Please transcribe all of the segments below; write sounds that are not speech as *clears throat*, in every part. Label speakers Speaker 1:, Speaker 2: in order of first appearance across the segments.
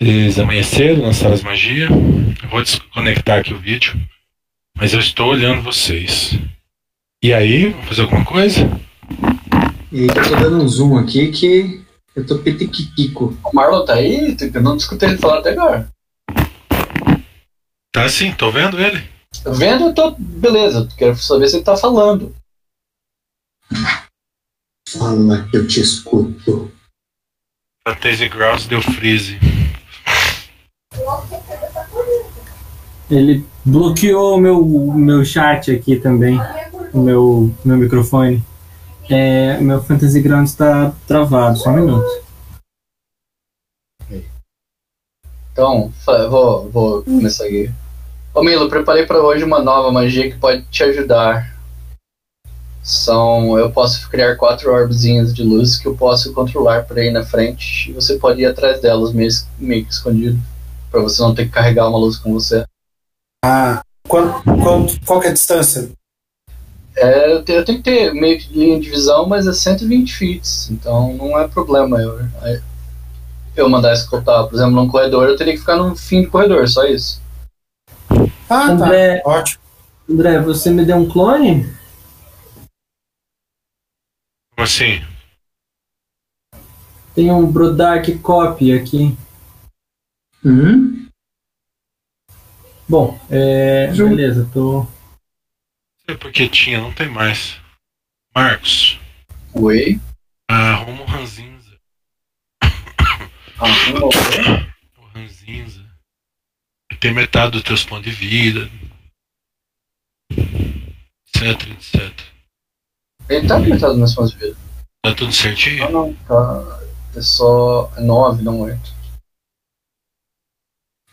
Speaker 1: Eles amanheceram, lançaram as magias. Eu vou desconectar aqui o vídeo. Mas eu estou olhando vocês. E aí, vamos fazer alguma coisa?
Speaker 2: E eu tô dando um zoom aqui que eu tô petequiquico.
Speaker 3: O Marlon tá aí? Eu não escutei ele falar até agora.
Speaker 1: Tá sim, tô vendo ele.
Speaker 3: Tô Vendo, eu tô. Beleza, quero saber se ele tá falando.
Speaker 2: Fala que eu te escuto.
Speaker 1: Fantasy Grounds deu freeze.
Speaker 4: Ele bloqueou o meu, o meu chat aqui também, o meu, meu microfone. É, meu Fantasy Ground está travado, só um minuto.
Speaker 3: Então, fa- vou, vou começar aqui. Ô Milo, preparei pra hoje uma nova magia que pode te ajudar. São. Eu posso criar quatro orbezinhas de luz que eu posso controlar por aí na frente. E você pode ir atrás delas, meio, es- meio que escondido. Pra você não ter que carregar uma luz com você.
Speaker 5: Ah, qual, qual, qual que é a distância?
Speaker 3: É, eu, te- eu tenho que ter meio que linha de visão, mas é 120 feet, então não é problema eu, eu mandar escoltar. Por exemplo, num corredor, eu teria que ficar no fim do corredor, só isso.
Speaker 5: Ah, tá.
Speaker 4: André,
Speaker 5: Ótimo.
Speaker 4: André, você me deu um clone?
Speaker 1: Como assim?
Speaker 4: Tem um Brodark Copy aqui.
Speaker 2: Hum?
Speaker 4: Bom, é,
Speaker 2: Ju-
Speaker 4: beleza, tô.
Speaker 1: Não sei porque tinha, não tem mais. Marcos,
Speaker 3: Oi.
Speaker 1: arruma o Ranzinza.
Speaker 3: Ah, não.
Speaker 1: O um Ranzinza. Tem metade dos teus pontos de vida. Etc, etc.
Speaker 3: Ele tá limitado nas suas vidas.
Speaker 1: Tá tudo certinho?
Speaker 3: Ah, não, tá. É só 9, não 8.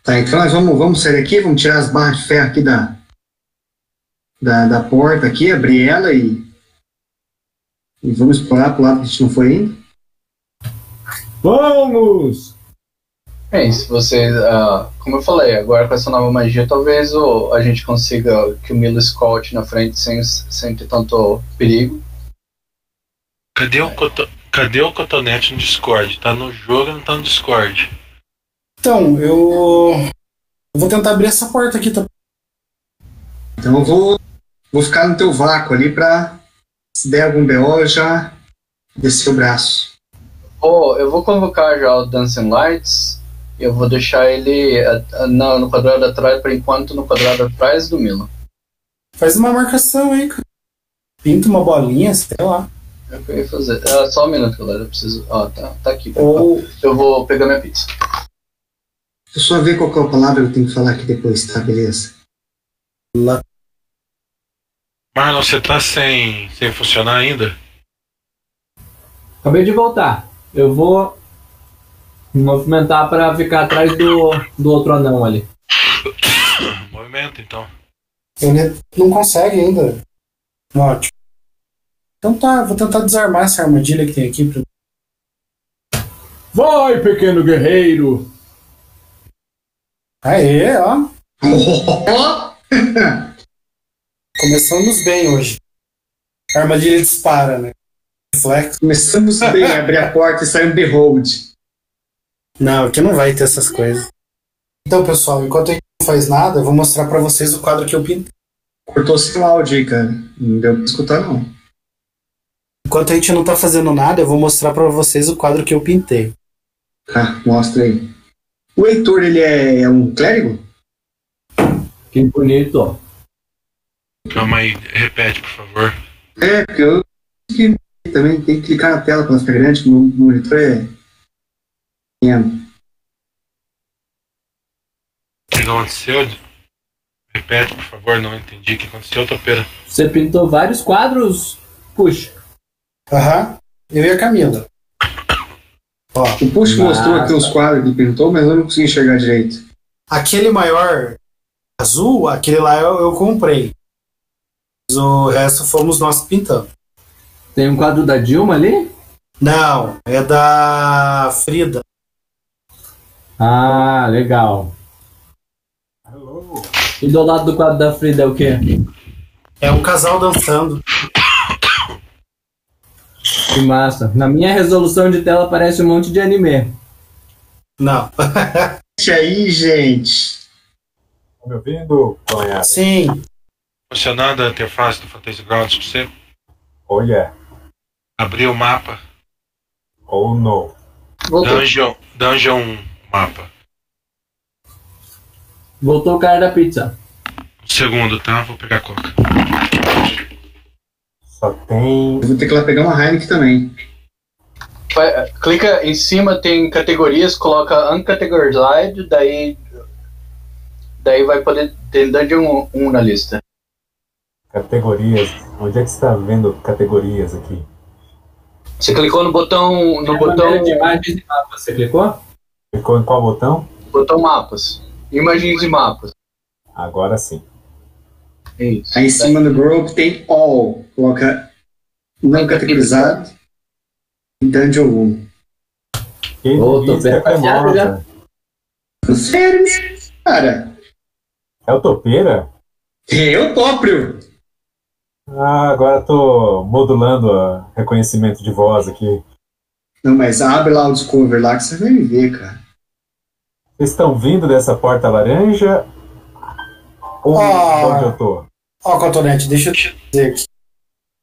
Speaker 2: Tá, então nós vamos, vamos sair daqui, vamos tirar as barras de ferro aqui da, da, da porta aqui, abrir ela e. E vamos explorar pro lado que a gente não foi ainda.
Speaker 4: Vamos!
Speaker 3: Bem, se vocês. ah, como eu falei, agora com essa nova magia, talvez o, a gente consiga que o Milo escolte na frente sem, sem ter tanto perigo.
Speaker 1: Cadê o, coto... Cadê o cotonete no Discord? Tá no jogo ou não tá no Discord?
Speaker 5: Então, eu. eu vou tentar abrir essa porta aqui, tá?
Speaker 2: Então eu vou, vou ficar no teu vácuo ali pra. Se der algum BO, eu já descer o braço.
Speaker 3: Ó, eu vou convocar já o Dancing Lights. e Eu vou deixar ele ah, ah, não, no quadrado atrás, por enquanto, no quadrado atrás do Milo.
Speaker 5: Faz uma marcação aí, cara. Pinta uma bolinha, sei lá.
Speaker 3: É o que eu ia fazer. Ah, só um minuto, galera. Eu preciso. Ó, tá, tá aqui.
Speaker 5: Ou.
Speaker 3: Eu vou pegar minha pizza.
Speaker 2: Deixa eu só ver qual que é a palavra que eu tenho que falar aqui depois, tá? Beleza.
Speaker 1: Marlon, você tá sem, sem funcionar ainda?
Speaker 4: Acabei de voltar. Eu vou me movimentar pra ficar atrás do, do outro anão ali.
Speaker 1: Movimento então.
Speaker 5: Ele não consegue ainda. Ótimo. Então tá, vou tentar desarmar essa armadilha que tem aqui. Pra...
Speaker 4: Vai, pequeno guerreiro!
Speaker 5: Aê, ó. Começamos bem hoje. A armadilha dispara, né? Reflexo.
Speaker 2: Começamos bem, abrir a porta e sair um behold.
Speaker 5: Não, aqui não vai ter essas coisas. Então, pessoal, enquanto a gente não faz nada, eu vou mostrar pra vocês o quadro que eu pintei.
Speaker 2: Cortou seu áudio aí, cara. Não deu pra escutar, não.
Speaker 5: Enquanto a gente não tá fazendo nada, eu vou mostrar pra vocês o quadro que eu pintei.
Speaker 2: Tá, mostra aí. O Heitor, ele é, é um clérigo?
Speaker 4: Que bonito, ó.
Speaker 1: Calma aí, repete, por favor.
Speaker 2: É, porque eu que também tem que clicar na tela pra ficar grande, que o meu monitor é. pequeno.
Speaker 1: O que aconteceu? Repete, por favor, não entendi o que aconteceu, Topeira.
Speaker 4: Você pintou vários quadros. Puxa.
Speaker 5: Aham. Eu e a Camila. Ó,
Speaker 2: O Push
Speaker 4: Massa.
Speaker 2: mostrou aqui uns quadros que pintou, mas eu não consegui enxergar direito.
Speaker 5: aquele maior azul, aquele lá eu, eu comprei. Mas o resto fomos nós que pintamos.
Speaker 4: Tem um quadro da Dilma ali?
Speaker 5: Não, é da Frida.
Speaker 4: Ah, legal. E do lado do quadro da Frida é o quê?
Speaker 5: É um casal dançando.
Speaker 4: Que massa. Na minha resolução de tela parece um monte de anime.
Speaker 5: Não. *laughs*
Speaker 2: Gente, aí, gente.
Speaker 6: Tá me ouvindo, Conhada?
Speaker 5: Sim.
Speaker 1: Funcionando a interface do Fantasy Grounds pra você?
Speaker 6: Olha,
Speaker 1: Abrir o mapa.
Speaker 6: ou não.
Speaker 3: Voltou.
Speaker 1: Dungeon, Dungeon 1, mapa.
Speaker 4: Voltou o cara da pizza.
Speaker 1: Um segundo, tá? Vou pegar a coca.
Speaker 6: Só tem.
Speaker 2: Eu vou ter que ir lá pegar uma Heineken também.
Speaker 3: Vai- clica em cima, tem categorias, coloca uncategorized, daí. Daí vai poder. Tem Dungeon 1 na lista.
Speaker 6: Categorias. Onde é que você tá vendo categorias aqui?
Speaker 3: Você clicou no botão. No
Speaker 4: É a
Speaker 3: botão.
Speaker 4: bandeira de imagens e mapa, você clicou?
Speaker 6: Ficou em qual botão?
Speaker 3: Botão mapas. Imagens e mapas.
Speaker 6: Agora sim.
Speaker 3: É isso.
Speaker 2: Aí Tá em cima do group tem all. Coloca não categorizado. Dungeon 1.
Speaker 6: Que
Speaker 4: Ô, tô
Speaker 6: lista
Speaker 4: bem passeado já.
Speaker 6: cremosa.
Speaker 2: Sério, cara?
Speaker 6: É o Topeira?
Speaker 2: Eu próprio.
Speaker 6: Ah, agora tô modulando o reconhecimento de voz aqui.
Speaker 2: Não, mas abre lá o Discover lá que você vai me ver, cara.
Speaker 6: Vocês estão vindo dessa porta laranja? Ou
Speaker 5: Ah.
Speaker 6: onde eu tô?
Speaker 5: Ó, Cotonete, deixa eu te dizer aqui.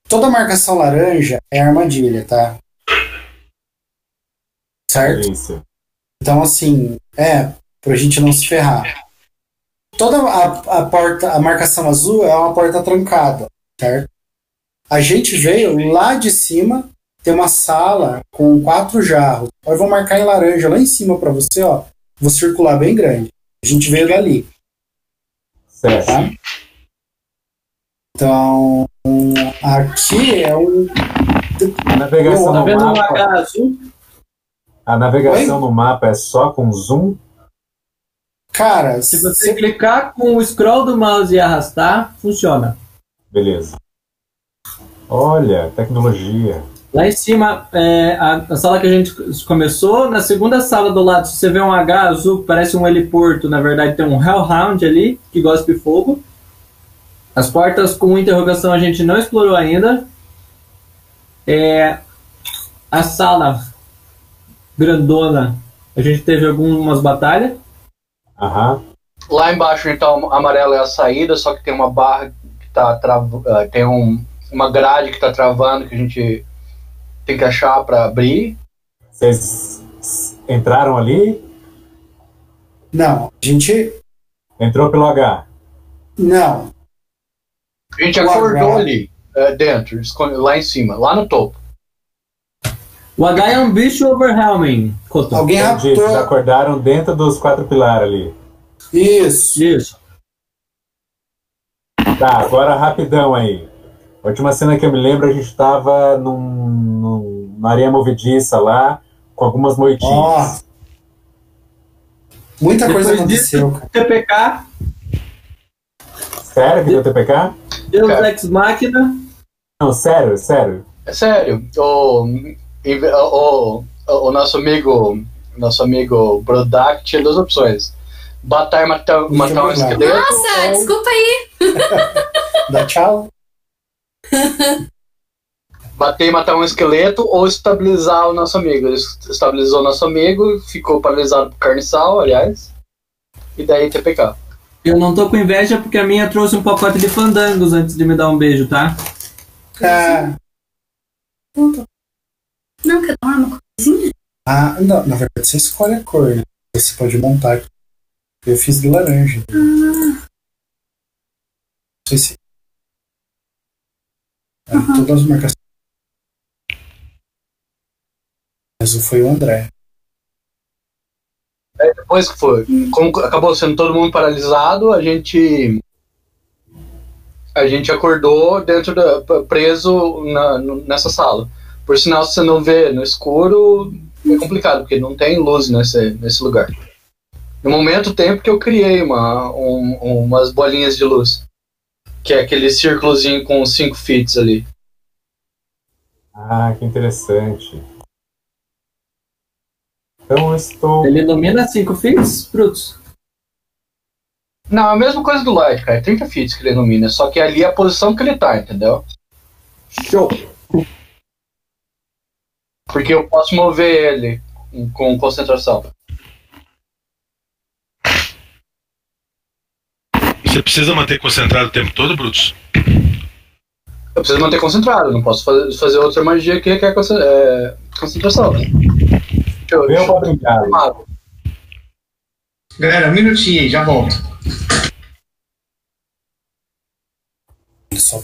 Speaker 5: Toda marcação laranja é armadilha, tá? Certo?
Speaker 6: Delícia.
Speaker 5: Então, assim, é, pra gente não se ferrar. Toda a, a porta, a marcação azul é uma porta trancada, certo? A gente veio lá de cima, tem uma sala com quatro jarros. Eu vou marcar em laranja lá em cima pra você, ó. Vou circular bem grande. A gente veio dali,
Speaker 6: Certo.
Speaker 5: tá? Então, aqui é um.
Speaker 6: A navegação
Speaker 5: Não,
Speaker 4: Tá
Speaker 6: no
Speaker 4: vendo um
Speaker 6: mapa.
Speaker 4: H azul?
Speaker 6: A navegação no mapa é só com zoom?
Speaker 5: Cara,
Speaker 4: Se você clicar com o scroll do mouse e arrastar, funciona.
Speaker 6: Beleza. Olha, tecnologia.
Speaker 4: Lá em cima, é, a, a sala que a gente começou, na segunda sala do lado, se você vê um H azul, que parece um heliporto, na verdade tem um Hellhound ali, que gospe fogo. As portas com interrogação a gente não explorou ainda. É, a sala grandona, a gente teve algumas batalhas.
Speaker 6: Aham.
Speaker 3: Lá embaixo, então, amarelo é a saída, só que tem uma barra que tá travando. Tem um, uma grade que tá travando que a gente tem que achar pra abrir.
Speaker 6: Vocês s- entraram ali?
Speaker 5: não, a gente.
Speaker 6: Entrou pelo H.
Speaker 5: Não,
Speaker 3: A gente
Speaker 5: Uau,
Speaker 3: acordou
Speaker 5: uau.
Speaker 3: ali, é, dentro, esconde- lá em cima, lá no topo.
Speaker 4: O H é um bicho overwhelming. Cotô.
Speaker 5: Alguém
Speaker 6: Entendi. Vocês
Speaker 5: raptou.
Speaker 6: acordaram dentro dos quatro pilares ali.
Speaker 5: Isso.
Speaker 4: Isso.
Speaker 6: Tá, agora rapidão aí. A última cena que eu me lembro, a gente tava num, num- numa areia movediça lá, com algumas moitinhas.
Speaker 5: Ó. Muita
Speaker 4: Depois
Speaker 5: coisa aconteceu, cara.
Speaker 4: TPK,
Speaker 6: Sério que deu TPK?
Speaker 4: Deus
Speaker 3: Cara.
Speaker 4: Ex Machina.
Speaker 6: Não, sério, sério.
Speaker 3: É sério, o, em ve- o, o, o nosso amigo nosso amigo Brodak tinha duas opções. Matar, e matar, matar um
Speaker 5: obrigado.
Speaker 3: esqueleto.
Speaker 7: Nossa,
Speaker 3: ou-
Speaker 7: desculpa aí.
Speaker 5: Dá tchau.
Speaker 3: bater e matar um esqueleto ou estabilizar o nosso amigo. Ele estabilizou o nosso amigo, ficou paralisado por carniçal, aliás. E daí TPK.
Speaker 4: Eu não tô com inveja porque a minha trouxe um pacote de fandangos antes de me dar um beijo, tá?
Speaker 5: Ah,
Speaker 7: Não, quer dar uma coisinha?
Speaker 5: ah, não, na verdade você escolhe a cor, né? Você pode montar. Eu fiz de laranja. Não
Speaker 7: Ah.
Speaker 5: sei se. Ah, Todas as marcações. Mas foi o André.
Speaker 3: Depois que foi, como acabou sendo todo mundo paralisado, a gente a gente acordou dentro da preso na- no- nessa sala. Por sinal, se você não vê no escuro, é complicado porque não tem luz nesse nesse lugar. No momento tem porque eu criei uma um- umas bolinhas de luz, que é aquele círculozinho com cinco fits ali.
Speaker 6: Ah, que interessante. Então eu estou.
Speaker 4: Ele domina cinco filhos, frutos.
Speaker 3: Não, é a mesma coisa do light, cara. É 30 fits que ele ilumina, só que ali é a posição que ele tá, entendeu?
Speaker 4: Show.
Speaker 3: Porque eu posso mover ele com- com concentração.
Speaker 1: Você precisa manter concentrado o tempo todo, Brutus?
Speaker 3: Eu preciso manter concentrado, não posso fazer, fazer outra magia que requer conce- é, concentração. né? Deixa eu,
Speaker 6: Meu
Speaker 3: deixa eu
Speaker 6: obrigado.
Speaker 3: tomar.
Speaker 2: Galera, um minutinho aí, já volto.
Speaker 5: Só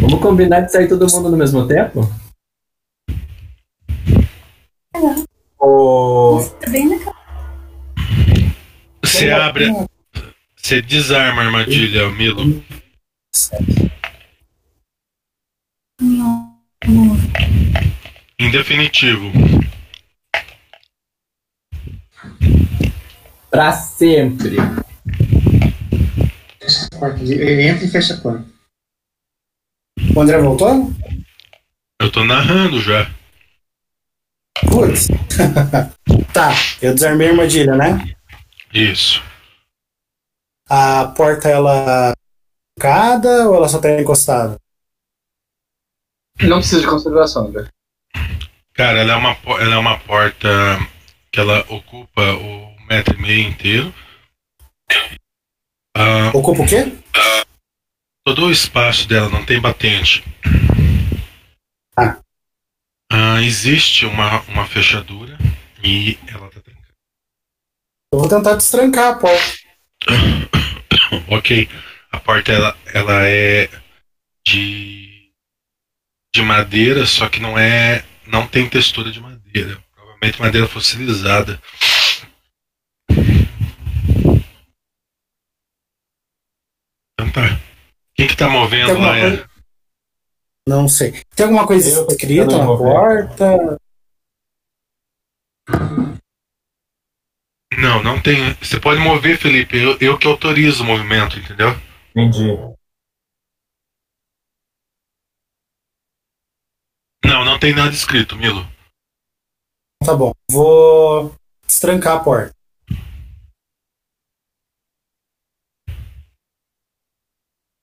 Speaker 4: Vamos combinar de sair todo mundo no mesmo tempo?
Speaker 6: O...
Speaker 7: Você tá bem na cara.
Speaker 1: Você abre. Você desarma a armadilha, Milo. Em definitivo.
Speaker 4: Pra sempre.
Speaker 2: Porta de- Ele entra e fecha a porta.
Speaker 5: O André voltou?
Speaker 1: Eu tô narrando já.
Speaker 5: Putz. *laughs* tá, eu desarmei a armadilha, né?
Speaker 1: Isso.
Speaker 5: A porta, ela. Cada ou ela só tá encostada?
Speaker 3: Não precisa de concentração, né? André.
Speaker 1: Cara, ela é uma, po- ela é uma porta que ela ocupa o metro e meio inteiro. Ah,
Speaker 5: Ocupa o quê?
Speaker 1: todo o espaço dela não tem batente.
Speaker 5: Ah.
Speaker 1: Ah, existe uma, uma fechadura e ela tá trancada.
Speaker 5: Eu vou tentar destrancar a porta.
Speaker 1: Ok. A porta ela, ela é de, de madeira, só que não é. não tem textura de madeira. Provavelmente madeira fossilizada. Então tá. Quem que tá
Speaker 5: Tem
Speaker 1: movendo
Speaker 5: alguma
Speaker 1: lá? É,
Speaker 5: coisa? Não sei. Tem alguma coisa
Speaker 6: Eu tô
Speaker 5: escrita
Speaker 6: tentando
Speaker 5: na
Speaker 6: mover.
Speaker 5: porta?
Speaker 1: não, não tem. Você pode mover, Felipe. Eu, eu que autorizo o movimento, entendeu?
Speaker 6: Entendi.
Speaker 1: Não, não tem nada escrito, Milo.
Speaker 5: Tá bom. Vou destrancar a porta.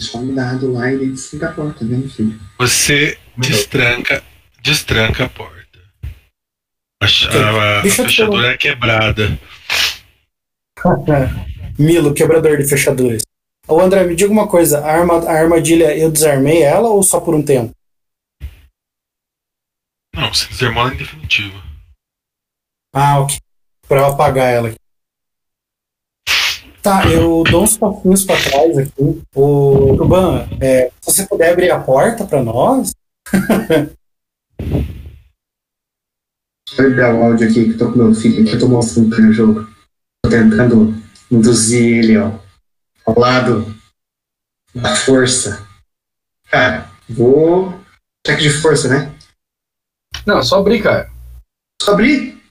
Speaker 2: Só um dado lá e dentro fica a porta, né, filho?
Speaker 1: Você destranca, destranca a porta. A, ch- a- a
Speaker 5: Deixa eu te
Speaker 1: fechadura é quebrada.
Speaker 5: Milo, quebrador de fechaduras. Ô André, me diga uma coisa, a, arma- a armadilha eu desarmei ela ou só por um tempo?
Speaker 1: Não, você desarmou ela em definitivo.
Speaker 5: Ah, ok. Pra eu apagar ela aqui. Tá, eu dou uns passinhos pra trás aqui. Ô, Ruban, é, se você puder abrir a porta pra nós,
Speaker 2: Deixa eu liberar o áudio aqui que eu tô com meu filho aqui, eu tô mostrando no jogo. Tô tentando induzir ele, ó. Ao lado da força. Cara, vou. Cheque de força, né?
Speaker 3: Não, só brincar.
Speaker 2: Só abrir.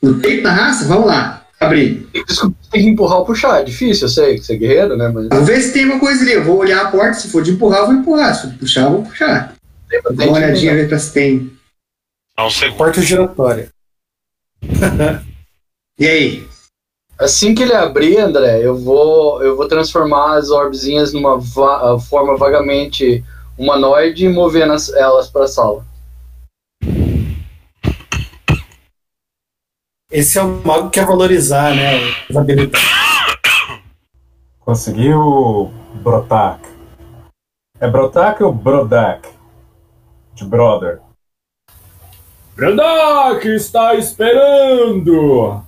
Speaker 2: No peito da raça? Vamos lá. Abrir.
Speaker 3: Desculpa, tem que empurrar ou puxar. É difícil, eu sei que você é guerreiro, né? Mas
Speaker 2: Vou ver se tem alguma coisa ali. Eu vou olhar a porta. Se for de empurrar, eu vou empurrar. Se for de puxar, eu vou puxar.
Speaker 3: tem
Speaker 2: Eu Dou uma olhadinha, ver pra se tem.
Speaker 1: Só um segundo.
Speaker 5: porta giratória.
Speaker 2: E aí?
Speaker 3: Assim que ele abrir, André, eu vou, eu vou transformar as orbezinhas numa va- forma vagamente humanoide e mover nas- elas para a sala.
Speaker 5: Esse é o mago que quer valorizar, né? Os habilidades.
Speaker 6: Conseguiu Brotak. É Brotak ou Brodak? De brother.
Speaker 4: Brandak está esperando!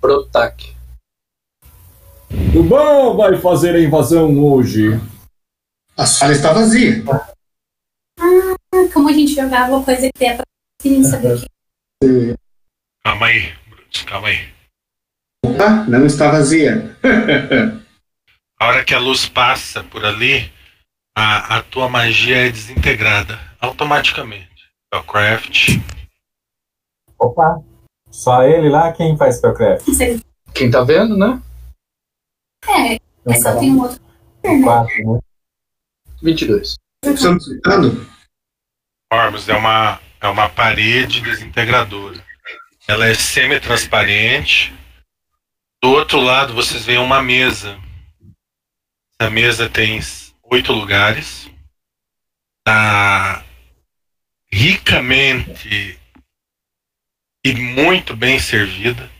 Speaker 3: Protac.
Speaker 4: Tuban vai fazer a invasão hoje.
Speaker 2: A sala está vazia.
Speaker 7: Ah, Como a gente jogava coisa que tem pra gente saber o que
Speaker 1: Calma aí, Brutus, calma aí.
Speaker 2: Opa, tá? não está vazia.
Speaker 1: A hora que a luz passa por ali, a, a tua magia é desintegrada automaticamente. É o craft.
Speaker 6: Opa! Só ele lá quem faz Spellcraft?
Speaker 7: consegue.
Speaker 3: Quem tá vendo, né?
Speaker 7: É, é só
Speaker 6: Então,
Speaker 7: tem um outro.
Speaker 6: quatro, né?
Speaker 3: 22.
Speaker 8: tá
Speaker 2: Estamos ficando?
Speaker 1: Ormus é uma, é uma parede desintegradora. Ela é semi-transparente. Do outro lado, vocês veem uma mesa. Essa mesa tem s- oito lugares. Está ricamente e muito bem servida,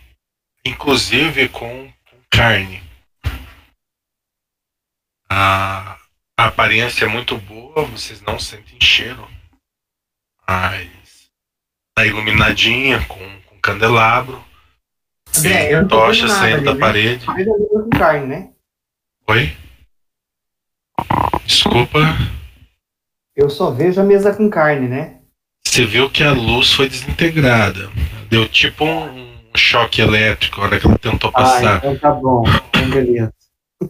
Speaker 1: inclusive com, com carne. A, a aparência é muito boa, vocês não sentem cheiro. Mas tá iluminadinha com, com candelabro.
Speaker 2: Zé, eu
Speaker 1: Tem
Speaker 2: não tô
Speaker 1: tocha
Speaker 2: vendo nada
Speaker 1: saindo
Speaker 2: ali,
Speaker 1: da
Speaker 2: né?
Speaker 1: parede.
Speaker 2: Mas eu não tô com carne, né?
Speaker 1: Oi? Desculpa.
Speaker 2: Eu só vejo a mesa com carne, né?
Speaker 1: Você viu que a luz foi desintegrada. Deu tipo um um choque elétrico na hora que ela tentou
Speaker 2: Ah,
Speaker 1: passar.
Speaker 2: então tá bom. Então beleza.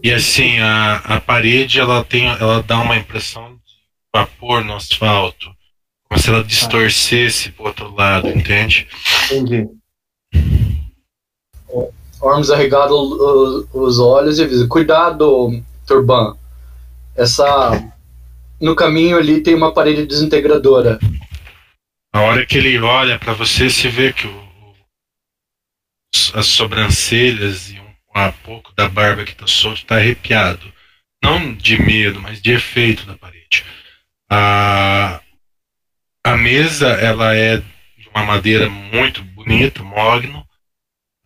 Speaker 1: E assim, a, a parede ela tem, ela dá uma impressão de vapor no asfalto. Como se ela
Speaker 2: Tá.
Speaker 1: distorcesse pro outro lado, entende?
Speaker 2: Entendi.
Speaker 3: Ormes arregala o- o- os olhos e avisa: Cuidado, Turban. Essa. No caminho ali tem uma parede desintegradora.
Speaker 1: Na hora que ele olha pra você, se vê que o, o- as sobrancelhas e um, a pouco da barba que tá solto tá arrepiado. Não de medo, mas de efeito da parede. A, a mesa, ela é de uma madeira muito bonita, mogno.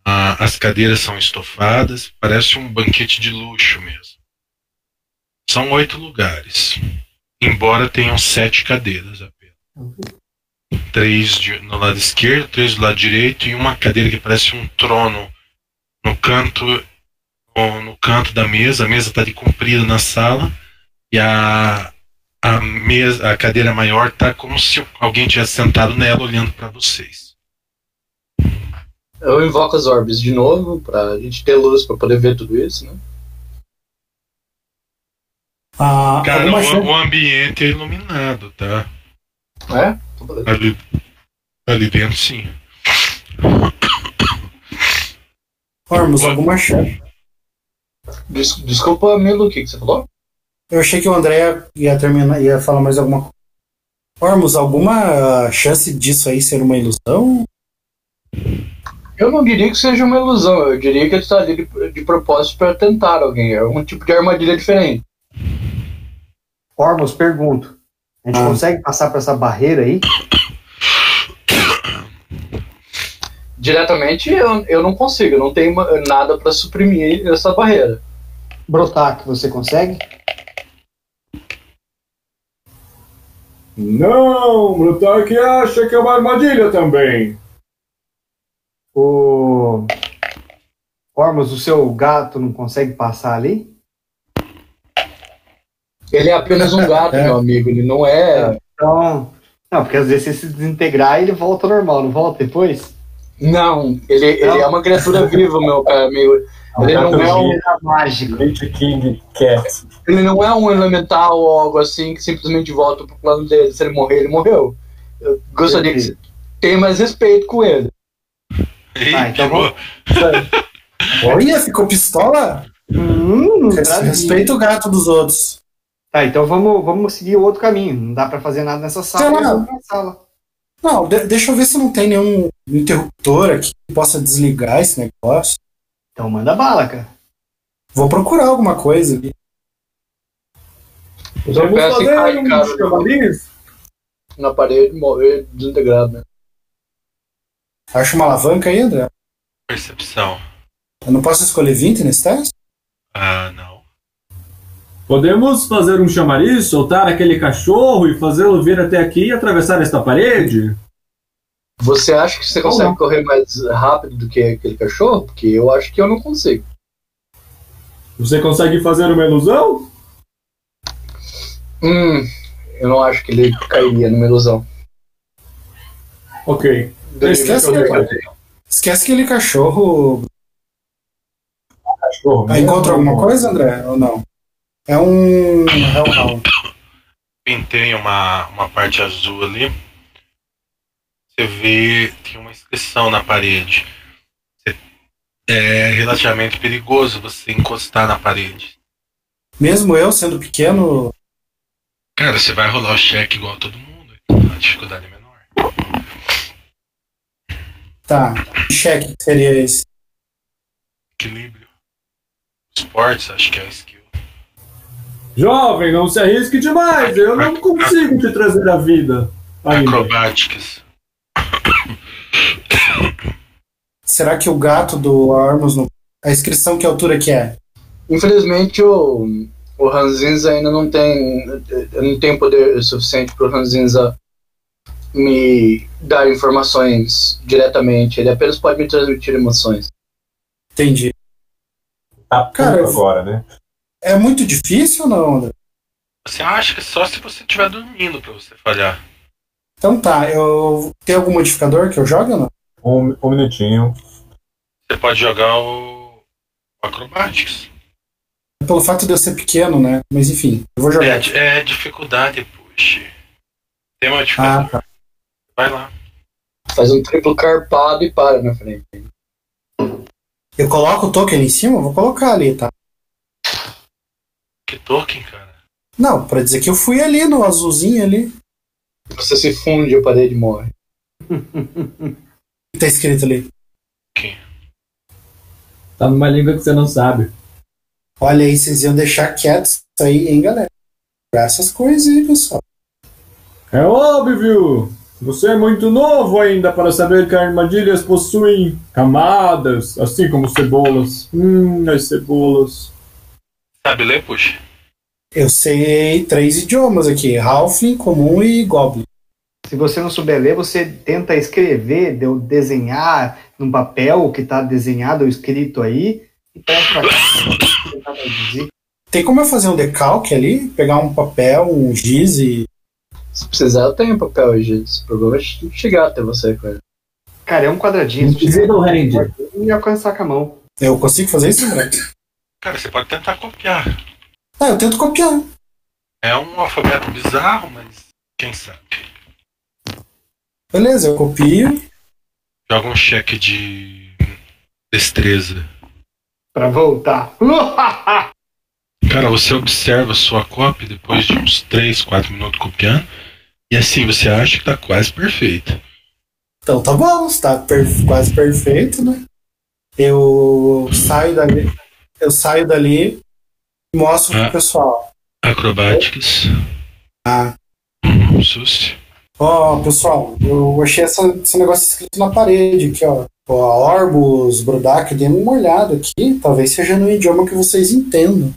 Speaker 1: A- as cadeiras são estofadas, parece um banquete de luxo mesmo. São oito lugares, embora tenham sete cadeiras apenas três de- no lado esquerdo, três do lado direito e uma cadeira que parece um trono no canto no, no canto da mesa. A mesa está de comprida na sala e a a mesa, a cadeira maior tá como se alguém tivesse sentado nela olhando para vocês.
Speaker 3: Eu invoco as orbes de novo pra gente ter luz pra poder ver tudo isso, né?
Speaker 5: Ah,
Speaker 1: Cara,
Speaker 5: alguma
Speaker 1: o,
Speaker 5: chance-
Speaker 1: o ambiente é iluminado, tá?
Speaker 3: É? Então, beleza.
Speaker 1: Ali, ali dentro sim.
Speaker 5: Ormus, alguma chance.
Speaker 3: Des- desculpa, Milo, o que, que você falou?
Speaker 5: Eu achei que o André ia terminar, ia falar mais alguma coisa. Ormus, alguma ah, chance disso aí ser uma ilusão?
Speaker 3: Eu não diria que seja uma ilusão, eu diria que ele está ali de, de propósito para tentar alguém. É um tipo de armadilha diferente.
Speaker 2: Ormos, pergunto. A gente
Speaker 5: Ah.
Speaker 2: consegue passar por essa barreira aí?
Speaker 3: Diretamente eu, eu não consigo, eu não tenho ma- nada para suprimir essa barreira.
Speaker 2: Brotac, você consegue?
Speaker 6: Não, Brutak acha que é uma armadilha também.
Speaker 2: O. Ormos, o seu gato não consegue passar ali?
Speaker 3: Ele é apenas um *laughs* gato, meu amigo, ele não é.
Speaker 2: Então. Não, porque às vezes se ele se desintegrar ele volta ao normal, não volta depois?
Speaker 3: Não, ele, ele é uma criatura viva, meu caro amigo. Ele
Speaker 6: É um
Speaker 3: não é
Speaker 6: gato
Speaker 3: um,
Speaker 2: Ele era mágico.
Speaker 6: Lady King Cat.
Speaker 3: ele não é um elemental ou algo assim que simplesmente volta pro plano dele. Se ele morrer, ele morreu. Eu gostaria que você tenha mais respeito com ele.
Speaker 1: Ih,
Speaker 2: Ah, então
Speaker 1: pirou.
Speaker 5: Olha, ficou pistola?
Speaker 2: Hum, maravilha.
Speaker 5: Respeita o gato dos outros.
Speaker 2: Tá, então vamos, vamos seguir o outro caminho. Não dá pra fazer nada nessa sala.
Speaker 5: Sei lá.
Speaker 2: vamos pra sala.
Speaker 5: Não, de- deixa eu ver se não tem nenhum interruptor aqui que possa desligar esse negócio.
Speaker 2: Então manda bala, cara.
Speaker 5: Vou procurar alguma coisa ali.
Speaker 6: Vamos
Speaker 3: peço
Speaker 6: fazer
Speaker 3: cai, né?
Speaker 6: um
Speaker 3: cara.
Speaker 6: chamariz?
Speaker 3: na parede, morrer desintegrado, né?
Speaker 5: Acho uma alavanca aí, André?
Speaker 1: Percepção.
Speaker 5: Eu não posso escolher 20 nesse teste?
Speaker 1: Ah, não.
Speaker 4: Podemos fazer um chamariz, soltar aquele cachorro e fazê-lo vir até aqui e atravessar esta parede?
Speaker 3: Você acha que você consegue correr mais rápido do que aquele cachorro? Porque eu acho que eu não consigo.
Speaker 4: Você consegue fazer uma ilusão?
Speaker 3: Hum, eu não acho que ele cairia numa ilusão.
Speaker 4: Ok.
Speaker 3: Do nível que eu
Speaker 5: esquece,
Speaker 3: vejo.
Speaker 5: Esquece aquele cachorro.
Speaker 6: Cachorro,
Speaker 5: Ah, Encontra alguma coisa, André? Ou não? É um. É um não.
Speaker 1: pintei uma, uma parte azul ali. Você vê, tem uma inscrição na parede. É relativamente perigoso você encostar na parede.
Speaker 5: Mesmo eu sendo pequeno.
Speaker 1: Cara, você vai rolar o cheque igual a todo mundo. A dificuldade é menor.
Speaker 5: Tá. Que cheque que seria esse?
Speaker 1: Equilíbrio. Esportes, acho que é skill.
Speaker 4: Jovem, não se arrisque demais, eu não consigo te trazer a vida. Ainda.
Speaker 1: Acrobáticas.
Speaker 5: Será que o gato do Armos. não- A inscrição que altura que é?
Speaker 3: Infelizmente, o, O Ranzinza ainda não tem. Eu não tenho poder suficiente pro Ranzinza me dar informações diretamente. Ele apenas pode me transmitir emoções.
Speaker 5: Entendi.
Speaker 6: Tá puto
Speaker 5: Cara, eu-
Speaker 6: agora, né?
Speaker 5: É muito difícil ou não, André?
Speaker 1: Você acha que só se você estiver dormindo pra você falhar.
Speaker 5: Então tá, eu. Tem algum modificador que eu jogo ou não?
Speaker 6: Um, um minutinho.
Speaker 1: Você pode jogar o Acrobatics.
Speaker 5: Pelo fato de eu ser pequeno, né? Mas enfim, eu vou jogar.
Speaker 1: É, é dificuldade, puxa. Tem uma dificuldade.
Speaker 5: Ah, tá.
Speaker 1: Vai lá.
Speaker 3: Faz um triplo carpado e para na frente.
Speaker 5: Eu coloco o token em cima? Eu Vou colocar ali, tá?
Speaker 1: Que Tolkien, cara.
Speaker 5: Não, pra dizer que eu fui ali no azulzinho ali.
Speaker 3: Você se funde, a parede morre.
Speaker 5: O que tá escrito ali?
Speaker 4: Tá numa língua que você não sabe.
Speaker 5: Olha aí, vocês iam deixar quieto isso aí, hein, galera? Pra essas coisas aí, pessoal.
Speaker 4: É óbvio! Você é muito novo ainda para saber que armadilhas possuem camadas, assim como cebolas. Hum, as cebolas.
Speaker 1: Sabe ler, puxa?
Speaker 5: Eu sei três idiomas aqui: Halfling, Comum e Goblin.
Speaker 8: Se você não souber ler, você tenta escrever, deu desenhar num papel que está desenhado ou escrito aí e traz pra cá. Tentar traduzir.
Speaker 5: Tem como eu fazer um decalque ali? Pegar um papel, um giz e.
Speaker 3: Se precisar, eu tenho papel hoje. O problema é che- chegar até você, cara.
Speaker 8: Cara, é um quadradinho. se chegar
Speaker 4: Invisible Hand.
Speaker 8: e alcançar com a mão.
Speaker 5: Eu consigo fazer isso, André?
Speaker 1: Cara, você pode tentar copiar.
Speaker 5: Ah, eu tento copiar.
Speaker 1: É um alfabeto bizarro, mas quem sabe?
Speaker 5: Beleza, eu copio.
Speaker 1: Joga um cheque de destreza.
Speaker 8: Pra voltar.
Speaker 1: Cara, você observa a sua cópia depois de uns 3, 4 minutos copiando. E assim, você acha que tá quase perfeita.
Speaker 5: Então tá bom, está per- quase perfeito, né? Eu saio dali. Eu saio dali e mostro
Speaker 1: Ah.
Speaker 5: pro pessoal.
Speaker 1: Acrobáticas.
Speaker 5: Ah,
Speaker 1: Uhum, susto.
Speaker 5: ó, pessoal, eu achei essa, esse negócio escrito na parede aqui, ó. Ó, Orbus, Brodak, dê uma olhada aqui. Talvez seja no idioma que vocês entendam.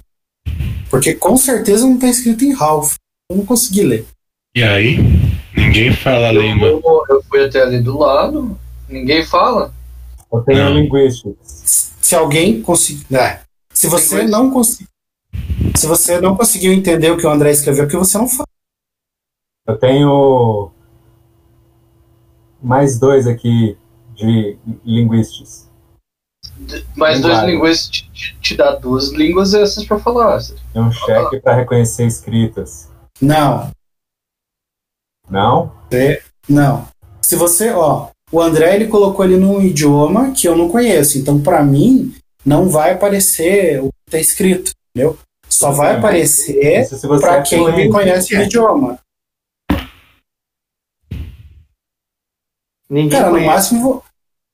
Speaker 5: Porque com certeza não tá escrito em Ralph. Eu não consegui ler.
Speaker 1: E aí? Ninguém fala a língua.
Speaker 3: Eu, vou- eu fui até ali do lado, ninguém fala.
Speaker 6: Eu tenho
Speaker 1: Não.
Speaker 6: linguistics.
Speaker 5: se alguém conseguir. Se você não conseguir. Se você não conseguiu entender o que o André escreveu, porque você não fala.
Speaker 6: Eu tenho mais dois aqui de linguistics.
Speaker 3: Mas
Speaker 6: Não
Speaker 3: dois
Speaker 6: vale.
Speaker 3: linguistas te, te- te dá duas línguas essas pra falar.
Speaker 6: É um cheque para reconhecer escritas.
Speaker 5: Não,
Speaker 6: Não?
Speaker 5: não. Se você, ó, o André ele colocou ele num idioma que eu não conheço, então pra mim não vai aparecer o que tá escrito, entendeu? Só vai aparecer
Speaker 6: Isso se é você
Speaker 5: pra
Speaker 6: é
Speaker 5: quem
Speaker 6: fluente.
Speaker 5: conhece o idioma.
Speaker 8: Ninguém
Speaker 5: Cara, no
Speaker 8: conhece.
Speaker 5: máximo, vo-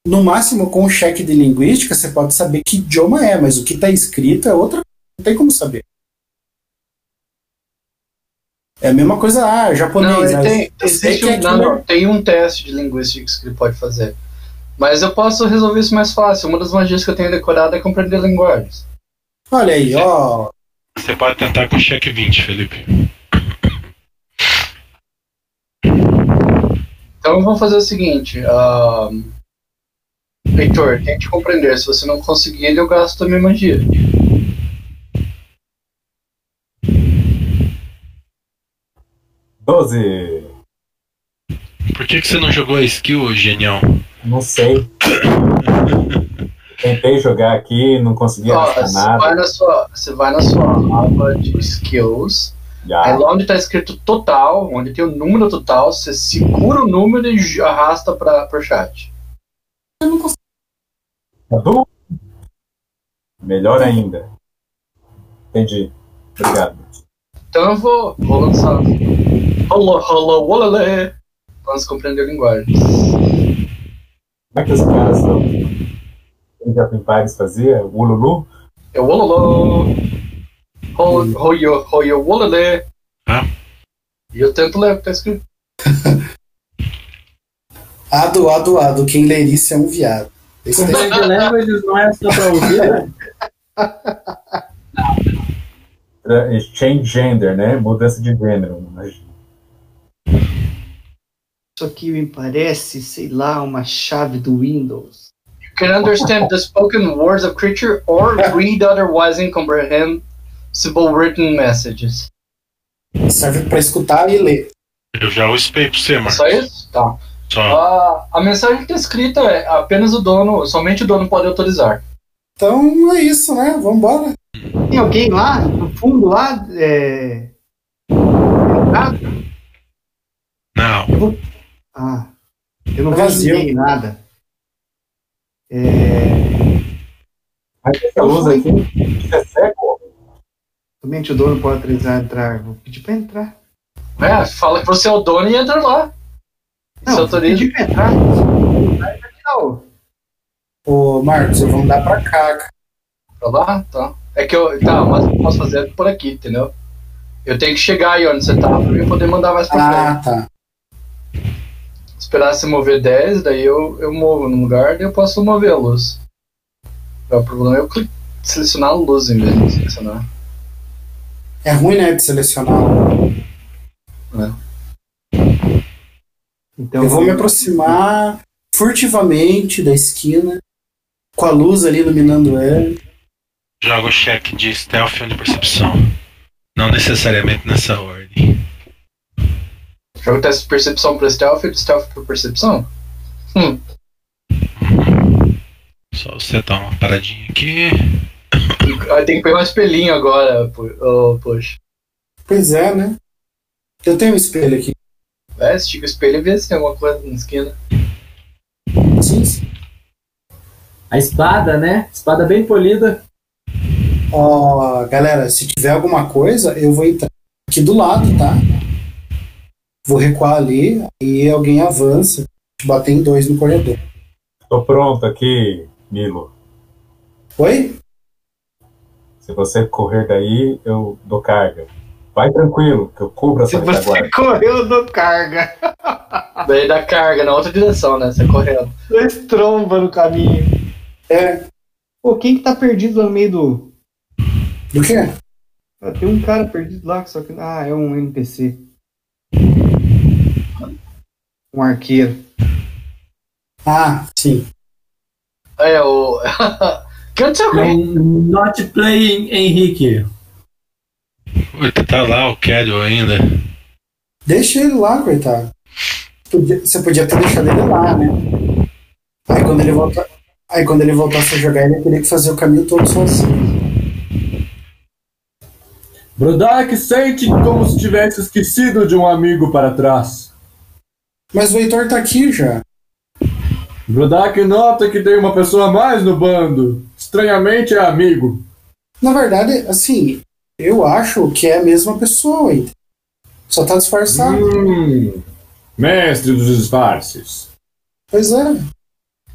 Speaker 5: no máximo com o cheque de linguística você pode saber que idioma é, mas o que tá escrito é outra, não tem como saber. É a mesma coisa, ah,
Speaker 3: Não,
Speaker 5: japonês.
Speaker 3: ele
Speaker 5: ah,
Speaker 3: tem,
Speaker 5: eu sei
Speaker 3: existe
Speaker 5: que
Speaker 3: um-
Speaker 5: aqui
Speaker 3: não,
Speaker 5: não-
Speaker 3: não, tem um teste de linguística que ele pode fazer. Mas eu posso resolver isso mais fácil. Uma das magias que eu tenho decorada é compreender linguagens.
Speaker 5: Olha aí, ó,
Speaker 1: Você pode tentar com cheque 20, Felipe.
Speaker 3: Então vamos fazer o seguinte. Um, Heitor, tente compreender. Se você não conseguir, ele, eu gasto a minha magia.
Speaker 6: Doze.
Speaker 1: Por que, que você não jogou a skill, ô genial?
Speaker 6: Não sei. Tentei jogar aqui, não consegui
Speaker 3: Ó,
Speaker 6: achar
Speaker 3: você,
Speaker 6: nada.
Speaker 3: vai na sua, você vai na sua aba de skills. Aí
Speaker 6: Já.
Speaker 3: lá onde está escrito total, onde tem o número total, você segura o número e j- arrasta para o chat.
Speaker 7: Eu não consigo.
Speaker 6: Du- Tá Melhor ainda. Entendi. Obrigado.
Speaker 3: Então eu vou, vou lançar. Olá, olá, olá, Vamos compreender linguagens.
Speaker 6: Como é que os caras são? Quem já em Paris fazia? O Lulu?
Speaker 3: É ololô. Ho- Hoio, hoio, ololê.
Speaker 1: Hã?
Speaker 3: E eu tento ler o que tá escrito.
Speaker 5: ado, ado, ado, quem ler isso é um viado. Esse
Speaker 3: *laughs*
Speaker 4: Com
Speaker 5: daí-
Speaker 4: Blade Level eles não é só pra ouvir, né?
Speaker 6: tra- Change gender, né? Mudança de gênero. imagina.
Speaker 8: Isso aqui me parece, sei lá, uma chave do Windows.
Speaker 3: Can understand the spoken words of creature or read otherwise incomprehensible written messages.
Speaker 5: Serve pra escutar e ler.
Speaker 1: Eu já uspei pra você,
Speaker 3: É
Speaker 1: Marcos.
Speaker 3: só isso? Tá.
Speaker 1: Só.
Speaker 3: A, a mensagem que está escrita é apenas o dono, somente o dono pode autorizar.
Speaker 5: Então é isso, né? Vambora.
Speaker 8: Tem alguém lá, no fundo lá? É... Ah,
Speaker 1: Não.
Speaker 8: Ah, eu não
Speaker 5: Tá
Speaker 8: vejo
Speaker 5: vazio.
Speaker 8: ninguém, nada.
Speaker 6: Mas essa luz aqui é cego.
Speaker 8: Somente o dono pode autorizar a entrar. Vou pedir pra entrar.
Speaker 3: É, fala que você é o dono e entra lá. Se
Speaker 8: Não, vou
Speaker 3: autoriza.
Speaker 8: pedir pra entrar. Não,
Speaker 5: Ô, Marcos, vamos dar pra cá. cara.
Speaker 3: Tá lá? Tá. É que eu. Tá, mas eu posso fazer por aqui, entendeu? Eu tenho que chegar aí onde você tá pra eu poder mandar mais pra frente.
Speaker 5: Ah, tá.
Speaker 3: Esperar se mover 10, daí eu, eu movo no lugar daí eu posso mover a luz. O problema é eu cli- selecionar a luz em vez de selecionar.
Speaker 5: É ruim, né, de selecionar.
Speaker 8: Então,
Speaker 5: Eu vou me aproximar furtivamente da esquina, com a luz ali iluminando ela.
Speaker 1: Joga o cheque de stealth ou de percepção. Não necessariamente nessa ordem.
Speaker 3: Jogo teste de percepção pra stealth e de stealth pra percepção.
Speaker 1: Só você dar uma paradinha aqui.
Speaker 3: Aí tem que pegar um espelhinho agora, po- ô, poxa.
Speaker 5: Pois é, né? Eu tenho um espelho aqui.
Speaker 3: É, estica o espelho e vê se tem alguma coisa na esquina.
Speaker 5: Sim, sim.
Speaker 4: A espada, né? Espada bem polida.
Speaker 5: Ó, galera, se tiver alguma coisa, eu vou entrar aqui do lado, tá? Vou recuar ali, aí alguém avança. Bater em dois no corredor.
Speaker 6: Tô pronto aqui, Milo.
Speaker 5: Oi?
Speaker 6: Se você correr daí, eu dou carga. Vai tranquilo, que eu cubro
Speaker 8: Se
Speaker 6: essa
Speaker 8: você
Speaker 6: retaguarda.
Speaker 8: correu, eu dou carga.
Speaker 3: Daí dá carga na outra direção, né? Você correndo.
Speaker 8: Dois tromba no caminho.
Speaker 5: É.
Speaker 8: Pô, quem que tá perdido lá no meio do.
Speaker 5: Do quê?
Speaker 8: Ah, Tem um cara perdido lá, só que. Ah, é um NPC. Um arqueiro.
Speaker 5: Ah, sim.
Speaker 3: É, o. *laughs* que aconteceu com ele?
Speaker 4: É um Not playing Henrique.
Speaker 1: Puta, tá lá o Kelly ainda.
Speaker 5: Deixa ele lá, coitado. Podia- você podia ter deixado ele lá, né? Aí quando ele volta. Aí quando ele voltasse a jogar, ele teria que fazer o caminho todo sozinho.
Speaker 4: Brodak sente como se tivesse esquecido de um amigo para trás.
Speaker 5: Mas o Heitor tá aqui já.
Speaker 4: Brodak nota que tem uma pessoa a mais no bando. Estranhamente é amigo.
Speaker 5: Na verdade, assim, eu acho que é a mesma pessoa, Heitor. Só tá disfarçado.
Speaker 4: Hum, mestre dos disfarces.
Speaker 5: Pois é.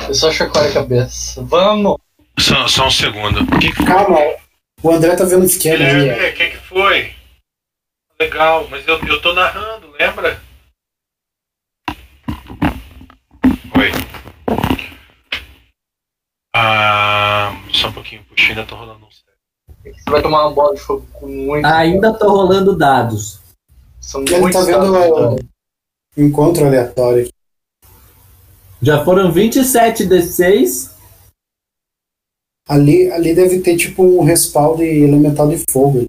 Speaker 3: Eu só chacoalho a cabeça. Vamos!
Speaker 1: Só, só um segundo. Que que
Speaker 5: Calma, o André tá vendo o que é ali.
Speaker 1: Guilherme, o que, que foi? Legal, mas eu, eu tô narrando, lembra? Oi. Ah, só um pouquinho, puxa, ainda tô rolando um set.
Speaker 3: Você vai tomar uma bola de fogo com muito.
Speaker 4: Ainda tô rolando dados.
Speaker 3: São
Speaker 5: Ah, Ele tá
Speaker 3: muitos
Speaker 5: vendo
Speaker 3: dados. né?
Speaker 5: o encontro aleatório aqui.
Speaker 4: Já foram 27 D6.
Speaker 5: Ali, ali deve ter tipo um respaldo elemental de fogo.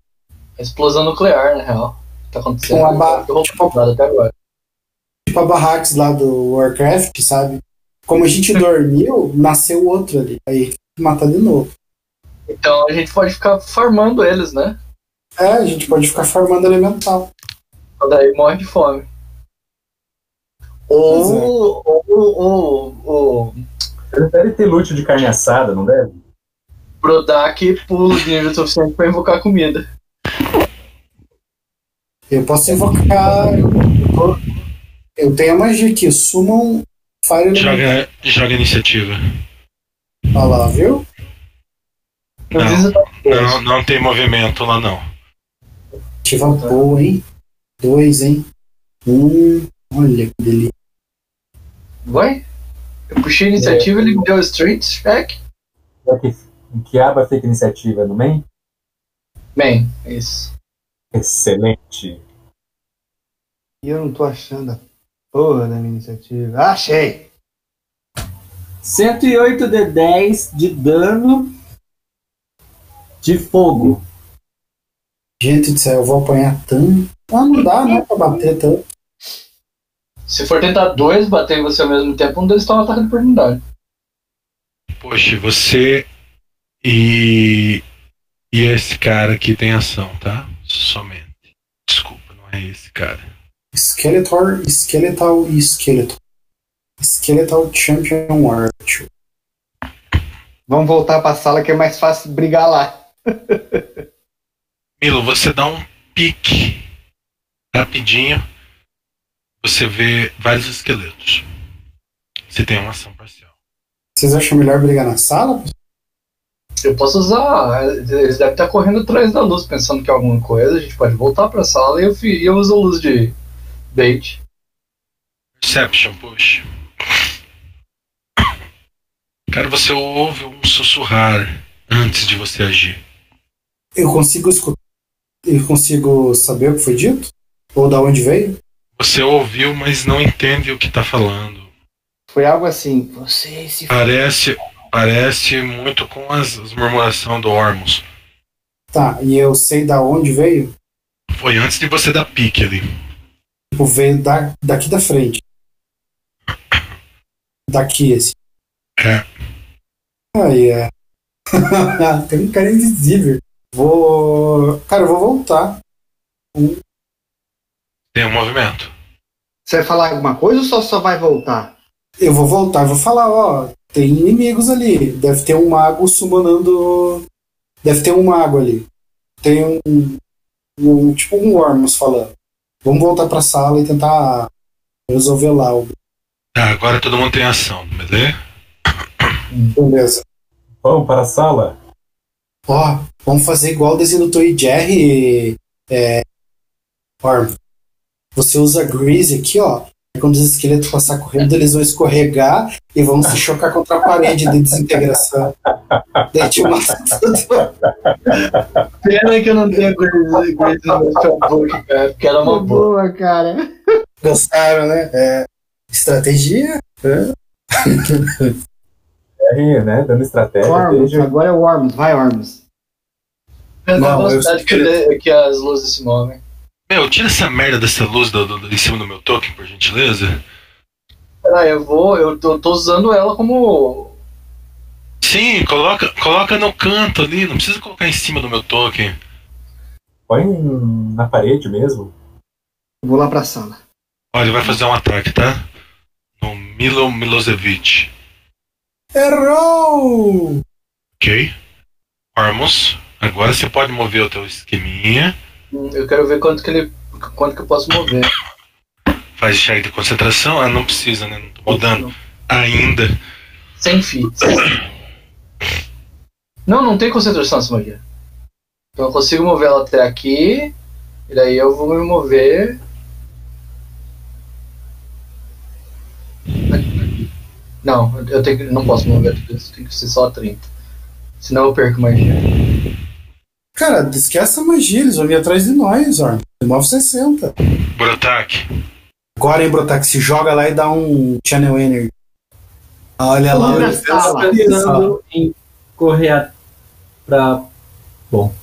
Speaker 3: Explosão nuclear, na real. Tá acontecendo.
Speaker 5: Uma ba-
Speaker 3: Eu vou comprar até agora.
Speaker 5: Tipo a barracks lá do Warcraft, sabe? Como a gente dormiu, nasceu outro ali. Aí matar de novo.
Speaker 3: Então a gente pode ficar farmando eles, né?
Speaker 5: É, a gente pode ficar formando elemental.
Speaker 3: Daí morre de fome.
Speaker 5: é.
Speaker 3: Ou. Ou. Ou. Ou.
Speaker 6: Ele deve ter loot de carne assada, não deve?
Speaker 3: Brodak pula o dinheiro suficiente pra invocar comida.
Speaker 5: Eu posso invocar. Eu, tô- eu tenho a magia aqui, sumam Fire Elemental.
Speaker 1: Joga, joga iniciativa.
Speaker 5: Olha lá, viu?
Speaker 3: Eu
Speaker 1: Não.
Speaker 3: disse-
Speaker 1: Não, não tem movimento lá não.
Speaker 5: Ativa boa, hein? Dois, hein? Um. Olha que delícia.
Speaker 3: Vai? Eu puxei a iniciativa, ele me deu o strength check.
Speaker 6: Será que, em que aba fica a iniciativa no main?
Speaker 3: Bem, é isso.
Speaker 6: Excelente.
Speaker 8: E eu não tô achando a porra da minha iniciativa. Achei!
Speaker 4: 108 de 10 de dano de fogo.
Speaker 5: Gente do céu, eu vou apanhar tanto. Ah, não dá, né? Pra bater tanto.
Speaker 3: Se for tentar dois bater em você ao mesmo tempo, um deles toma um ataque de oportunidade.
Speaker 1: Poxa, você e. E esse cara aqui tem ação, tá? Somente. Desculpa, não é esse cara.
Speaker 5: Skeletor, Skeletal e Skeletor. Skeletal Champion Art.
Speaker 8: Vamos voltar pra sala que é mais fácil brigar lá.
Speaker 1: Milo, você dá um pique rapidinho. Você vê vários esqueletos. Você tem uma ação parcial.
Speaker 5: Vocês acham melhor brigar na sala?
Speaker 3: Eu posso usar. Eles devem estar correndo atrás da luz, pensando que é alguma coisa. A gente pode voltar pra sala e eu, fi- e eu uso a luz de bait.
Speaker 1: Perception, poxa. Cara, você ouve um sussurrar antes de você agir.
Speaker 5: Eu consigo escutar. Eu consigo saber o que foi dito? Ou da onde veio?
Speaker 1: Você ouviu, mas não entende o que tá falando.
Speaker 8: Foi algo assim. Você se
Speaker 1: Parece, parece muito com as, as murmurações do Ormus.
Speaker 5: Tá, e eu sei da onde veio?
Speaker 1: Foi antes de você dar pique ali.
Speaker 5: Tipo, veio da, daqui da frente. Daqui, assim.
Speaker 1: É.
Speaker 5: Aí é. *laughs* Tem um cara invisível. Vou. Cara, eu vou voltar.
Speaker 1: Tem um movimento.
Speaker 8: Você vai falar alguma coisa ou só, só vai voltar?
Speaker 5: Eu vou voltar e vou falar, ó, tem inimigos ali. Deve ter um mago summonando. Deve ter um mago ali. Tem um. um- tipo um Ormus falando. Vamos voltar pra sala e tentar resolver lá o.
Speaker 1: Tá, agora todo mundo tem ação, beleza?
Speaker 5: Beleza.
Speaker 6: Vamos para a sala?
Speaker 5: Ó, vamos fazer igual o desenho do Toy Jerry. É. Ormus. Você usa Grease aqui, ó. e Quando os esqueletos passar correndo, eles vão escorregar e vão se chocar contra a parede de desintegração. Daí te mata tudo.
Speaker 3: Pena que eu não tenho Grace Grace no meu Facebook, cara, É, porque era uma boa.
Speaker 8: cara.
Speaker 5: Gostaram, né? É, Estratégia?
Speaker 6: É, né? Dando estratégia.
Speaker 8: Ormus,
Speaker 6: desde-
Speaker 8: agora é o Ormus. Vai, Ormus.
Speaker 3: Eu
Speaker 5: Não,
Speaker 3: não,
Speaker 5: eu-
Speaker 3: velocidade que, ele- que as luzes se movem.
Speaker 1: Meu, tira essa merda dessa luz do, do- do- em cima do meu token, por gentileza.
Speaker 3: Peraí, eu vou. Eu tô, eu tô usando ela como.
Speaker 1: Sim, coloca, coloca no canto ali, não precisa colocar em cima do meu token.
Speaker 6: Põe na parede mesmo.
Speaker 8: Eu Vou lá pra sala.
Speaker 1: Olha, ele vai fazer um ataque, tá? No Milo Milosevic.
Speaker 5: Errou!
Speaker 1: Ok? Ormus, agora você pode mover o teu esqueminha.
Speaker 3: Hum, Eu quero ver quanto que ele. quanto que eu posso mover.
Speaker 1: Faz cheque de concentração. Ah, não precisa, né? Não tomou dano ainda.
Speaker 3: Sem fits. Não, não tem concentração essa magia. Então eu consigo mover ela até aqui. E daí eu vou me mover. Não, eu tenho que, não posso mover tudo isso. Tem que ser só 30. Senão eu perco magia.
Speaker 5: Cara, esquece a magia, eles vão vir atrás de nós, ó. 960.
Speaker 1: Por ataque.
Speaker 5: Agora, hein, Brotax, se joga lá e dá um Channel Energy. Olha lá,
Speaker 8: Vamos
Speaker 5: olha
Speaker 8: pra sala.
Speaker 5: olha isso, ó.
Speaker 4: pensando em correr a- pra. Bom,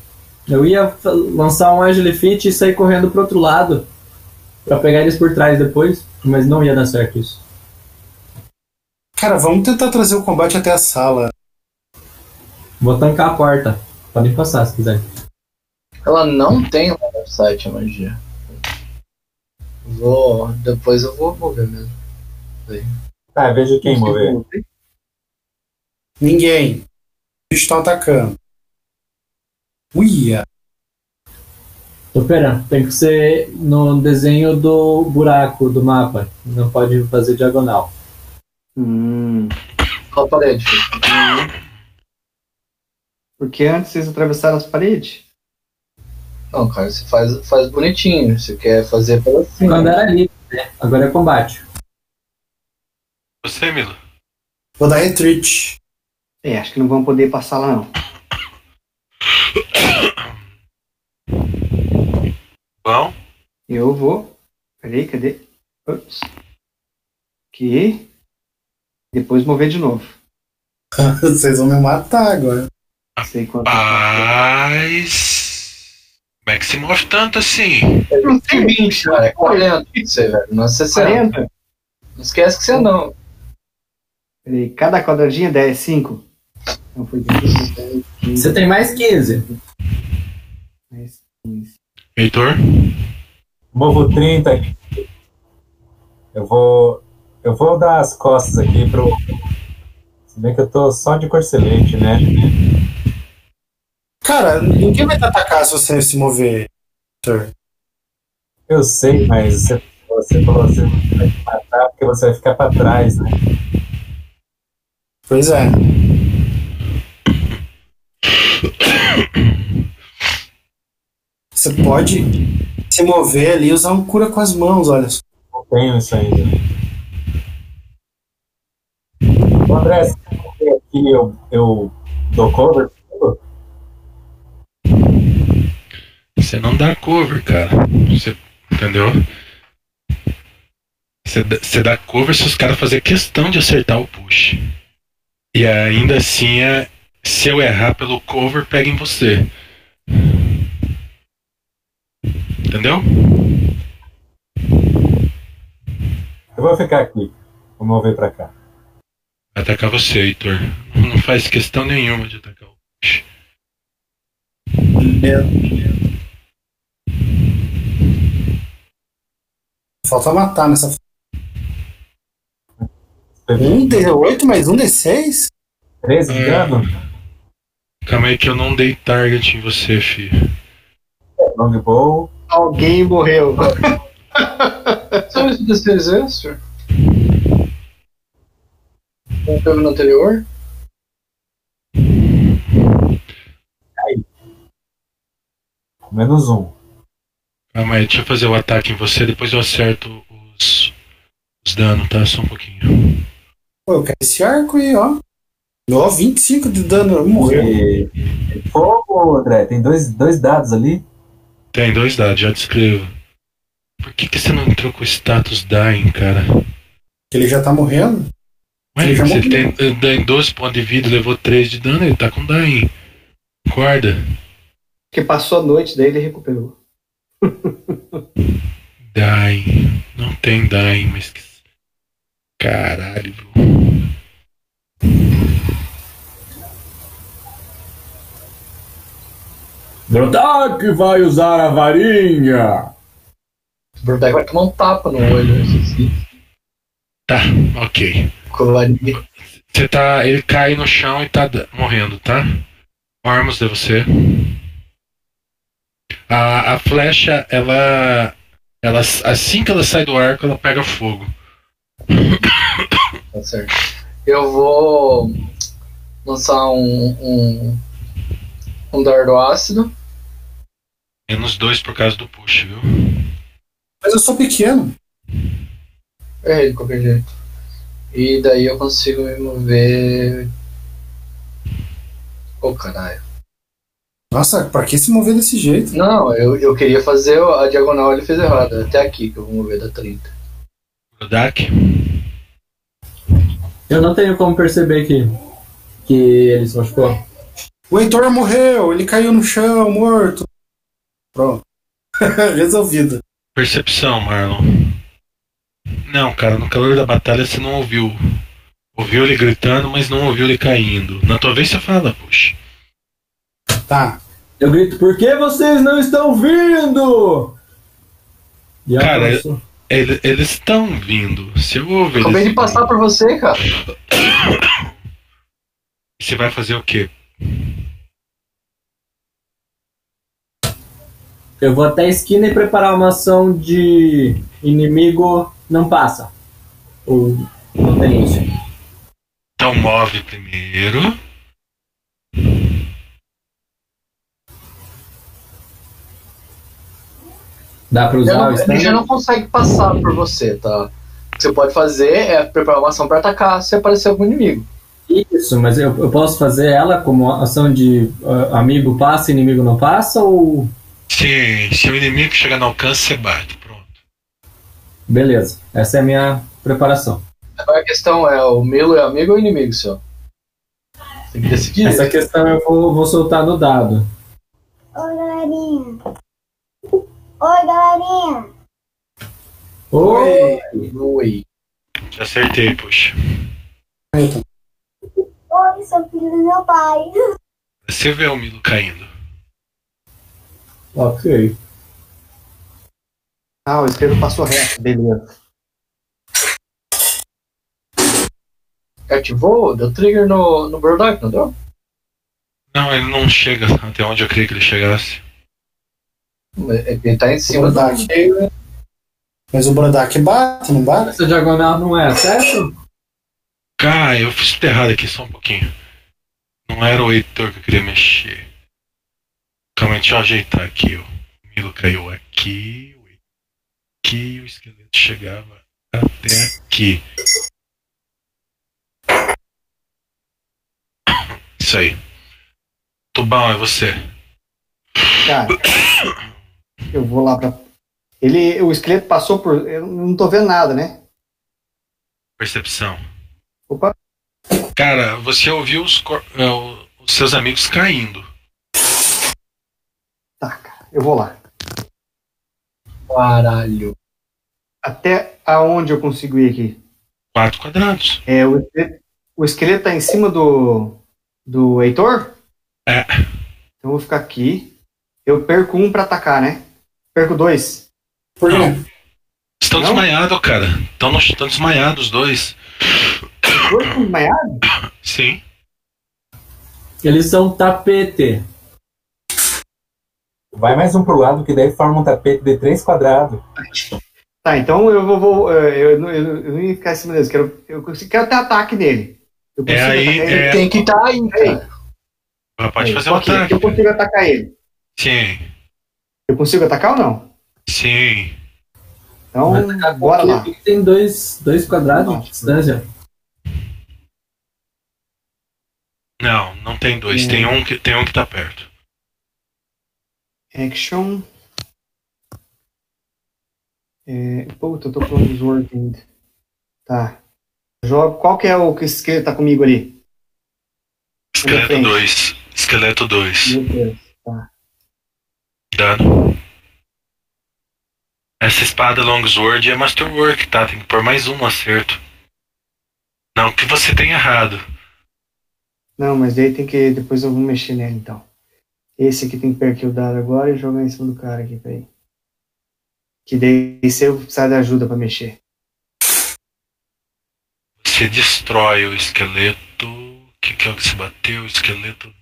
Speaker 4: eu ia fa- lançar um Agile Fit e sair correndo pro outro lado pra pegar eles por trás depois, mas não ia dar certo isso.
Speaker 5: Cara, vamos tentar trazer o combate até a sala.
Speaker 4: Vou tancar a porta. Podem passar se quiser.
Speaker 3: Ela não tem lá no site a magia. Vou. Depois eu vou mover mesmo.
Speaker 6: Ah, veja quem mover.
Speaker 5: Ninguém. Eles estão atacando. Uia!
Speaker 4: Tô pera, tem que ser no desenho do buraco do mapa. Não pode fazer diagonal.
Speaker 8: Hum.
Speaker 3: Qual a parede?
Speaker 8: Porque antes vocês atravessaram as paredes?
Speaker 3: Não, cara, você faz, faz bonitinho. Você quer fazer pela cima.
Speaker 4: Quando era ali, né? Agora é combate.
Speaker 1: Você, Milo.
Speaker 5: Vou dar retreat. *laughs*
Speaker 8: É, acho que não vão poder passar lá não.
Speaker 1: Vão?
Speaker 8: Eu vou. Peraí, cadê? Ops. Aqui. Depois mover de novo.
Speaker 5: Vocês vão me matar agora.
Speaker 8: Não sei quanto.
Speaker 1: Ah. Mas. Como é que se move tanto assim?
Speaker 8: Não tem 20,
Speaker 3: Cara, é 40 você, velho. Não é 60.
Speaker 8: 40?
Speaker 3: Não esquece que você não.
Speaker 8: Peraí, cada quadradinha é 10, 5. Não foi 10, 10, 15,
Speaker 4: Você tem mais 15.
Speaker 8: mais 15.
Speaker 1: Heitor?
Speaker 6: Movo 30. Eu vou. Eu vou dar as costas aqui pro. Se bem que eu tô só de corcelete, né?
Speaker 5: Cara, ninguém vai te atacar se você se mover. Heitor.
Speaker 6: Eu sei, mas você, você falou assim, vai te matar porque você vai ficar pra trás, né?
Speaker 5: Pois é. Você pode se mover ali e usar um cura com as mãos, olha só.
Speaker 6: Não tenho isso ainda. Ô, André, se eu correr aqui eu, eu dou cover?
Speaker 1: Você não dá cover, cara. Você, entendeu? Você, dá- você dá cover se os caras fazerem questão de acertar o push. E ainda assim, é- se eu errar pelo cover, pega em você. Entendeu?
Speaker 6: Eu vou ficar aqui. Vou mover pra cá.
Speaker 1: Atacar você, Heitor. Não faz questão nenhuma de atacar o push.
Speaker 5: Falta matar nessa. Um D8 mais um D6?
Speaker 6: 13
Speaker 4: Hum.
Speaker 6: de dano?
Speaker 1: Calma aí que eu não dei target em você, filho.
Speaker 6: Longbow.
Speaker 8: Alguém morreu.
Speaker 3: Sabe Então, isso desse exército? Como teve Um no anterior?
Speaker 6: Menos um.
Speaker 1: Calma aí, deixa eu fazer o ataque em você, depois eu acerto os, os danos, tá? Só um pouquinho.
Speaker 5: Pô, eu quero esse arco e ó. Ó, 25 de dano. Morreu.
Speaker 6: E- e Fogo, André, tem dois, dois dados ali.
Speaker 1: Tem dois dados, já descrevo. Por que, que você não entrou com o status dying, cara?
Speaker 5: Ele já tá morrendo.
Speaker 1: Ué,
Speaker 5: Ele já
Speaker 1: você
Speaker 5: morreu.
Speaker 1: tem, eh, tem 12 pontos de vida, levou 3 de dano, ele tá com dying. Acorda.
Speaker 8: Porque passou a noite, daí ele recuperou.
Speaker 1: Dying. Não tem dying, mas que. Caralho, bro.
Speaker 9: Brodak vai usar a varinha.
Speaker 3: O Burbeck vai tomar um tapa no olho. Assim,
Speaker 1: Tá, ok.
Speaker 3: com a varinha.
Speaker 1: Você tá. Ele cai no chão e tá da- morrendo, tá? Ormus de você. A, a flecha, ela. Ela, assim que ela sai do arco, ela pega fogo.
Speaker 3: Tá certo. Eu vou lançar um. um, um dardo ácido.
Speaker 1: Menos dois por causa do push, viu?
Speaker 5: Mas eu sou pequeno.
Speaker 3: É ele, de qualquer jeito. E daí eu consigo me mover. Ô caralho.
Speaker 5: Nossa, pra que se mover desse jeito?
Speaker 3: Não, eu, eu queria fazer a diagonal, ele fez errado. Até aqui que eu vou mover da 30.
Speaker 1: Brodak,
Speaker 4: Eu não tenho como perceber que, que ele se machucou.
Speaker 5: O Heitor morreu, ele caiu no chão, morto. Pronto. *laughs* Resolvido.
Speaker 1: percepção, Marlon. Não, cara, no calor da batalha você não ouviu. Ouviu ele gritando, mas não ouviu ele caindo. Na tua vez você fala, puxa.
Speaker 5: Tá.
Speaker 4: Eu grito, por que vocês não estão vindo? E ela
Speaker 1: Cara,
Speaker 4: começou.
Speaker 1: Ele- eles estão vindo. Se eu ouvir eles.
Speaker 3: Acabei de passar por você, cara.
Speaker 1: Você vai fazer o quê?
Speaker 4: Eu vou até a esquina e preparar uma ação de inimigo não passa. Ou não tem isso.
Speaker 1: Então move primeiro.
Speaker 4: Dá pra
Speaker 3: Ele
Speaker 4: usar
Speaker 3: não-
Speaker 4: o
Speaker 3: ele já
Speaker 4: stand?
Speaker 3: não consegue passar por você, tá? O que você pode fazer é preparar uma ação pra atacar se aparecer algum inimigo.
Speaker 4: Isso, mas eu, eu posso fazer ela como ação de ah, amigo passa, inimigo não passa? Ou
Speaker 1: Se, se o inimigo chegar no alcance, você bate. Pronto.
Speaker 4: Beleza. Essa é a minha preparação.
Speaker 3: Agora a questão é, o Milo é amigo ou inimigo seu? Tem que decidir.
Speaker 4: Essa
Speaker 1: é
Speaker 4: questão eu vou, vou soltar no dado.
Speaker 10: Oi, galerinha. Oi, galerinha.
Speaker 4: Oi!
Speaker 3: Oi.
Speaker 1: Te acertei, poxa.
Speaker 10: Oi, sou filho do meu pai.
Speaker 1: Você vê o Milo caindo.
Speaker 4: Ok.
Speaker 8: Ah, o esquerdo passou reto, beleza.
Speaker 3: Cativou, deu trigger no, no Burdock, não deu?
Speaker 1: Não, ele não chega até onde eu queria que ele chegasse.
Speaker 3: Ele tá em cima do
Speaker 5: Burdock.
Speaker 3: né?
Speaker 5: Mas o Brodak bate, não bate?
Speaker 4: Essa diagonal não é certo?
Speaker 1: Cara, eu fiz tudo errado aqui, só um pouquinho. Não era o Heitor que eu queria mexer. Calma, aí, deixa eu ajeitar aqui, ó. O Milo caiu aqui, o Heitor aqui, o esqueleto chegava até aqui. Isso aí. Tubão, é você.
Speaker 8: Cara, eu vou lá pra. Ele, o esqueleto passou por. Eu não tô vendo nada, né?
Speaker 1: Percepção.
Speaker 8: Opa,
Speaker 1: Cara, você ouviu os, cor- é, o- os seus amigos caindo.
Speaker 8: tá, cara. Eu vou lá.
Speaker 3: Caralho.
Speaker 8: Até aonde eu consigo ir aqui?
Speaker 1: Quatro quadrados.
Speaker 8: É, o, esqueleto, o esqueleto tá em cima do. do Heitor?
Speaker 1: É.
Speaker 8: Então eu vou ficar aqui. Eu perco um pra atacar, né? Perco dois.
Speaker 5: Por quê?
Speaker 1: Não. Estão
Speaker 8: Não?
Speaker 1: desmaiados, cara. Estão, no- estão desmaiados os dois.
Speaker 8: Dois estão desmaiados?
Speaker 1: Sim.
Speaker 4: Eles são tapete.
Speaker 6: Vai mais um pro lado, que daí forma um tapete de três quadrados.
Speaker 8: Tá, então eu vou. vou, eh, eu, não- eu, não- eu não ia ficar em cima deles. Quero, eu consigo- quero ter ataque nele. Eu
Speaker 1: É
Speaker 8: consigo
Speaker 1: aí.
Speaker 8: atacar ele.
Speaker 1: É,
Speaker 3: Tem que tá aí, cara.
Speaker 1: pode
Speaker 8: Aí,
Speaker 1: fazer
Speaker 8: só
Speaker 1: um
Speaker 8: que
Speaker 1: ataque.
Speaker 8: Eu consigo atacar ele.
Speaker 1: Sim.
Speaker 8: Eu consigo atacar ou não?
Speaker 1: Sim.
Speaker 8: Então,
Speaker 4: Vai atacar
Speaker 8: bora lá.
Speaker 4: Ele Tem dois, dois quadrados de distância.
Speaker 1: Não, não tem dois.
Speaker 8: Hum.
Speaker 1: Tem, um que, tem um que tá perto.
Speaker 8: Action. É, puta, eu tô falando dos words ainda. Tá. Jogo. Qual que é o que esse que tá comigo ali?
Speaker 1: Esqueleto
Speaker 8: frente.
Speaker 1: 2. Esqueleto 2.
Speaker 8: Meu Deus.
Speaker 1: Dano. Essa espada Longsword é Masterwork, tá? Tem que pôr mais um no acerto. Não que você tenha errado.
Speaker 8: Não, mas daí tem que. Depois eu vou mexer nele então. Esse aqui tem que perder o dado agora e jogar em cima do cara aqui, peraí. Que daí se eu precisar de ajuda pra mexer.
Speaker 1: Você destrói o esqueleto. O que, que é o que você bateu? O esqueleto.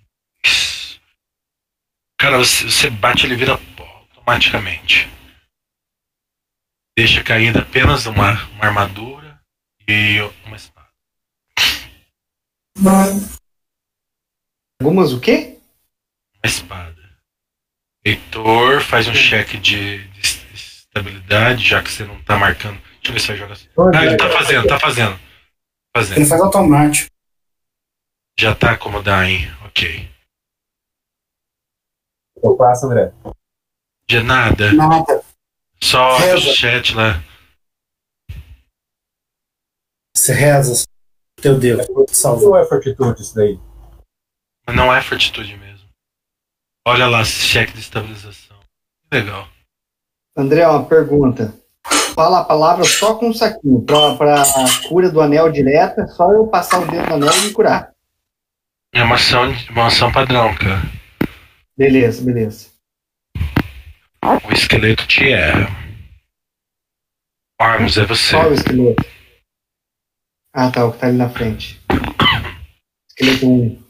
Speaker 1: Cara, você, você bate ele vira pó automaticamente. Deixa caindo apenas uma, uma armadura e uma espada.
Speaker 8: Algumas o quê?
Speaker 1: Uma espada. Heitor faz um cheque de, de estabilidade, já que você não tá marcando. Deixa eu ver se vai jogar. Ah, ele tá fazendo, tá fazendo.
Speaker 5: Ele
Speaker 1: Fazendo.
Speaker 5: faz automático.
Speaker 1: Já tá acomodar, hein? Ok.
Speaker 6: Eu passo, André.
Speaker 1: De
Speaker 3: É.
Speaker 1: nada.
Speaker 5: Nada.
Speaker 1: Só o
Speaker 5: Reza.
Speaker 1: chat lá.
Speaker 5: Você reza. Teu Deus. te Salvou.
Speaker 6: Ou é fortitude isso daí?
Speaker 1: Mas não é fortitude mesmo. Olha lá, esse cheque de estabilização. Que legal.
Speaker 8: André, uma pergunta. Fala a palavra só com o saquinho. Pra, pra cura do anel direta, só eu passar o dedo no anel e me curar.
Speaker 1: É uma ação, uma ação padrão, cara.
Speaker 8: Beleza, beleza.
Speaker 1: O esqueleto te erra. Arms, é você.
Speaker 8: Qual o esqueleto? Ah, tá, o que tá ali na frente. Esqueleto 1.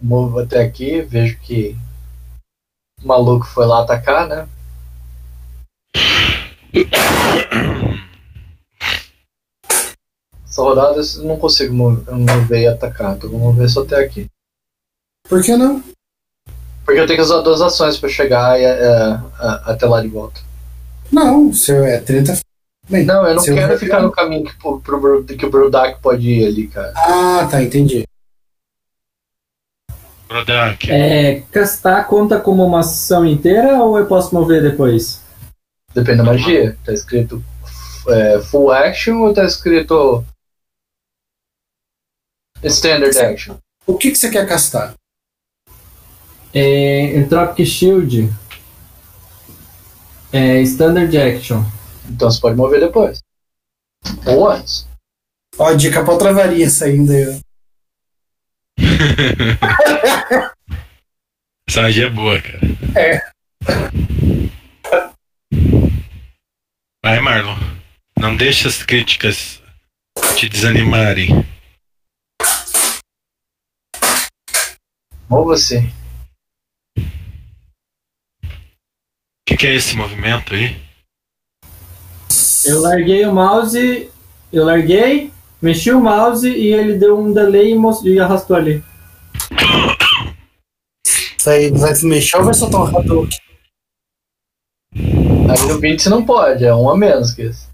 Speaker 3: Movo até aqui, vejo que o maluco foi lá atacar, né? Essa rodada eu não consigo mo- mover e atacar, então vou mover só até aqui.
Speaker 5: Por que não?
Speaker 3: Porque eu tenho que usar duas ações pra chegar é, é, a- até lá de volta.
Speaker 5: Não, seu é 30. Bem,
Speaker 3: Não, eu não
Speaker 5: seu
Speaker 3: quero
Speaker 5: vai-
Speaker 3: ficar no caminho que, pro, pro,
Speaker 5: tá,
Speaker 3: Bru- que o Brudak pode ir ali, cara.
Speaker 5: Ah, tá, entendi.
Speaker 1: Brodank.
Speaker 4: É, castar conta como uma ação inteira ou eu posso mover depois?
Speaker 3: Depende da magia. Tá escrito é, full action ou tá escrito standard action?
Speaker 5: O que, que você quer castar?
Speaker 4: É, Entropic Shield. É, standard action.
Speaker 3: Então você pode mover depois. Ou antes.
Speaker 5: Ó, dica pra outra varia saindo aí. ó.
Speaker 1: Essa magia é boa, cara.
Speaker 5: É.
Speaker 1: Vai, Marlon. Não deixa as críticas te desanimarem.
Speaker 3: Ou você.
Speaker 1: O que, que é esse movimento aí?
Speaker 4: Eu larguei o mouse, eu larguei, mexi o mouse e ele deu um delay e, mos- e arrastou ali.
Speaker 5: Isso aí vai se mexer ou vai soltar um radou?
Speaker 3: Aí no 20 você não pode, é um a menos que esse.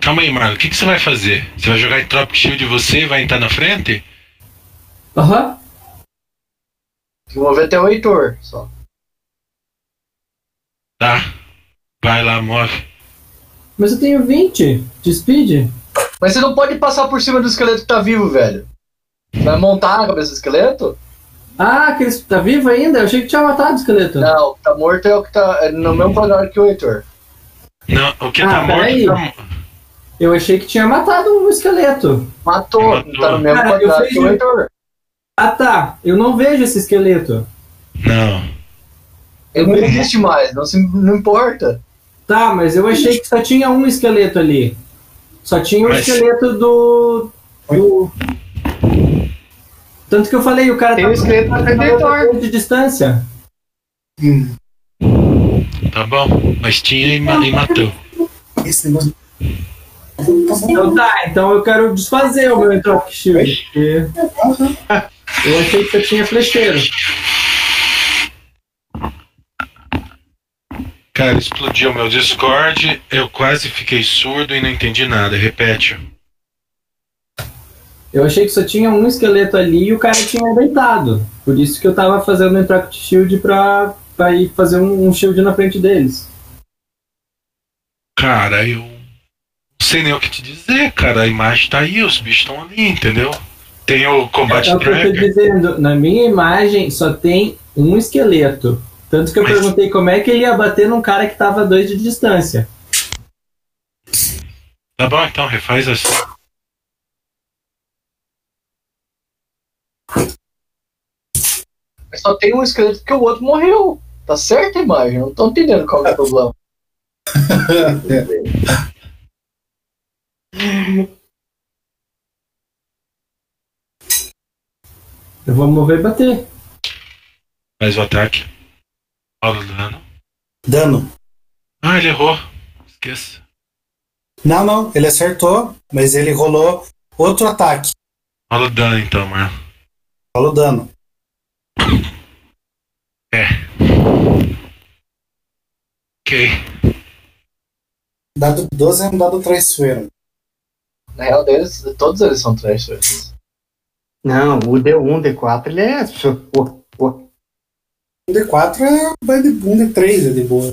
Speaker 1: Calma aí, Marlon. O que, que você vai fazer? Você vai jogar Entropic Shield de você e vai entrar na frente?
Speaker 4: Aham.
Speaker 3: Tem que mover até o Heitor só.
Speaker 1: Tá. Vai lá, move.
Speaker 4: Mas eu tenho 20 de speed.
Speaker 3: Mas você não pode passar por cima do esqueleto que tá vivo, velho. Você vai montar na cabeça do esqueleto?
Speaker 4: Ah, aquele es- tá vivo ainda? Eu achei que tinha matado o esqueleto.
Speaker 3: Não, o que tá morto é o que tá é no mesmo patamar que o Heitor.
Speaker 1: Não, o que
Speaker 4: Ah,
Speaker 1: tá morto.
Speaker 4: peraí.
Speaker 1: tá-
Speaker 4: Eu achei que tinha matado o esqueleto.
Speaker 3: Matou, não tá no mesmo
Speaker 4: Cara, eu
Speaker 3: patamar
Speaker 4: fiz
Speaker 3: que o
Speaker 4: um-
Speaker 3: Heitor.
Speaker 4: Ah tá, eu não vejo esse esqueleto.
Speaker 1: Não.
Speaker 3: Ele não existe mais, não, se, não importa.
Speaker 4: Tá, mas eu achei que só tinha um esqueleto ali. Só tinha o
Speaker 1: Mas-
Speaker 4: esqueleto do. do. Tanto que eu falei, o cara
Speaker 3: Tem o esqueleto do Predator.
Speaker 4: de distância.
Speaker 1: Tá bom. Mas tinha e, ma- e matou.
Speaker 5: Esse negócio.
Speaker 4: Então tá, então eu quero desfazer o meu Entropic Shield. porque Eu achei que você tinha flecheiro.
Speaker 1: Cara, explodiu meu Discord. Eu quase fiquei surdo e não entendi nada. Repete.
Speaker 4: Eu achei que só tinha um esqueleto ali e o cara tinha deitado. Por isso que eu tava fazendo o Entract Shield pra, pra ir fazer um, um shield na frente deles.
Speaker 1: Cara, eu. Não sei nem o que te dizer, cara. A imagem tá aí, os bichos estão ali, entendeu? Tem o Combat
Speaker 4: É o que eu tô
Speaker 1: Tracker.
Speaker 4: dizendo, na minha imagem só tem um esqueleto. Tanto que eu
Speaker 1: Mas-
Speaker 4: perguntei como é que ele ia bater num cara que tava a dois de distância.
Speaker 1: Tá bom, então, refaz assim.
Speaker 3: Só tem um esqueleto porque o outro morreu. Tá certa a imagem, não tô entendendo qual que é o problema. *laughs*
Speaker 4: Eu vou mover e bater.
Speaker 1: Faz o ataque. Rola o dano.
Speaker 5: Dano.
Speaker 1: Ah, ele errou. Esqueça.
Speaker 5: Não, não, ele acertou, mas ele rolou outro ataque.
Speaker 1: Rola o dano então, mano.
Speaker 5: Rolou dano.
Speaker 1: Ok.
Speaker 5: Dado 12 é um dado traiçoeiro.
Speaker 3: Na real deles, todos eles são trash. velho.
Speaker 8: Não, o D1, D4, ele é. pô, pô.
Speaker 5: Um D4 é vai de- um D3, é de boa.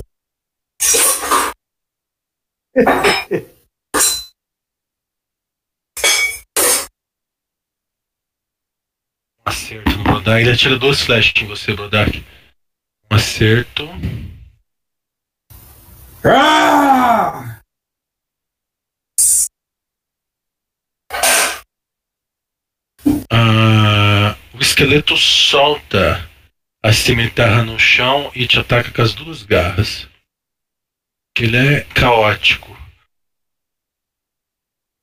Speaker 1: Acerto no Brodak. Ele atira duas flechas em você, Brodak. Um acerto.
Speaker 9: Ah!
Speaker 1: Ah, o esqueleto solta a cimitarra no chão e te ataca com as duas garras. Que ele é caótico.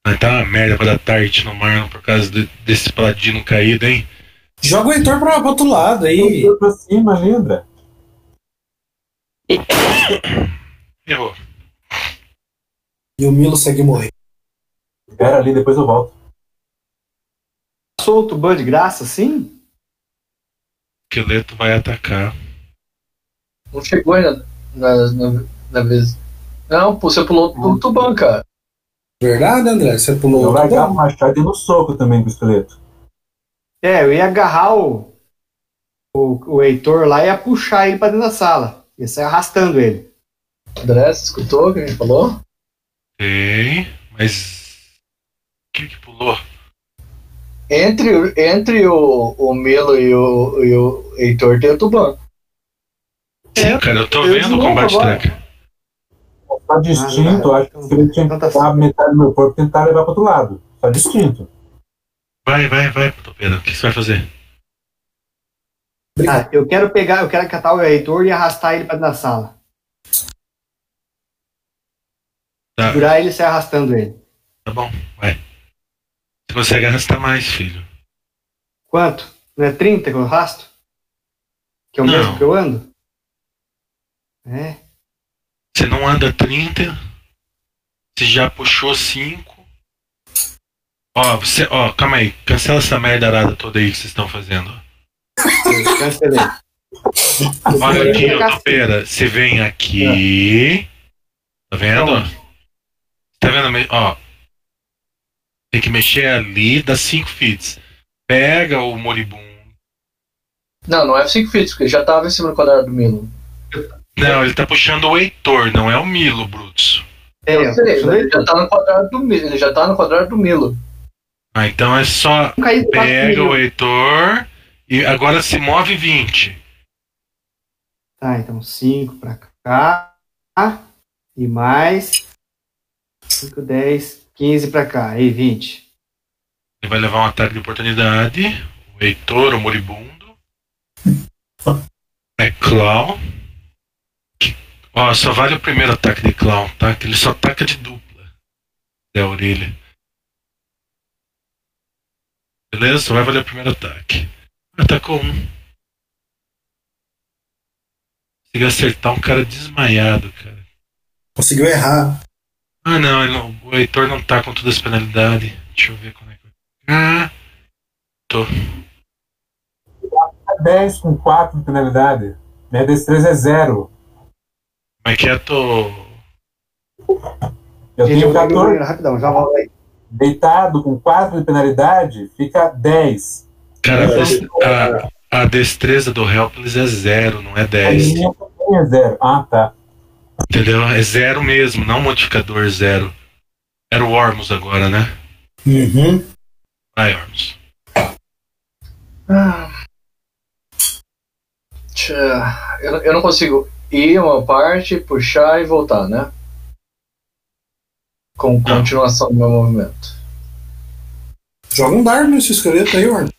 Speaker 1: Vai tá uma merda pra dar tarde no Marlon por causa de- desse paladino caído, hein?
Speaker 5: Joga o Heitor pra, pro outro lado aí.
Speaker 6: Foi pra cima, lembra?
Speaker 1: Errou.
Speaker 5: E o Milo segue morrer.
Speaker 6: Libera ali, depois eu volto.
Speaker 8: Solta o ban de graça, sim?
Speaker 1: O esqueleto vai atacar.
Speaker 3: Não chegou ainda na, na, na vez. Não, pô, você pulou do tuban, cara.
Speaker 5: Verdade, André? Você pulou
Speaker 6: Eu
Speaker 5: outro
Speaker 6: largava
Speaker 5: dano.
Speaker 6: o machado e no soco também com o esqueleto.
Speaker 8: É, eu ia agarrar o, o, o Heitor lá e ia puxar ele pra dentro da sala. Ia sair arrastando ele.
Speaker 3: André, você escutou o que a gente falou?
Speaker 1: Sei, mas. Quem que pulou?
Speaker 3: Entre, entre o, o Melo e o, e o Heitor tem o Tuban.
Speaker 8: É,
Speaker 1: Sim, cara, eu tô vendo o combate track.
Speaker 6: Só distinto, acho que ele tinha que pegar metade do meu corpo e tentar levar pro outro lado. Só distinto.
Speaker 1: Vai, vai, vai, Pedro. O que você vai fazer?
Speaker 8: Ah, eu quero pegar, eu quero catar o Heitor e arrastar ele pra dentro da sala.
Speaker 1: Tá,
Speaker 8: Durar ele e sair arrastando ele.
Speaker 1: tá bom, vai. Você consegue arrastar mais, filho.
Speaker 8: Quanto? Não é 30 que eu arrasto? Que é o
Speaker 1: Não.
Speaker 8: mesmo que eu ando? É.
Speaker 1: Você não anda 30. Você já puxou 5. Ó, você. Ó, calma aí. Cancela essa merda arada toda aí que vocês estão fazendo.
Speaker 8: Eu cancelei.
Speaker 1: Olha
Speaker 8: Eu
Speaker 1: aqui,
Speaker 8: vou
Speaker 1: ô
Speaker 8: pegar-
Speaker 1: Topeira. Você vem aqui. Tá vendo? Tá vendo? me- Ó. Tem que mexer ali, dá 5 fits. Pega o moribundo.
Speaker 3: Não, não é 5 feet, porque ele já tava em cima do quadrado do Milo.
Speaker 1: Não, ele tá puxando o Heitor, não é o Milo, Brutus.
Speaker 8: É, eu né?
Speaker 3: Beleza,
Speaker 8: cancelei.
Speaker 3: ele já tá no quadrado do Milo. Ele já tá no quadrado do Milo.
Speaker 1: Ah, então é só
Speaker 8: Eu caí do quarto
Speaker 1: pega o
Speaker 8: nível.
Speaker 1: Heitor e agora se move 20.
Speaker 8: Tá, então 5 pra cá. E mais. 5, 10, 15 pra cá. E 20.
Speaker 1: Ele vai levar um ataque de oportunidade. O Heitor, o moribundo. É Clown. Ó, só vale o primeiro ataque de Clown, tá? Que ele só ataca de dupla. Da orelha. Beleza? Só vai valer o primeiro ataque. Atacou um. Consegui acertar um cara desmaiado, cara.
Speaker 5: Conseguiu errar.
Speaker 1: Ah não, ele não- o Heitor não tá com todas as penalidades. Deixa eu ver como é que vai ficar.
Speaker 6: 10 É com 4 de penalidade. Minha destreza é 0.
Speaker 1: Como é que é tô.
Speaker 6: Eu
Speaker 3: é
Speaker 8: Gente, eu
Speaker 6: tenho
Speaker 8: vou no
Speaker 6: 14
Speaker 8: banheiro rapidão, já volto aí.
Speaker 6: deitado com 4 de penalidade, fica 10.
Speaker 1: Cara, a des- a, a destreza do Helpless é zero, não é
Speaker 6: A
Speaker 1: 10.
Speaker 6: minha também é 0. Ah, tá.
Speaker 1: Entendeu? É zero mesmo, não modificador zero. Era o Ormus agora, né?
Speaker 5: Uhum.
Speaker 1: Vai, Ormus.
Speaker 3: Tchá. Eu, eu não consigo ir uma parte, puxar e voltar, né? Com continuação do meu movimento.
Speaker 5: Joga um dardo nesse esqueleto aí, Orn.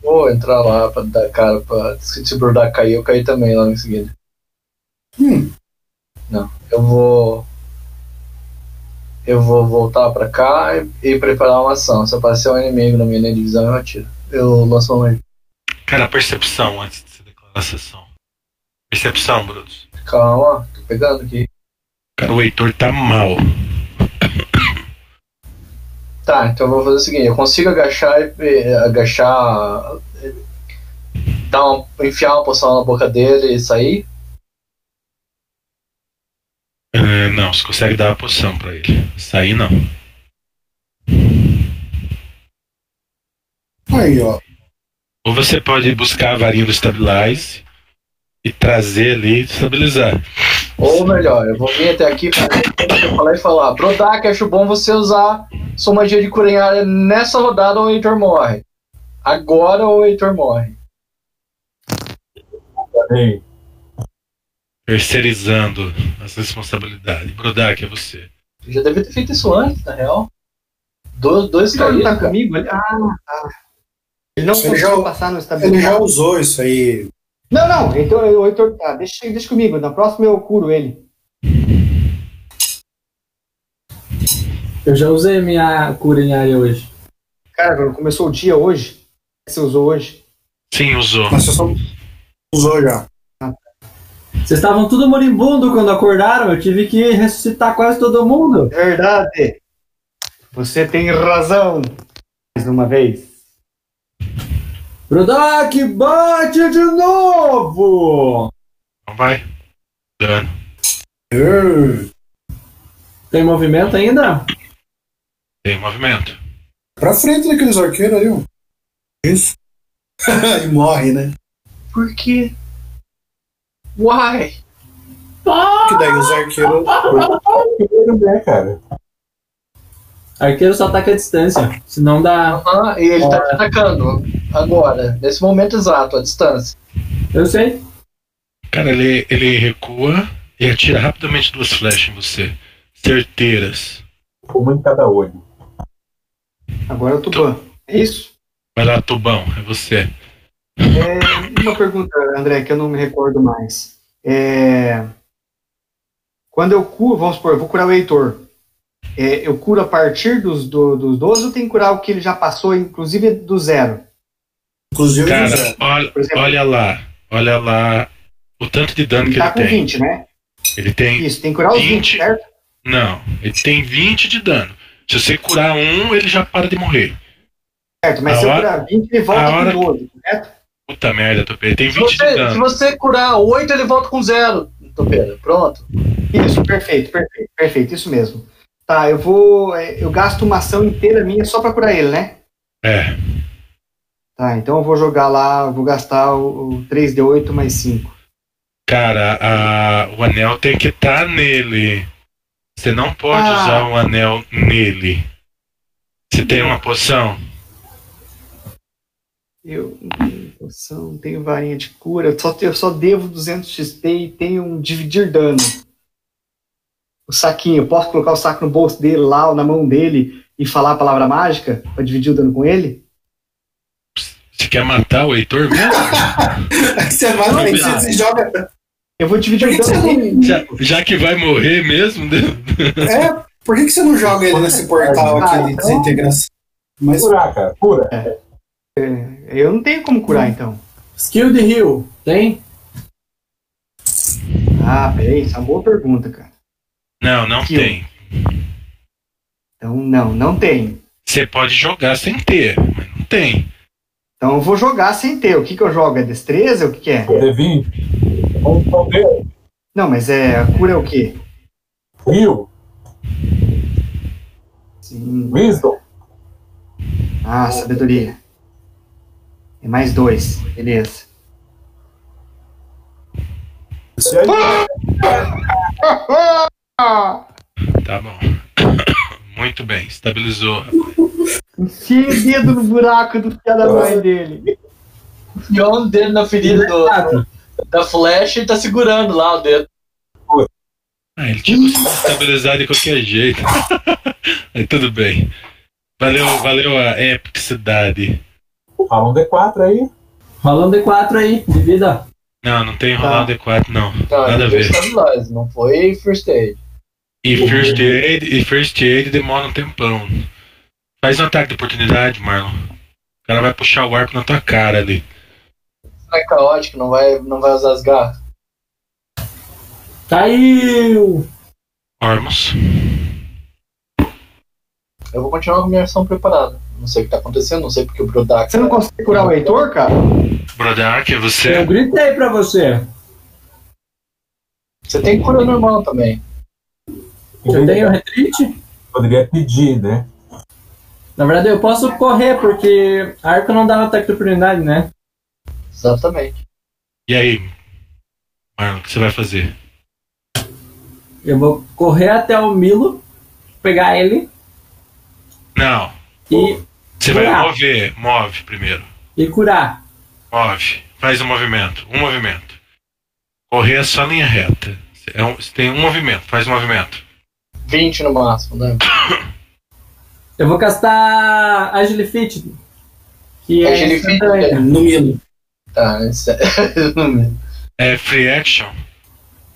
Speaker 3: Vou entrar lá pra dar cara pra. Se se o Brodar cair, eu caí também lá em seguida.
Speaker 5: Hum.
Speaker 3: Não, eu vou. Eu vou voltar pra cá e, e preparar uma ação. Se aparecer um inimigo na minha linha de visão, eu atiro. Eu lanço uma magia.
Speaker 1: Cara, percepção antes de você declarar a sessão. Percepção, Brutus.
Speaker 3: Calma, tô pegando aqui.
Speaker 1: Cara, o Heitor tá mal.
Speaker 3: Tá, então eu vou fazer o seguinte: eu consigo agachar e. e- agachar. e- dar um, enfiar uma poção na boca dele e sair?
Speaker 1: É, não, você consegue dar a poção pra ele. Sair não.
Speaker 5: Aí, ó.
Speaker 1: Ou você pode buscar a varinha do Stabilize e trazer ali e estabilizar.
Speaker 3: Ou melhor, eu vou vir até aqui pra falar e falar, Brodar, que acho bom você usar sua magia de cura em área nessa rodada ou o Heitor morre. Agora ou o Heitor morre.
Speaker 6: Aí.
Speaker 1: Terceirizando as responsabilidades. Brodak, é você.
Speaker 3: Eu já devia ter feito isso antes, na real. Dois, dois
Speaker 8: Você não
Speaker 3: caídos,
Speaker 8: tá
Speaker 3: cara.
Speaker 8: comigo? Ele, ah, tá. Ele não
Speaker 5: Ele
Speaker 8: conseguiu
Speaker 5: já-
Speaker 8: passar no
Speaker 5: Ele já
Speaker 8: estabilidade.
Speaker 5: usou isso aí.
Speaker 8: Não, não. Então, eu, Heitor, tá, deixa, deixa comigo. Na próxima eu curo ele.
Speaker 4: Eu já usei minha cura em área hoje.
Speaker 8: Cara, quando começou o dia hoje, você usou hoje.
Speaker 1: Sim, usou.
Speaker 5: Mas você só usou já.
Speaker 4: Vocês estavam tudo moribundo quando acordaram, eu tive que ressuscitar quase todo mundo.
Speaker 8: é Verdade. Você tem razão. Mais uma vez.
Speaker 4: Brodak, bate de novo!
Speaker 1: Então vai. Dano.
Speaker 5: Uh,
Speaker 4: Tem movimento ainda?
Speaker 1: Tem um movimento.
Speaker 5: Pra frente daqueles arqueiros ali, ó. Isso. *laughs* e morre, né?
Speaker 3: Por quê? Why?
Speaker 5: Que daí os arqueiros.
Speaker 6: É, cara.
Speaker 4: Arqueiro só ataca a distância. Senão dá.
Speaker 3: Ah, e ele tá te atacando agora, nesse momento exato, a distância.
Speaker 4: Eu sei.
Speaker 1: Cara, ele, ele recua e atira rapidamente duas flechas em você. Certeiras.
Speaker 6: Uma em cada olho.
Speaker 8: Agora é o Tuban. É isso?
Speaker 1: Vai lá, Tubão, é você.
Speaker 8: É, uma pergunta, André, que eu não me recordo mais. É, quando eu curo, vamos supor, eu vou curar o Heitor. É, eu curo a partir dos, do, dos 12 ou tem que curar o que ele já passou, inclusive do zero?
Speaker 5: Inclusive,
Speaker 1: Cara,
Speaker 5: José,
Speaker 1: olha,
Speaker 8: Por exemplo-
Speaker 1: olha lá. Olha lá o tanto de dano
Speaker 8: Ele
Speaker 1: que
Speaker 8: tá
Speaker 1: ele
Speaker 8: com
Speaker 1: tem.
Speaker 8: 20, né?
Speaker 1: Ele tem.
Speaker 8: Isso, tem que curar os 20,
Speaker 1: 20.
Speaker 8: certo?
Speaker 1: Não, ele tem 20 de dano. Se você curar um, ele já para de morrer.
Speaker 8: Certo, mas
Speaker 1: A
Speaker 8: se eu
Speaker 1: hora-
Speaker 8: curar 20, ele volta
Speaker 1: a
Speaker 8: com
Speaker 1: hora-
Speaker 8: 12, correto?
Speaker 1: Puta merda, Topê. Ele tem
Speaker 3: Se
Speaker 1: 20 de
Speaker 3: você, se
Speaker 1: dano.
Speaker 3: você curar 8, ele volta com 0. Topeira, pronto.
Speaker 8: Isso, perfeito, perfeito, perfeito, isso mesmo. Tá, eu vou. é, Eu gasto uma ação inteira minha só pra curar ele, né?
Speaker 1: É.
Speaker 8: Tá, então eu vou jogar lá, eu vou gastar o, o 3D8 mais 5.
Speaker 1: Cara, a- o anel tem que estar nele. Você não pode
Speaker 8: Ah.
Speaker 1: usar o anel nele. Você tem uma poção?
Speaker 8: Eu não tenho poção, não tenho varinha de cura, eu só, eu só devo 200 XP e tenho um dividir dano. O saquinho, eu posso colocar o saco no bolso dele lá, ou na mão dele, e falar a palavra mágica pra dividir o dano com ele?
Speaker 1: Você quer matar o Heitor
Speaker 8: *laughs*
Speaker 1: mesmo?
Speaker 5: *laughs* Você vai lá, você, você joga.
Speaker 8: Eu vou dividir
Speaker 5: Por
Speaker 8: o
Speaker 5: que, que você
Speaker 8: dano dele.
Speaker 5: não.
Speaker 1: já, já que vai morrer mesmo? né?
Speaker 5: É, por que, que você não joga ele nesse portal aqui de desintegração? Mas
Speaker 6: Curar, cara. Cura.
Speaker 8: Eu não tenho como curar, então.
Speaker 4: Skill de heal. Tem?
Speaker 8: Ah, peraí, isso é uma boa pergunta, cara.
Speaker 1: Não, não
Speaker 8: Kill.
Speaker 1: tem.
Speaker 8: Então, não, não tem.
Speaker 1: Você pode jogar sem ter, mas não tem.
Speaker 8: Então eu vou jogar sem ter. O que, que eu jogo? É destreza? O que, que é?
Speaker 6: Devin. Vamos poder.
Speaker 8: Não, mas é. A cura é o quê?
Speaker 6: Rio.
Speaker 8: Sim.
Speaker 6: Wisdom.
Speaker 8: Ah, sabedoria. É mais dois. Beleza.
Speaker 6: E aí,
Speaker 1: Tá bom. *coughs* Muito bem, estabilizou.
Speaker 8: Enfia o um dedo no buraco do filho da mãe dele.
Speaker 3: E olha o dedo na ferida do, da flecha e tá segurando lá o dedo.
Speaker 1: Ah, ele tinha conseguido estabilizar de qualquer jeito. *laughs* Mas tudo bem. Valeu, valeu a epicidade.
Speaker 6: Fala um D4 aí.
Speaker 4: Rola um D4 aí, de vida.
Speaker 1: Não, não tem rolar o D4, não.
Speaker 3: Tá,
Speaker 1: Nada a
Speaker 3: foi
Speaker 1: ver.
Speaker 3: estabilizado, Não foi first aid.
Speaker 1: E first aid, e first aid demora um tempão. Faz um ataque de oportunidade, Marlon. O cara vai puxar o arco na tua cara ali.
Speaker 3: Não é caótico, não vai, não vai usar as garras.
Speaker 4: Caiu!
Speaker 1: Ormus.
Speaker 3: Eu vou continuar com a minha ação preparada. Não sei o que tá acontecendo, não sei porque o Brodak.
Speaker 8: Você não consegue curar o Heitor, cara?
Speaker 1: Brodark, é você.
Speaker 4: Eu gritei pra você.
Speaker 3: Você tem cura normal também.
Speaker 4: Eu tenho retreat?
Speaker 6: Poderia pedir, né?
Speaker 4: Na verdade, eu posso correr, porque arco não dá um ataque de oportunidade, né?
Speaker 3: Exatamente.
Speaker 1: E aí, Marlon, o que você vai fazer?
Speaker 4: Eu vou correr até o Milo, pegar ele
Speaker 1: Não.
Speaker 4: e,
Speaker 1: Você vai
Speaker 4: Ah.
Speaker 1: mover. Move primeiro.
Speaker 4: e curar.
Speaker 1: Move. Faz um movimento. Um movimento. Correr é só linha reta. É um- você tem um movimento. Faz um movimento.
Speaker 3: 20 no máximo, né?
Speaker 4: Eu vou castar Agilifit, que é
Speaker 3: Agilifit,
Speaker 4: instantânea.
Speaker 5: no Milo.
Speaker 3: Tá, né? Isso é- *laughs*
Speaker 1: É free action.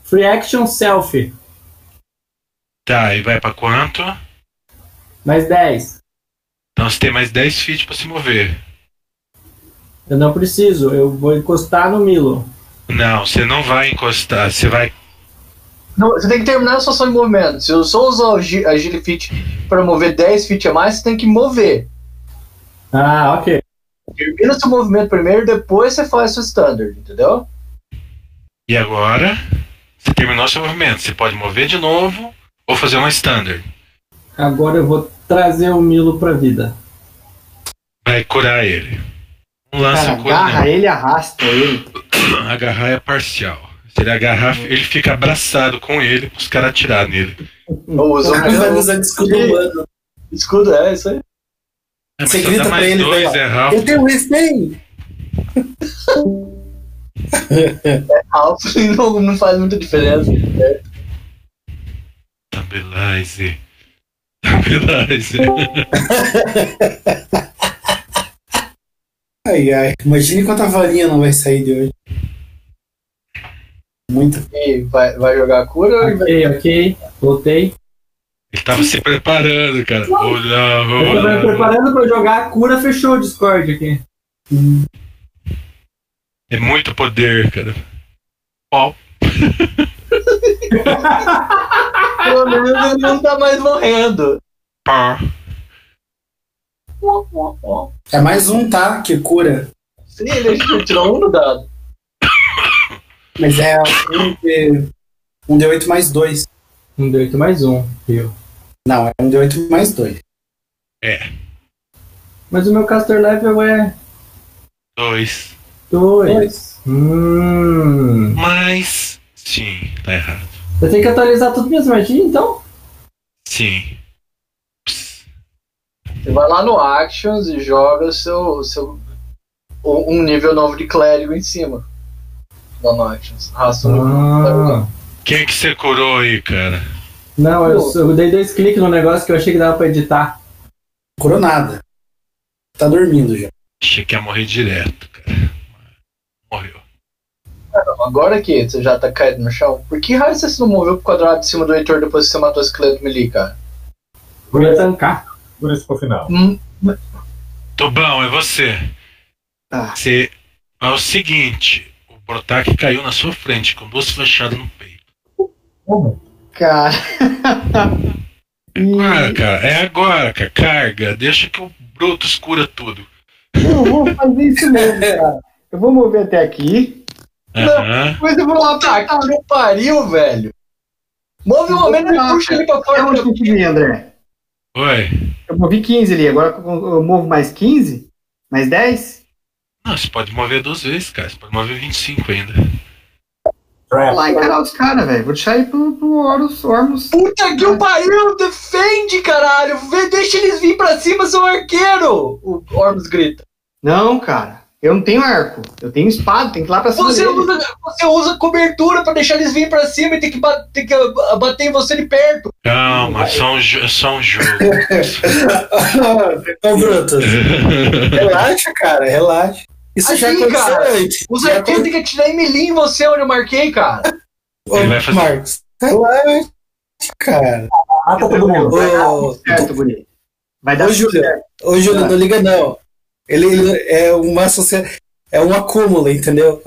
Speaker 4: Free Action Selfie,
Speaker 1: Tá, e vai pra quanto?
Speaker 4: mais 10.
Speaker 1: Então você tem mais 10 feet pra se mover.
Speaker 4: Eu não preciso, eu vou encostar no Milo.
Speaker 1: Não, você não vai encostar. Você vai
Speaker 3: Não, você tem que terminar a sua ação em movimento. Se eu só usar o gi- a Gilifit pra mover 10 feet a mais, você tem que mover.
Speaker 4: Ah, ok.
Speaker 3: Termina seu movimento primeiro, depois você faz seu standard, entendeu?
Speaker 1: E agora, você terminou seu movimento. Você pode mover de novo ou fazer uma standard.
Speaker 4: Agora eu vou trazer o Milo pra vida.
Speaker 1: Vai curar ele. Um lance
Speaker 8: Cara,
Speaker 1: um coordenado.
Speaker 8: agarra ele, arrasta ele.
Speaker 1: Agarrar é parcial. Se ele agarrar, ele fica abraçado com ele pros caras atirar nele.
Speaker 3: Ou usa um
Speaker 5: Vai usar de escudo humano.
Speaker 3: Escudo, é isso aí. *laughs*
Speaker 1: É, mas
Speaker 5: Você
Speaker 1: só
Speaker 5: grita
Speaker 1: dá
Speaker 5: pra
Speaker 1: mais
Speaker 5: ele,
Speaker 1: dois,
Speaker 5: vai
Speaker 1: é
Speaker 5: lá,
Speaker 1: Ralph.
Speaker 5: eu tenho um refém.
Speaker 3: Alto não, não faz muita diferença. É.
Speaker 1: Stabilize. Stabilize.
Speaker 5: Ai, ai. Imagine quanta varinha não vai sair de hoje. Muita.
Speaker 3: E vai, vai jogar a cura ou vai
Speaker 4: Ok, ok. Voltei.
Speaker 1: Ele tava se preparando, cara. Olha,
Speaker 4: Eu tô me
Speaker 1: olha.
Speaker 4: preparando pra jogar a cura, fechou o Discord aqui.
Speaker 1: É muito poder, cara. Ó,
Speaker 3: Pelo menos ele não tá mais morrendo.
Speaker 1: pá.
Speaker 5: É mais um, tá? Que cura.
Speaker 3: Sim, ele tirou um no dado.
Speaker 5: Mas é um de, um de 8 mais 2.
Speaker 4: Um D8 mais um, viu?
Speaker 5: Não, é um de 8 mais 2.
Speaker 1: É,
Speaker 4: Mas o meu caster level é
Speaker 1: dois.
Speaker 4: dois. Hum.
Speaker 1: Mas, sim, tá errado.
Speaker 4: Eu tenho que atualizar tudo minhas magias, então?
Speaker 1: Sim.
Speaker 3: Você vai lá no Actions e joga o seu, o seu um um nível novo de clérigo em cima. Lá no Actions. Arrasta um nível
Speaker 4: Ah.
Speaker 1: Quem é que você curou aí, cara?
Speaker 4: Não, eu, eu dei dois cliques no negócio que eu achei que dava pra editar.
Speaker 5: Curou nada. Tá dormindo *laughs* já.
Speaker 1: Achei que ia morrer direto, cara. Morreu.
Speaker 3: Agora que você já tá caído no chão, por que raio você se não moveu pro quadrado de cima do Heitor depois que você matou esse clã do Melee, cara?
Speaker 4: Vou ia tancar.
Speaker 6: Por isso pro final.
Speaker 3: Hum,
Speaker 1: Tubão, é você.
Speaker 8: Tá.
Speaker 1: Você. É o seguinte, o Brotak caiu na sua frente com duas flechadas no peito.
Speaker 8: Cara. *laughs*
Speaker 1: Agora, cara, é agora, cara. Carga, deixa que o Brutus cura tudo.
Speaker 8: Eu vou fazer isso mesmo, cara. Eu vou mover até aqui.
Speaker 1: Aham.
Speaker 8: Mas eu vou lá
Speaker 3: Puta
Speaker 8: atacar.
Speaker 3: que pariu, velho! Move o momento e puxa ele pra
Speaker 8: Olha
Speaker 3: fora.
Speaker 8: onde que eu tive, André.
Speaker 1: Oi.
Speaker 8: Eu movi 15 ali. Agora eu eu movo mais 15? Mais 10?
Speaker 1: Não, você pode mover duas vezes, cara. Você pode mover 25 ainda.
Speaker 8: Vou
Speaker 6: Trap.
Speaker 8: lá encarar os caras, velho. Vou deixar ele pro, pro Horus, Ormus.
Speaker 3: Puta que o pariu! Defende, caralho! Vê, deixa eles vir pra cima, seu arqueiro! O Ormus grita.
Speaker 8: Não, cara. Eu não tenho arco. Eu tenho espada. Tem que ir lá pra cima
Speaker 3: Você
Speaker 8: dele.
Speaker 3: usa, você usa cobertura pra deixar eles vir pra cima e tem que, ba- tem que ah, bater em você de perto.
Speaker 1: Calma, é só um, jo- é só um jogo.
Speaker 5: Ô, Bruto, relaxa, cara, relaxa. Isso já
Speaker 3: Assim,
Speaker 5: aconteceu
Speaker 3: cara.
Speaker 5: antes.
Speaker 3: Os
Speaker 5: Já
Speaker 3: arqueiros têm que atirar em melee em você onde eu marquei, cara.
Speaker 5: Ô,
Speaker 1: Ele vai fazer-
Speaker 5: Marcos, relaxa, cara.
Speaker 6: Mata Ah, tá todo mundo.
Speaker 5: Ô,
Speaker 8: Certo, bonito. Vai dar
Speaker 5: ô Júlio, ô, Júlio, não liga não. Ele, ele é uma associa... é um acúmulo, entendeu?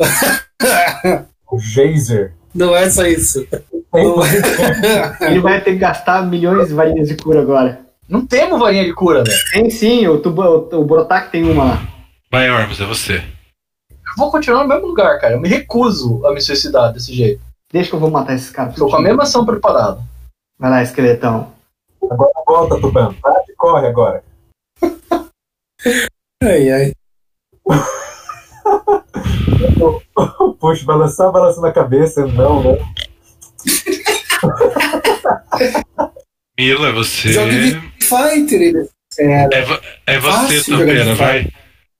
Speaker 6: O Geyser.
Speaker 5: Não é só isso. é.
Speaker 6: Tem-
Speaker 8: Ele vai ter que gastar milhões de varinhas de cura agora.
Speaker 3: Não temos varinha de cura, velho.
Speaker 8: Tem sim, o, tubo, o, o Brotac tem uma lá.
Speaker 1: Vai, Ormus, é você.
Speaker 3: Eu vou continuar no mesmo lugar, cara. Eu me recuso a me suicidar desse jeito.
Speaker 8: Deixa que eu vou matar esses caras.
Speaker 3: Tô com a mesma ação preparada.
Speaker 8: Vai lá, esqueletão.
Speaker 6: Agora volta, Tuban. Para de corre agora.
Speaker 5: *laughs* Ai, ai.
Speaker 6: Puxa, balançar, balançando a cabeça. Não, né?
Speaker 1: Mila, é você.
Speaker 5: Joga em Fighter, ele.
Speaker 1: É, vo- é você,
Speaker 5: Fácil
Speaker 1: Topera,
Speaker 5: jogar de
Speaker 1: vai.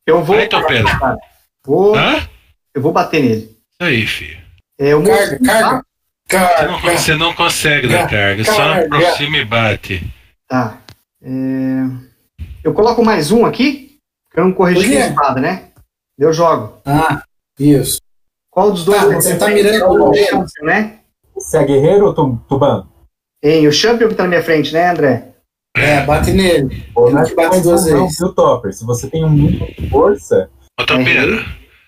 Speaker 8: Eu vou.
Speaker 1: Vai, Topera.
Speaker 8: vou
Speaker 1: Hã? Isso
Speaker 8: eu vou bater nele.
Speaker 1: aí, filho.
Speaker 8: É, eu
Speaker 5: Carga,
Speaker 8: movo-
Speaker 5: carga.
Speaker 1: Você não,
Speaker 5: Carga.
Speaker 1: você não consegue dar carga, só
Speaker 5: Carga.
Speaker 1: aproxima e bate.
Speaker 8: Tá. É, Eu coloco mais um aqui? Porque eu não corrigi
Speaker 5: Por quê?
Speaker 8: minha espada, né? Eu jogo.
Speaker 5: Ah, isso.
Speaker 8: Qual dos dois? É
Speaker 5: Tá, você tá mirando
Speaker 8: o
Speaker 5: no
Speaker 8: Champion, né?
Speaker 6: Você é guerreiro ou tu- Tuban?
Speaker 8: Hein, o Champion que tá na minha frente, né, André?
Speaker 5: É, bate nele.
Speaker 6: Ou
Speaker 5: Ele te bate duas vezes.
Speaker 6: Viu, Topper? Se você tem um mínimo de força,
Speaker 1: Ô, Topera,
Speaker 8: Uhum.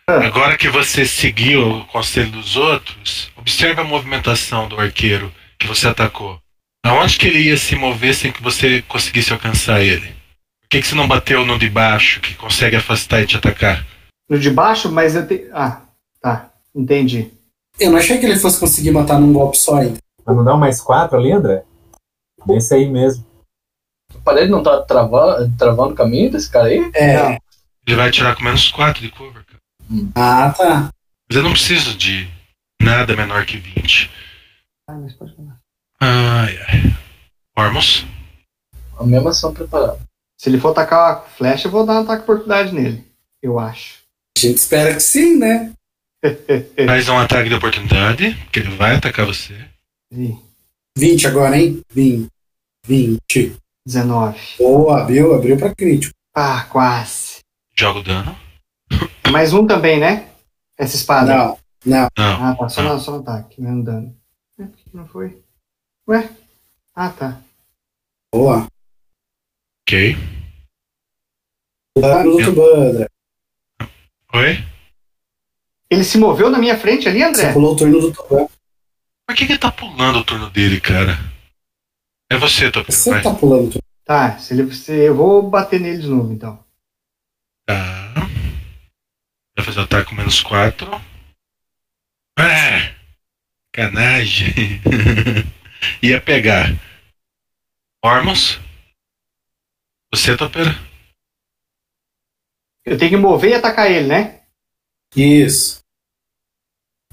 Speaker 8: Ah.
Speaker 1: agora que você seguiu o conselho dos outros, observe a movimentação do arqueiro que você atacou. Aonde que ele ia se mover sem que você conseguisse alcançar ele? Por que, que você não bateu no de baixo, que consegue afastar e te atacar?
Speaker 8: No de baixo, mas eu tenho. Ah, tá. Entendi.
Speaker 5: Eu não achei que ele fosse conseguir matar num golpe só ainda.
Speaker 6: mas não dá um mais quatro ali, André? Nesse aí mesmo.
Speaker 3: A parede não tá travando, travando o caminho desse cara aí?
Speaker 5: É,
Speaker 8: Não.
Speaker 1: Ele vai tirar com menos 4 de cover, cara.
Speaker 5: Ah, tá.
Speaker 1: Mas eu não preciso de nada menor que 20.
Speaker 8: Ah, mas pode falar.
Speaker 1: Ai, ai. Ormos?
Speaker 3: A mesma ação preparada.
Speaker 8: Se ele for atacar a flecha, eu vou dar um ataque de oportunidade nele. Eu acho.
Speaker 5: A gente espera que sim, né?
Speaker 1: Faz um ataque de oportunidade, que ele vai atacar você.
Speaker 8: Ih,
Speaker 5: 20 agora, hein? 20. 20.
Speaker 8: 19.
Speaker 5: Boa, abriu, abriu pra crítico.
Speaker 8: Ah, quase.
Speaker 1: Joga o dano.
Speaker 8: Mais um também, né? Essa espada.
Speaker 5: Ah, Não, não.
Speaker 1: Não.
Speaker 8: Ah, tá. Só, no, só no ataque, não no dano. É, por que não foi? Ué? Ah, tá.
Speaker 5: Boa.
Speaker 1: Ok.
Speaker 5: Lá no outro Bandra.
Speaker 1: Oi?
Speaker 8: Ele se moveu na minha frente ali, André?
Speaker 1: é.
Speaker 5: Você pulou o turno do Tuban.
Speaker 1: Por que, que ele tá pulando o turno dele, cara? É você, Topino,
Speaker 5: Você
Speaker 1: vai.
Speaker 5: tá pulando o turno.
Speaker 8: Tá, se ele, se, eu vou bater nele de novo, então.
Speaker 1: Tá. Vai fazer o ataque com menos 4. Ah! Canagem! *laughs* Ia pegar. Ormos? Você, Topera?
Speaker 8: Eu tenho que mover e atacar ele, né?
Speaker 5: Isso. *laughs*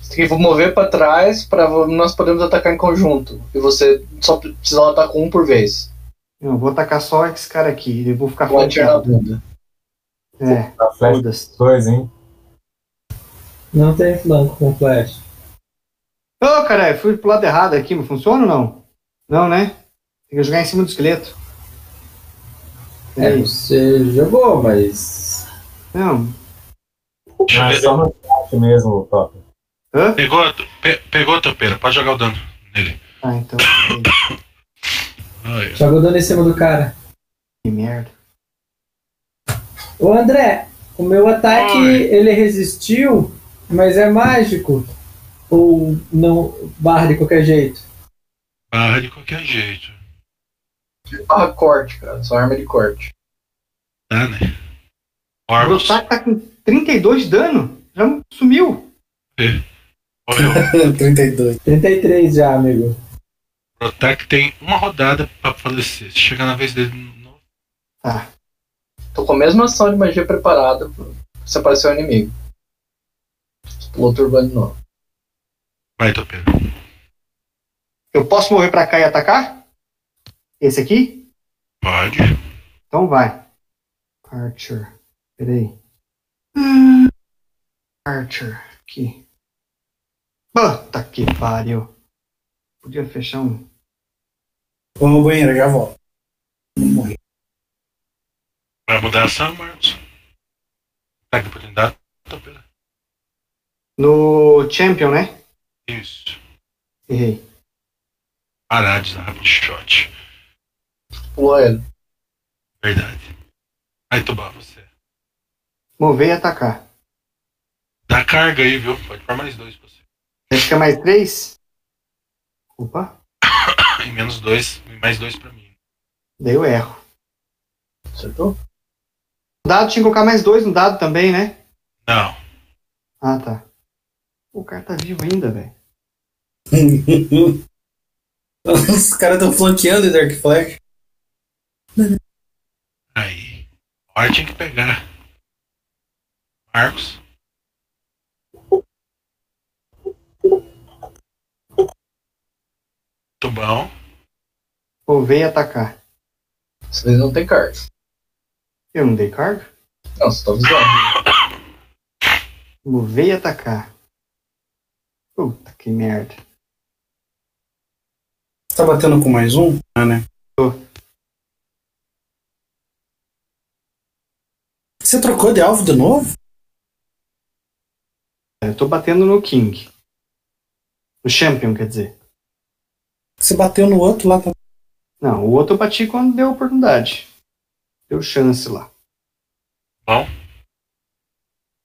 Speaker 3: Você tem que mover pra trás pra nós podemos atacar em conjunto. E você só precisa atacar um por vez.
Speaker 8: Eu vou atacar só esse cara aqui, eu vou
Speaker 5: Ah,
Speaker 8: ficar
Speaker 3: Vai tirar a
Speaker 8: focado.
Speaker 3: bunda.
Speaker 8: É,
Speaker 6: A flecha
Speaker 8: foda-se.
Speaker 6: 2, tá? hein?
Speaker 4: Não tem flanco com flash.
Speaker 8: Ô, caralho, fui pro lado errado aqui, mas funciona ou não? Não, né? Tem que jogar em cima do esqueleto.
Speaker 11: É,
Speaker 8: Peraí.
Speaker 11: você jogou, mas.
Speaker 8: Não.
Speaker 1: Deixa eu
Speaker 6: Ah,
Speaker 1: ver.
Speaker 6: só no ataque mesmo, Top.
Speaker 8: Hã?
Speaker 1: Pegou, pe, pegou Topera, pode jogar o dano nele.
Speaker 8: Ah, então.
Speaker 1: Ai,
Speaker 11: Joga o dano em cima do cara.
Speaker 8: Que merda.
Speaker 11: Ô André, o meu ataque
Speaker 1: Oi.
Speaker 11: ele resistiu, mas é mágico. Ou não barra de qualquer jeito.
Speaker 1: barra de qualquer jeito.
Speaker 3: Barra corte, cara. Só arma de corte.
Speaker 1: Tá, né?
Speaker 8: O
Speaker 1: Ormos?
Speaker 8: Brotar tá com 32 de dano. Já sumiu.
Speaker 1: Olha,
Speaker 5: 32.
Speaker 11: 33 já, amigo.
Speaker 1: o Brotak tem uma rodada pra falecer. Se chegar na vez dele de novo.
Speaker 3: Tô com a mesma ação de magia preparada pra se aparecer o inimigo. Pulou o turbano de novo.
Speaker 1: Vai, Topera.
Speaker 8: Eu posso mover pra cá e atacar? Esse aqui?
Speaker 1: Pode.
Speaker 8: Então vai. Archer. Peraí. Archer. Aqui. Puta que pariu. Podia fechar um.
Speaker 5: Vamos ao banheiro, já volto.
Speaker 1: Vai mudar a ação, Marcos? Ataque de oportunidade, tá Topera.
Speaker 8: No Champion, né?
Speaker 1: Isso.
Speaker 8: Errei.
Speaker 1: Parar de usar rapid shot.
Speaker 3: Pulou ele.
Speaker 1: Verdade. Vai, Tubá, você.
Speaker 8: Mover e atacar.
Speaker 1: Dá carga aí, viu? Pode pôr mais dois pra você.
Speaker 8: Vai ficar mais três? Opa,
Speaker 1: Ah, E menos dois, e mais dois pra mim.
Speaker 8: daí eu erro.
Speaker 3: Acertou?
Speaker 8: O dado tinha que colocar mais dois no dado também, né?
Speaker 1: Não.
Speaker 8: Ah, tá. O cara tá vivo ainda, velho.
Speaker 5: Os caras estão flanqueando o Dark Flash.
Speaker 1: Aí. Hora tinha que pegar. Marcos? Tubão.
Speaker 8: Mover e atacar.
Speaker 3: Essa vez não tem cards.
Speaker 8: Eu não dei carga?
Speaker 3: Não, você tá avisando.
Speaker 8: Mover e atacar. Puta que merda.
Speaker 5: Você tá batendo com mais um? Ah, né?
Speaker 8: Tô.
Speaker 5: Você trocou de alvo de novo?
Speaker 8: Eu tô batendo no King. No Champion, quer dizer.
Speaker 5: Você bateu no outro lá também.
Speaker 8: Não, o outro eu bati quando deu oportunidade. Deu chance lá.
Speaker 1: Bom.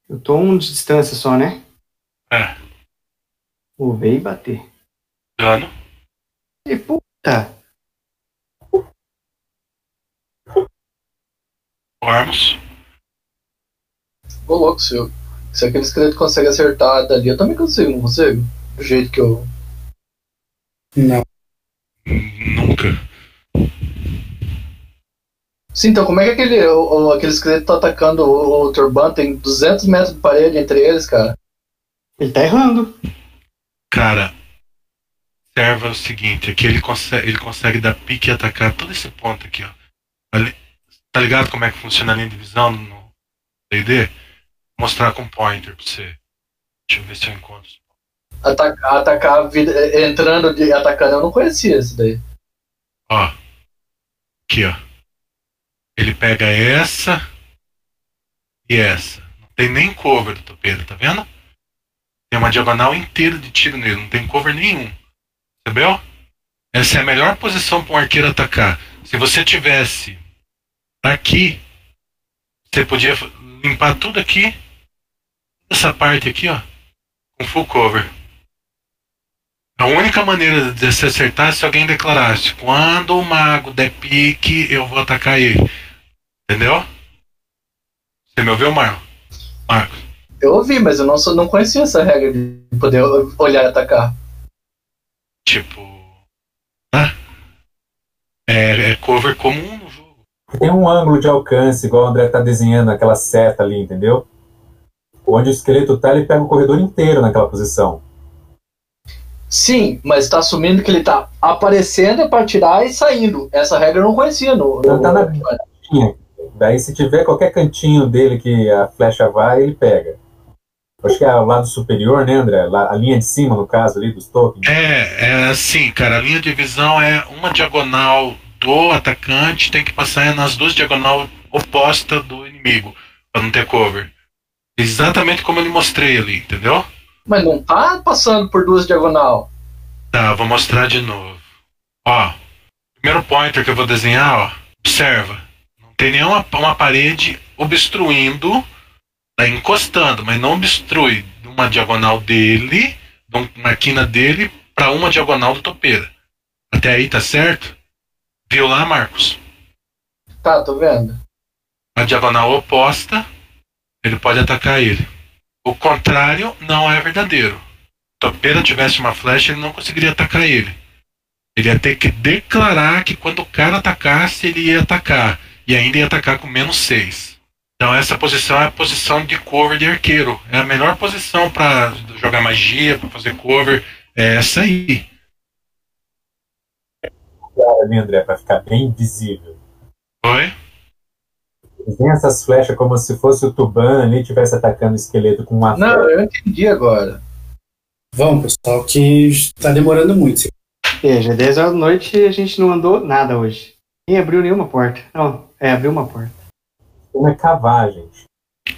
Speaker 8: Eu tô um de distância só, né?
Speaker 1: É.
Speaker 8: Mover e bater.
Speaker 1: Dano.
Speaker 8: E puta!
Speaker 1: Ormos.
Speaker 3: Ô louco, se, eu, se aquele esqueleto consegue acertar dali, eu também consigo, não consigo? Do jeito que eu.
Speaker 5: Não.
Speaker 1: Nunca.
Speaker 3: Sim, então como é que aquele, o, o, aquele esqueleto tá atacando o, o Turban? Tem 200 metros de parede entre eles, cara.
Speaker 8: Ele tá errando.
Speaker 1: Cara, observa o seguinte, aqui ele consegue, ele consegue dar pique e atacar todo esse ponto aqui, ó. Ali- tá ligado como é que funciona a linha de visão no D&D? Vou mostrar com pointer pra você. Deixa eu ver se eu encontro.
Speaker 3: Atacar, atacar a vida, eh, entrando e atacando, eu não conhecia isso daí.
Speaker 1: Ó. Aqui, ó. Ele pega essa e essa. Não tem nem cover do topeiro, tá vendo? Tem uma diagonal inteira de tiro nele, não tem cover nenhum. Percebeu? Essa é a melhor posição para um arqueiro atacar. Se você tivesse aqui, você podia fa- limpar tudo aqui, essa parte aqui, ó, com full cover. A única maneira de se acertar é se alguém declarasse: quando o mago der pique, eu vou atacar ele. Entendeu? Você me ouviu, Marco? Marcos.
Speaker 3: Eu ouvi, mas eu não, sou, não conhecia essa regra de poder olhar e atacar.
Speaker 1: Tipo. Tá? É, é cover comum no jogo.
Speaker 6: Tem um ângulo de alcance, igual o André tá desenhando aquela seta ali, entendeu? Onde o esqueleto tá, ele pega o corredor inteiro naquela posição.
Speaker 3: Sim, mas tá assumindo que ele tá aparecendo pra tirar e saindo. Essa regra eu não conhecia no. no
Speaker 6: tá na- Tinha. Daí se tiver qualquer cantinho dele que a flecha vai, ele pega. Acho que é o lado superior, né, André? Lá- A linha de cima, no caso, ali, dos tokens.
Speaker 1: É, é assim, cara, a linha de visão é uma diagonal do atacante, tem que passar nas duas diagonal oposta do inimigo, pra não ter cover. Exatamente como eu lhe mostrei ali, entendeu?
Speaker 3: Mas não tá passando por duas diagonal.
Speaker 1: Tá, vou mostrar de novo. Ó, primeiro pointer que eu vou desenhar, ó, observa. Não tem nenhuma uma parede obstruindo, tá encostando, mas não obstrui de uma diagonal dele, de um- uma quina dele, pra uma diagonal do topeira. Até aí tá certo? Viu lá, Marcos?
Speaker 3: Tá, tô vendo.
Speaker 1: A diagonal oposta, ele pode atacar ele. O contrário não é verdadeiro. Então, Se o topeira tivesse uma flecha, ele não conseguiria atacar ele. Ele ia ter que declarar que quando o cara atacasse, ele ia atacar. E ainda ia atacar com menos 6. Então essa posição é a posição de cover de arqueiro. É a melhor posição para jogar magia, para fazer cover. É essa aí.
Speaker 6: Claro, né, André? Pra ficar bem visível.
Speaker 1: Oi?
Speaker 6: Desenha essas flechas como se fosse o Tuban ali estivesse atacando o esqueleto com uma
Speaker 3: Não, eu entendi agora.
Speaker 5: Vamos, pessoal, que tá demorando muito.
Speaker 8: É, já é 10 horas da noite e a gente não andou nada hoje. Nem abriu nenhuma porta. Não, é, abriu uma porta.
Speaker 6: Como é cavar, gente?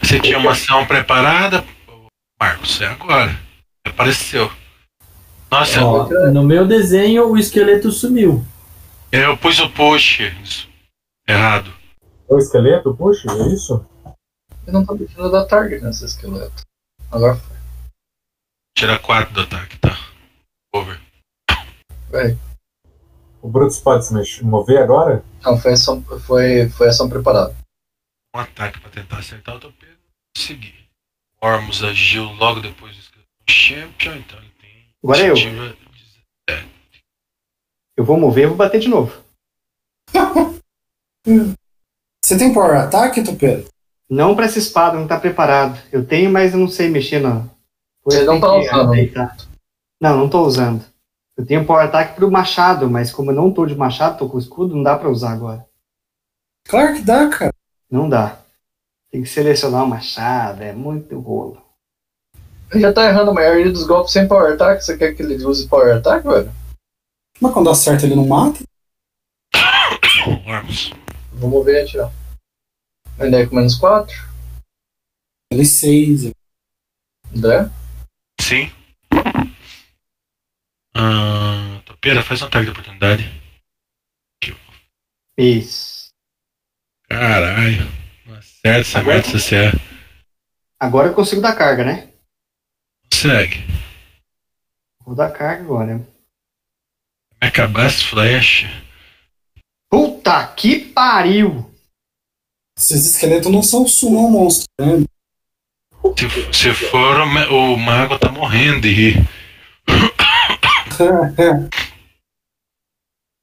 Speaker 1: Você tinha uma ação preparada? Marcos, é agora. Apareceu. Nossa,
Speaker 4: Ó, no meu desenho, o esqueleto sumiu.
Speaker 1: É, eu pus o push. Isso. Errado.
Speaker 6: O esqueleto, puxa, é isso?
Speaker 3: Eu não tô deixando da target nesse esqueleto. Agora foi.
Speaker 1: Tira 4 do ataque, tá? Over.
Speaker 6: O Brutus pode se mex- mover agora?
Speaker 3: Não, foi ação, foi, foi ação preparada.
Speaker 1: Um ataque pra tentar acertar o topeiro. Consegui. Ormus agiu logo depois do escalão Champion, então ele tem.
Speaker 8: Agora é eu.
Speaker 1: iniciativa.
Speaker 8: Eu vou mover e vou bater de novo.
Speaker 7: é,
Speaker 5: Você tem power attack, Tupelo?
Speaker 8: Não pra essa espada, não tá preparado. Eu tenho, mas eu não sei mexer na.
Speaker 3: Você não tá
Speaker 8: Tem que
Speaker 3: usando.
Speaker 8: ajeitar. Não, não tô usando. Eu tenho power attack pro machado, mas como eu não tô de machado, tô com escudo, não dá pra usar agora.
Speaker 5: Claro que dá, cara.
Speaker 8: Não dá. Tem que selecionar o machado, é muito rolo.
Speaker 3: Ele já tá errando a maioria dos golpes sem power attack. Você quer que ele use power attack, velho?
Speaker 5: Mas quando acerta ele não mata?
Speaker 1: *coughs* Ormus.
Speaker 3: Vou mover e atirar. André com menos 4.
Speaker 5: Ele é né? 6.
Speaker 3: André?
Speaker 1: Sim. Ah, topeira, faz um ataque de oportunidade.
Speaker 8: Isso.
Speaker 1: Caralho. Não acerta essa merda se você é.
Speaker 8: Agora eu consigo dar carga, né?
Speaker 1: Consegue.
Speaker 8: Vou dar carga agora.
Speaker 1: Me acabar as flechas.
Speaker 8: Puta que pariu!
Speaker 5: Esses esqueletos não são sumo monstro, *laughs* né?
Speaker 1: Se, se for, o, ma- o mago tá morrendo de rir.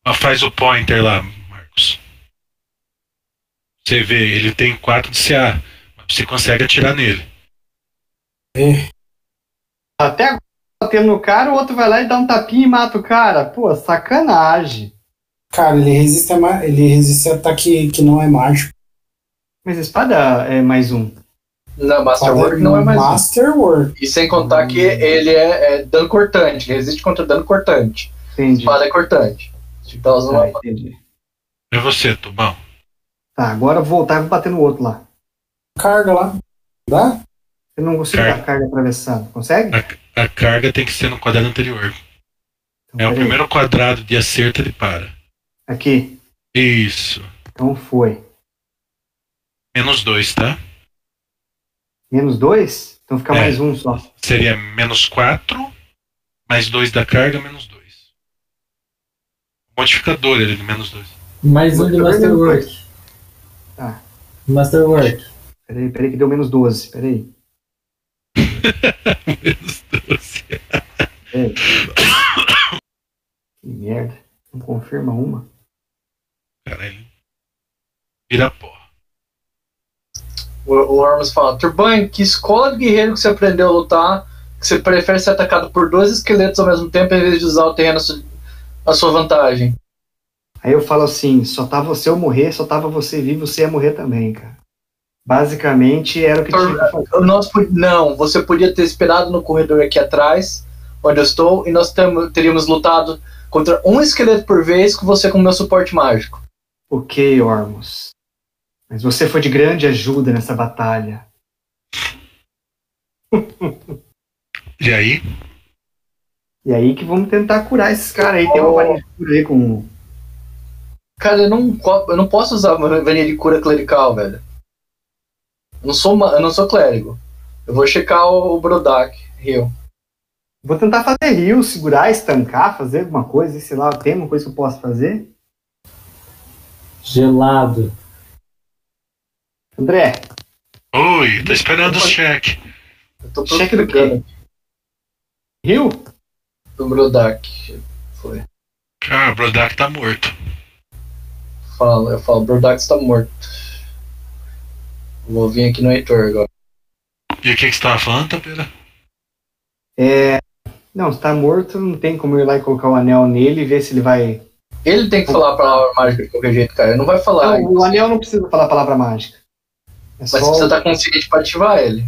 Speaker 1: Ah, Faz o pointer lá, Marcos. Você vê, ele tem 4 de CA. mas Você consegue atirar nele.
Speaker 8: Até agora batendo no cara, o outro vai lá e dá um tapinha e mata o cara. Pô, sacanagem.
Speaker 5: Cara, ele resiste a, ma- ele resiste a ataque que não é mágico.
Speaker 8: Mas espada é mais um.
Speaker 3: Não, Masterwork não é mais um.
Speaker 5: Masterwork.
Speaker 3: E sem contar que ele é, é dano cortante, ele resiste contra dano cortante.
Speaker 8: Entendi.
Speaker 3: Espada é cortante. Então, as uma...
Speaker 1: É você, Tubão.
Speaker 8: Tá, agora eu vou voltar e vou bater no outro lá.
Speaker 5: Carga lá. Dá?
Speaker 8: Eu não consigo
Speaker 1: Carga.
Speaker 8: dar carga atravessada. Consegue?
Speaker 1: A carga tem que ser no quadrado anterior. É o
Speaker 8: peraí.
Speaker 1: primeiro quadrado de acerto, ele para.
Speaker 8: Aqui.
Speaker 1: Isso.
Speaker 8: Então foi.
Speaker 1: Menos dois, tá?
Speaker 8: Menos dois? Então fica
Speaker 1: É.
Speaker 8: mais um só.
Speaker 1: Seria menos 4, mais 2 da carga, menos 2. Modificador ele de menos 2.
Speaker 11: Mais um de Masterwork.
Speaker 8: Tá.
Speaker 11: Masterwork.
Speaker 8: Peraí, peraí, que deu menos 12. Peraí. menos 12. que merda. Não confirma uma.
Speaker 1: Caralho. Vira pó.
Speaker 3: O, o Ormus fala, Turban, que escola de guerreiro que você aprendeu a lutar, que você prefere ser atacado por dois esqueletos ao mesmo tempo em vez de usar o terreno à su- à sua vantagem.
Speaker 8: Aí eu falo assim: só tá você eu morrer, só tava você vivo, você ia morrer também, cara. Basicamente era o que tinha que fazer.
Speaker 3: Nós, po- não, você podia ter esperado no corredor aqui atrás, onde eu estou, e nós tamo- teríamos lutado contra um esqueleto por vez com você como meu suporte mágico.
Speaker 8: Ok, Ormus. Mas você foi de grande ajuda nessa batalha.
Speaker 1: E aí?
Speaker 8: E é aí que vamos tentar curar esses caras aí. Tem
Speaker 3: Oh.
Speaker 8: uma varinha de cura aí com.
Speaker 3: Cara, eu não, co- eu não posso usar uma varinha de cura clerical, velho. Eu não sou, ma- eu não sou clérigo. Eu vou checar o, o Brodak, Rio.
Speaker 8: Vou tentar fazer rio, segurar, estancar, fazer alguma coisa, sei lá, tem alguma coisa que eu posso fazer?
Speaker 11: Gelado.
Speaker 8: André,
Speaker 1: Oi, tô esperando o cheque.
Speaker 3: Eu tô
Speaker 8: cheque do quê? Rio?
Speaker 3: Do Brodak. Foi.
Speaker 1: Ah, o Brodak tá morto.
Speaker 3: Fala, eu falo, Brodak está morto. Vou vir aqui no Heitor agora.
Speaker 1: E o que, que você tava falando, Tapera?
Speaker 8: É. Não, se tá morto, não tem como eu ir lá e colocar o anel nele e ver se ele vai.
Speaker 3: Ele tem que falar a palavra mágica de qualquer jeito, cara. Ele não vai falar.
Speaker 8: Não, É o anel não precisa falar a palavra mágica. É
Speaker 3: mas
Speaker 8: só.
Speaker 3: você tá consciente pra ativar ele.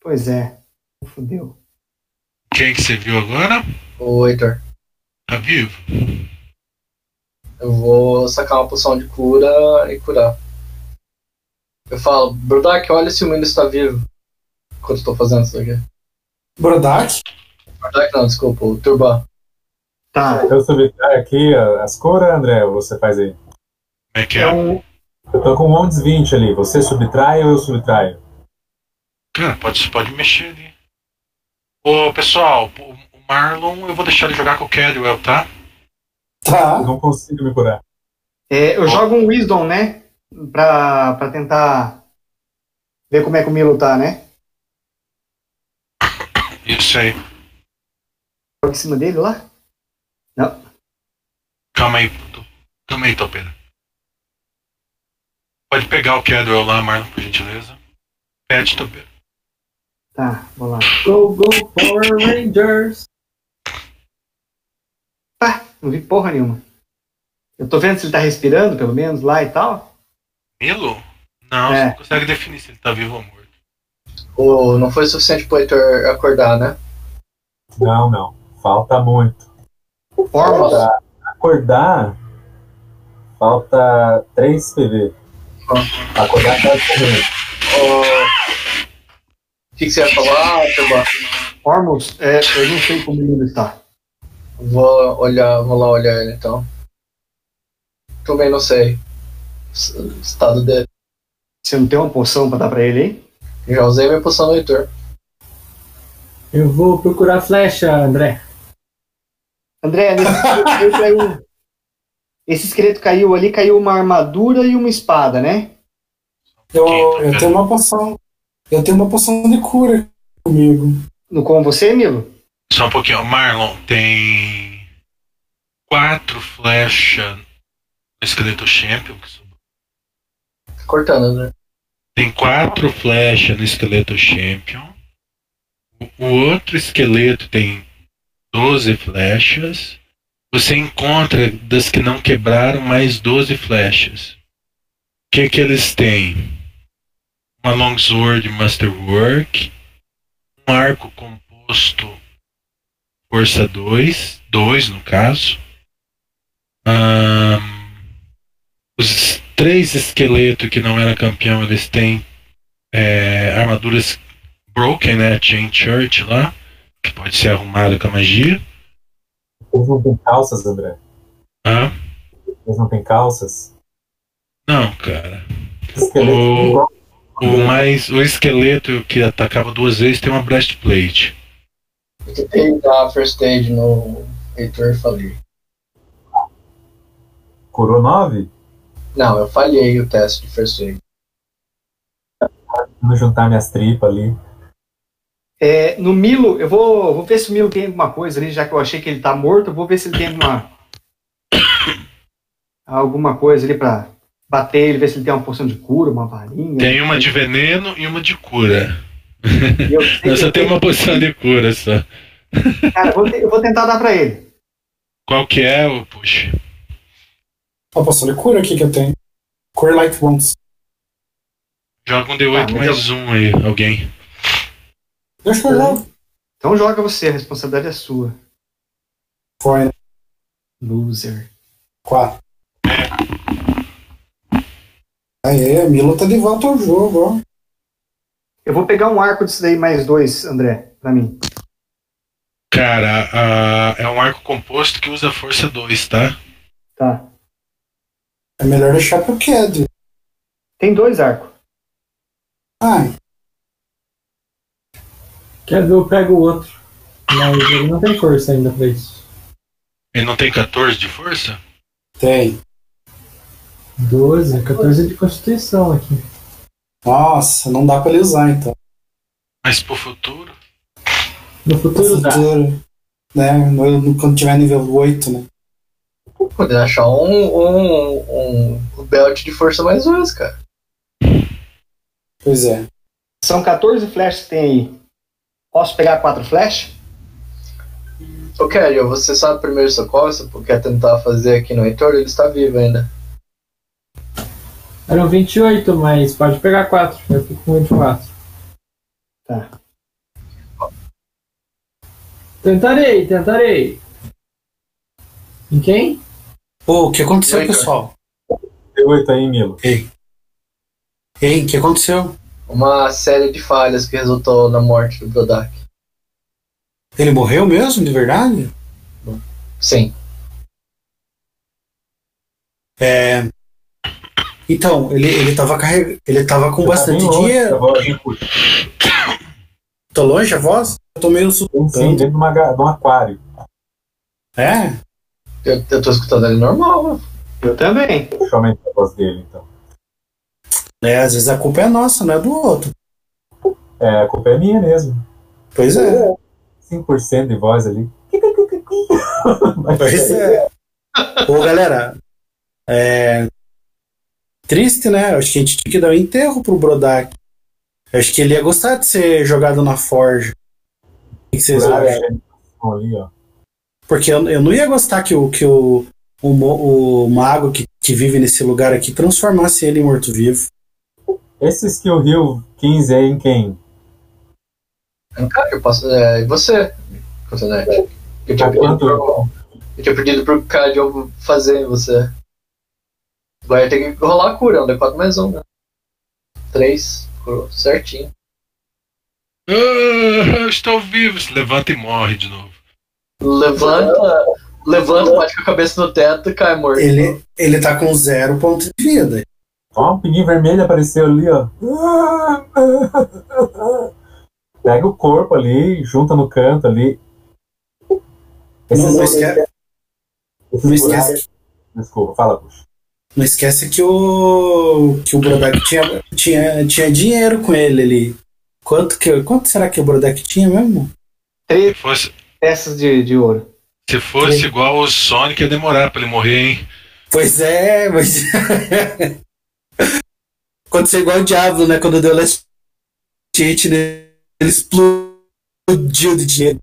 Speaker 8: Pois é. Fudeu.
Speaker 1: Quem que você viu agora?
Speaker 3: O Heitor.
Speaker 1: Tá vivo?
Speaker 3: Eu vou sacar uma poção de cura e curar. Eu falo, Brodak, olha se o menino está vivo. Enquanto eu tô fazendo isso aqui.
Speaker 5: Brodak?
Speaker 3: Brodak não, desculpa, o Turban.
Speaker 8: Tá.
Speaker 6: Eu subtraio aqui ó, as cores, André, ou você faz aí?
Speaker 1: Como é que é?
Speaker 8: um- Então,
Speaker 6: Eu tô com 11 desvinte ali. Você subtrai ou eu subtraio?
Speaker 1: Cara, pode, pode mexer ali. Ô, pessoal, o o Marlon, eu vou deixar ele jogar com o Cadwell, tá?
Speaker 5: Tá.
Speaker 6: Não consigo me curar.
Speaker 8: É, eu jogo um Wisdom, né? Pra, pra tentar ver como é que o Milo tá, né?
Speaker 1: Isso aí.
Speaker 8: Jogo em cima dele lá?
Speaker 1: Calma aí, puto. Calma aí, Topeira. Pode pegar o Cadwell lá, Marlon, por gentileza. Pede, Topeira.
Speaker 8: Tá, vou lá.
Speaker 11: Go, go, Power Rangers.
Speaker 8: Pá, não vi porra nenhuma. Eu tô vendo se ele tá respirando, pelo menos, lá e tal.
Speaker 1: Milo? Não,
Speaker 8: É.
Speaker 1: você não consegue definir se ele tá vivo ou morto.
Speaker 3: Oh, não foi suficiente pro Heitor acordar, né?
Speaker 6: Não, não. Falta muito.
Speaker 8: Ormus,
Speaker 6: Pra acordar, falta 3 PV. Pra acordar, tá correndo.
Speaker 3: O que, que você ia falar, Turban?
Speaker 8: Ormus, é, eu não sei como o Milo tá.
Speaker 3: Vou olhar, vou lá olhar ele então. Também não sei. S- Estado dele.
Speaker 8: Você não tem uma poção pra dar pra ele aí?
Speaker 3: Já usei minha poção no Heitor.
Speaker 11: Eu vou procurar flecha, André.
Speaker 8: André, nesse esqueleto aí caiu- um. Esse esqueleto caiu ali, caiu uma armadura e uma espada, né?
Speaker 5: Eu, eu tenho uma poção. Eu tenho uma poção de cura comigo.
Speaker 8: No com você, Milo?
Speaker 1: Só um pouquinho. Marlon tem quatro flechas no esqueleto champion. que sobrou.
Speaker 3: Cortando, né?
Speaker 1: Tem quatro flechas no esqueleto champion. O outro esqueleto tem 12 flechas. Você encontra das que não quebraram mais 12 flechas. O que, que eles têm? Uma longsword masterwork, um arco composto força 2, 2 no caso. Ahn, os três esqueletos que não era campeão, eles têm é, armaduras broken, né? Chain Church lá, que pode ser arrumada com a magia.
Speaker 6: Eles não têm calças, André.
Speaker 1: Hã?
Speaker 6: Eles não têm calças.
Speaker 1: Não, cara.
Speaker 8: É,
Speaker 6: Esqueleto
Speaker 1: O,
Speaker 6: igual-
Speaker 1: o, mais, o esqueleto que atacava duas vezes tem uma breastplate.
Speaker 3: Eu tentei dar first aid no Heitor e falei.
Speaker 6: Curou 9?
Speaker 3: Não, eu falhei o teste de first aid.
Speaker 6: Vou juntar minhas tripas ali.
Speaker 8: É, no Milo, eu vou, vou ver se o Milo tem alguma coisa ali, já que eu achei que ele tá morto, eu vou ver se ele tem alguma. alguma coisa ali pra bater ele, ver se ele tem uma porção de cura, uma varinha.
Speaker 1: Tem uma de veneno e uma de cura.
Speaker 8: Eu,
Speaker 1: Eu só tenho uma poção de cura só.
Speaker 8: Cara, eu vou, te- eu vou tentar dar pra ele.
Speaker 1: Qual que é o push?
Speaker 5: Ó, posso ler cura aqui que eu tenho? Cure Light Wounds.
Speaker 1: Joga um D8
Speaker 8: Ah, mas
Speaker 1: mais um aí, alguém.
Speaker 5: Deixa eu olhar.
Speaker 8: Então joga você, a responsabilidade é sua.
Speaker 5: Foi. né?
Speaker 8: Loser.
Speaker 5: Quatro. Aê, Milo tá de volta ao jogo, ó.
Speaker 8: Eu vou pegar um arco disso daí mais dois, André, pra mim.
Speaker 1: Cara, a- é um arco composto que usa força 2, tá?
Speaker 8: Tá.
Speaker 5: É melhor deixar pro Ked.
Speaker 8: Tem dois arcos.
Speaker 5: Ai,
Speaker 11: Quer ver, eu pego o outro. Mas ele não tem força ainda pra isso.
Speaker 1: Ele não tem 14 de força?
Speaker 5: tem.
Speaker 11: 12, 14 de constituição aqui.
Speaker 5: Nossa, não dá pra ele usar então.
Speaker 1: Mas pro futuro.
Speaker 11: No futuro dá.
Speaker 5: Futuro. Né? no- no- quando tiver nível 8, né?
Speaker 3: Poder achar um, um, um, um belt de força mais dois, cara.
Speaker 5: Pois é.
Speaker 8: São 14 flechas que tem aí. Posso pegar quatro flechas?
Speaker 3: Ô Kelly, você sabe primeiro socorro, se você quer é tentar fazer aqui no Heitor, ele está vivo ainda.
Speaker 11: Eram 28, mas pode pegar 4. Eu fico com 24.
Speaker 8: Tá.
Speaker 11: Tentarei, tentarei. Em quem?
Speaker 5: Pô, o que aconteceu,
Speaker 3: Oi, cara.
Speaker 5: pessoal?
Speaker 6: D8 aí, Milo.
Speaker 5: Ei. Ei, o que aconteceu?
Speaker 3: Uma série de falhas que resultou na morte do Brodak.
Speaker 5: Ele morreu mesmo, de verdade?
Speaker 3: Sim.
Speaker 5: É. Então, ele, ele tava carreg... ele tava com bastante
Speaker 6: Tá bem longe da
Speaker 5: dinheiro.
Speaker 6: voz, hein, puxa?
Speaker 5: Tô longe a voz? Eu tô meio
Speaker 6: Tem sim,
Speaker 5: sufocando.
Speaker 6: dentro de, uma, ga- de um aquário.
Speaker 5: É?
Speaker 3: Eu, eu tô escutando ele normal, mano.
Speaker 8: Eu também.
Speaker 6: Deixa eu aumentar a voz dele, então.
Speaker 5: É, às vezes a culpa é nossa, não é do outro.
Speaker 6: É, a culpa é minha mesmo.
Speaker 5: Pois é.
Speaker 6: 5% de voz ali.
Speaker 5: Pois é. Ô, galera, é. Triste, né? Acho que a gente tinha que dar um enterro pro Brodak. Acho que ele ia gostar de ser jogado na forja. O que que vocês
Speaker 6: Claro,
Speaker 5: acham?
Speaker 6: gente, ali, ó.
Speaker 5: Porque eu, eu não ia gostar que o, que o, o, mo- o mago que, que vive nesse lugar aqui transformasse ele em morto-vivo.
Speaker 6: Esse Skill Hill 15 aí é em quem?
Speaker 3: Cara, eu posso. É, e você, Cotonete? Eu tinha
Speaker 6: Tá
Speaker 3: pedido
Speaker 6: quanto?
Speaker 3: pro. Eu tinha pedido pro Cadio fazer em você. Vai ter que rolar a cura, é um D4 mais um, né? 3, certinho.
Speaker 1: Ah, eu estou vivo. Se levanta e morre de novo.
Speaker 3: Levanta, levanta, bate com a cabeça no teto e cai morto.
Speaker 5: Ele, ele tá com zero ponto de vida.
Speaker 6: Ó, um pinguim vermelho apareceu ali, ó. Pega o corpo ali, junta no canto ali.
Speaker 5: Não,
Speaker 6: Esses-
Speaker 5: não esquece,
Speaker 6: esses
Speaker 5: não
Speaker 6: buracos-
Speaker 5: esquece,
Speaker 6: Desculpa, fala, puxa.
Speaker 5: não esquece que o que o Brodak tinha, tinha, tinha dinheiro com ele ali. Quanto, que, quanto será que o Brodak tinha mesmo?
Speaker 1: Se
Speaker 8: Três
Speaker 1: fosse,
Speaker 8: peças de, de ouro.
Speaker 1: se fosse igual o Sonic,
Speaker 5: é, *laughs*
Speaker 1: ia demorar pra ele morrer, hein?
Speaker 5: Pois é, mas. aconteceu igual o Diablo, né? Quando deu Last Hit, né? ele explodiu de dinheiro.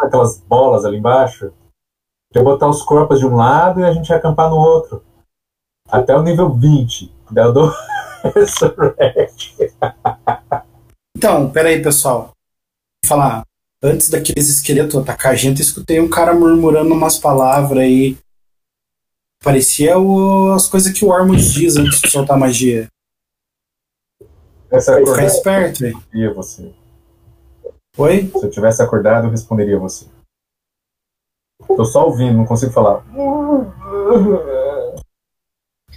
Speaker 6: Aquelas bolas ali embaixo. Eu botar os corpos de um lado e a gente ia acampar no outro. Até o nível 20. Daí eu *laughs* dou resurrect.
Speaker 5: Então, peraí, pessoal. Vou falar. Antes daqueles esqueletos atacar a gente, eu escutei um cara murmurando umas palavras aí. Parecia o- as coisas que o Ormond diz antes de soltar magia.
Speaker 6: Essa é
Speaker 5: Fica esperto, velho.
Speaker 6: responderia você.
Speaker 5: Oi?
Speaker 6: Se eu tivesse acordado, eu responderia você. Tô só ouvindo, não consigo falar.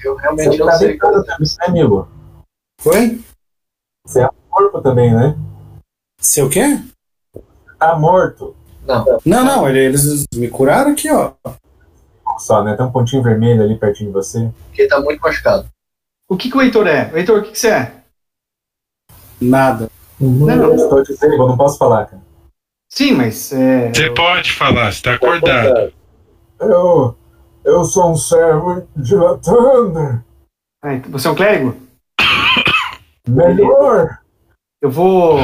Speaker 3: Eu realmente
Speaker 6: tá
Speaker 3: não sei.
Speaker 6: Isso é amigo.
Speaker 5: Oi?
Speaker 6: Você é corpo também, né?
Speaker 5: Você o quê?
Speaker 6: Tá morto.
Speaker 3: Não.
Speaker 5: Não, não, ele- eles me curaram aqui, ó.
Speaker 6: Só, né? Tem um pontinho vermelho ali pertinho de você.
Speaker 3: Porque tá muito machucado.
Speaker 8: O que, que o Heitor é? O Heitor, o que, que você é?
Speaker 5: Nada.
Speaker 8: Não, não, não.
Speaker 6: Estou dizendo, eu não posso falar, cara.
Speaker 8: Sim, mas. É...
Speaker 1: Você pode falar, você tá acordado.
Speaker 6: Eu. Eu sou um servo de Latander.
Speaker 8: Ah, então você é um clérigo?
Speaker 6: Melhor!
Speaker 1: *laughs*
Speaker 8: Eu vou.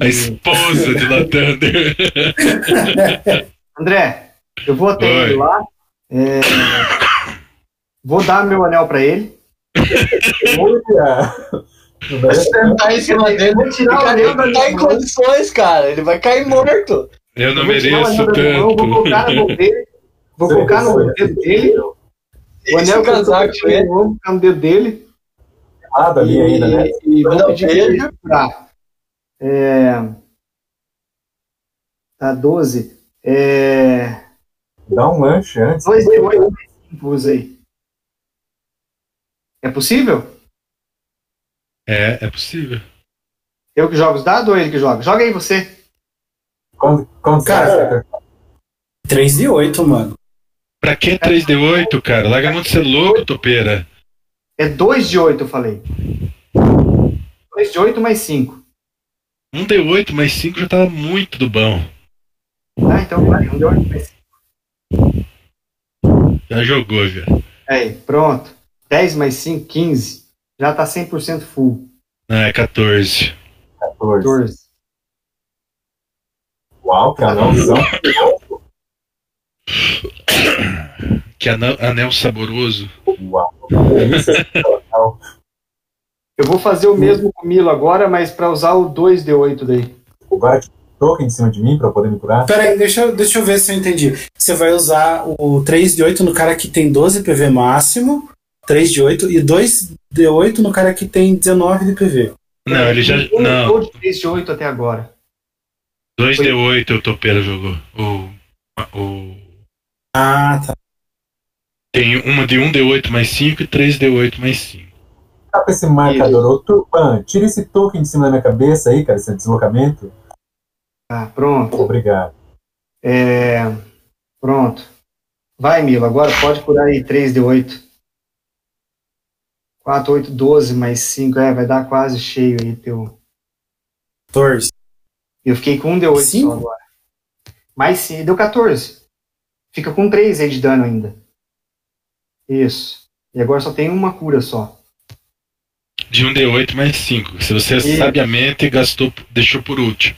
Speaker 1: A esposa de Latander.
Speaker 8: *laughs* André, eu vou até
Speaker 1: Oi.
Speaker 8: ele lá. é, Vou dar meu anel pra ele.
Speaker 6: Olha! tá
Speaker 3: Sentar tá em cima dele,
Speaker 8: Vou tirar o
Speaker 3: cara,
Speaker 8: anel
Speaker 3: ele
Speaker 8: da
Speaker 3: não tá em
Speaker 8: minha mão.
Speaker 3: condições, cara. Ele vai cair morto.
Speaker 1: Eu não
Speaker 8: Vou tirar o
Speaker 1: mereço
Speaker 8: anel da minha mão, Vou colocar
Speaker 1: *laughs*
Speaker 8: na mão
Speaker 1: tanto.
Speaker 8: dele. Vou
Speaker 6: Sim,
Speaker 8: colocar
Speaker 6: sim.
Speaker 8: no dedo dele. O
Speaker 3: Esse
Speaker 8: anel que eu tô
Speaker 3: casaco
Speaker 8: tirando,
Speaker 4: né?
Speaker 3: é.
Speaker 8: eu vou colocar no dedo dele.
Speaker 6: Nada ali ainda, né?
Speaker 8: E
Speaker 3: Vou
Speaker 8: vou
Speaker 3: dar um
Speaker 8: pedir pra ele
Speaker 3: beijo.
Speaker 8: curar. É... Tá 12. É...
Speaker 6: Dá um lanche antes.
Speaker 8: 2 de 8 mais 5, usei. É possível?
Speaker 1: É, é possível.
Speaker 8: Eu que jogo os dados ou ele que joga? Joga aí você.
Speaker 6: Quando, quando
Speaker 5: Cara. 3 e 8, mano.
Speaker 1: Pra que 3D8, cara? Larga a mão de ser louco, topeira.
Speaker 8: É 2 de 8, eu falei. 2 de 8 mais 5.
Speaker 1: 1D8 mais 5 já tá muito do bom.
Speaker 8: Tá, então vai. 1 de 8 mais 5.
Speaker 1: Já jogou, já.
Speaker 8: É Aí, pronto. 10 mais 5, 15. Já tá 100% full.
Speaker 1: Ah, é 14.
Speaker 6: 14.
Speaker 8: 14.
Speaker 6: Uau, que anãozão.
Speaker 1: Que anel, anel saboroso.
Speaker 6: Uau. Legal.
Speaker 8: Eu vou fazer o mesmo com o Milo agora, mas pra usar o 2D8 daí.
Speaker 6: Agora tinha um token em cima de mim pra eu poder me curar.
Speaker 5: Pera aí, deixa, eu- deixa eu ver se eu entendi. Você vai usar o 3 de 8 no cara que tem 12 PV máximo, 3 de 8, e 2 de 8 no cara que tem 19 de PV.
Speaker 1: Não, ele já.
Speaker 8: Eu
Speaker 1: Não,
Speaker 8: tô Um de 3 de 8 até agora.
Speaker 1: 2D8 o topeira jogou. O. o
Speaker 5: Ah, tá.
Speaker 1: tem uma de 1D8 mais 5 e 3D8 mais 5.
Speaker 6: Tá com esse marcador, ô Turpan, tira esse token de cima da minha cabeça aí, cara, esse deslocamento.
Speaker 8: Tá, pronto.
Speaker 6: Obrigado.
Speaker 8: É... Pronto. Vai, Milo, agora pode curar aí 3D8. 4, 8, 12 mais 5. É, vai dar quase cheio aí teu.
Speaker 5: 14.
Speaker 8: Eu fiquei com 1D8
Speaker 5: Cinco?
Speaker 8: só agora. Mais 5, deu 14. Fica com 3 aí de dano ainda. Isso. E agora só tem uma cura só.
Speaker 1: De 1D8 mais 5. Se você é
Speaker 8: Isso.
Speaker 1: sabiamente gastou, deixou por último.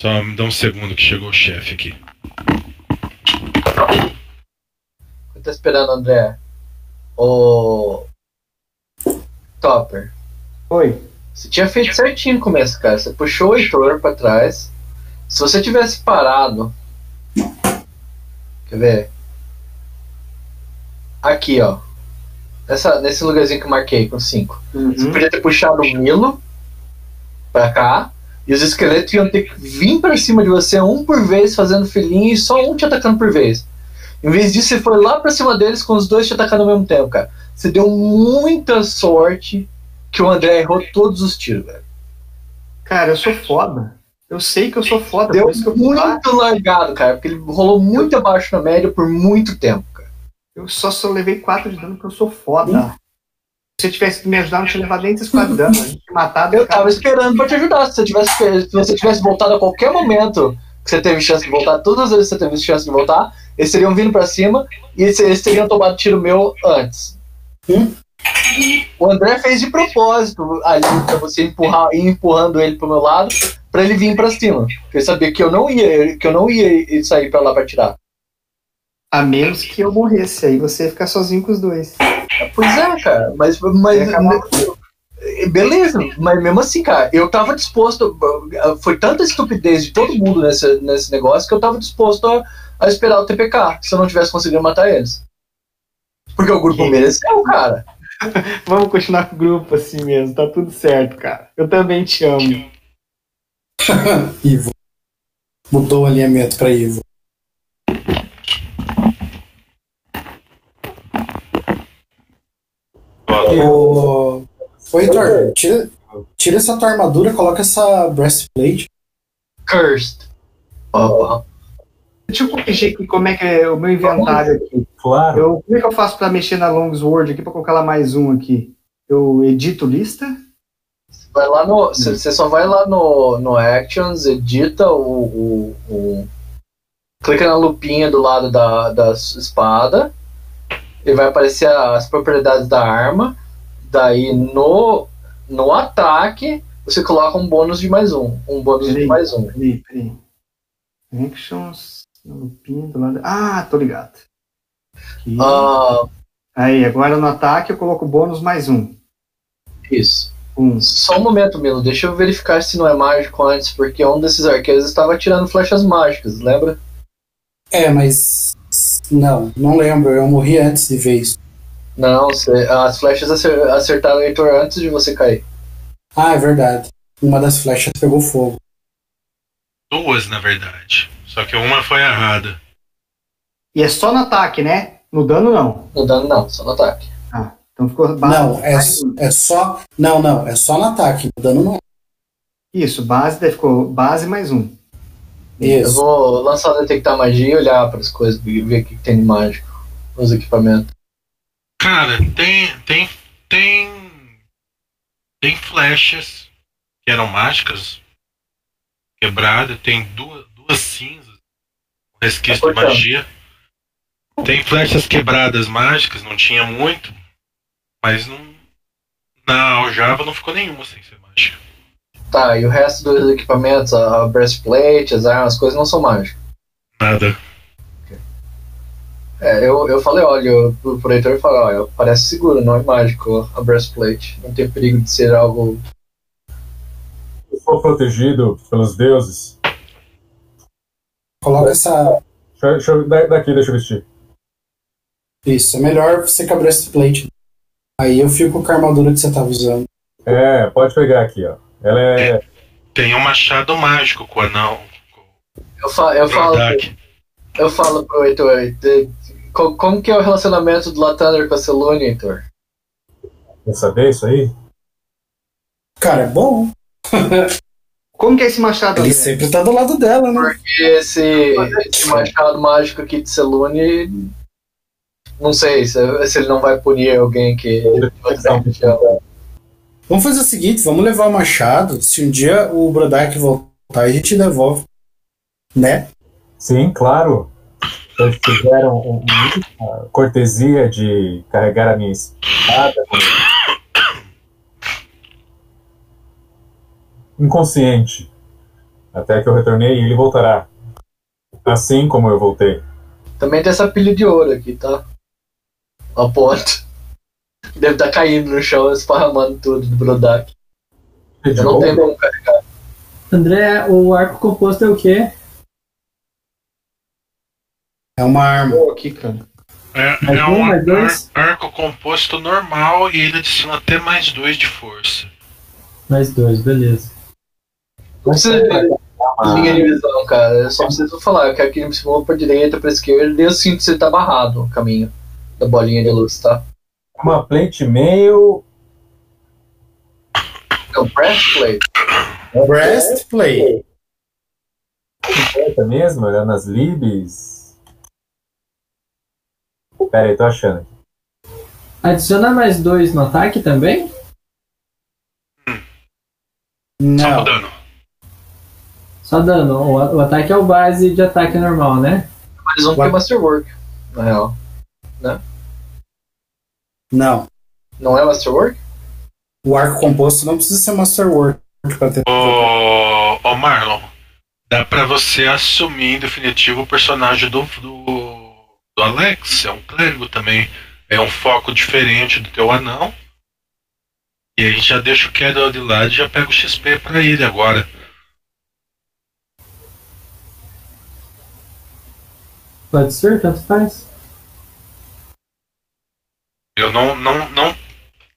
Speaker 1: Só me dá um segundo que chegou o chefe aqui.
Speaker 3: Eu tô esperando, André. Ô. Topper.
Speaker 8: Oi.
Speaker 3: Você tinha feito certinho no começo, cara. Você puxou o Heitor pra trás. Se você tivesse parado. Quer ver? Aqui, ó. Nessa, nesse lugarzinho que eu marquei com 5. Você
Speaker 8: Uhum.
Speaker 3: podia ter puxado o Milo pra cá. E os esqueletos iam ter que vir pra cima de você um por vez, fazendo filhinho, e só um te atacando por vez. Em vez disso, você foi lá pra cima deles com os dois te atacando ao mesmo tempo, cara. Você deu muita sorte que o André errou todos os tiros, velho.
Speaker 8: Cara, eu sou foda. Eu sei que eu sou foda.
Speaker 3: Deu
Speaker 8: por isso que eu vou lá.
Speaker 3: muito largado, cara, porque ele rolou muito abaixo na média por muito tempo, cara.
Speaker 8: Eu só, só levei 4 de dano porque eu sou foda. Se você tivesse que me ajudar, eu não tinha levado nem esses 4 de dano. A gente tinha matado.
Speaker 3: Eu tava esperando pra te ajudar. Se, você tivesse, se você tivesse voltado a qualquer momento que você teve chance de voltar, todas as vezes que você teve chance de voltar, Eles teriam vindo pra cima e eles, eles teriam tomado tiro meu antes. Hum? O André fez de propósito ali pra você empurrar, ir empurrando ele pro meu lado pra ele vir pra cima. Porque ele sabia que eu não ia, que eu não ia sair pra lá pra tirar.
Speaker 8: A menos que eu morresse, aí você ia ficar sozinho com os dois.
Speaker 3: Pois é, cara, mas, mas beleza, mas mesmo assim, cara, eu tava disposto. Foi tanta estupidez de todo mundo nesse, nesse negócio que eu tava disposto a, a esperar o TPK se eu não tivesse conseguido matar eles. Porque o grupo mereceu, cara.
Speaker 8: Vamos continuar com o grupo assim mesmo, tá tudo certo, cara. Eu também te amo.
Speaker 5: Ivo. Mudou o alinhamento pra Ivo. O... Ô, Heitor, tira, tira essa tua armadura, coloca essa breastplate.
Speaker 3: Cursed. Ó,
Speaker 8: Deixa eu corrigir aqui como é que é o meu inventário aqui.
Speaker 6: Claro.
Speaker 8: Eu, como é que eu faço pra mexer na Longsword aqui, pra colocar lá mais um aqui? Eu edito lista?
Speaker 3: Vai lá no. Você só vai lá no, no Actions, edita o, o, o- Clica na lupinha do lado da, da espada. E vai aparecer as propriedades da arma. Daí no, no ataque, você coloca um bônus de mais um. Um bônus de mais um.
Speaker 8: Peraí, peraí. Actions. na lupinha do lado- Ah, tô ligado. Aqui.
Speaker 3: Ah,
Speaker 8: Aí, agora no ataque eu coloco bônus mais um.
Speaker 3: Isso.
Speaker 8: Um.
Speaker 3: Só um momento, Milo. Deixa eu verificar se não é mágico antes, porque um desses arqueiros estava tirando flechas mágicas, lembra?
Speaker 5: É, mas. Não, não lembro. Eu morri antes de ver isso.
Speaker 3: Não, cê- as flechas acer- acertaram o Heitor antes de você cair.
Speaker 5: Ah, é verdade. Uma das flechas pegou fogo.
Speaker 1: Duas, na verdade. Só que uma foi errada.
Speaker 8: E é só no ataque, né? No dano não.
Speaker 3: No dano não, só no ataque.
Speaker 8: Ah, então ficou base.
Speaker 5: Não, é, é só. Não, não. É só no ataque. O dano não é.
Speaker 8: Isso, base, daí ficou base mais um.
Speaker 3: Eu vou lançar o detectar magia e olhar para as coisas, ver o que tem de mágico nos equipamentos.
Speaker 1: Cara, tem. tem. tem. tem flechas que eram mágicas quebradas, tem duas, duas cinzas, um resquício
Speaker 4: Tá
Speaker 1: de magia. Tem flechas quebradas mágicas, não tinha muito, mas não. Na aljava não ficou nenhuma sem ser mágica.
Speaker 3: Tá, e o resto dos equipamentos, a a breastplate, as armas, as coisas não são mágicas.
Speaker 1: Nada.
Speaker 3: É, eu, eu falei, olha, eu- pro, pro Heitor eu falei, olha, parece seguro, não é mágico a breastplate. Não tem perigo de ser algo.
Speaker 6: Eu sou protegido pelos deuses.
Speaker 5: Coloca essa.
Speaker 6: Deixa, eu- deixa eu- da- daqui, deixa eu vestir.
Speaker 5: Isso. É melhor você com a breastplate. Aí eu fico com a armadura que você tava usando.
Speaker 6: É, pode pegar aqui, ó. Ela é.
Speaker 1: Tem um machado mágico com o anão.
Speaker 3: Eu, fa eu falo.
Speaker 1: Dark.
Speaker 3: Eu falo pro Heitor, de- co- como que é o relacionamento do Latander com a Celone, Heitor?
Speaker 6: Quer saber isso aí?
Speaker 5: Cara, é bom.
Speaker 8: Como que é esse machado?
Speaker 5: Ele sempre tá do lado dela, né?
Speaker 3: Porque esse, esse machado mágico aqui de Celone, não sei se, se ele não vai punir alguém que...
Speaker 6: tá um
Speaker 3: é.
Speaker 5: Vamos fazer o seguinte, vamos levar o machado. Se um dia o Brodak voltar, a gente devolve. Né?
Speaker 6: Sim, claro. Eles tiveram um- um- a cortesia de carregar a minha espada. Inconsciente. Até que eu retornei e ele voltará. Assim como eu voltei.
Speaker 3: Também tem essa pilha de ouro aqui, tá? A ponto. Deve estar caindo no chão, esparramando tudo do Brodak. Eu não tenho como carregar.
Speaker 4: André, o arco composto é o quê?
Speaker 5: É uma arma.
Speaker 8: aqui, cara.
Speaker 1: É,
Speaker 4: Mais
Speaker 1: é
Speaker 4: um,
Speaker 1: um
Speaker 4: mais dois?
Speaker 1: ar- arco composto normal e ele adiciona até mais dois de força.
Speaker 4: Mais dois, beleza.
Speaker 3: Não precisa de linha de visão, cara. Eu só preciso falar. Eu quero que ele se mova pra direita, pra esquerda. E eu sinto que você tá barrado o caminho da bolinha de luz, tá?
Speaker 6: Uma plate meio.
Speaker 3: É o breastplate.
Speaker 5: Breastplate.
Speaker 6: Essa mesmo, era nas libs. Pera aí, tô achando.
Speaker 4: Adiciona mais dois no ataque também?
Speaker 1: Só
Speaker 5: Não.
Speaker 1: o dano.
Speaker 4: Só dano. O, o ataque é o base de ataque normal, né?
Speaker 3: mais um que é Masterwork, na real. Né?
Speaker 5: Não.
Speaker 3: Não é Masterwork?
Speaker 5: O arco composto não precisa ser Masterwork pra ter.
Speaker 1: Ô, ô Marlon, dá pra você assumir em definitivo o personagem do, do, do Alex, é um clérigo também. É um foco diferente do teu anão. E a gente já deixa o Kedel de lado e já pega o XP pra ele agora.
Speaker 4: Pode ser, tanto faz.
Speaker 1: Eu não, não, não.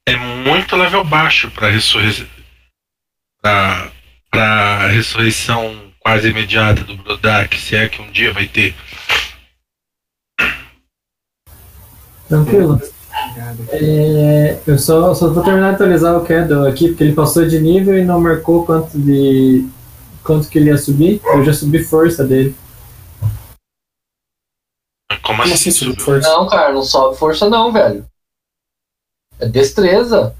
Speaker 1: É muito level baixo pra, ressurrei... pra, pra ressurreição quase imediata do Brodak, se é que um dia vai ter.
Speaker 4: Tranquilo. É, eu só, só vou terminar de atualizar o Kedel aqui, porque ele passou de nível e não marcou quanto de. quanto que ele ia subir. Eu já subi força dele.
Speaker 1: Como assim? subiu?
Speaker 3: Não, cara, não sobe força não, velho. É destreza.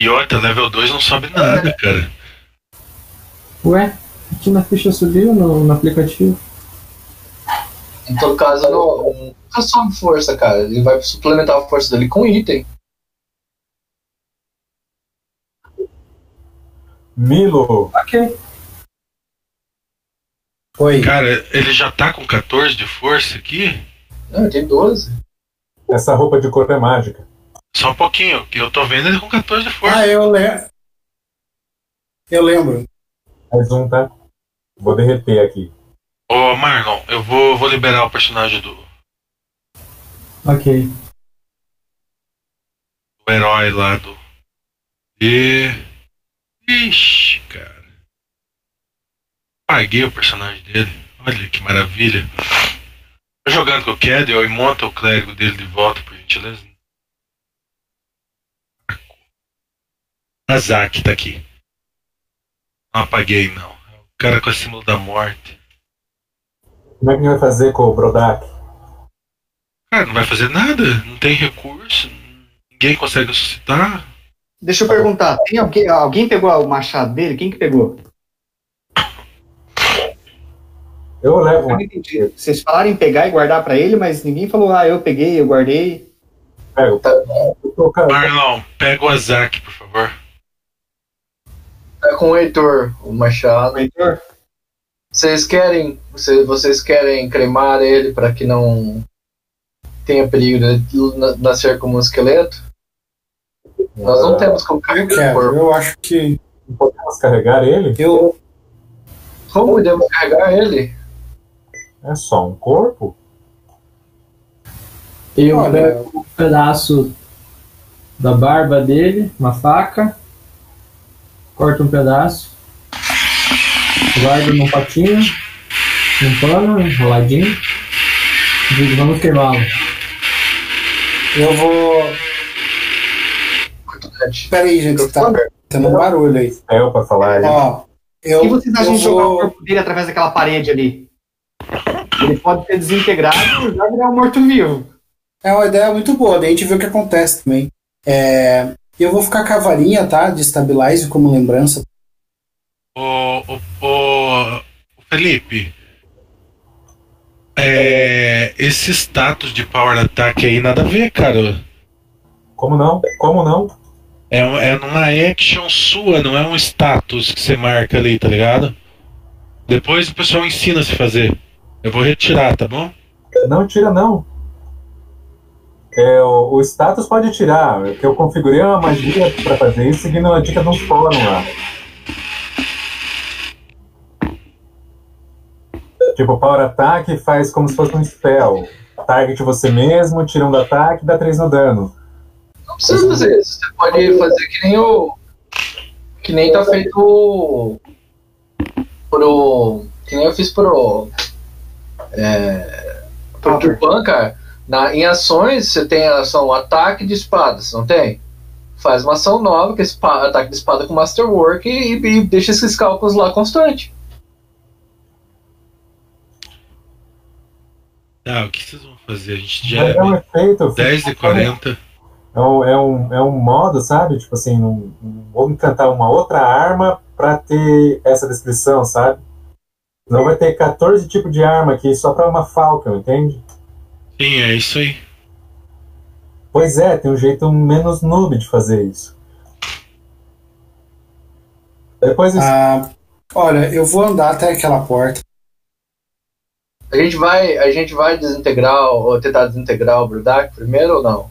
Speaker 1: E outra, level 2 não sobe nada, cara.
Speaker 4: Ué, aqui na ficha subiu no, no aplicativo.
Speaker 3: Em todo caso, não, nunca sobe força, cara. Ele vai suplementar a força dele com item.
Speaker 6: Milo,
Speaker 4: Ok.
Speaker 5: Oi.
Speaker 1: Cara, ele já tá com 14 de força aqui?
Speaker 3: Não, tem 12.
Speaker 6: essa roupa de corpo é mágica.
Speaker 1: Só um pouquinho, que eu tô vendo ele com 14 de força.
Speaker 5: Ah, eu lembro. Eu lembro.
Speaker 6: Mais um, tá? Vou derreter aqui.
Speaker 1: Ô Marlon, eu vou, vou liberar o personagem do, do
Speaker 4: Ok.
Speaker 1: herói lá do. E. Ixi, cara. Paguei o personagem dele. Olha que maravilha. Tô jogando com o Kedel e monta o clérigo dele de volta, por gentileza. Azak tá aqui. Não apaguei, não. É O cara com o símbolo da morte.
Speaker 6: Como é que a gente vai fazer com o Brodak?
Speaker 1: Cara, não vai fazer nada, não tem recurso, ninguém consegue ressuscitar.
Speaker 8: Deixa
Speaker 5: tá
Speaker 8: eu perguntar, tem alguém, alguém pegou o machado dele? Quem que pegou?
Speaker 6: Eu levo um
Speaker 8: Eu
Speaker 6: uma.
Speaker 8: não entendi. Vocês falaram em pegar e guardar pra ele, mas ninguém falou, ah, eu peguei, eu guardei.
Speaker 6: Pego. Eu tô, cara,
Speaker 1: Marlon, pega o Azak, por favor.
Speaker 3: Tá com o Heitor, o Machado.
Speaker 8: Heitor?
Speaker 3: Vocês querem. Vocês, vocês querem cremar ele pra que não tenha perigo de na- nascer como um esqueleto? Nós
Speaker 6: É,
Speaker 3: não temos como
Speaker 5: Eu
Speaker 3: carregar o
Speaker 5: quero.
Speaker 3: corpo.
Speaker 5: Eu acho que.
Speaker 6: não podemos um carregar ele?
Speaker 5: Eu.
Speaker 3: Como podemos carregar ele?
Speaker 6: É só um corpo?
Speaker 4: Eu
Speaker 5: Olha,
Speaker 4: pego um pedaço da barba dele, uma faca, corto um pedaço, guardo num potinho, num pano, enroladinho, e digo, vamos queimá-lo.
Speaker 5: eu vou. Peraí, gente, tá tendo um barulho aí.
Speaker 6: É eu pra falar. ele.
Speaker 5: Ó, eu.
Speaker 8: O que vocês acham
Speaker 5: eu
Speaker 8: de jogar o
Speaker 5: vou...
Speaker 8: corpo dele através daquela parede ali? Ele pode ser desintegrado e já virar um morto-vivo.
Speaker 5: É uma ideia muito boa, daí a gente vê o que acontece também. É, Eu vou ficar com a varinha, tá? De Stabilize como lembrança.
Speaker 1: Ô, ô, ô, ô, Felipe, é, esse status de power attack aí nada a ver, cara.
Speaker 6: Como não? Como não?
Speaker 1: É, um- é numa action sua, não é um status que você marca ali, tá ligado? Depois o pessoal ensina a se fazer. Eu vou retirar, tá bom?
Speaker 6: Não tira, não. É, o, o status pode tirar, que eu configurei uma magia pra fazer isso seguindo a dica de um fórum lá. Tipo, power attack faz como se fosse um spell. Target você mesmo, tira um do ataque e dá 3 no dano.
Speaker 3: Não precisa fazer é isso. Você pode fazer que nem o. Que nem tá feito o- pro. Que nem eu fiz pro. É, pro Turban, cara. Na, em ações, você tem a ação ataque de espadas, não tem? Faz uma ação nova, que é espa- ataque de espada com Masterwork e, e deixa esses cálculos lá constante.
Speaker 1: Tá, o que vocês vão fazer? A gente já
Speaker 6: Mas
Speaker 1: é
Speaker 6: é um efeito.
Speaker 1: 10 e 40.
Speaker 6: É um, é, um, é um modo, sabe? Tipo assim, um, um, vou encantar uma outra arma pra ter essa descrição, sabe? Senão vai ter 14 tipos de arma aqui só pra uma Falcon, entende?
Speaker 1: Sim, é isso aí.
Speaker 6: Pois é, tem um jeito menos noob de fazer isso. Depois eu-
Speaker 5: Ah, olha, eu vou andar até aquela porta.
Speaker 3: A gente vai, a gente vai desintegrar ou tentar desintegrar o Brudak primeiro ou não?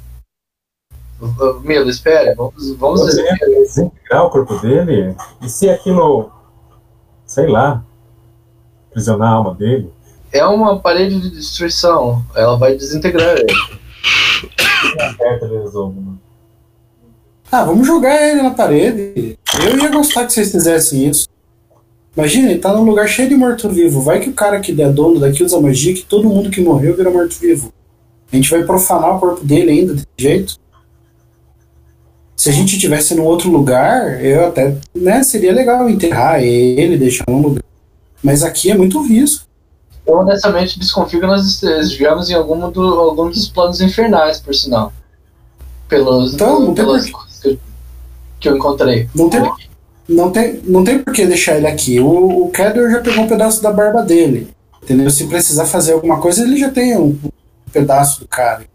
Speaker 3: V- v- Milo, espera, vamos, vamos
Speaker 6: Você
Speaker 3: desintegrar.
Speaker 6: ia desintegrar o corpo dele? E se aquilo, sei lá, aprisionar a alma dele?
Speaker 3: É uma parede de destruição, ela vai desintegrar ele.
Speaker 6: Aperta ele resolve, né? mano.
Speaker 5: Ah, vamos jogar ele na parede. Eu ia gostar que vocês fizessem isso. Imagina, ele tá num lugar cheio de morto-vivo. Vai que o cara que é dono daqui usa magia, que todo mundo que morreu vira morto-vivo. A gente vai profanar o corpo dele ainda, desse jeito. Se a gente tivesse num outro lugar, eu até, né, seria legal enterrar ele, deixar num lugar. Mas aqui é muito risco.
Speaker 3: Eu Então, honestamente desconfio que nós estejamos em algum, do, algum dos planos infernais, por sinal. Pelos,
Speaker 5: Então, não tem
Speaker 3: pelas coisas que eu, que eu encontrei. *laughs*
Speaker 5: Não tem, não tem, não tem por que deixar ele aqui. O, o Kedor já pegou um pedaço da barba dele. Entendeu? Se precisar fazer alguma coisa, ele já tem um, um pedaço do cara.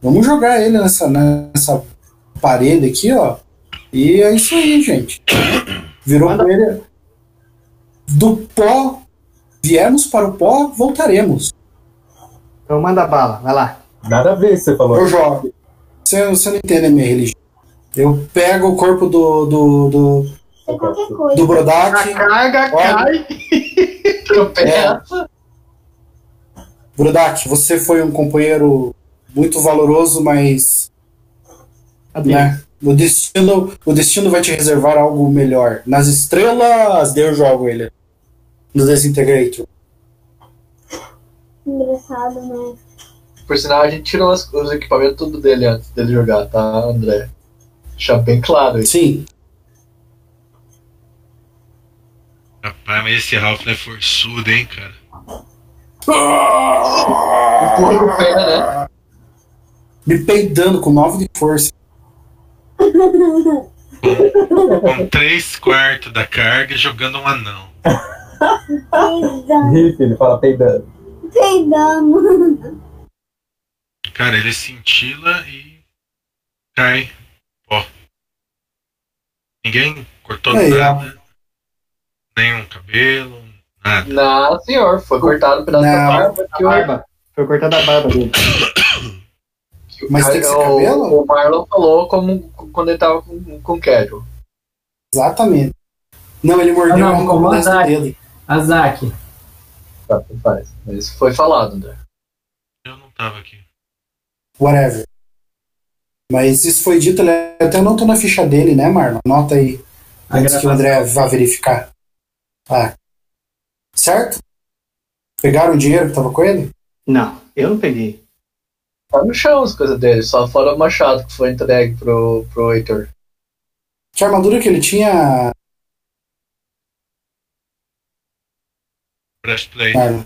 Speaker 5: Vamos jogar ele nessa, nessa parede aqui, ó. E é isso aí, gente. Virou poeira. Do pó, viemos para o pó, voltaremos.
Speaker 8: Então manda bala, vai lá.
Speaker 6: Nada a ver isso que você falou.
Speaker 5: Eu jogo. Você, você não entende a minha religião. Eu pego o corpo do, do, do,
Speaker 6: Tipo,
Speaker 5: do Brodak.
Speaker 8: Carga, cai.
Speaker 3: Tropeça.
Speaker 5: Brodak, você foi um companheiro muito valoroso, mas. Né, o, destino, o destino vai te reservar algo melhor. Nas estrelas, eu jogo ele. No Desintegrator.
Speaker 7: um
Speaker 10: Engraçado, né?
Speaker 5: É.
Speaker 3: Por sinal, a gente tirou as- os equipamentos tudo dele antes dele jogar, tá, André? Deixar bem claro isso.
Speaker 5: Sim.
Speaker 1: Rapaz, mas esse Ralph não é forçudo, hein, cara?
Speaker 3: né?
Speaker 5: Me peidando com 9 de força.
Speaker 1: Com 3 quartos da carga jogando um anão.
Speaker 7: *laughs*
Speaker 10: Peidando.
Speaker 6: Riff, ele fala peidando.
Speaker 10: Peidando.
Speaker 1: Cara, ele cintila e cai. Ó. Ninguém cortou
Speaker 5: Aí,
Speaker 1: nada. Nenhum cabelo, nada.
Speaker 3: Não, senhor, foi cortado um pedaço da
Speaker 5: Não.
Speaker 3: barba. Que o,
Speaker 8: Barba. Foi cortada a barba dele.
Speaker 3: que o
Speaker 5: Mas
Speaker 3: cara-
Speaker 5: tem que ser
Speaker 3: o-
Speaker 5: cabelo?
Speaker 3: O Marlon falou como quando ele tava com, com o Kedro.
Speaker 5: Exatamente. Não, ele mordeu
Speaker 11: não,
Speaker 5: e arrancou
Speaker 11: como
Speaker 5: o pedaço do
Speaker 11: Brodak.
Speaker 5: dedo.
Speaker 11: Azaki.
Speaker 3: Tá, tanto faz. Mas foi falado, André.
Speaker 1: Eu não tava aqui.
Speaker 5: Whatever. Mas isso foi dito, ele até anotou na ficha dele, né, Marlon? Anota aí.
Speaker 11: A
Speaker 5: Antes que o
Speaker 11: gravação.
Speaker 5: André vá verificar. Ah. Certo? Pegaram o dinheiro que tava com ele?
Speaker 8: Não, eu não peguei.
Speaker 3: Tá no chão as coisas dele, só fora o machado que foi entregue pro, pro Heitor.
Speaker 5: Que armadura que ele tinha,
Speaker 1: Breastplate.
Speaker 5: Marlon?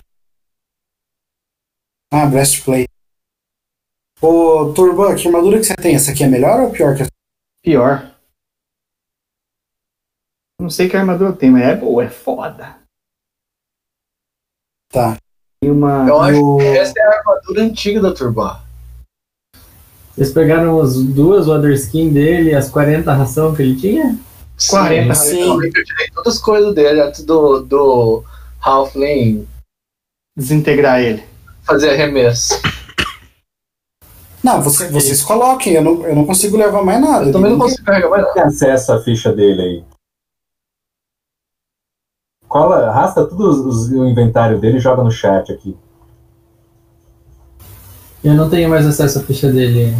Speaker 5: Ah, breastplate. Ô, Turban, que armadura que você tem? Essa aqui é melhor ou pior que a
Speaker 8: Pior. Não sei que armadura eu tenho, mas é boa, é foda.
Speaker 5: Tá.
Speaker 8: Tem uma.
Speaker 3: Eu acho
Speaker 5: o-
Speaker 3: que essa é a armadura antiga da Turba.
Speaker 11: Vocês pegaram as duas Other Skin dele, as 40 ração que ele tinha?
Speaker 8: 40,
Speaker 5: sim.
Speaker 3: Eu tirei todas as coisas dele antes do, do Halfling
Speaker 8: Desintegrar ele.
Speaker 3: fazer arremesso.
Speaker 5: Não, você- vocês coloquem, eu não, eu não consigo levar mais nada.
Speaker 3: Eu também não consigo carregar mais nada.
Speaker 6: Tem acesso à ficha dele aí. Cola, arrasta tudo os- os- o inventário dele e joga no chat aqui.
Speaker 11: Eu não tenho mais acesso à ficha dele.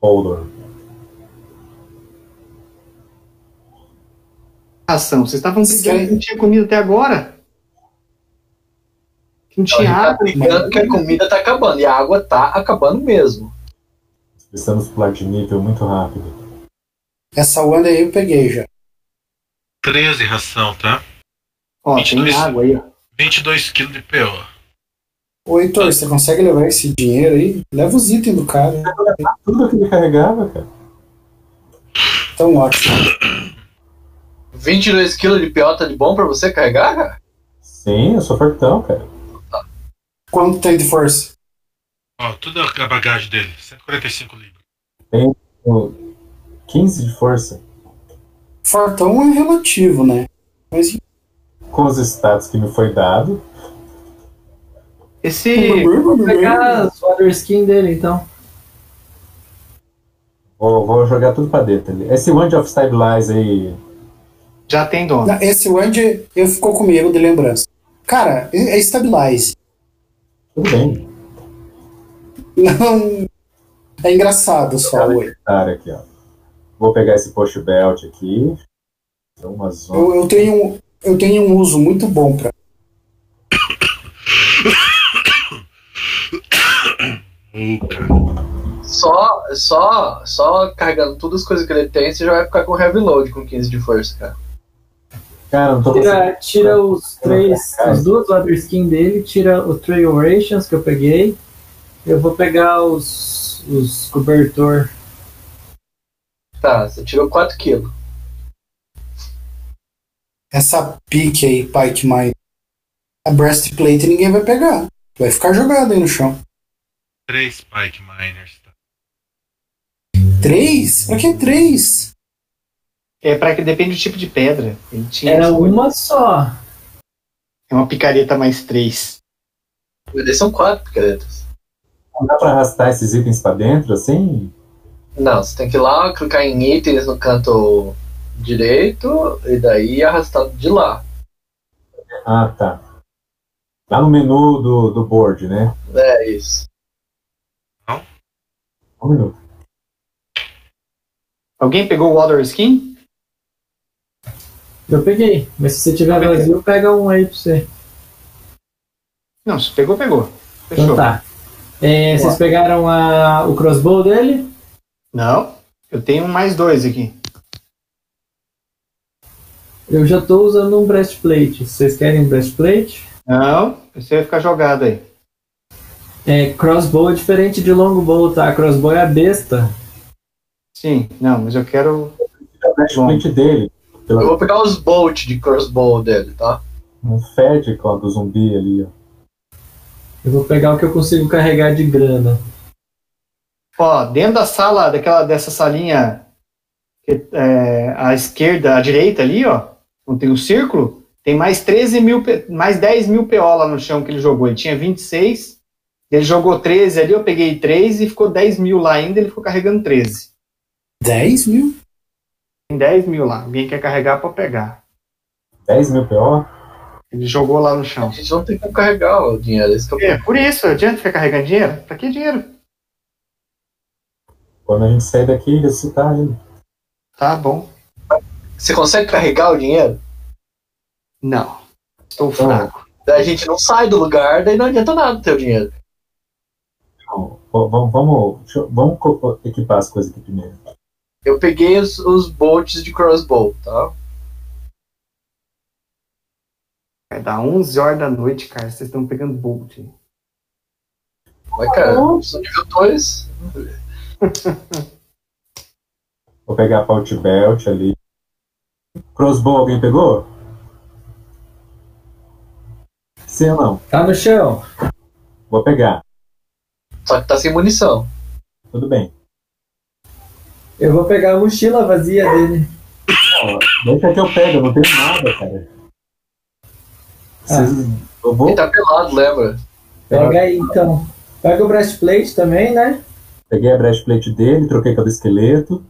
Speaker 6: Holder.
Speaker 8: Ração. Vocês estavam brigando
Speaker 5: Sim.
Speaker 8: que não tinha comida até agora? Que não tinha
Speaker 3: Tá
Speaker 8: água. né?
Speaker 3: brigando que a comida tá acabando. E a água tá acabando mesmo.
Speaker 6: Precisamos pular de nível muito rápido.
Speaker 5: Essa Wanda aí eu peguei já.
Speaker 1: 13 ração, tá?
Speaker 8: Ó, tem
Speaker 1: 22.
Speaker 8: água aí, ó.
Speaker 1: 22 kg de PO.
Speaker 5: Ô, Heitor, você consegue levar esse dinheiro aí? Leva os itens do cara.
Speaker 6: Tudo que ele carregava, cara.
Speaker 5: Então, ótimo.
Speaker 3: 22kg de piota de bom pra você carregar, cara?
Speaker 6: Sim, eu sou fortão, cara.
Speaker 5: Quanto tem de força?
Speaker 1: Ó, tudo é a bagagem dele, 145 libras.
Speaker 6: Tenho 15 de força.
Speaker 5: Fortão é relativo, né? Mas
Speaker 6: com os status que me foi dado.
Speaker 8: Esse.
Speaker 4: Vou pegar
Speaker 5: Uhum.
Speaker 4: a sua skin dele, então.
Speaker 6: Vou, vou jogar tudo pra dentro ali. Esse Wand of Stabilize aí.
Speaker 8: Já tem dono.
Speaker 5: Não, esse Wand eu ficou comigo de lembrança. Cara, é é Stabilize. *laughs*
Speaker 6: Tudo bem.
Speaker 5: Não. É engraçado só, oi.
Speaker 6: Cara, aqui, ó. Vou pegar esse Post Belt aqui. Tem uma zona.
Speaker 5: Eu, eu tenho, eu tenho um uso muito bom pra.
Speaker 3: Só, só, só carregando todas as coisas que ele tem, você já vai ficar com heavy load com 15 de força, cara.
Speaker 6: Cara, eu não tô
Speaker 4: Tira,
Speaker 6: conseguindo.
Speaker 4: tira os três, as duas Water Skin dele, tira o Trail Rations que eu peguei. Eu vou pegar os, os cobertor.
Speaker 3: Tá, você tirou 4 kg.
Speaker 5: Essa pique aí, Pike Mine. A breastplate ninguém vai pegar. Vai ficar jogado aí no chão.
Speaker 1: Três Pike Miners. tá?
Speaker 5: Três? Pra que três?
Speaker 8: É para que depende do tipo de pedra. Ele tinha
Speaker 4: Era
Speaker 8: essa-
Speaker 4: uma só.
Speaker 8: É uma picareta mais três.
Speaker 3: Mas é um aí são 4 picaretas.
Speaker 6: Não dá pra arrastar esses itens pra dentro assim?
Speaker 3: Não, você tem que ir lá, clicar em itens no canto direito e daí arrastar de lá.
Speaker 6: Ah, tá. Lá no menu do, do board, né?
Speaker 3: É isso.
Speaker 6: Um minuto.
Speaker 8: Alguém pegou o Water Skin?
Speaker 4: Eu peguei. Mas se você tiver
Speaker 8: Eu peguei.
Speaker 4: vazio, pega um aí pra você.
Speaker 8: Não, se pegou, pegou. Fechou.
Speaker 4: Então tá. É, vocês pegaram a, o crossbow dele?
Speaker 8: Não, eu tenho mais dois aqui.
Speaker 4: Eu já tô usando um breastplate. Vocês querem um breastplate?
Speaker 8: Não, você vai ficar jogado aí.
Speaker 4: É, crossbow é diferente de longbow, tá? Crossbow é a besta.
Speaker 8: Sim, não, mas eu quero.
Speaker 6: É o flashpoint dele.
Speaker 3: Eu vou pegar os bolt de crossbow dele, tá?
Speaker 6: Um fed ó, do zumbi ali, ó.
Speaker 4: Eu vou pegar o que eu consigo carregar de grana.
Speaker 8: Ó, dentro da sala, daquela, dessa salinha que, é, à esquerda, à direita ali, ó, onde tem um círculo, tem mais 13 mil, P- mais 10 mil PO lá no chão que ele jogou. Ele tinha 26, ele jogou 13 ali, eu peguei 3 e ficou 10 mil lá ainda, ele ficou carregando 13.
Speaker 5: Dez mil?
Speaker 8: Tem 10 mil lá, alguém quer carregar pra pegar.
Speaker 6: 10 mil PO?
Speaker 8: Ele jogou lá no
Speaker 3: A
Speaker 8: chão.
Speaker 3: gente não tem como carregar o dinheiro, é isso que eu
Speaker 8: É, por isso, adianta ficar carregando dinheiro? Pra que dinheiro?
Speaker 6: Quando a gente sair daqui, ele se tá ainda.
Speaker 8: Tá bom.
Speaker 3: Você consegue carregar o dinheiro?
Speaker 8: Não. Estou fraco.
Speaker 3: Daí a gente não sai do lugar, daí não adianta nada ter o dinheiro.
Speaker 6: Então, v- Vamos, vamos, deixa eu- vamos co- equipar as coisas aqui primeiro.
Speaker 3: Eu peguei os, os bolts de crossbow, tá?
Speaker 8: Vai dar 11 horas da noite, cara. Vocês estão pegando bolt.
Speaker 3: Mas, cara, são é um nível 2.
Speaker 6: Vou pegar a pouch belt ali. Crossbow, alguém pegou? Sim ou não?
Speaker 4: Tá no chão.
Speaker 6: Vou pegar.
Speaker 3: Só que tá sem munição.
Speaker 6: Tudo bem.
Speaker 4: Eu vou pegar a mochila vazia dele.
Speaker 6: Ó, Deixa que eu pego, eu não tenho nada, cara. Vocês- Eu vou
Speaker 3: Ele tá pelado, lembra?
Speaker 4: Pega aí então. Pega o breastplate também, né?
Speaker 6: Peguei a breastplate dele, troquei com a do esqueleto.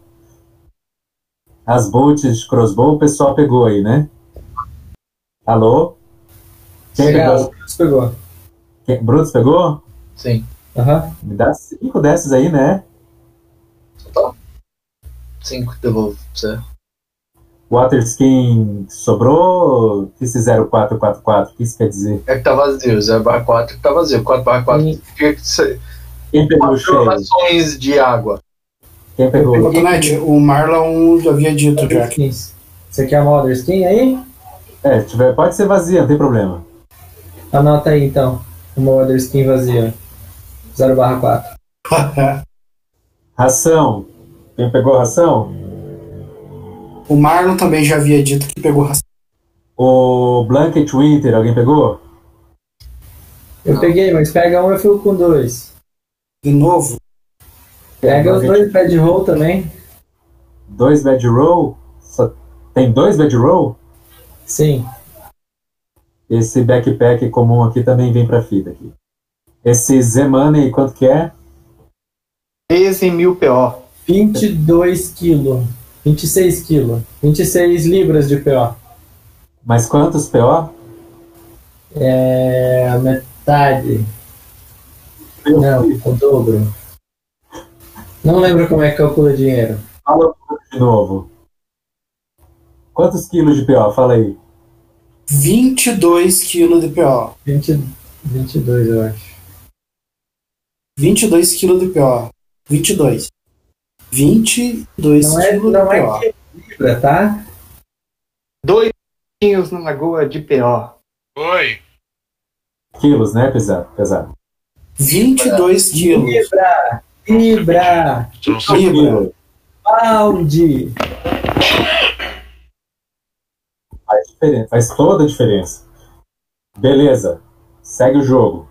Speaker 6: As bolts de crossbow o pessoal pegou aí, né? Alô? Quem
Speaker 4: Legal,
Speaker 6: pegou?
Speaker 4: você pegou.
Speaker 6: Quem, Brutus pegou?
Speaker 3: Sim.
Speaker 4: Aham.
Speaker 6: Me dá cinco dessas aí, né?
Speaker 3: 5 devolvo pra você.
Speaker 6: Water skin sobrou? O que fizeram 444? O que isso quer dizer?
Speaker 3: É que tá vazio, 0 barra 4 que tá vazio. 4 barra 4
Speaker 4: Sim.
Speaker 3: significa que você-
Speaker 6: Quem pegou o
Speaker 3: quatro
Speaker 6: cheiro?
Speaker 3: rações de água.
Speaker 6: Quem pegou?
Speaker 5: Cotonete, o Marlon já havia dito já. *laughs* que-
Speaker 4: Skins. Você quer uma outra skin aí?
Speaker 6: É, se tiver, pode ser vazia, não tem problema.
Speaker 4: Anota aí então. Uma outra skin vazia. 0 barra 4.
Speaker 6: Ração. Quem pegou a ração?
Speaker 5: o Marlon também já havia dito que pegou ração.
Speaker 6: O Blanket Winter, alguém pegou?
Speaker 11: Eu peguei, mas pega um, eu fico com dois.
Speaker 5: De novo?
Speaker 11: Pega os dois bad roll também.
Speaker 6: Dois bad roll? Só- Tem dois bad roll?
Speaker 11: Sim.
Speaker 6: Esse backpack comum aqui também vem pra fita aqui. Esse Z-Money, quanto que é?
Speaker 8: 13 mil PO.
Speaker 11: 22 quilos. 26 quilos. 26 libras de PO.
Speaker 6: Mas quantos PO?
Speaker 11: É. a metade. Não, o dobro. Não lembro como é que calcula dinheiro.
Speaker 6: Fala um de novo. Quantos quilos de PO? Fala aí.
Speaker 5: 22 quilos de PO.
Speaker 11: 20, 22, eu acho.
Speaker 5: 22 quilos de PO. 22. 22
Speaker 11: Não é-
Speaker 5: quilos
Speaker 11: não
Speaker 5: de
Speaker 11: é
Speaker 5: PO.
Speaker 11: Libra, tá?
Speaker 8: Dois quinhos na lagoa de PO.
Speaker 1: Oi.
Speaker 6: Quilos, né? Pesado. pesado.
Speaker 5: 22 quilos.
Speaker 11: Libra! Libra!
Speaker 5: Libra.
Speaker 11: Balde!
Speaker 6: Faz, diferença, faz toda a diferença. Beleza. Segue o jogo.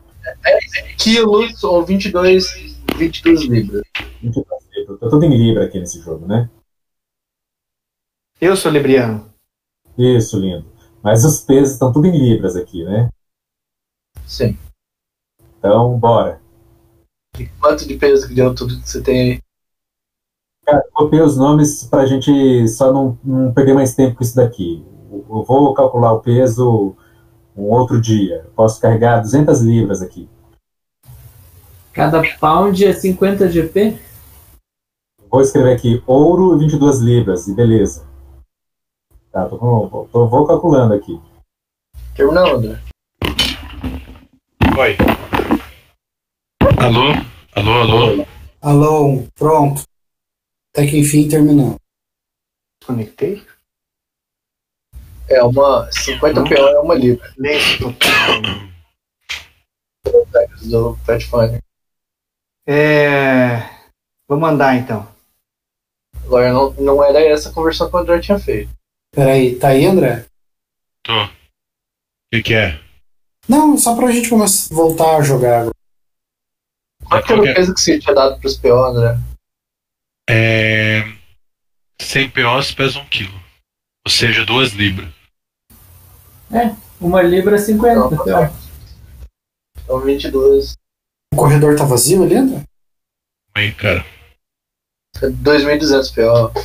Speaker 3: Quilos ou 22, 22 libras.
Speaker 6: Tô Tá tudo em Libra aqui nesse jogo, né?
Speaker 8: Eu sou libriano.
Speaker 6: Isso, lindo. Mas os pesos estão tudo em libras aqui, né?
Speaker 3: Sim.
Speaker 6: Então, bora.
Speaker 3: Quanto de peso de altura que você tem aí?
Speaker 6: Cara, eu copiei os nomes pra gente só não, não perder mais tempo com isso daqui. Eu eu vou calcular o peso um outro dia. Eu posso carregar 200 libras aqui.
Speaker 11: Cada pound é 50 GP?
Speaker 6: Vou escrever aqui ouro e 22 libras e beleza. Tá, tô, com- tô- vou calculando aqui.
Speaker 3: Terminou, André?
Speaker 1: Oi. Alô? Alô, alô?
Speaker 5: Alô, pronto. Até que enfim terminamos.
Speaker 8: Conectei?
Speaker 3: É uma. 50 PO é uma libra.
Speaker 8: Lento total.
Speaker 3: Do Pathfinder.
Speaker 8: É... Vamos andar então.
Speaker 3: Agora, não, não era essa a conversão que o André tinha feito.
Speaker 5: Peraí, tá aí, André?
Speaker 1: Tô. O que, que é?
Speaker 5: Não, só pra gente começar, voltar a jogar agora.
Speaker 3: Quanto que era o peso que você tinha dado pros PO, André?
Speaker 1: É. 100 POs pesa 1 quilo. Ou seja, 2 libras.
Speaker 11: É, uma libra é 50.
Speaker 3: Então, 22.
Speaker 5: O corredor tá vazio ali, André?
Speaker 1: Aí, cara.
Speaker 3: 2.200 PO.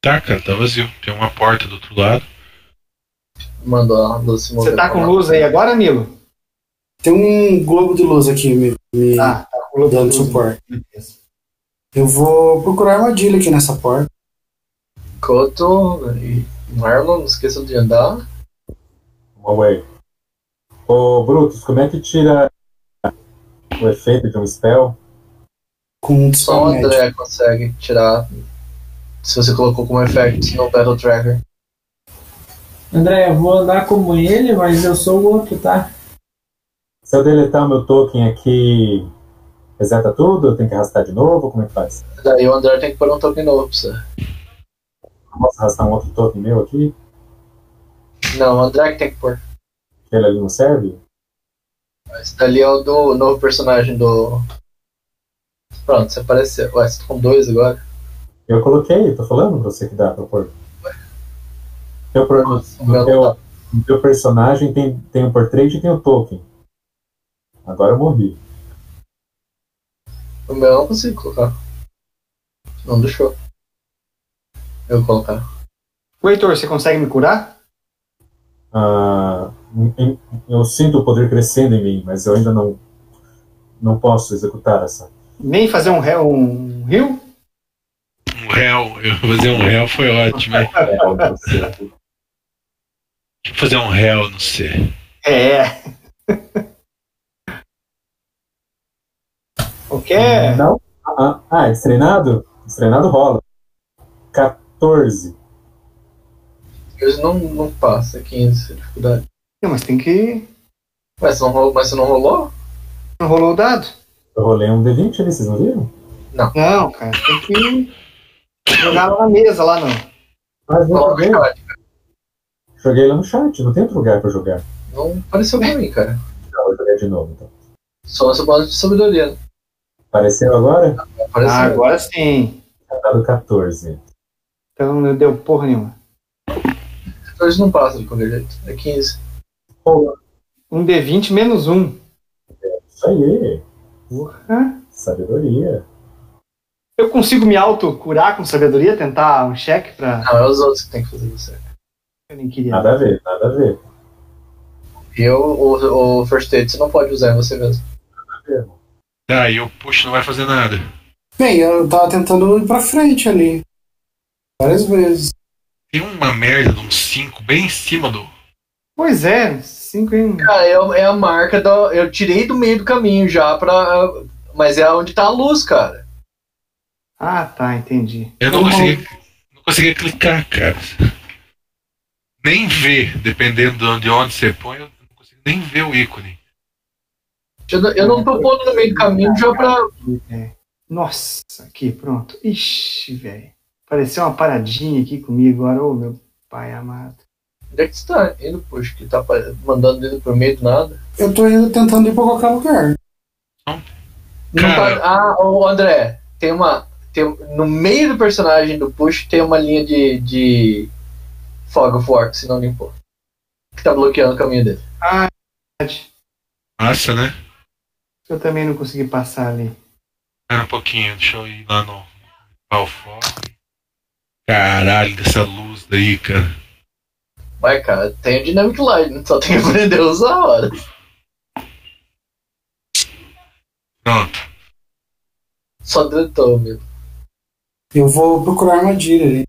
Speaker 1: Tá, cara, tá vazio. Tem uma porta do outro lado.
Speaker 3: Mandou a Lucy
Speaker 8: Você tá com luz aí agora, Milo?
Speaker 5: Tem um globo de luz aqui me, me
Speaker 8: Ah, tá com luz.
Speaker 5: dando suporte. Eu vou procurar armadilha aqui nessa porta.
Speaker 3: Coto e Marlon, não esqueçam de andar.
Speaker 6: Huawei. Ô, Brutus, como é que tira o efeito de um spell?
Speaker 5: Com um
Speaker 3: Só o
Speaker 5: disparo médico.
Speaker 3: André consegue tirar. Se você colocou como efeito no Battle Tracker.
Speaker 11: André, eu vou andar como ele, mas eu sou o outro, tá?
Speaker 6: Se eu deletar meu token aqui, reseta tudo? Eu tenho que arrastar de novo? Como é que faz?
Speaker 3: Daí o André tem que pôr um token novo pra você.
Speaker 6: Eu posso arrastar um outro token meu aqui?
Speaker 3: Não, o André que tem que pôr.
Speaker 6: Aquele ali não serve?
Speaker 3: Esse dali é o do novo personagem do. Pronto, você apareceu. Ué, você tá com dois agora?
Speaker 6: Eu coloquei, tô falando pra você que dá pra pôr. Meu, pro- no teu, no teu personagem tem, tem o portrait e tem o token. Agora eu morri.
Speaker 3: O meu eu não consigo colocar. Não deixou. Eu vou colocar.
Speaker 8: Ô, Heitor, você consegue me curar?
Speaker 6: Ah, em- em- eu sinto o poder crescendo em mim, mas eu ainda não, não posso executar essa.
Speaker 8: Nem fazer um réu, um rio?
Speaker 1: Um réu. Eu fazer um réu foi ótimo, hein?
Speaker 6: é,
Speaker 1: Deixa eu fazer um réu, não sei.
Speaker 8: É. *laughs* O que é?
Speaker 6: Não? Ah, ah, ah, destreinado? Destreinado rola. 14.
Speaker 3: Eles não, não passa 15 dificuldade.
Speaker 8: Não, mas tem que.
Speaker 3: Mas você não rolou? Mas você não rolou?
Speaker 8: Não rolou o dado?
Speaker 6: Eu rolei um D20 ali, vocês não viram?
Speaker 8: Não, cara. Tem que jogar lá na mesa, lá não.
Speaker 6: Mas não
Speaker 3: Coloca
Speaker 6: joguei.
Speaker 3: o chat.
Speaker 6: Joguei lá no chat, não tem outro lugar pra jogar.
Speaker 3: Não pareceu pra mim, cara.
Speaker 6: Não, vou jogar de novo então.
Speaker 3: Só essa base de sabedoria.
Speaker 6: Apareceu agora?
Speaker 3: Apareceu.
Speaker 8: Ah, agora sim.
Speaker 6: Tá dado 14.
Speaker 8: Então não deu porra nenhuma.
Speaker 3: 14 não passa de qualquer jeito. É 15.
Speaker 8: Um D20 menos um.
Speaker 6: Isso aí.
Speaker 8: Porra.
Speaker 6: Sabedoria.
Speaker 8: Eu consigo me autocurar com sabedoria, tentar um cheque pra.
Speaker 3: Não, é os outros que tem que fazer isso.
Speaker 8: Eu nem queria.
Speaker 6: Nada a ver, nada a ver.
Speaker 3: E eu, o, o first aid, você não pode usar em você mesmo.
Speaker 1: Tá, e o push não vai fazer nada.
Speaker 5: Bem, eu tava tentando ir pra frente ali. Várias vezes.
Speaker 1: Tem uma merda de um 5 bem em cima do.
Speaker 8: Pois é, 5 em.
Speaker 3: Cara, é, é a marca da. Eu tirei do meio do caminho já pra. Mas é onde tá a luz, cara.
Speaker 8: Ah, tá, entendi.
Speaker 1: Eu não
Speaker 8: Então,
Speaker 1: consegui, não consegui clicar, cara. Nem ver, dependendo de onde você põe, eu não consigo nem ver o ícone.
Speaker 3: Eu, não- eu não tô pondo no meio do caminho já pra.
Speaker 8: É. Nossa, aqui, pronto. Ixi, velho. Apareceu uma paradinha aqui comigo agora, ô meu pai amado.
Speaker 3: Onde é que você tá indo, poxa? Que tá pa- mandando dedo pro meio do nada.
Speaker 5: Eu tô indo tentando ir pra qualquer lugar.
Speaker 3: Não tá- Ah, o André, tem uma. Tem, no meio do personagem do Push tem uma linha de, de Fog of War, que se não limpou. Que tá bloqueando o caminho dele.
Speaker 8: Ah, verdade.
Speaker 1: Massa, né?
Speaker 8: Eu também não consegui passar ali.
Speaker 1: Espera um pouquinho, deixa eu ir lá no Balfour. Caralho, dessa luz daí, cara.
Speaker 3: Vai, cara, tem o Dynamic Light, né? só tem que *laughs* aprender a usar a hora.
Speaker 1: Pronto.
Speaker 3: Só deletou, meu.
Speaker 5: Eu vou procurar armadilha ali.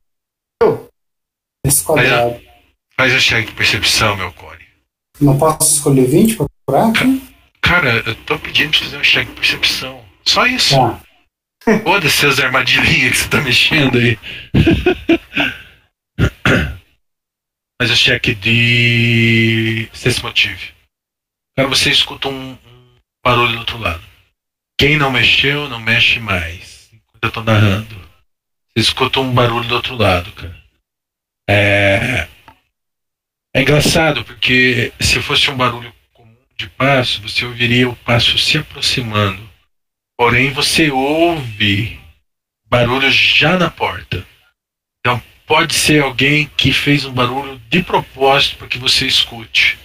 Speaker 5: Esse quadrado.
Speaker 1: Faz a check de percepção, meu core.
Speaker 5: Não posso escolher 20 pra procurar? aqui?
Speaker 1: Cara, eu tô pedindo pra você fazer um check de percepção. Só isso.
Speaker 5: Tá.
Speaker 1: Foda-se as armadilhinhas que você tá mexendo aí. *coughs* Mas o cheque de. Você se motive. Cara, você escuta um, um barulho do outro lado. Quem não mexeu, não mexe mais. Enquanto eu tô narrando. Você escuta um barulho do outro lado, cara. É. É engraçado, porque se fosse um barulho comum de passo, você ouviria o passo se aproximando. Porém, você ouve barulho já na porta. Então, pode ser alguém que fez um barulho de propósito para que você escute.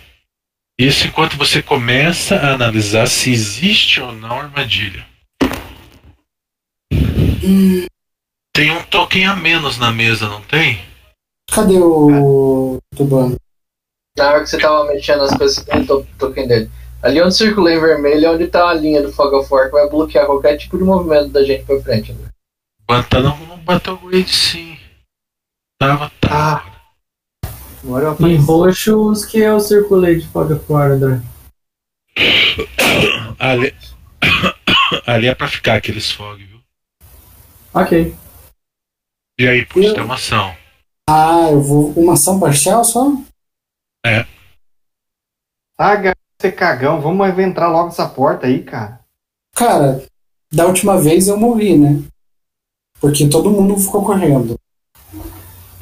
Speaker 1: Isso enquanto você começa a analisar se existe ou não armadilha. Tem um token a menos na mesa, não tem?
Speaker 5: Cadê o Tubano?
Speaker 3: Na hora que você tava mexendo as coisas, eu tô token dele. Ali onde circula em vermelho é onde tá a linha do Fog of War que vai bloquear qualquer tipo de movimento da gente pra frente. né? André.
Speaker 1: Bata não, não bateu grade sim. Tava, tava.
Speaker 8: Agora eu
Speaker 11: Em
Speaker 8: apareci.
Speaker 11: roxo, os que eu circulei de fora fora, André.
Speaker 1: Ali, *coughs* ali é pra ficar aqueles fog, viu?
Speaker 11: Ok.
Speaker 1: E aí, putz, tem uma ação.
Speaker 5: Ah, eu vou. Uma ação parcial só?
Speaker 1: É.
Speaker 8: Ah, garoto, você cagão, vamos entrar logo nessa porta aí, cara.
Speaker 5: Cara, da última vez eu morri, né? Porque todo mundo ficou correndo.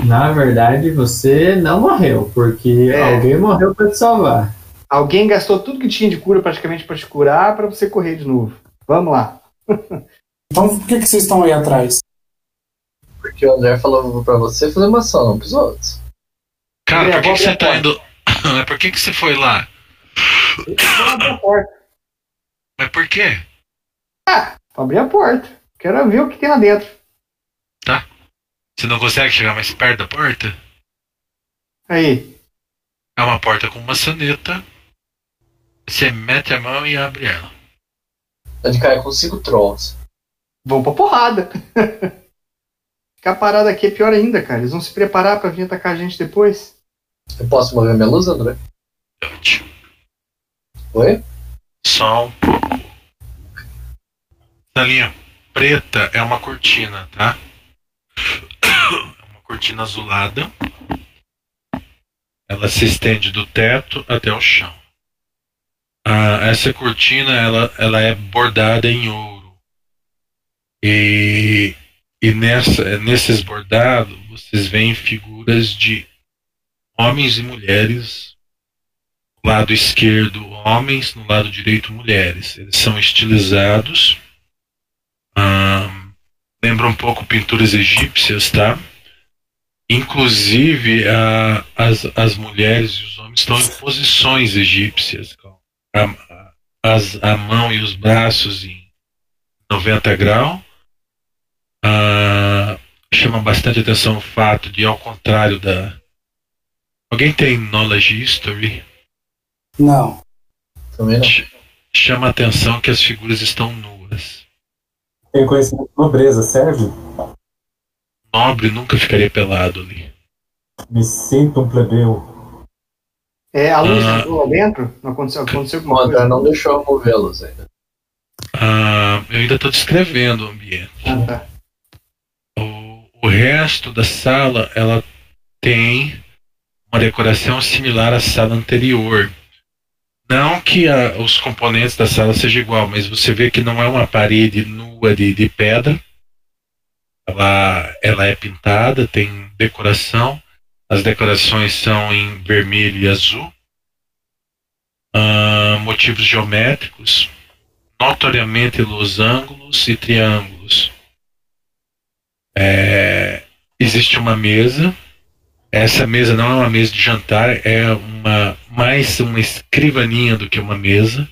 Speaker 11: Na verdade, você não morreu, porque
Speaker 8: É.
Speaker 11: alguém morreu pra te salvar.
Speaker 8: Alguém gastou tudo que tinha de cura praticamente pra te curar pra você correr de novo. Vamos lá.
Speaker 5: Então por que, que vocês estão aí atrás?
Speaker 3: Porque o André falou pra você fazer uma ação, não pros outros.
Speaker 1: Cara,
Speaker 8: André,
Speaker 1: por que,
Speaker 8: vou
Speaker 1: que você
Speaker 8: abrir a
Speaker 1: tá indo. *laughs* Mas por que, que você foi lá?
Speaker 8: Vamos abrir a porta.
Speaker 1: Mas por quê?
Speaker 8: Vou abrir a porta. Quero ver o que tem lá dentro.
Speaker 1: Você não consegue chegar mais perto da porta?
Speaker 8: Aí.
Speaker 1: É uma porta com maçaneta. Você mete a mão e abre ela.
Speaker 3: Tá de cara com cinco trolls.
Speaker 8: Vão pra porrada. *laughs* Ficar parado aqui é pior ainda, cara. Eles vão se preparar pra vir atacar a gente depois.
Speaker 3: Eu posso mover minha luz, André?
Speaker 1: Dante.
Speaker 3: Oi?
Speaker 1: Só um pouco. Essa linha preta é uma cortina, tá? É uma cortina azulada. Ela se estende do teto até o chão. Ah, essa cortina ela, ela é bordada em ouro. E, e nessa, nesses bordados vocês veem figuras de homens e mulheres. No lado esquerdo, homens, no lado direito, mulheres. Eles são estilizados. Ah, lembra um pouco pinturas egípcias, tá? Inclusive, a- as, as mulheres e os homens estão em posições egípcias, com a, a- as, a mão e os braços em 90 graus. Ah, chama bastante atenção o fato de, ao contrário da. Alguém tem Knowledge History?
Speaker 5: Não.
Speaker 3: Também não.
Speaker 1: Chama atenção que as figuras estão nuas.
Speaker 6: Tem conhecimento de nobreza, serve?
Speaker 1: Nobre nunca ficaria pelado ali.
Speaker 6: Me sinto um plebeu.
Speaker 8: É, a luz
Speaker 1: Ah.
Speaker 8: entrou lá dentro? Não aconteceu, aconteceu alguma
Speaker 3: Mas
Speaker 8: coisa?
Speaker 3: Hum. não deixou eu movê-los ainda.
Speaker 1: Ah, eu ainda estou descrevendo o ambiente.
Speaker 8: Ah, tá.
Speaker 1: O resto da sala ela tem uma decoração similar à sala anterior. Não que a- os componentes da sala sejam igual, mas você vê que não é uma parede nua de, de pedra. Ela, ela é pintada, tem decoração. As decorações são em vermelho e azul. Ah, motivos geométricos, notoriamente losângulos e triângulos. É, existe uma mesa. Essa mesa não é uma mesa de jantar, é uma mais uma escrivaninha do que uma mesa.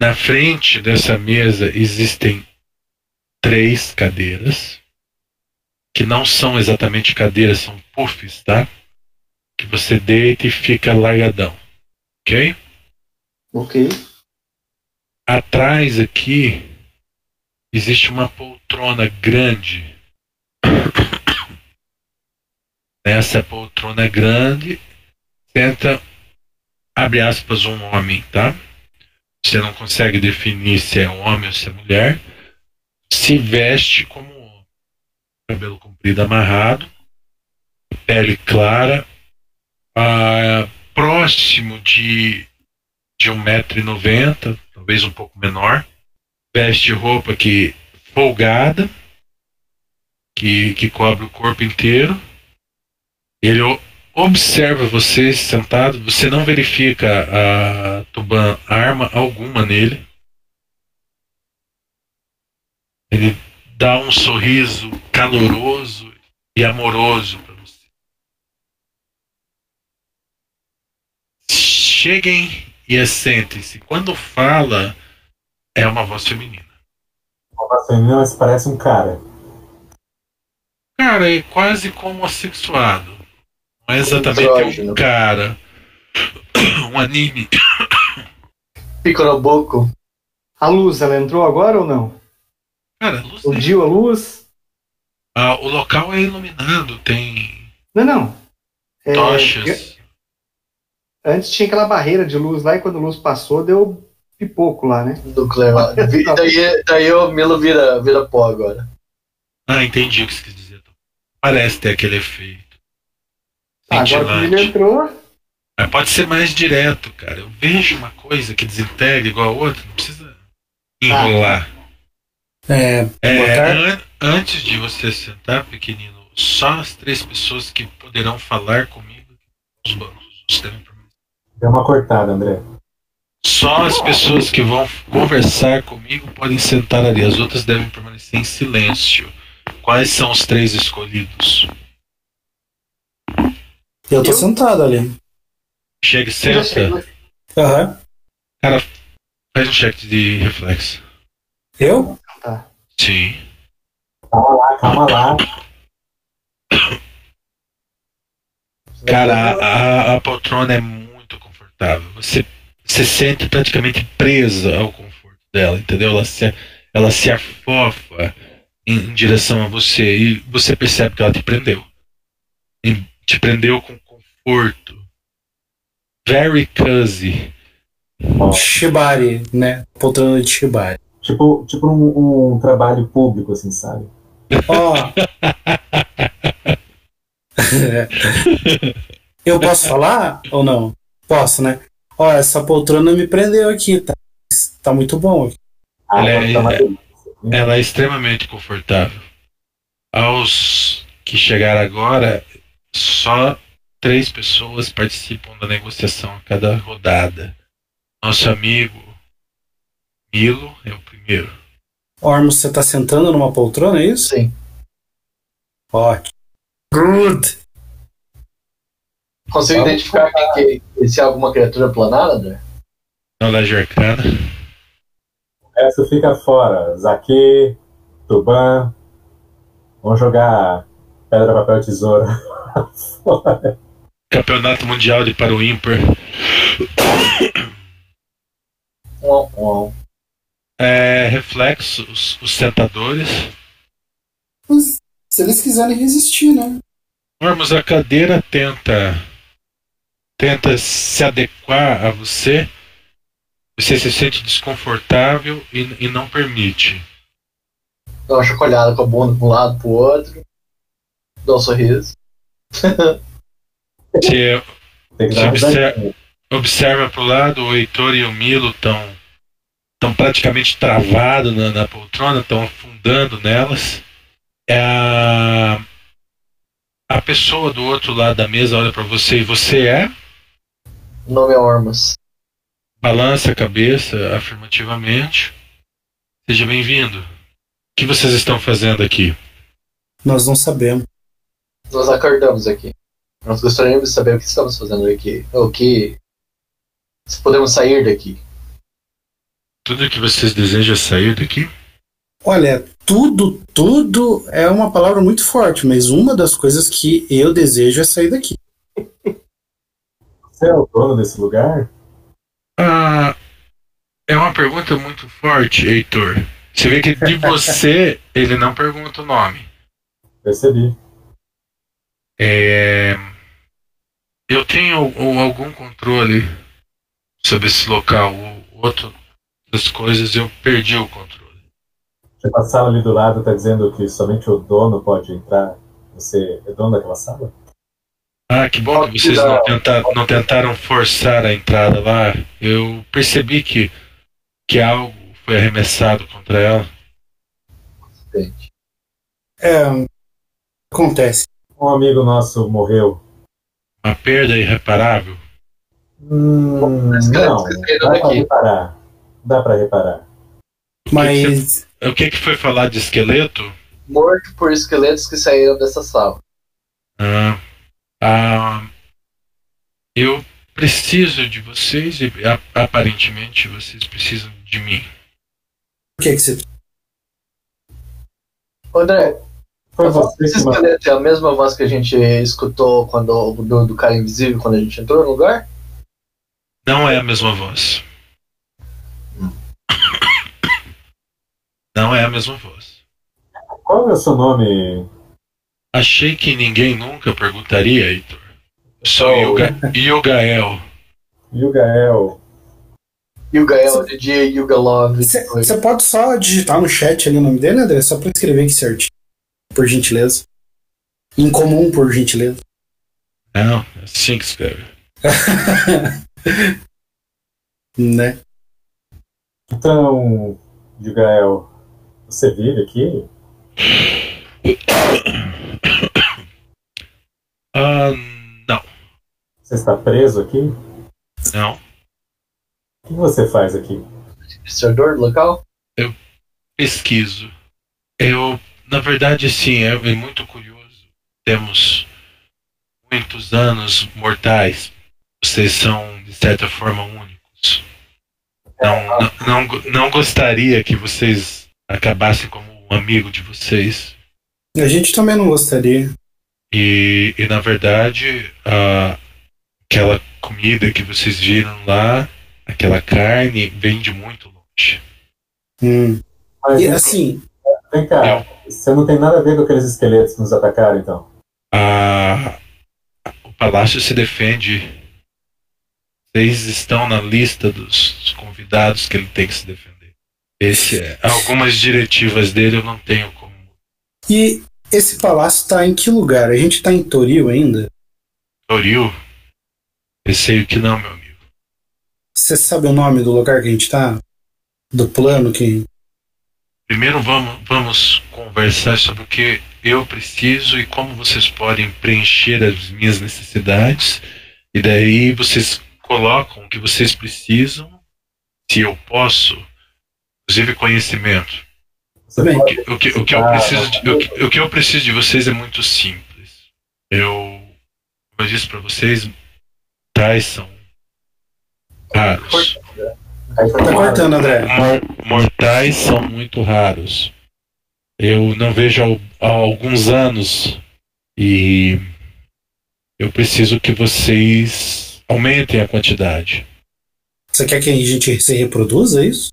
Speaker 1: Na frente dessa mesa existem três cadeiras, que não são exatamente cadeiras, são puffs, tá? Que você deita e fica largadão, ok?
Speaker 8: Ok.
Speaker 1: Atrás aqui existe uma poltrona grande. *coughs* Nessa poltrona grande senta, abre aspas, um homem, tá? Você não consegue definir se é homem ou se é mulher. Se veste como um homem. Cabelo comprido amarrado, pele clara, ah, próximo de de 1,90m, talvez um pouco menor. Veste roupa que folgada, que, que cobre o corpo inteiro. Ele o- observa você sentado, você não verifica a Tuban arma alguma nele. Ele dá um sorriso caloroso e amoroso para você. Cheguem e assentem-se. Quando fala, é uma voz feminina.
Speaker 6: Uma feminina, mas parece um cara.
Speaker 1: Cara, é quase como assexuado. Não é exatamente
Speaker 3: Andrógeno.
Speaker 1: um cara. Um anime.
Speaker 3: Pico no boco.
Speaker 8: A luz, ela entrou agora ou não?
Speaker 1: Cara, a luz-
Speaker 8: Explodiu a luz?
Speaker 1: ah, o local é iluminado, tem
Speaker 8: Não, não. É,
Speaker 1: tochas.
Speaker 8: Antes tinha aquela barreira de luz lá e quando a luz passou deu pipoco lá, né?
Speaker 3: Nuclear. *laughs* lá. Vi- daí, daí o Milo vira, vira pó agora.
Speaker 1: Ah, entendi o que você quis dizer. Parece ter aquele efeito.
Speaker 8: Ah, agora que o Miller
Speaker 1: Cintilante.
Speaker 8: entrou,
Speaker 1: Mas É, pode ser mais direto, cara. Eu vejo uma coisa que desintegra igual a outra, não precisa enrolar.
Speaker 5: É, boa
Speaker 1: É,
Speaker 5: tarde.
Speaker 1: an- antes de você sentar, pequenino, só as três pessoas que poderão falar comigo os bancos. Os devem permanecer.
Speaker 6: Deu uma cortada, André.
Speaker 1: Só as pessoas que vão conversar comigo podem sentar ali. As outras devem permanecer em silêncio. Quais são os três escolhidos?
Speaker 5: Eu tô sentado ali.
Speaker 1: Chega e
Speaker 3: Eu já sei,
Speaker 1: senta.
Speaker 5: Aham.
Speaker 1: Faz um cheque de reflexo.
Speaker 5: Eu?
Speaker 1: Sim.
Speaker 6: Calma lá, calma lá.
Speaker 1: Cara, a, a poltrona é muito confortável. Você se sente praticamente presa ao conforto dela, entendeu? Ela se, ela se afofa em, em direção a você e você percebe que ela te prendeu. E te prendeu com conforto. Very cozy.
Speaker 5: Shibari, né? Poltrona de Shibari.
Speaker 6: Tipo, tipo um, um trabalho público, assim, sabe?
Speaker 5: Ó. *laughs* Eu posso falar ou não? Posso, né? Ó, essa poltrona me prendeu aqui, tá? Tá muito bom. aqui.
Speaker 1: Ela é-
Speaker 6: tá uma delícia.
Speaker 1: Ela é extremamente confortável. Aos que chegaram agora, só Três pessoas participam da negociação a cada rodada. Nosso amigo Milo é o primeiro.
Speaker 5: Ormus, você tá sentando numa poltrona, é isso?
Speaker 3: Sim.
Speaker 5: Ótimo. Good.
Speaker 3: Consigo
Speaker 5: Vamos
Speaker 3: identificar quem que, se é alguma criatura planada, André?
Speaker 1: Knowledge Arcana.
Speaker 6: Essa fica fora. Zaque, Tuban. Vamos jogar pedra, papel, tesoura. *laughs* Fora.
Speaker 1: Campeonato Mundial de Para o Ímpar.
Speaker 3: Um, um, um.
Speaker 1: É, reflexo, os, os sentadores.
Speaker 5: Mas, se eles quiserem resistir, né?
Speaker 1: Ormus, a cadeira tenta tenta se adequar a você. Você se sente desconfortável e, e não permite.
Speaker 3: Dá uma chacoalhada com a bunda pra um lado, pro outro. Dá um sorriso.
Speaker 1: Você
Speaker 6: Tem que
Speaker 1: Você
Speaker 6: dar uma
Speaker 1: observa-
Speaker 6: dancinha.
Speaker 1: observa pro lado, o Heitor e o Milo estão estão praticamente travados na, na poltrona, estão afundando nelas. É a, a pessoa do outro lado da mesa olha para você e você é,
Speaker 3: O nome é Ormus.
Speaker 1: balança a cabeça afirmativamente. Seja bem-vindo. O que vocês estão fazendo aqui?
Speaker 5: Nós não sabemos.
Speaker 3: Nós acordamos aqui. Nós gostaríamos de saber o que estamos fazendo aqui. O que. Se podemos sair daqui.
Speaker 1: Tudo que vocês desejam é sair daqui?
Speaker 5: Olha, tudo, tudo é uma palavra muito forte, mas uma das coisas que eu desejo é sair daqui.
Speaker 6: Você é o dono desse lugar?
Speaker 1: Ah, é uma pergunta muito forte, Heitor. Você vê que de você *laughs* ele não pergunta o nome.
Speaker 6: Percebi.
Speaker 1: É, Eu tenho al- algum controle sobre esse local. O outro das coisas eu perdi o controle.
Speaker 6: Tipo, a sala ali do lado tá dizendo que somente o dono pode entrar. Você é dono daquela sala?
Speaker 1: Ah, que bom que vocês não tentaram, não tentaram forçar a entrada lá. Eu percebi que, que algo foi arremessado contra ela.
Speaker 5: É. Acontece.
Speaker 6: Um amigo nosso morreu.
Speaker 1: Uma perda irreparável.
Speaker 6: Hum, não,
Speaker 3: escrevendo
Speaker 6: dá pra
Speaker 3: aqui.
Speaker 6: reparar. Dá pra reparar.
Speaker 5: Mas.
Speaker 1: O que, que foi falar de esqueleto?
Speaker 3: Morto por esqueletos que saíram dessa sala.
Speaker 1: Ah, ah, eu preciso de vocês e a- aparentemente vocês precisam de mim.
Speaker 5: Por que, que você.
Speaker 3: André,
Speaker 6: Foi
Speaker 3: a voz
Speaker 6: você
Speaker 3: desse
Speaker 6: que mandou.
Speaker 3: esqueleto é a mesma voz que a gente escutou quando, do, do cara invisível quando a gente entrou no lugar?
Speaker 1: Não é a mesma voz. *coughs* Não é a mesma voz.
Speaker 6: Qual é o seu nome?
Speaker 1: Achei que ninguém nunca perguntaria, Heitor. Só
Speaker 6: Oh.
Speaker 1: Yuga, Yugael.
Speaker 6: Yugael.
Speaker 3: Yuga LDD, Yuga Love.
Speaker 5: Você
Speaker 3: foi.
Speaker 5: você pode só digitar no chat ali o nome dele, né, André? Só pra escrever aqui certinho. Por gentileza. Incomum, por gentileza.
Speaker 1: Não, é assim que escreve.
Speaker 5: Né?
Speaker 6: Então, Yugael, você vive aqui?
Speaker 1: Ah, não,
Speaker 6: Você está preso aqui?
Speaker 1: não.
Speaker 6: O que você faz aqui?
Speaker 3: Administrador do local?
Speaker 1: pesquiso. Eu, na verdade, sim, é, é muito curioso. Temos muitos anos mortais. Vocês são, de certa forma, únicos. Não, não, não, go- não gostaria que vocês acabassem como um amigo de vocês.
Speaker 5: A gente também não gostaria.
Speaker 1: E, e na verdade, a- aquela comida que vocês viram lá, aquela carne, vem de muito longe.
Speaker 5: Hum.
Speaker 6: Mas,
Speaker 5: E assim,
Speaker 6: vem cá, você não tem nada a ver com aqueles esqueletos que nos atacaram, então.
Speaker 1: A- o palácio se defende. Vocês estão na lista dos dos convidados que ele tem que se defender. Esse é- Algumas diretivas dele eu não tenho como.
Speaker 5: e esse palácio tá em que lugar? A gente tá em Toril ainda?
Speaker 1: Toril? Receio que não, meu amigo.
Speaker 5: Você sabe o nome do lugar que a gente tá? Do plano que.
Speaker 1: Primeiro vamos, vamos conversar sobre o que eu preciso e como vocês podem preencher as minhas necessidades. E daí vocês colocam o que vocês precisam, se eu posso, inclusive conhecimento.
Speaker 6: Você
Speaker 1: O
Speaker 6: pode
Speaker 1: que, o que, o que eu
Speaker 6: participar-
Speaker 1: preciso de, o que, o que eu preciso de vocês é muito simples. Eu, como eu disse para vocês, tais são raros.
Speaker 5: Tá cortando, André.
Speaker 1: Mor- Mortais são muito raros. Eu não vejo al- há alguns anos e eu preciso que vocês aumentem a quantidade.
Speaker 5: Você quer que a gente se reproduza, é isso?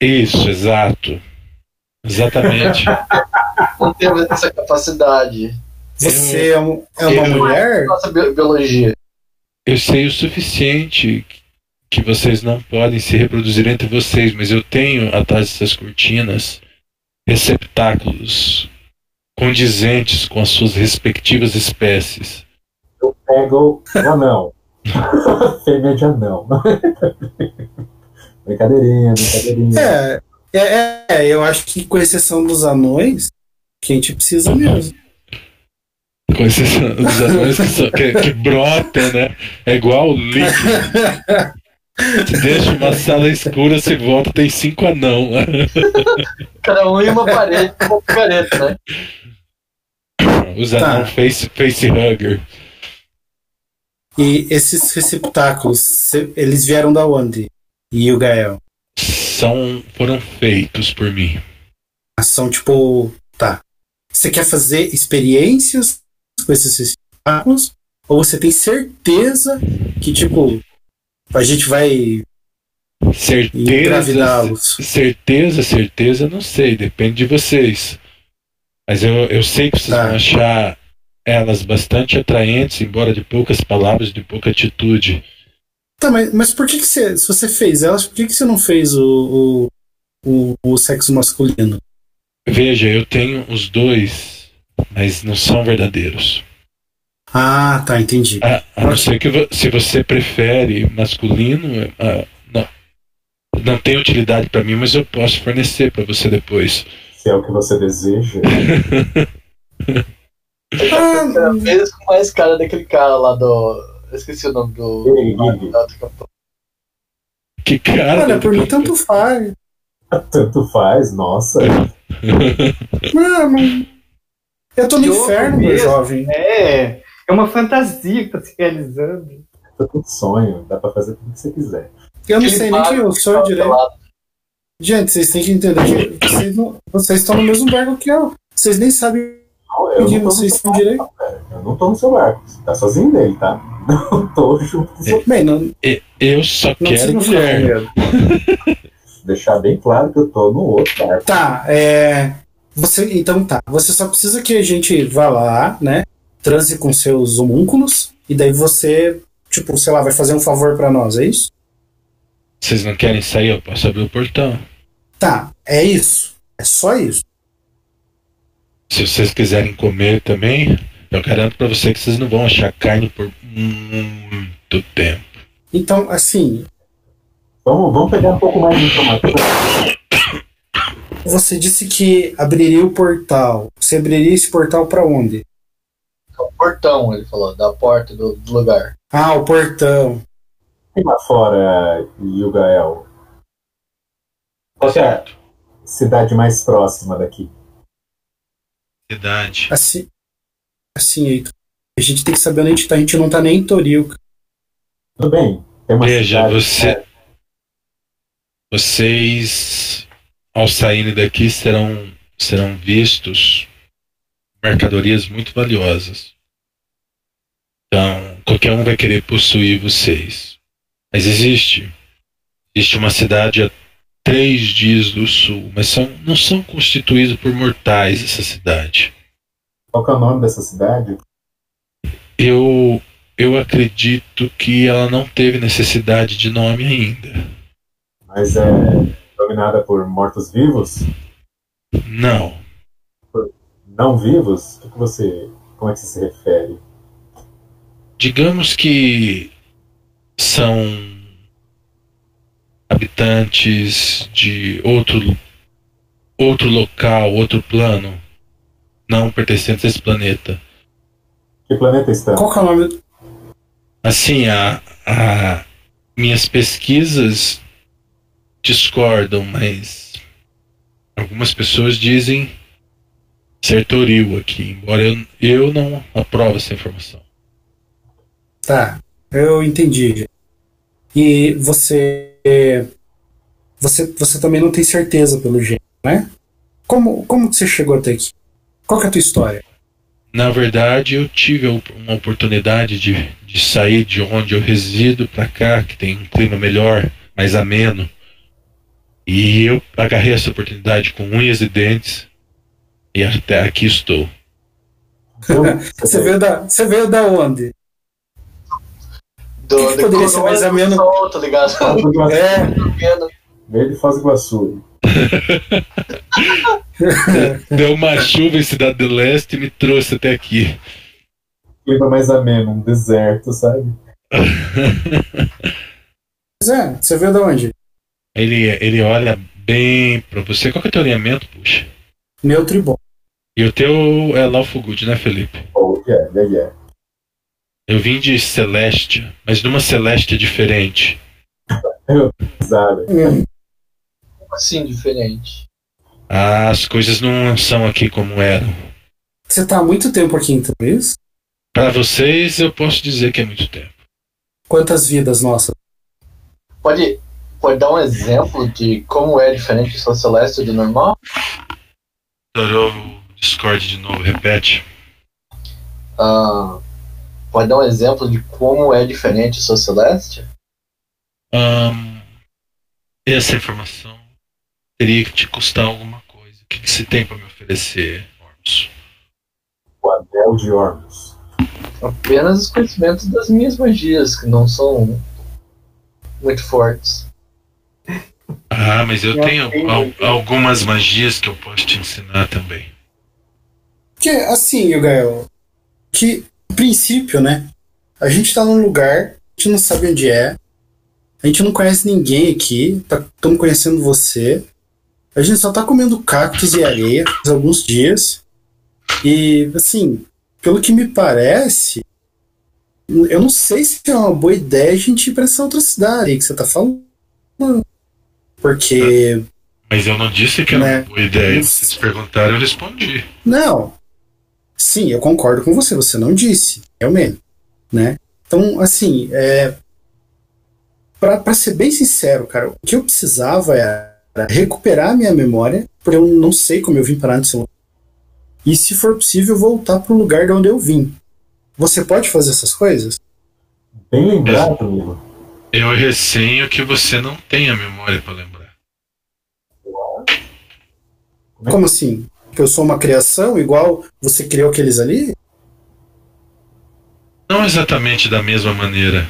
Speaker 1: Isso, exato. Exatamente.
Speaker 3: Não temos essa capacidade.
Speaker 5: Você é, um- é uma
Speaker 1: Eu-
Speaker 5: mulher?
Speaker 3: Nossa bi- biologia.
Speaker 1: Eu sei o suficiente que vocês não podem se reproduzir entre vocês, mas eu tenho atrás dessas cortinas receptáculos condizentes com as suas respectivas espécies.
Speaker 6: Pego o anão. *laughs* Fêmea de anão. *laughs* brincadeirinha, brincadeirinha.
Speaker 5: É, é, é, é, eu acho que com exceção dos anões, que a gente precisa mesmo.
Speaker 1: Com exceção dos anões que, são- que- que brota, né? É igual o líquido. Você deixa uma sala escura, você volta, tem cinco anão.
Speaker 3: Cada um em uma parede, uma picareta, né?
Speaker 1: Os anão face, face hugger.
Speaker 5: E esses receptáculos, cê- eles vieram da onde? E o Gael?
Speaker 1: São, foram feitos por mim.
Speaker 5: Ah, São tipo. Tá. Você quer fazer experiências com esses receptáculos? Ou você tem certeza que, tipo, a gente vai
Speaker 1: Certeza,
Speaker 5: engravidá-los?
Speaker 1: certeza, certeza, não sei, depende de vocês. Mas eu, eu sei que vocês vão achar elas bastante atraentes, embora de poucas palavras, de pouca atitude.
Speaker 5: Tá, mas, mas por que, que você. Se você fez elas, por que, que você não fez o, o, o, o sexo masculino?
Speaker 1: Veja, eu tenho os dois, mas não são verdadeiros.
Speaker 5: Ah, tá, entendi.
Speaker 1: A, a não ser que vo- se você prefere masculino, é- ah, não, não tem utilidade para mim, mas eu posso fornecer para você depois.
Speaker 6: Se é o que você deseja.
Speaker 3: Era mesmo com mais cara daquele cara lá do. Eu esqueci o nome do.
Speaker 1: Que cara.
Speaker 5: Olha, por mim tanto faz.
Speaker 6: Tanto faz, nossa. é
Speaker 5: Mano. Eu tô no inferno, meu jovem.
Speaker 8: É, é uma fantasia que tá se realizando.
Speaker 6: Tá tudo sonho, dá pra fazer tudo que você quiser.
Speaker 5: Eu não sei nem quem eu sou direito. Gente, vocês têm que entender que vocês, não- vocês estão no mesmo barco que eu. Vocês nem sabem
Speaker 6: eu
Speaker 5: onde
Speaker 6: não tô
Speaker 5: vocês estão direito.
Speaker 6: Eu não tô no seu barco, você tá sozinho dele, tá? *laughs* Não tô junto com você.
Speaker 5: Bem, não,
Speaker 1: E- Eu só
Speaker 5: não
Speaker 1: quero
Speaker 5: precisa ficar com
Speaker 1: mulher.
Speaker 5: medo.
Speaker 6: Deixar bem claro que eu tô no outro barco.
Speaker 5: Tá, é. Você, então tá. Você só precisa que a gente vá lá, né? Transe com seus homúnculos. E daí você, tipo, sei lá, vai fazer um favor pra nós, é isso?
Speaker 1: Vocês não querem sair? Eu posso abrir o portão.
Speaker 5: Tá, é isso. É só isso.
Speaker 1: Se vocês quiserem comer também, eu garanto para vocês que vocês não vão achar carne por muito tempo.
Speaker 5: Então, assim,
Speaker 6: Vamos, vamos pegar um pouco mais de informação.
Speaker 5: Você disse que abriria o portal. Você abriria esse portal pra onde?
Speaker 3: Portão, ele falou, da porta do, do lugar.
Speaker 5: Ah, o portão.
Speaker 6: E lá fora, Yugael? Qual que é a cidade mais próxima daqui?
Speaker 1: Verdade.
Speaker 5: Assim, assim, Heitor. A gente tem que saber onde a gente tá. A gente não tá nem em Toril.
Speaker 6: Tudo bem. Tem uma
Speaker 1: Veja,
Speaker 6: cidade é-
Speaker 1: você. Vocês, ao saírem daqui, serão, serão vistos mercadorias muito valiosas. Então, qualquer um vai querer possuir vocês. Mas existe. Existe uma cidade a três dias do sul, mas são, não são constituídos por mortais essa cidade.
Speaker 6: Qual que é o nome dessa cidade?
Speaker 1: Eu, eu acredito que ela não teve necessidade de nome ainda.
Speaker 6: Mas é dominada por mortos-vivos?
Speaker 1: Não.
Speaker 6: Não vivos? O que, que você. Como é que você se refere?
Speaker 1: digamos que são habitantes de outro outro local, outro plano, não pertencentes a esse planeta.
Speaker 6: Que planeta está?
Speaker 5: Qual que é o nome?
Speaker 1: Assim, a, a- minhas pesquisas discordam, mas algumas pessoas dizem Sertoril aqui, embora eu, eu não aprovo essa informação.
Speaker 5: Tá, eu entendi. E você, você, você também não tem certeza pelo jeito, né? Como, como que você chegou até aqui? Qual que é a tua história?
Speaker 1: Na verdade, eu tive op- uma oportunidade de, de sair de onde eu resido para cá, que tem um clima melhor, mais ameno. E eu agarrei essa oportunidade com unhas e dentes e até aqui estou.
Speaker 5: Você veio da, você veio da onde?
Speaker 3: Do,
Speaker 5: que que
Speaker 3: do
Speaker 5: poderia ser
Speaker 3: Coroa
Speaker 5: mais
Speaker 3: do
Speaker 5: ameno?
Speaker 3: Sol, tá ligado?
Speaker 5: É.
Speaker 6: Veio de Foz do Iguaçu.
Speaker 1: Deu uma chuva em Cidade do Leste e me trouxe até aqui.
Speaker 6: Clima mais ameno, um deserto, sabe?
Speaker 5: Pois é, você veio da onde?
Speaker 1: Ele, ele olha bem pra você. Qual que é o teu alinhamento, puxa?
Speaker 5: Meu tribom.
Speaker 1: E o teu é Lawful Good, né, Felipe?
Speaker 6: Oh, yeah, yeah, yeah.
Speaker 1: Eu vim de Celeste, mas de uma Celeste diferente.
Speaker 6: Sabe?
Speaker 3: Como assim, diferente?
Speaker 1: As coisas não são aqui como eram.
Speaker 5: Você tá há muito tempo aqui, então, é isso?
Speaker 1: Pra vocês, eu posso dizer que é muito tempo.
Speaker 5: Quantas vidas nossas?
Speaker 3: Pode, pode dar um exemplo de como é diferente o Sol Celeste do normal?
Speaker 1: Estourou o Discord de novo, repete.
Speaker 3: Ah, pode dar um exemplo de como é diferente o Sol Celeste?
Speaker 1: Ahn, essa informação teria que te custar alguma coisa. O que, que você tem pra me oferecer, Ormus?
Speaker 6: O Anel de Ormus.
Speaker 3: Apenas os conhecimentos das minhas magias, que não são muito fortes.
Speaker 1: Ah, mas eu
Speaker 3: Eu
Speaker 1: tenho
Speaker 3: tenho,
Speaker 1: al-
Speaker 3: eu tenho.
Speaker 1: algumas magias que eu posso te ensinar também.
Speaker 5: Porque, assim, o Gael, que no princípio, né? A gente tá num lugar, a gente não sabe onde é, a gente não conhece ninguém aqui, estamos conhecendo você, a gente só tá comendo cactos e areia faz alguns dias, e, assim, pelo que me parece, eu não sei se é uma boa ideia a gente ir pra essa outra cidade aí que você tá falando. Porque,
Speaker 1: Mas eu não disse que era
Speaker 5: Né?
Speaker 1: uma boa ideia. Vocês perguntaram, eu respondi.
Speaker 5: Não. Sim, eu concordo com você. Você não disse, realmente, né? Então, assim, é, pra pra ser bem sincero, cara, o que eu precisava era recuperar a minha memória, porque eu não sei como eu vim parar nesse lugar. E se for possível, voltar pro lugar de onde eu vim. Você pode fazer essas coisas?
Speaker 6: Bem lembrado, amigo.
Speaker 1: Eu receio que você não tenha memória pra lembrar.
Speaker 5: Como assim? Que eu sou uma criação igual você criou aqueles ali?
Speaker 1: Não exatamente da mesma maneira.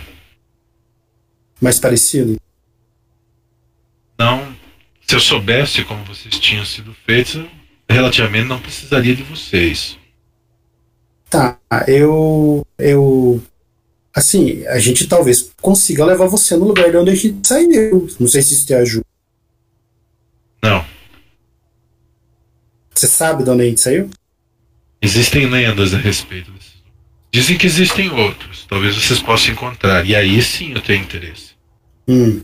Speaker 5: Mais parecido?
Speaker 1: Não. Então, Se eu soubesse como vocês tinham sido feitos, eu relativamente não precisaria de vocês.
Speaker 5: Tá, eu. Eu. Assim, a gente talvez consiga levar você no lugar de onde a gente saiu. Não sei se isso te ajuda.
Speaker 1: Não.
Speaker 5: Você sabe de onde a gente saiu?
Speaker 1: Existem lendas a respeito desses. Dizem que existem outros. Talvez vocês possam encontrar. E aí sim eu tenho interesse.
Speaker 5: Hum.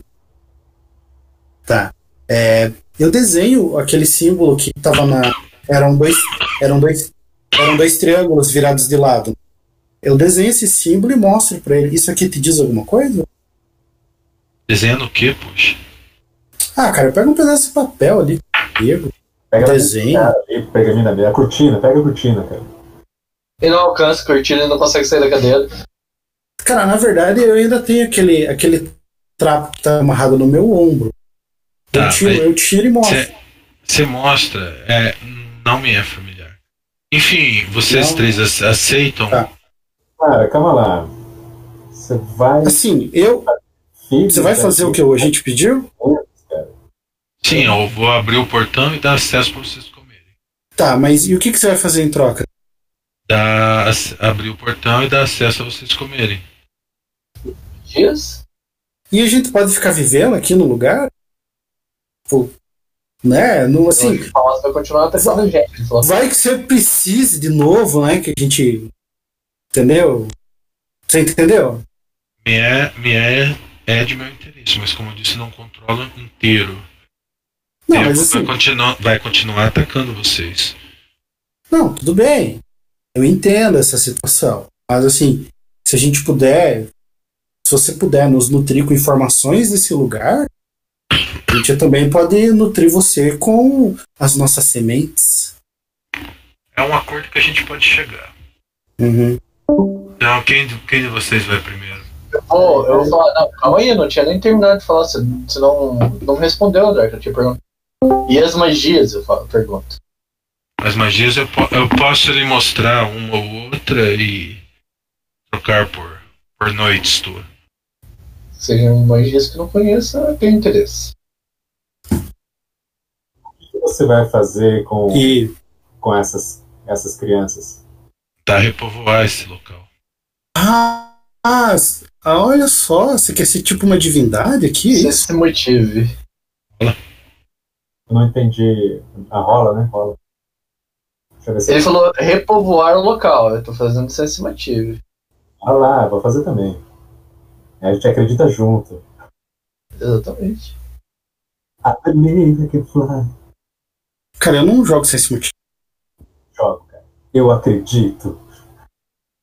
Speaker 5: Tá. É, eu desenho aquele símbolo que tava na. Eram dois. Eram dois. Eram dois triângulos virados de lado. Eu desenho esse símbolo e mostro pra ele. Isso aqui te diz alguma coisa?
Speaker 1: Desenhando o que, poxa?
Speaker 5: Ah, cara, pega um pedaço de papel ali. Diego.
Speaker 6: Pega na
Speaker 5: Desenho.
Speaker 6: minha cara ali, Pega a minha, a cortina, pega a cortina, cara.
Speaker 3: E não alcança cortina e não consegue sair da cadeira.
Speaker 5: Cara, na verdade eu ainda tenho aquele, aquele trapo que tá amarrado no meu ombro.
Speaker 1: Tá,
Speaker 5: eu, tiro,
Speaker 1: mas-
Speaker 5: eu tiro e mostro.
Speaker 1: Você mostra, é, não me é familiar. Enfim, vocês
Speaker 5: Não.
Speaker 1: três ace- aceitam?
Speaker 5: Tá.
Speaker 6: Cara, calma lá. Você vai.
Speaker 5: Assim, eu. Você vai fazer o que a gente pediu?
Speaker 1: Sim, eu vou abrir o portão e dar acesso para vocês comerem.
Speaker 5: Tá, mas e o que, que você vai fazer em troca?
Speaker 1: Dá, ac- abrir o portão e dar acesso a vocês comerem.
Speaker 3: Dias?
Speaker 5: E a gente pode ficar vivendo aqui no lugar? Tipo, Né? Não, assim,
Speaker 3: O Faust vai continuar atacando gente. assim, só.
Speaker 5: Vai que você precise de novo, né? Que a gente. Entendeu? Você entendeu?
Speaker 1: Me é, me é, é de meu interesse, mas como eu disse, não controla inteiro.
Speaker 5: Não,
Speaker 1: Tempo
Speaker 5: mas
Speaker 1: vai,
Speaker 5: assim-
Speaker 1: continuar, vai continuar atacando vocês.
Speaker 5: Não, tudo bem. Eu entendo essa situação. Mas assim, se a gente puder, se você puder nos nutrir com informações desse lugar, a gente também pode nutrir você com as nossas sementes.
Speaker 1: É um acordo que a gente pode chegar.
Speaker 5: Uhum.
Speaker 1: Então, quem, de- quem de vocês vai primeiro?
Speaker 3: Pô, eu vou falar, não, calma aí, eu não tinha nem terminado de falar, você, você não, não me respondeu, André, que eu tinha perguntado. E as magias, eu falo, pergunto.
Speaker 1: As magias eu, po- eu posso lhe mostrar uma ou outra e trocar por, por noites tua.
Speaker 3: Sejam magias que eu não conheço, eu tenho interesse.
Speaker 6: O que você vai fazer com,
Speaker 5: E-
Speaker 6: com essas, essas crianças?
Speaker 1: Tá repovoar esse local.
Speaker 5: Ah, ah, s- ah, olha só, você quer ser tipo uma divindade aqui?
Speaker 3: Você se motive.
Speaker 6: Eu não entendi. A rola, né? Rola. Deixa eu ver se
Speaker 3: Ele falou repovoar o local, eu tô fazendo sem se motive.
Speaker 6: Ah lá, vou fazer também. É, A gente acredita junto.
Speaker 3: Exatamente.
Speaker 6: A primeira que fala.
Speaker 5: Cara, eu não jogo sem esse motivo.
Speaker 6: Jogo, cara. Eu acredito.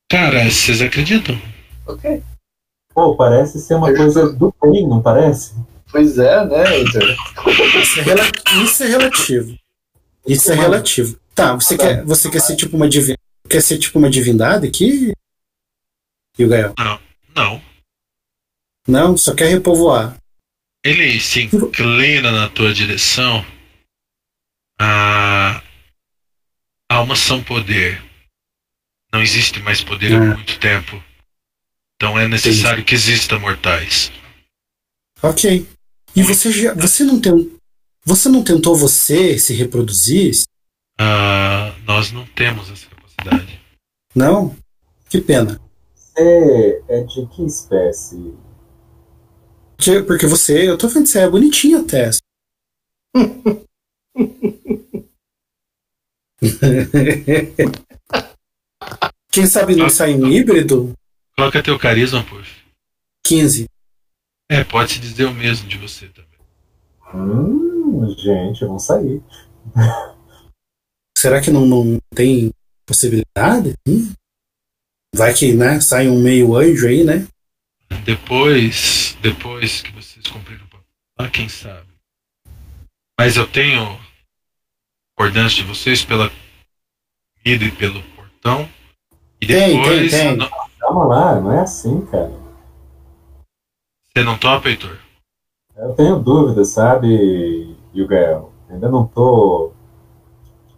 Speaker 1: Cara, vocês acreditam?
Speaker 3: Ok.
Speaker 6: Pô, parece ser uma coisa do bem, não parece?
Speaker 3: Pois é, né, Heitor?
Speaker 5: Isso é, rela- isso é relativo. Isso é relativo. Tá, você quer, você quer ser tipo uma divindade? Quer ser tipo uma divindade aqui? E o Gael?
Speaker 1: Não, não.
Speaker 5: Não, só quer repovoar.
Speaker 1: Ele se inclina na tua direção a almas são poder. Não existe mais poder há muito tempo. Então é necessário que exista mortais.
Speaker 5: Ok. E você já, você não tem, você não tentou você se reproduzir?
Speaker 1: Ah, nós não temos essa capacidade.
Speaker 5: Não? Que pena.
Speaker 6: É, é de que espécie?
Speaker 5: Porque- Porque você, eu tô vendo que você é bonitinho até. *laughs* Quem sabe não sai um híbrido?
Speaker 1: Coloca teu carisma, poxa.
Speaker 5: 15.
Speaker 1: É, pode se dizer o mesmo de você tá? também.
Speaker 6: Hum, gente, vão sair.
Speaker 5: Será que não, não tem possibilidade? Hum? Vai que né, sai um meio anjo aí, né?
Speaker 1: Depois, depois que vocês cumprirem o papel, lá, quem sabe. Mas eu tenho concordância de vocês pela comida e pelo portão. E
Speaker 5: Tem, tem,
Speaker 1: depois.
Speaker 5: tem.
Speaker 1: não-
Speaker 6: Calma lá, não é assim, cara.
Speaker 1: Você não topa, Heitor?
Speaker 6: Eu tenho dúvidas, sabe, Yugael? Ainda não tô.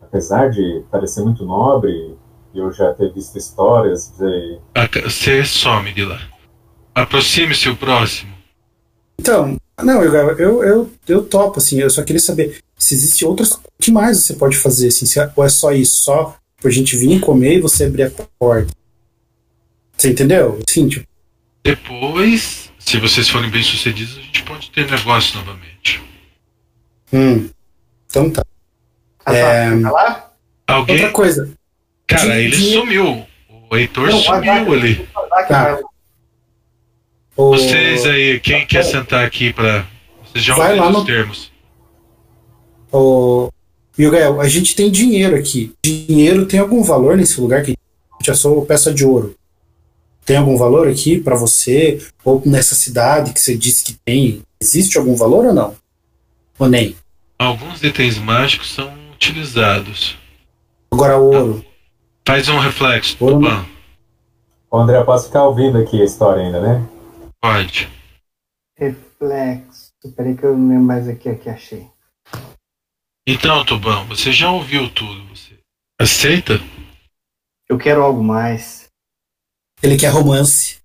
Speaker 6: Apesar de parecer muito nobre, e eu já ter visto histórias de.
Speaker 1: Aca- Você some de lá. Aproxime-se o próximo.
Speaker 5: Então, não, eu, eu, eu, eu topo, assim, eu só queria saber se existe outras. O que mais você pode fazer, assim? se é- ou é só isso, só pra gente vir comer e você abrir a porta. Você entendeu? Sim, tipo,
Speaker 1: Depois, se vocês forem bem sucedidos, a gente pode ter negócio novamente.
Speaker 5: hum. Então tá. É,
Speaker 8: Tá
Speaker 1: Alguém.
Speaker 5: outra coisa.
Speaker 1: Cara,
Speaker 5: De-
Speaker 1: ele
Speaker 5: de-
Speaker 1: sumiu. O Heitor
Speaker 8: Não, vai, vai.
Speaker 1: sumiu ali.
Speaker 5: Tá. O-
Speaker 1: Vocês aí, quem quer sentar aqui pra. Vocês já
Speaker 5: Vai
Speaker 1: ouviram
Speaker 5: lá
Speaker 1: os
Speaker 5: no-
Speaker 1: termos.
Speaker 5: Ô, Yugael, a gente tem dinheiro aqui. Dinheiro tem algum valor nesse lugar que já sou peça de ouro? Tem algum valor aqui pra você? Ou nessa cidade que você disse que tem? Existe algum valor ou não? Ou nem?
Speaker 1: Alguns itens mágicos são utilizados.
Speaker 5: Agora ouro.
Speaker 1: Faz um reflexo,
Speaker 5: Ouro não.
Speaker 1: Tupan.
Speaker 6: Ô, André, eu posso ficar ouvindo aqui a história ainda, né?
Speaker 1: Pode.
Speaker 8: Reflexo. Peraí que eu não lembro mais aqui, aqui achei.
Speaker 1: Então, Tubão, você já ouviu tudo. Você aceita?
Speaker 8: Eu quero algo mais.
Speaker 5: Ele quer romance.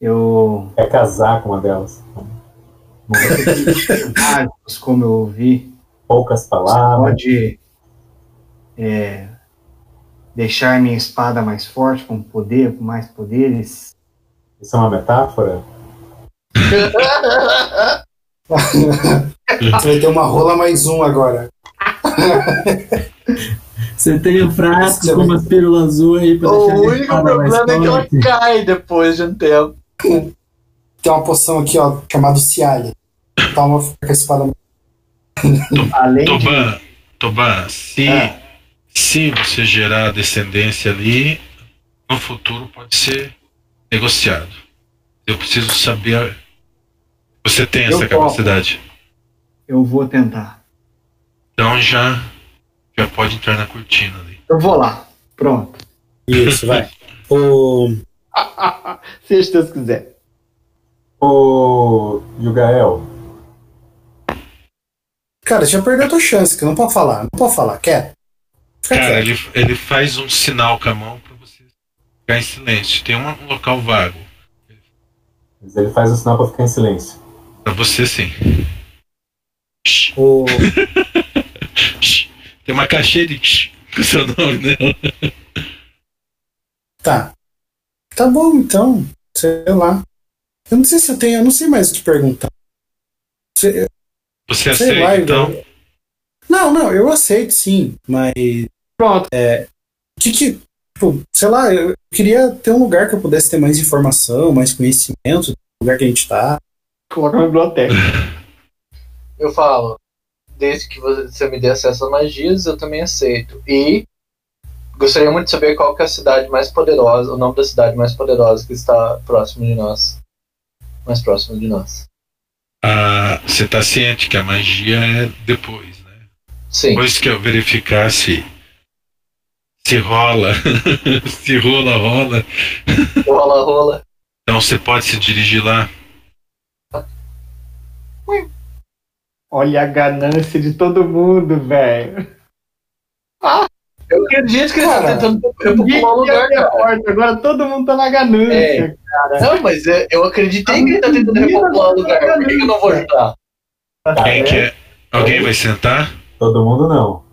Speaker 8: Eu.
Speaker 6: É casar com uma delas.
Speaker 8: *laughs* Mágicos, como eu ouvi,
Speaker 6: Poucas
Speaker 8: você
Speaker 6: palavras.
Speaker 8: pode é, deixar minha espada mais forte, com poder, com mais poderes.
Speaker 6: Isso é uma metáfora?
Speaker 1: Ah.
Speaker 5: Você vai ter uma rola mais um agora.
Speaker 11: Você tem um frasco com umas pílulas azul aí pra deixar
Speaker 3: é O
Speaker 11: a
Speaker 3: único
Speaker 11: espada mais
Speaker 3: problema é que ela
Speaker 11: forte.
Speaker 3: cai depois de um tempo.
Speaker 5: Tem uma poção aqui, ó, chamada Cialia. Toma, fica com a espada.
Speaker 8: Além
Speaker 1: Toban, Toban, se,
Speaker 5: Ah.
Speaker 1: se você gerar descendência ali, no futuro pode ser negociado. Eu preciso saber. Você tem
Speaker 8: Eu
Speaker 1: essa
Speaker 8: topo.
Speaker 1: capacidade.
Speaker 8: Eu vou tentar.
Speaker 1: Então já, já pode entrar na cortina ali.
Speaker 8: Eu vou lá. Pronto.
Speaker 5: Isso, vai. *laughs* O...
Speaker 8: Seja Deus quiser.
Speaker 6: Ô, Yugael,
Speaker 5: Cara, já perdeu a tua chance, que não pode falar. Não pode falar, quer? Tá
Speaker 1: Cara, ele, ele faz um sinal com a mão pra você ficar em silêncio. Tem um local vago.
Speaker 6: mas ele faz o sinal pra ficar em silêncio.
Speaker 1: Pra você sim.
Speaker 5: O...
Speaker 1: Tem uma caixinha de *laughs* com seu nome né? nela.
Speaker 5: Tá. Tá bom, então. Sei lá. Eu não sei se eu tenho, eu não sei mais o que perguntar. Você-
Speaker 1: Você
Speaker 5: Sei
Speaker 1: aceita
Speaker 5: lá,
Speaker 1: então?
Speaker 5: Não, não, eu aceito sim, mas.
Speaker 8: Pronto.
Speaker 5: É. De que. Tipo, sei lá, eu queria ter um lugar que eu pudesse ter mais informação, mais conhecimento do lugar que a gente tá.
Speaker 8: Coloca na biblioteca.
Speaker 3: Eu falo, desde que você você me dê acesso às magias, eu também aceito. E gostaria muito de saber qual que é a cidade mais poderosa, o nome da cidade mais poderosa que está próximo de nós. Mais próximo de nós.
Speaker 1: Ah, você tá ciente que a magia é depois, né?
Speaker 3: Sim.
Speaker 1: Depois que eu verificar se, se rola, *laughs* se rola, rola.
Speaker 3: Rola, rola.
Speaker 1: Então você pode se dirigir lá.
Speaker 8: Olha a ganância de todo mundo, velho.
Speaker 3: Eu acredito que eles estão
Speaker 8: Cara,
Speaker 3: tentando
Speaker 8: Ninguém
Speaker 3: popular o lugar,
Speaker 8: abre a
Speaker 3: cara.
Speaker 8: porta, Agora todo mundo tá na ganância.
Speaker 3: É. Não, mas é- eu acreditei que ele tá tentando repopular o lugar. Por que, que eu não vou ajudar?
Speaker 1: Quem quer? Alguém vai sentar?
Speaker 6: Todo mundo não.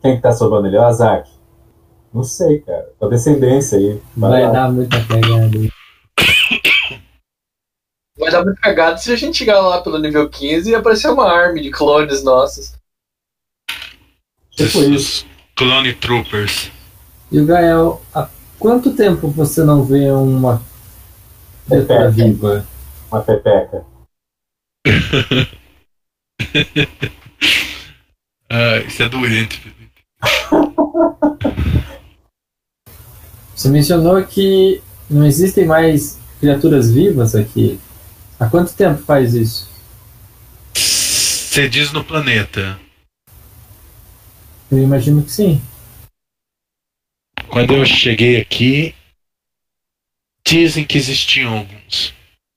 Speaker 6: Quem que tá salvando ele? É o Azak. Não sei, cara. Tua descendência aí.
Speaker 11: Vai
Speaker 6: lá.
Speaker 11: dar muita pegada.
Speaker 3: Vai dar muito cagado se a gente chegar lá pelo nível 15 e aparecer uma arma de clones nossos.
Speaker 1: Tipo isso. Clone Troopers.
Speaker 11: E o Gael, há quanto tempo você não vê uma letra viva?
Speaker 6: Uma pepeca.
Speaker 1: Ah, isso é doente.
Speaker 11: Você mencionou que não existem mais criaturas vivas aqui. Há quanto tempo faz isso?
Speaker 1: Você diz no planeta.
Speaker 11: Eu imagino que sim.
Speaker 1: Quando eu cheguei aqui, dizem que existiam alguns.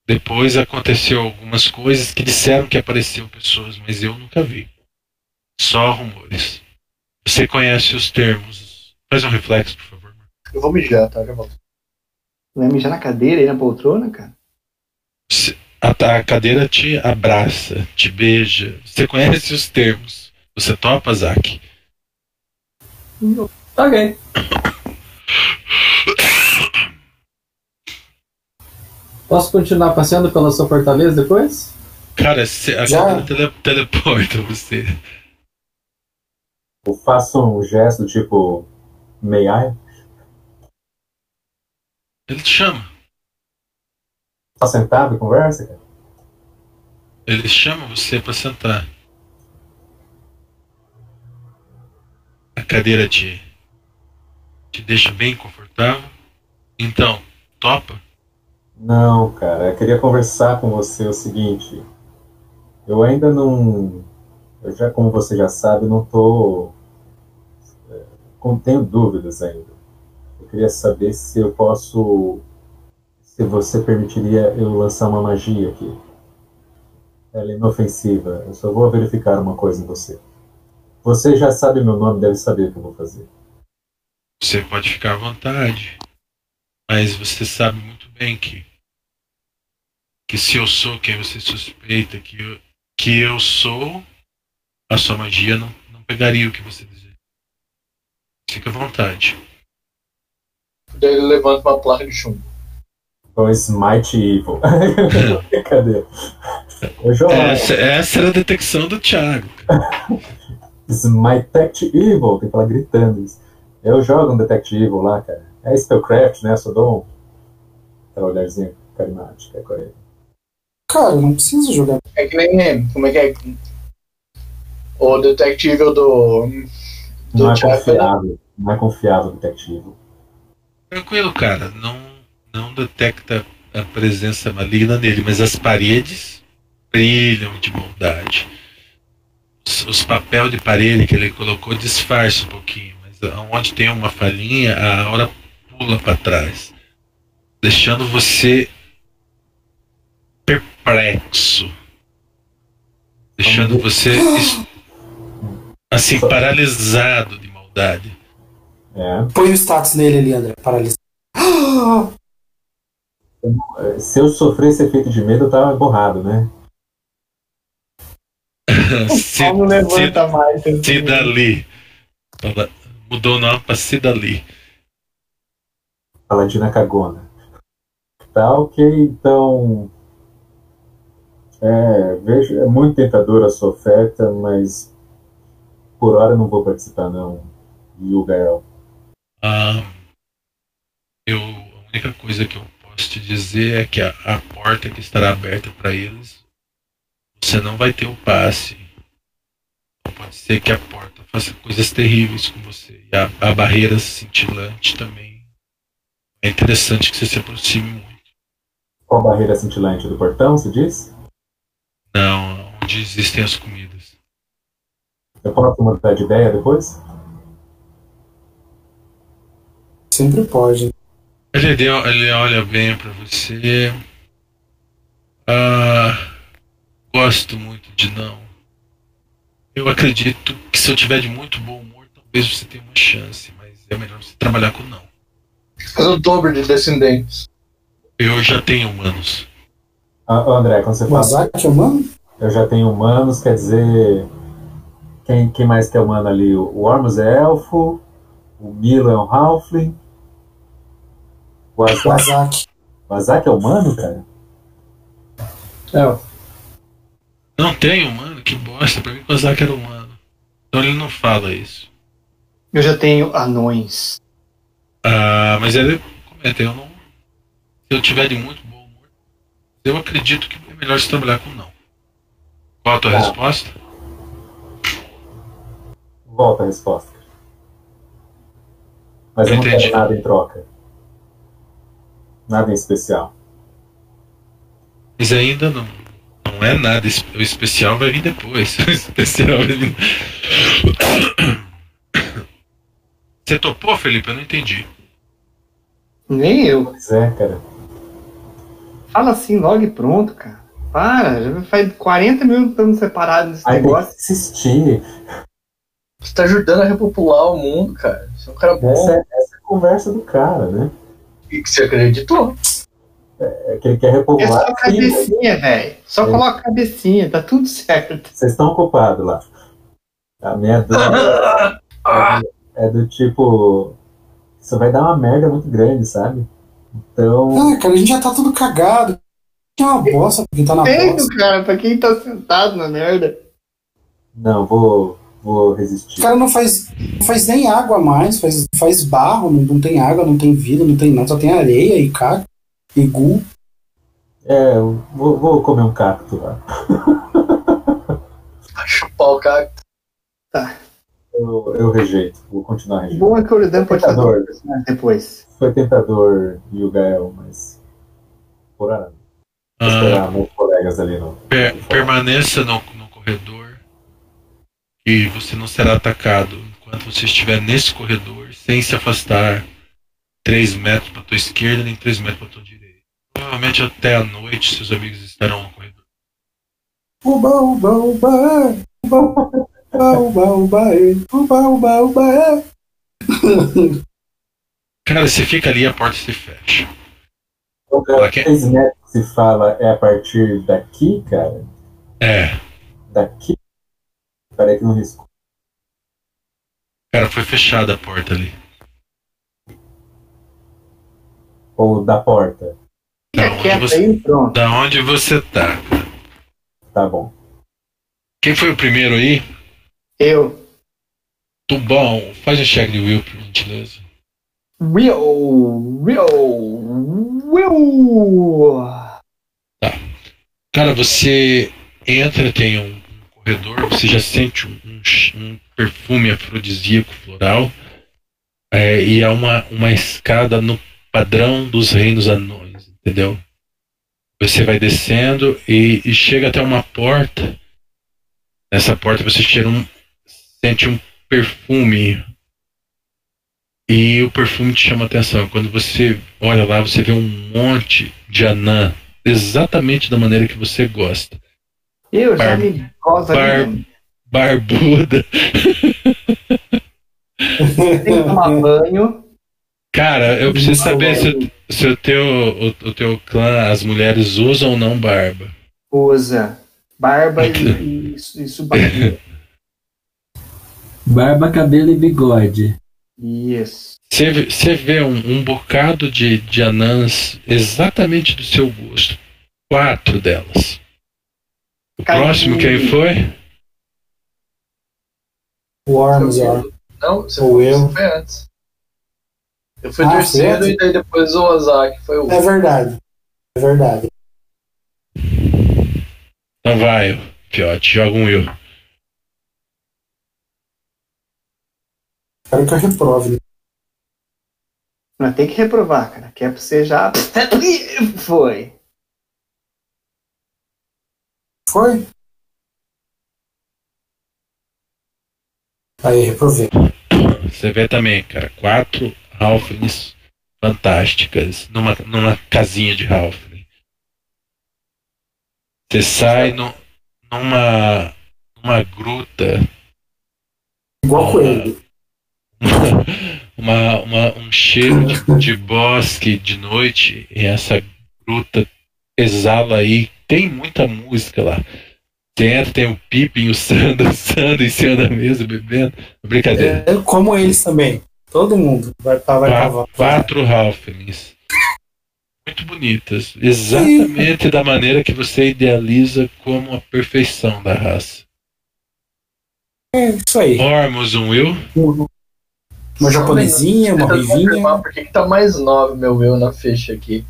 Speaker 1: Depois aconteceu algumas coisas que disseram que apareceu pessoas, mas eu nunca vi. Só rumores. Você conhece os termos. Faz um reflexo, por favor.
Speaker 3: Eu vou mijar, tá? Já volto.
Speaker 8: Vai mijar na cadeira e na poltrona, cara?
Speaker 1: A, ta- a cadeira te abraça, te beija. Você conhece os termos. Você topa, Zack?
Speaker 11: Tá Ok. Posso continuar passeando pela sua fortaleza depois?
Speaker 1: Cara, cê- a
Speaker 11: Já.
Speaker 1: cadeira tele- teleporta você.
Speaker 6: Eu faço um gesto tipo. May I?
Speaker 1: Ele te chama.
Speaker 6: Tá sentado e conversa, cara?
Speaker 1: Ele chama você pra sentar. A cadeira te, te deixa bem confortável. Então, topa?
Speaker 6: Não, cara, eu queria conversar com você o seguinte. Eu ainda não. Eu já, como você já sabe, não tô. é, com- tenho dúvidas ainda. Eu queria saber se eu posso. Se você permitiria eu lançar uma magia aqui. Ela é inofensiva. Eu só vou verificar uma coisa em você. Você já sabe meu nome, deve saber o que eu vou fazer.
Speaker 1: Você pode ficar à vontade. Mas você sabe muito bem que. Que se eu sou quem você suspeita que eu, que eu sou, a sua magia não, não pegaria o que você deseja. Fica à vontade.
Speaker 3: Daí ele levanta uma placa de chumbo.
Speaker 6: Então, Smite Evil. Cadê? Ô, João.
Speaker 1: Essa, essa era a detecção do Thiago.
Speaker 6: Smite Evil, tem que falar gritando isso. Eu jogo um Detect Evil lá, cara. É Spellcraft, né? Só dou um. Aquela olharzinha Tá, carismática com ele.
Speaker 5: Cara, não preciso jogar.
Speaker 3: É que nem. Como é que é? O detective do. do né?
Speaker 6: Não é
Speaker 3: Thiago era-
Speaker 6: confiável. Não é confiável o Detect Evil.
Speaker 1: Tranquilo, cara. Não, não detecta a presença maligna nele, mas as paredes brilham de bondade. Os, os papel de parede que ele colocou disfarça um pouquinho, mas onde tem uma falhinha, a aura pula para trás, deixando você perplexo, deixando você es- assim paralisado de maldade.
Speaker 6: É.
Speaker 5: Põe o status nele ali, André. Paralisa.
Speaker 6: Eh, Se eu sofresse efeito de medo, eu tava borrado, né?
Speaker 1: se,
Speaker 8: Não levanta mais.
Speaker 1: Cidali. Fala- Mudou o nome pra Cidali.
Speaker 6: Paladina Cagona. Tá ok, então. É, vejo, é muito tentadora a sua oferta, mas por hora eu não vou participar não. E o Gael.
Speaker 1: Ah, eu, a única coisa que eu posso te dizer é que a, a porta que estará aberta para eles, você não vai ter o passe. Então Pode ser que a porta faça coisas terríveis com você. E a, a barreira cintilante também. É interessante que você se aproxime muito.
Speaker 6: Qual a barreira cintilante do portão, se diz?
Speaker 1: Não, onde existem as comidas.
Speaker 6: Eu posso mudar de ideia depois?
Speaker 5: Sempre pode.
Speaker 1: Ele, deu- ele olha bem pra você. Ah, gosto muito de não. Eu acredito que se eu tiver de muito bom humor, talvez você tenha uma chance, mas é melhor você trabalhar com não.
Speaker 3: Mas o dobro de descendentes.
Speaker 1: Eu já tenho humanos.
Speaker 6: Ah, ô, André, quando você fala.
Speaker 5: Mazak, humano?
Speaker 6: Eu já tenho humanos, quer dizer. Quem, quem mais que é humano ali? O Ormus é elfo, o Milo é um halfling. O Azak,
Speaker 5: Mazak.
Speaker 6: o Azak é humano, cara?
Speaker 1: Não tem humano? Que bosta. Pra mim, o Kozak era humano. Então ele não fala isso.
Speaker 8: Eu já tenho anões.
Speaker 1: Ah, mas ele comenta, eu não. Se eu tiver de muito bom humor, eu acredito que é melhor você trabalhar com não. Qual a tua
Speaker 6: Tá.
Speaker 1: resposta?
Speaker 6: Volta a resposta. Mas eu não
Speaker 1: Entendi.
Speaker 6: quero nada em troca. Nada em especial.
Speaker 1: Mas ainda não, não é nada. es- O especial vai vir depois. *laughs* O especial vai vir. *coughs* Você topou, Felipe? Eu não entendi.
Speaker 8: Nem eu.
Speaker 6: Pois é, cara.
Speaker 8: Fala assim logo e pronto, cara. Para, já faz 40 minutos que estamos separados nesse
Speaker 6: Aí tem que
Speaker 8: negócio.
Speaker 6: insistir.
Speaker 3: Você tá ajudando a repopular o mundo, cara. Você é um cara bom.
Speaker 6: Essa, é- essa é a conversa do cara, né?
Speaker 3: E que você
Speaker 8: *laughs*
Speaker 3: acreditou.
Speaker 6: É que ele quer
Speaker 8: É
Speaker 6: repovoar.
Speaker 8: só
Speaker 6: Sim,
Speaker 8: cabecinha, velho. Só
Speaker 6: É.
Speaker 8: coloca a cabecinha, tá tudo certo.
Speaker 6: Vocês estão ocupados lá. A minha dor é do tipo. Isso vai dar uma merda muito grande, sabe? Então.
Speaker 5: Ah, cara, a gente já tá tudo cagado. Que é uma bosta pra quem tá na
Speaker 8: Feito,
Speaker 5: bosta.
Speaker 8: cara, pra quem tá sentado na merda.
Speaker 6: Não, vou. Vou resistir.
Speaker 5: O cara não faz, não faz nem água mais, faz, faz barro, não, não tem água, não tem vida, não tem nada, só tem areia e caco e gu.
Speaker 6: É, eu vou, vou comer um cacto lá.
Speaker 3: Chupar o cara.
Speaker 6: Eu, eu rejeito. Vou continuar
Speaker 8: O
Speaker 6: rejeitando.
Speaker 8: bom é que o Urudan pode fazer
Speaker 6: Tentador.
Speaker 8: um personagem depois.
Speaker 6: Foi tentador e o Gael, mas. Por hora. não.
Speaker 1: Ah,
Speaker 6: Vou esperar meus colegas ali não.
Speaker 1: per- permaneça no, no corredor e você não será atacado. Enquanto você estiver nesse corredor, sem se afastar 3 metros para tua esquerda nem 3 metros para tua direita. Provavelmente até a noite seus amigos estarão no corredor.
Speaker 5: Uba, uba, uba, é. uba, uba, uba, uba, é. uba, uba, uba, é.
Speaker 1: Cara, você fica ali e a porta se fecha.
Speaker 6: Então,
Speaker 1: Pra
Speaker 6: cara,
Speaker 1: quê?
Speaker 6: três metros que se fala é a partir daqui, cara.
Speaker 1: É.
Speaker 6: Daqui. Peraí que não risco.
Speaker 1: Cara, foi fechada a porta ali.
Speaker 6: Ou da porta.
Speaker 1: Da Tá, onde, você, da onde você tá?
Speaker 6: Tá bom.
Speaker 1: Quem foi o primeiro aí?
Speaker 8: Eu.
Speaker 1: Tubão, faz um check de Will, por gentileza.
Speaker 8: Will, Will, Will.
Speaker 1: Tá. Cara, você entra, tem um corredor, você já sente um, um ch- um perfume afrodisíaco floral. é, e é uma, uma escada no padrão dos reinos anões, entendeu? Você vai descendo e, e chega até uma porta. Nessa porta você cheira um, sente um perfume. E o perfume te chama a atenção. Quando você olha lá, você vê um monte de anã. Exatamente da maneira que você gosta.
Speaker 8: Eu já
Speaker 1: Bar-
Speaker 8: me gosta
Speaker 1: bar-
Speaker 8: de
Speaker 1: Barbuda.
Speaker 8: tem que tomar
Speaker 1: *laughs*
Speaker 8: banho.
Speaker 1: Cara, eu preciso saber se, o- se o, teu, o, o teu clã, as mulheres usam ou não barba.
Speaker 8: Usa barba e, e, e subaquinha.
Speaker 11: *laughs* Barba, cabelo e bigode.
Speaker 8: Yes.
Speaker 1: Você vê- Você vê um, um bocado de, de anãs exatamente do seu gosto. Quatro delas. O
Speaker 8: Caiu.
Speaker 1: próximo quem foi?
Speaker 5: O Ormus, ó.
Speaker 3: Não, você
Speaker 5: Ou
Speaker 3: foi,
Speaker 5: eu.
Speaker 3: você foi antes. Eu fui
Speaker 5: Ah,
Speaker 3: terceiro
Speaker 5: foi
Speaker 3: e daí depois o Ozaki foi o
Speaker 5: É verdade. É verdade.
Speaker 1: Então vai, Fiote, joga um eu.
Speaker 5: Quero que eu reprove. né?
Speaker 8: Mas tem que reprovar, cara. Que é pra você já. *laughs* Foi.
Speaker 5: Foi? Aí, reprovei.
Speaker 1: Você vê também, cara, quatro halflings fantásticas numa, numa casinha de halfling. Você sai no- numa, numa gruta
Speaker 5: Igual coelho.
Speaker 1: *laughs* uma, uma- um cheiro de, de bosque de noite e essa gruta exala aí. Tem muita música lá. Você entra, tem o Pippin, o Sam *laughs* dançando em cima da mesa, bebendo. Brincadeira.
Speaker 5: É, como eles também. Todo mundo vai, tá, vai
Speaker 1: Qua-
Speaker 5: cavar.
Speaker 1: Quatro Halflings. Muito bonitas. Exatamente da maneira que você idealiza como a perfeição da raça.
Speaker 5: É isso aí.
Speaker 1: Ormus, um Will.
Speaker 5: Uma japonesinha, uma ruivinha.
Speaker 3: Por que, que tá mais 9 meu Will na ficha aqui?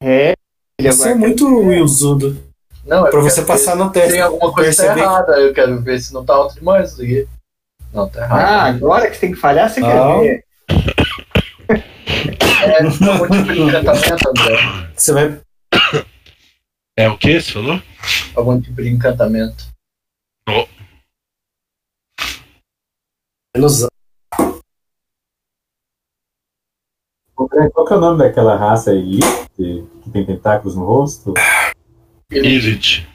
Speaker 8: É. Ele
Speaker 5: Você é
Speaker 8: agora
Speaker 5: muito Wilzudo.
Speaker 3: Não, é
Speaker 5: Pra você passar no teste.
Speaker 3: Tem alguma coisa que tá
Speaker 5: Perceber-
Speaker 3: errada, eu quero ver se não tá alto demais isso aqui. Não, tá errado.
Speaker 8: Ah, agora que você tem que falhar, você
Speaker 5: Não.
Speaker 8: quer ver.
Speaker 3: É, tá um tipo de encantamento, André.
Speaker 5: Você vai.
Speaker 1: É o que você falou?
Speaker 3: Algum tipo de encantamento.
Speaker 5: Ilusão.
Speaker 6: Ô, Greg, Qual que é o nome daquela raça aí que, que tem tentáculos no rosto?
Speaker 1: Illit.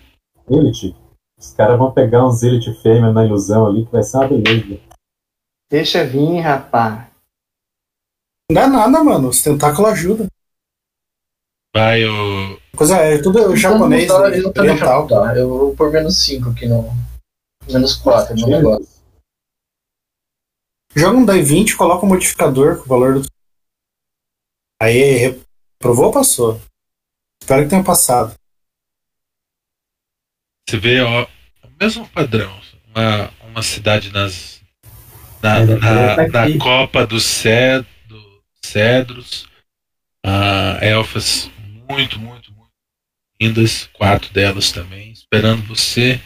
Speaker 6: Elite? Os caras vão pegar uns Elite fêmea na ilusão ali, que vai ser uma beleza.
Speaker 8: Deixa vir, rapá.
Speaker 5: Não dá nada, mano. um Os tentáculos ajudam.
Speaker 1: Vai, o.
Speaker 5: Coisa é
Speaker 8: Então,
Speaker 5: tudo japonês,
Speaker 3: Não tá-
Speaker 5: né?
Speaker 3: não tá deixando
Speaker 5: oriental.
Speaker 3: mudar. Eu vou por menos 5 aqui no. Menos 4 no negócio.
Speaker 6: Gêneros?
Speaker 5: Joga um die 20, coloca um modificador com o valor do. Aí, reprovou ou passou? Espero que tenha passado.
Speaker 1: Você vê ó, é o mesmo padrão. Uma, uma cidade nas, na,
Speaker 11: Mas
Speaker 1: na,
Speaker 11: tá aqui.
Speaker 1: na copa dos cedro, cedros. Ah, elfas muito, muito, muito lindas. Quatro delas também. Esperando você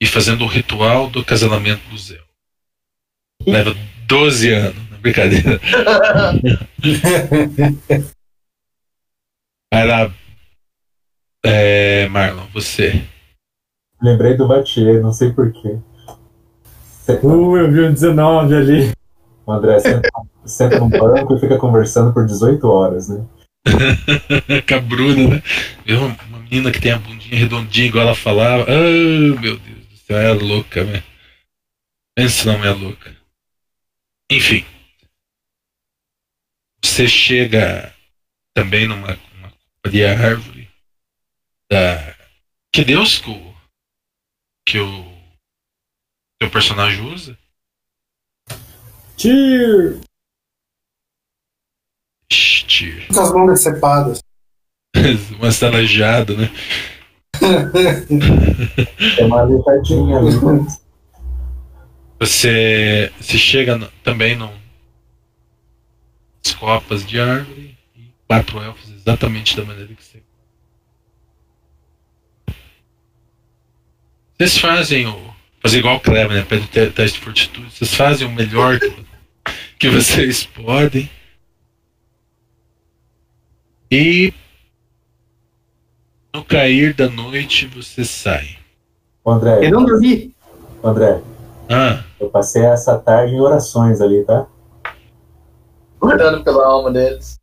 Speaker 1: e fazendo o ritual do casamento do Zé. Leva 12 anos. não é
Speaker 11: *laughs*
Speaker 1: Brincadeira. Vai lá. É, Marlon, você.
Speaker 6: Lembrei do Batier, não sei porquê.
Speaker 9: Uh, eu vi um 19 ali.
Speaker 6: tá- O André senta, senta num banco e fica conversando por 18 horas, né?
Speaker 1: *laughs* Cabruna, né? Viu uma uma menina que tem a bundinha redondinha igual ela falava. Ah, meu Deus do céu, é louca, né? Pensa não é louca. Enfim. Você chega também numa numa copa de árvore da que Deus que o que o teu personagem usa.
Speaker 9: Tio!
Speaker 1: Shhh, tiro.
Speaker 5: Com as mãos decepadas.
Speaker 1: *coughs* Uma salajada, um né?
Speaker 6: É uma leitadinha ali. mas
Speaker 1: Você se chega no- também num copas de árvore e quatro elfos exatamente da maneira que você. Vocês fazem o. Fazer igual o Kleber, né? Pede te- teste de fortitude. Vocês fazem o melhor que, que vocês podem. E no cair da noite vocês saem.
Speaker 6: Ô, André.
Speaker 1: Eu
Speaker 8: não dormi.
Speaker 6: André.
Speaker 1: Ah,
Speaker 6: Eu passei essa tarde em orações ali, tá?
Speaker 3: Orando pela alma deles.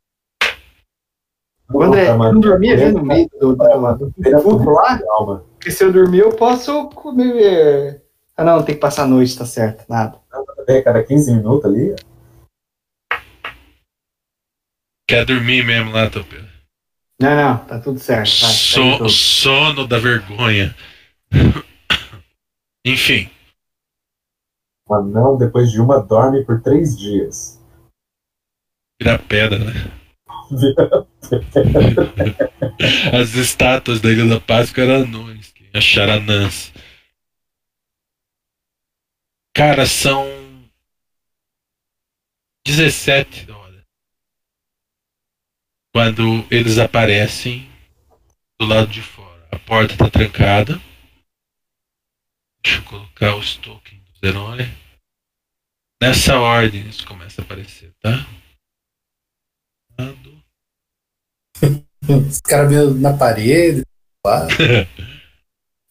Speaker 8: O André, eu não dormi ali né? no meio do, do, do, do vulco lá?
Speaker 6: Calma.
Speaker 8: Porque se eu dormir, eu posso comer. Ah, não, tem que passar a noite, tá certo, nada.
Speaker 6: É, cada 15 minutos ali.
Speaker 1: Quer dormir mesmo lá, Topeira?
Speaker 8: Não, não, tá tudo certo. vai, segue o
Speaker 1: So,
Speaker 8: jogo.
Speaker 1: sono da vergonha. *coughs* Enfim.
Speaker 6: O anão, depois de uma, dorme por três dias. *laughs*
Speaker 1: Vira pedra, né? *laughs* As estátuas da Ilha da Páscoa eram anões. Quem achar anãs. Cara, são 17 horas. Quando eles aparecem do lado de fora. A porta tá trancada. Deixa eu colocar os tokens dos heróis. Nessa ordem isso começa a aparecer, tá? *laughs*
Speaker 5: Os caras meio na parede. Lá.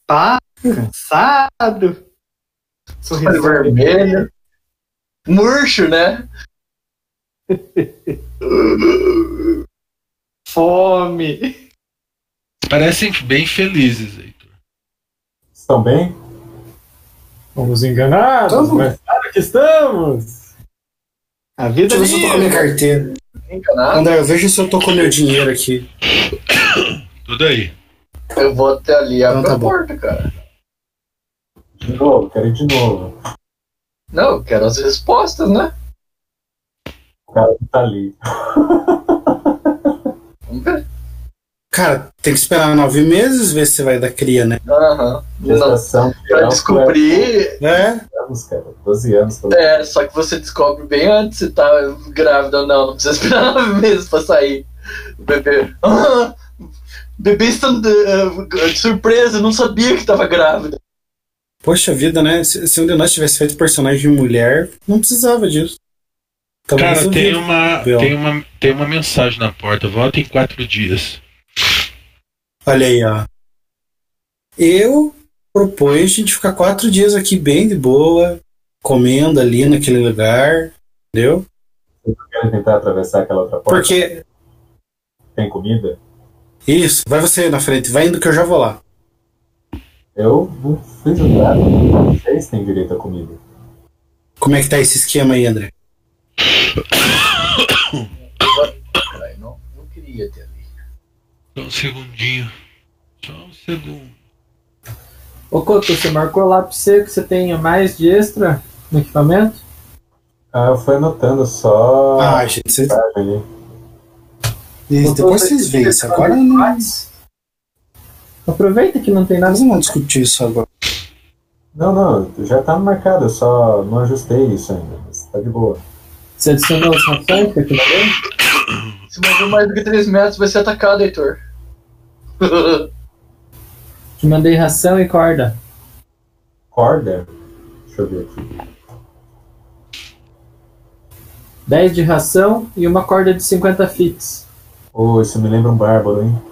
Speaker 8: Pá, Tá cansado.
Speaker 5: é
Speaker 8: Sorriso
Speaker 3: vermelho. Murcho, né?
Speaker 8: Fome.
Speaker 1: Parecem bem felizes aí.
Speaker 6: Estão bem?
Speaker 11: Fomos enganados,
Speaker 5: Estamos.
Speaker 11: mas claro que estamos!
Speaker 8: A
Speaker 5: Deixa eu ver se eu tô com a minha carteira.
Speaker 3: Encanado.
Speaker 5: André, eu vejo se eu tô com o meu dinheiro aqui.
Speaker 1: Tudo aí.
Speaker 3: Eu vou até ali abre
Speaker 5: tá
Speaker 3: a
Speaker 5: bom.
Speaker 3: porta, cara.
Speaker 6: De novo, quero ir de novo.
Speaker 3: Não, eu quero as respostas, né?
Speaker 6: O cara não tá ali.
Speaker 3: Vamos ver.
Speaker 5: Cara, tem que esperar nove meses ver se vai dar cria, né?
Speaker 3: Aham.
Speaker 6: Gestação
Speaker 5: Ah,
Speaker 3: Pra
Speaker 6: geral,
Speaker 3: descobrir.
Speaker 5: Né?
Speaker 6: 12 anos, cara. 12 anos. pelo
Speaker 3: É, só que você descobre bem antes se tá grávida ou não. Não precisa esperar *laughs* nove meses pra sair. O bebê. *laughs* Ah, bebê está eh, de surpresa, não sabia que tava grávida.
Speaker 5: Poxa vida, né? Se, se um de nós tivesse feito personagem de mulher, não precisava disso. Então, Tava
Speaker 1: Cara,
Speaker 5: resolvido.
Speaker 1: tem um- uma,
Speaker 5: Biel.
Speaker 1: tem, uma, tem uma mensagem na porta. Volta em quatro dias.
Speaker 5: Olha aí, ó. Eu proponho a gente ficar quatro dias aqui bem de boa, comendo ali naquele lugar, entendeu?
Speaker 6: Quero tentar atravessar aquela outra porta.
Speaker 5: Porque.
Speaker 6: Tem comida?
Speaker 5: Isso, vai você na frente, vai indo que eu já vou lá.
Speaker 6: Eu não fiz nada. Vocês têm direito a comida.
Speaker 5: Como é que tá esse esquema aí, André?
Speaker 3: Caralho, não, não queria ter ali.
Speaker 1: Só um segundinho. Só um segundo.
Speaker 11: Ô Coto, você marcou lá pra você que você tenha mais de extra no equipamento?
Speaker 6: Ah, eu fui anotando só.
Speaker 5: Ah, gente, vocês-
Speaker 6: sabe, ali.
Speaker 5: isso, depois vocês veem isso. Agora não,
Speaker 11: Aproveita que não tem nada.
Speaker 5: nós não vamos discutir isso agora.
Speaker 6: Não, não, já tá marcado, eu só não ajustei isso ainda, mas tá de boa.
Speaker 11: Você adicionou os
Speaker 4: é
Speaker 11: rações pra aquilo ali?
Speaker 3: Se mover mais do que 3 metros, vai ser atacado, Heitor.
Speaker 11: Te mandei ração e corda.
Speaker 6: Corda? Deixa eu ver aqui.
Speaker 11: 10 de ração e uma corda de 50 fits.
Speaker 6: Oh, isso me lembra um bárbaro, hein?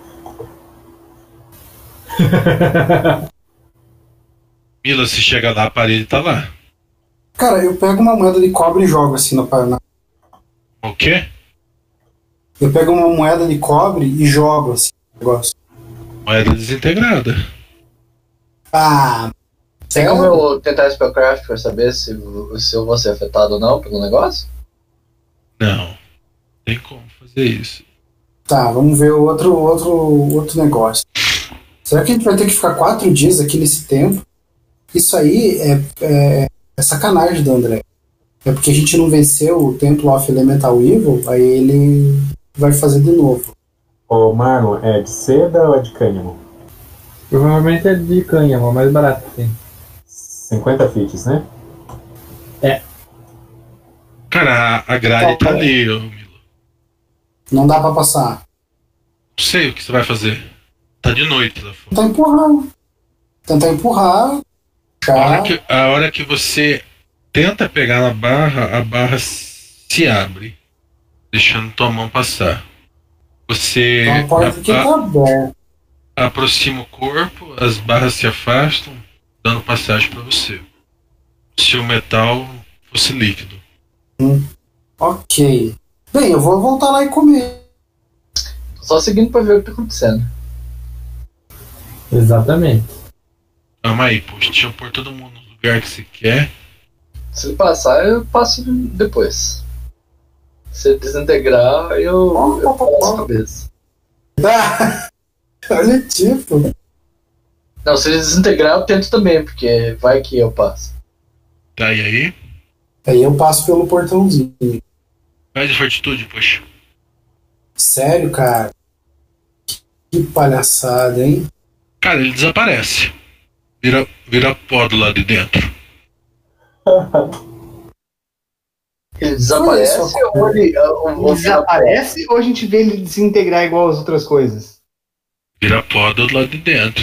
Speaker 1: Mila, se chega lá, a parede tá lá.
Speaker 5: Cara, eu pego uma moeda de cobre e jogo assim na, pa- na-
Speaker 1: O quê?
Speaker 5: Eu pego uma moeda de cobre e jogo assim no negócio.
Speaker 1: Moeda desintegrada.
Speaker 5: Ah,
Speaker 3: Tem
Speaker 5: sério?
Speaker 3: como *laughs* eu tentar Spellcraft pra saber se, se eu vou ser afetado ou não pelo negócio?
Speaker 1: Não. Tem como fazer isso.
Speaker 5: Tá, vamos ver outro, outro, outro negócio. Será que a gente vai ter que ficar quatro dias aqui nesse tempo? Isso aí é, é, é sacanagem do André. É porque a gente não venceu o Templo of Elemental Evil, aí ele vai fazer de novo.
Speaker 6: Ô Marlon, é de seda ou é de cânhamo?
Speaker 4: Provavelmente é de cânhamo, mais barato que tem.
Speaker 6: 50 fits, né?
Speaker 4: É.
Speaker 1: Cara, a grade tá ali, ô Milo.
Speaker 5: Não dá pra passar.
Speaker 1: Não sei o que você vai fazer. Tá de noite lá fora.
Speaker 5: Tentar empurrar. Tentar empurrar.
Speaker 1: A hora,
Speaker 5: Já.
Speaker 1: que, a hora que você tenta pegar na barra, a barra se abre, deixando tua mão passar. Você
Speaker 5: Então a porta aqui
Speaker 1: a-
Speaker 5: tá aberta.
Speaker 1: aproxima o corpo, as barras se afastam, dando passagem para você. Se o metal fosse líquido.
Speaker 5: Ok. Bem, eu vou voltar lá e comer. *laughs*
Speaker 3: Só seguindo pra ver o que tá acontecendo.
Speaker 4: Exatamente.
Speaker 1: Calma aí, pô, deixa eu pôr todo mundo no lugar que você quer.
Speaker 3: Se passar, eu passo depois. Se eu desintegrar, eu, eu passo a cabeça.
Speaker 5: Olha, tipo.
Speaker 3: Não, se ele desintegrar, eu tento também, porque vai que eu passo.
Speaker 1: Tá, e aí?
Speaker 5: Aí eu passo pelo portãozinho.
Speaker 1: Faz de fortitude, poxa.
Speaker 5: Sério, cara? Que palhaçada, hein?
Speaker 1: Cara, ele desaparece. Vira, vira pó do lado de dentro.
Speaker 3: Ele desaparece ou ele.
Speaker 8: Ele desaparece ou a gente vê ele desintegrar igual as outras coisas?
Speaker 1: Vira pó do lado de dentro.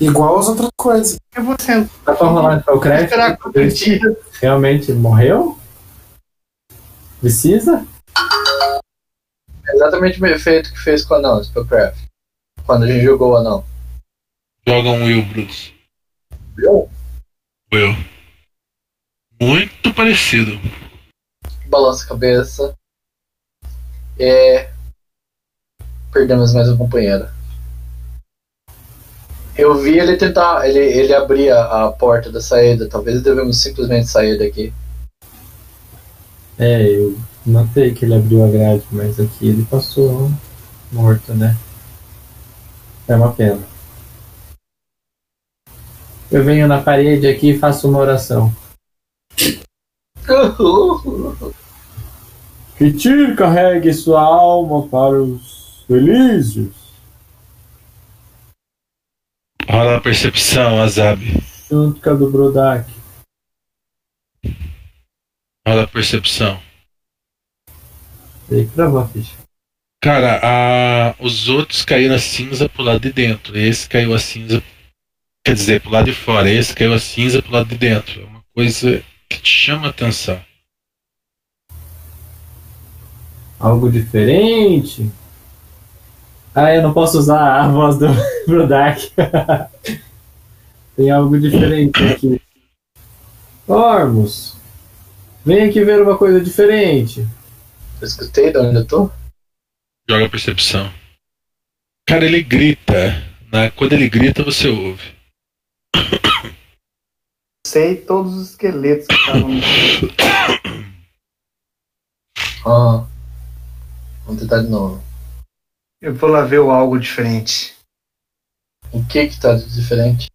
Speaker 5: Igual as outras coisas.
Speaker 8: Eu vou sentar.
Speaker 4: Dá pra rolar então, o crédito?
Speaker 8: Será que eu perdi?
Speaker 4: Realmente morreu? Precisa?
Speaker 3: É exatamente o mesmo efeito que fez com o anão, Spellcraft. Quando a gente jogou o anão.
Speaker 1: Joga um Will, Brutus.
Speaker 3: Will?
Speaker 1: Will. Muito parecido.
Speaker 3: Balança a cabeça. É. Perdemos mais um companheiro. Eu vi ele tentar. Ele, ele abrir a, a porta da saída. Talvez devemos simplesmente sair daqui. *laughs*
Speaker 4: É, eu notei que ele abriu a grade, mas aqui ele passou morto, né? É uma pena. Eu venho na parede aqui e faço uma oração.
Speaker 12: Que Tyr carregue sua alma para os felícios.
Speaker 1: Rola a percepção, Azab.
Speaker 4: Junto com a do Brodak.
Speaker 1: Rola a percepção.
Speaker 4: Tem que travar a ficha.
Speaker 1: Cara, a- os outros caíram a cinza pro lado de dentro. Esse caiu a cinza. Quer dizer, pro lado de fora. Esse caiu a cinza pro lado de dentro. É uma coisa que te chama a atenção.
Speaker 4: Algo diferente. Ah, eu não posso usar a voz do *laughs* Brodak. *laughs* Tem algo diferente aqui. Ormus, vem aqui ver uma coisa diferente.
Speaker 3: Eu escutei de onde eu tô?
Speaker 1: Joga a percepção. Cara, ele grita. Né? Quando ele grita, você ouve. *clears throat*
Speaker 8: Sei todos os esqueletos que estavam.
Speaker 3: Ah. Vamos tentar de novo.
Speaker 8: Eu vou lá ver o algo diferente.
Speaker 3: O que que tá de diferente?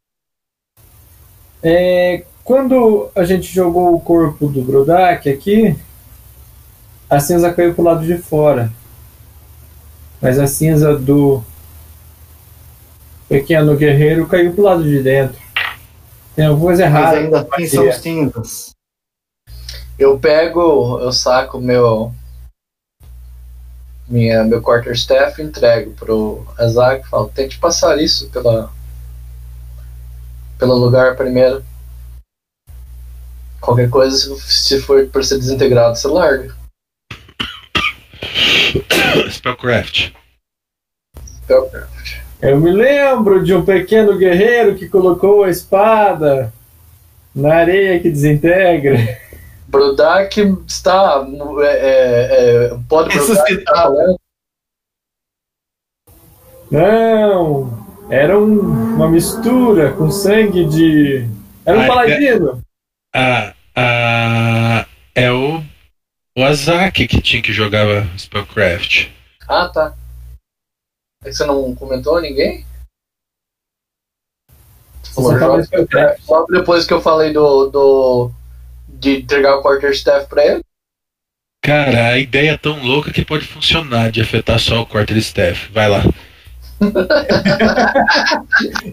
Speaker 4: É, quando a gente jogou o corpo do Brodak aqui, a cinza caiu pro lado de fora. Mas a cinza do pequeno guerreiro caiu pro lado de dentro. Tem alguma coisa
Speaker 8: Mas
Speaker 4: errada.
Speaker 8: ainda
Speaker 4: com
Speaker 8: assim
Speaker 4: a
Speaker 8: são
Speaker 4: magia.
Speaker 8: cinzas.
Speaker 3: Eu pego, eu saco meu minha, meu quarterstaff e entrego pro Azak e falo, tente passar isso pela pelo lugar primeiro. Qualquer coisa, se, se for pra ser desintegrado, você larga.
Speaker 1: Spellcraft.
Speaker 3: Eu-
Speaker 4: Eu me lembro de um pequeno guerreiro que colocou a espada na areia que desintegra.
Speaker 3: Brodak está. É, é, é, pode Brodak está falando.
Speaker 4: Não, era um- uma mistura com sangue de. Era um
Speaker 1: Ah,
Speaker 4: paladino.
Speaker 1: Ah, ah, é o, o Azak que tinha que jogava Spellcraft.
Speaker 3: Ah, tá. É que você não comentou ninguém? Pô,
Speaker 4: Você falou
Speaker 3: joga-
Speaker 4: isso que eu quero.
Speaker 3: É, Só depois que eu falei do. do de entregar o quarterstaff pra ele.
Speaker 1: Cara, a ideia é tão louca que pode funcionar de afetar só o quarto de Steph. Vai lá.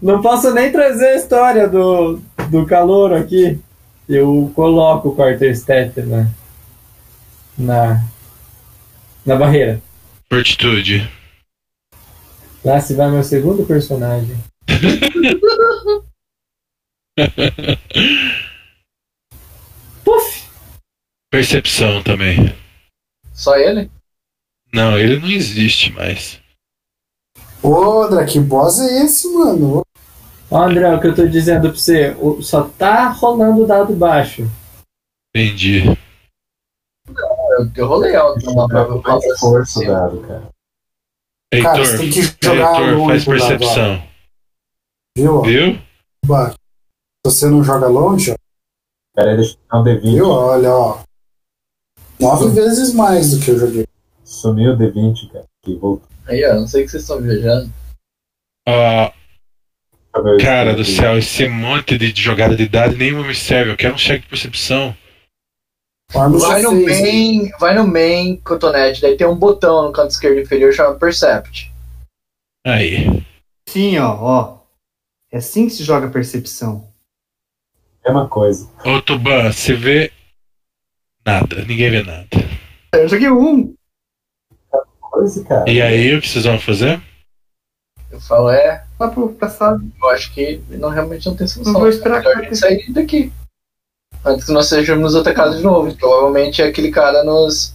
Speaker 4: Não posso nem trazer a história do, do calor aqui. Eu coloco o quarterstaff na, na, na barreira.
Speaker 1: Fortitude.
Speaker 4: Lá se vai meu segundo personagem.
Speaker 1: Puf! Percepção também.
Speaker 3: Só ele?
Speaker 1: Não, ele não existe mais.
Speaker 5: Ô, André, que boss é esse, mano?
Speaker 4: Ó, André, o que eu tô dizendo pra você, o- só tá rolando o dado baixo.
Speaker 1: Entendi.
Speaker 3: Eu, eu rolei alto numa prova. assim,
Speaker 6: Força né? o dado, cara.
Speaker 1: Heitor,
Speaker 5: Cara, você tem que jogar
Speaker 1: Heitor,
Speaker 5: longe
Speaker 1: faz
Speaker 5: pro lado,
Speaker 1: percepção.
Speaker 5: Viu?
Speaker 1: Viu?
Speaker 5: Ba- Se você não joga longe, ó,
Speaker 6: Pera aí, deixa eu dar um D20.
Speaker 5: viu? Olha, ó. Nove vezes mais do que eu joguei.
Speaker 6: Sumiu o D20, cara. Que voltou.
Speaker 3: Aí, ó, não sei o que vocês estão viajando.
Speaker 1: Ó, cara do céu, esse monte de jogada de dado nenhuma me serve. Eu quero um cheque de percepção.
Speaker 5: Armas
Speaker 3: Vai no
Speaker 5: já fez, né?
Speaker 3: main, vai no main cotonete, daí tem um botão no canto esquerdo inferior chamado Percept.
Speaker 1: Aí.
Speaker 8: Sim, ó, ó. É assim que se joga percepção.
Speaker 6: Mesma É coisa.
Speaker 1: Ô Tuban, você vê nada, ninguém vê nada.
Speaker 8: Eu joguei um.
Speaker 6: Coisa, cara.
Speaker 1: E é- aí, o que vocês vão fazer?
Speaker 3: Eu falo, é,
Speaker 8: Lá pro passado.
Speaker 3: eu acho que não, realmente não tem solução.
Speaker 8: Não vou esperar
Speaker 3: Melhor a gente sair daqui. Antes que nós sejamos atacados de novo. Provavelmente aquele cara nos,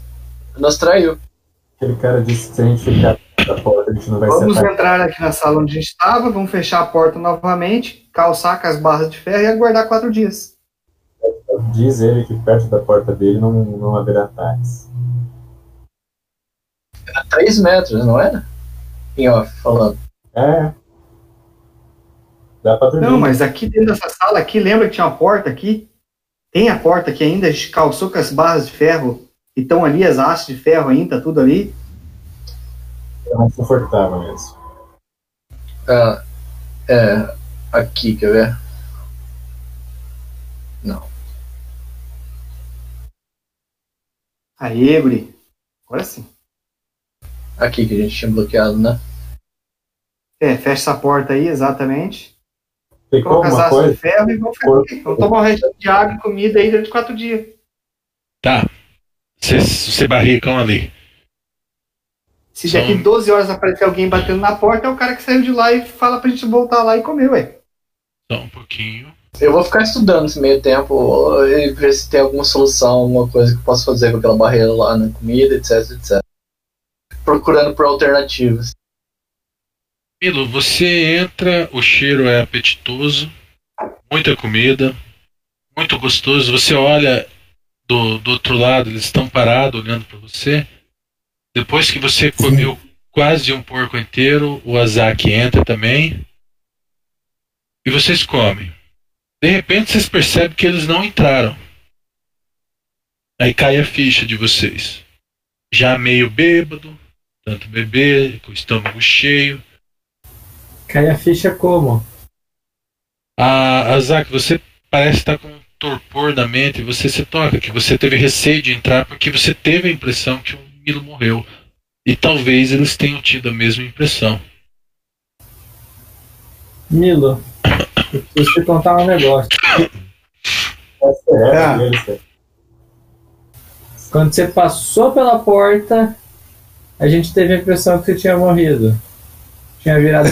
Speaker 3: nos traiu.
Speaker 6: Aquele cara disse que se a gente ficar da porta, a gente não vai
Speaker 8: Vamos
Speaker 6: ser atacado.
Speaker 8: entrar aqui na sala onde a gente estava, vamos fechar a porta novamente, calçar com as barras de ferro e aguardar quatro dias.
Speaker 6: Diz ele que perto da porta dele não, não haverá ataques.
Speaker 3: Era 3 metros, não era? Em off, falando.
Speaker 6: É. Dá pra dormir.
Speaker 8: Não, mas aqui dentro dessa sala aqui, lembra que tinha uma porta aqui? Tem a porta aqui ainda, a gente calçou com as barras de ferro e estão ali as hastes de ferro ainda, tudo ali.
Speaker 6: É mais confortável mesmo.
Speaker 3: Ah, é, aqui, quer ver? Não.
Speaker 8: Aê, Guri. Agora sim.
Speaker 3: Aqui que a gente tinha bloqueado, né?
Speaker 8: É, fecha essa porta aí, exatamente.
Speaker 6: Ficou
Speaker 8: Coloca as
Speaker 6: alguma
Speaker 8: hastes
Speaker 6: coisa?
Speaker 8: de ferro e vamos ficar aqui. Vamos tomar um resto de água e comida aí durante quatro dias.
Speaker 1: Tá. Vocês se barricam ali.
Speaker 8: Se daqui
Speaker 1: Sim.
Speaker 8: 12 horas aparecer alguém batendo na porta, é o cara que saiu de lá e fala pra gente voltar lá e comer, ué.
Speaker 1: Só um pouquinho.
Speaker 3: Eu vou ficar estudando esse meio tempo e ver se tem alguma solução, alguma coisa que eu posso fazer com aquela barreira lá na comida, etc, etc. Procurando por alternativas.
Speaker 1: Milo, você entra, o cheiro é apetitoso, muita comida, muito gostoso. Você olha do, do outro lado, eles estão parados olhando para você. Depois que você comeu quase um porco inteiro, o Azaki entra também. E vocês comem. De repente vocês percebem que eles não entraram. Aí cai a ficha de vocês. Já meio bêbado, tanto beber, com o estômago cheio.
Speaker 4: Cai a ficha como?
Speaker 1: Ah, Azak, você parece estar com um torpor na mente e você se toca que você teve receio de entrar porque você teve a impressão que o Milo morreu. E talvez eles tenham tido a mesma impressão.
Speaker 4: Milo, eu preciso te contar um negócio.
Speaker 6: Essa é
Speaker 5: Tá.
Speaker 6: a dele, cara.
Speaker 4: Quando você passou pela porta, a gente teve a impressão que você tinha morrido. Tinha virado.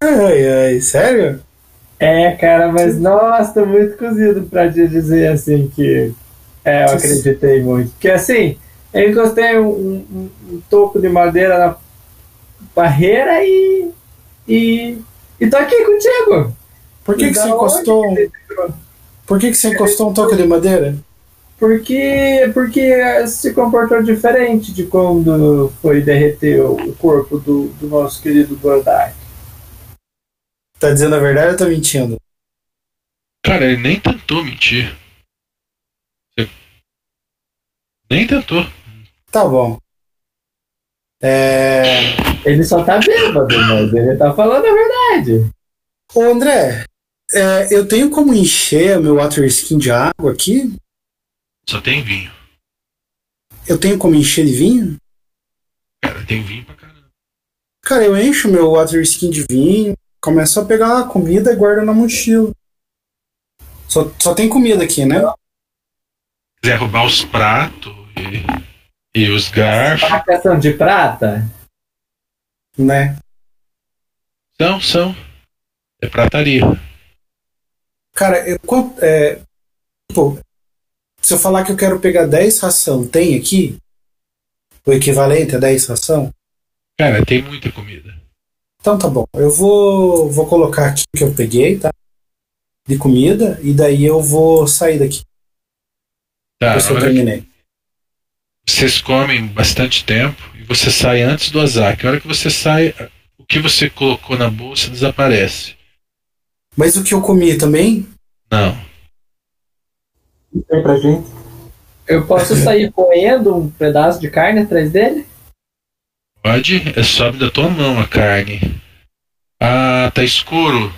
Speaker 5: Ai, ai, sério?
Speaker 4: é, cara, mas nossa, tô muito cozido pra te dizer assim que. É, eu acreditei muito. Porque assim, eu encostei um, um- um toco de madeira na barreira e. e. e tô aqui contigo!
Speaker 5: Por que, que
Speaker 4: Da
Speaker 5: você
Speaker 4: onde
Speaker 5: encostou? um-
Speaker 4: que
Speaker 5: Por que, que você encostou um toque de madeira?
Speaker 4: Porque, porque se comportou diferente de quando foi derreter o corpo do, do nosso querido Gordak.
Speaker 5: Tá dizendo a verdade ou tá mentindo?
Speaker 1: Cara, ele nem tentou mentir. Você- Nem tentou.
Speaker 5: Tá bom. É.
Speaker 4: Ele só tá bêbado, mas ele tá falando a verdade.
Speaker 5: Ô André, É, eu tenho como encher o meu water skin de água aqui?
Speaker 1: Só tem vinho.
Speaker 5: Eu tenho como encher de vinho?
Speaker 1: Cara, tem vinho pra caramba.
Speaker 5: Cara, eu encho meu water skin de vinho, começo a pegar a comida e guardo na mochila. Só, só tem comida aqui, né?
Speaker 1: Se quiser roubar os pratos e, e os garfos.
Speaker 4: Marcação de prata?
Speaker 5: Né?
Speaker 1: São, são. É prataria.
Speaker 5: Cara, eu, quan- é, tipo, se eu falar que eu quero pegar 10 ração, tem aqui? O equivalente a 10 ração?
Speaker 1: Cara, tem muita comida.
Speaker 5: Então tá bom. Eu vou, vou colocar aqui o que eu peguei, tá? De comida, e daí eu vou sair daqui.
Speaker 1: Tá,
Speaker 5: Por isso
Speaker 1: na
Speaker 5: eu
Speaker 1: hora que
Speaker 5: terminei.
Speaker 1: vocês comem bastante tempo e você sai antes do azar. Que a hora que você sai, o que você colocou na bolsa desaparece.
Speaker 5: Mas o que eu comi também?
Speaker 1: Não.
Speaker 6: Tem pra gente?
Speaker 4: Eu posso *laughs* sair correndo um pedaço de carne atrás dele?
Speaker 1: Pode, é sobe da tua mão a carne. Ah, tá escuro.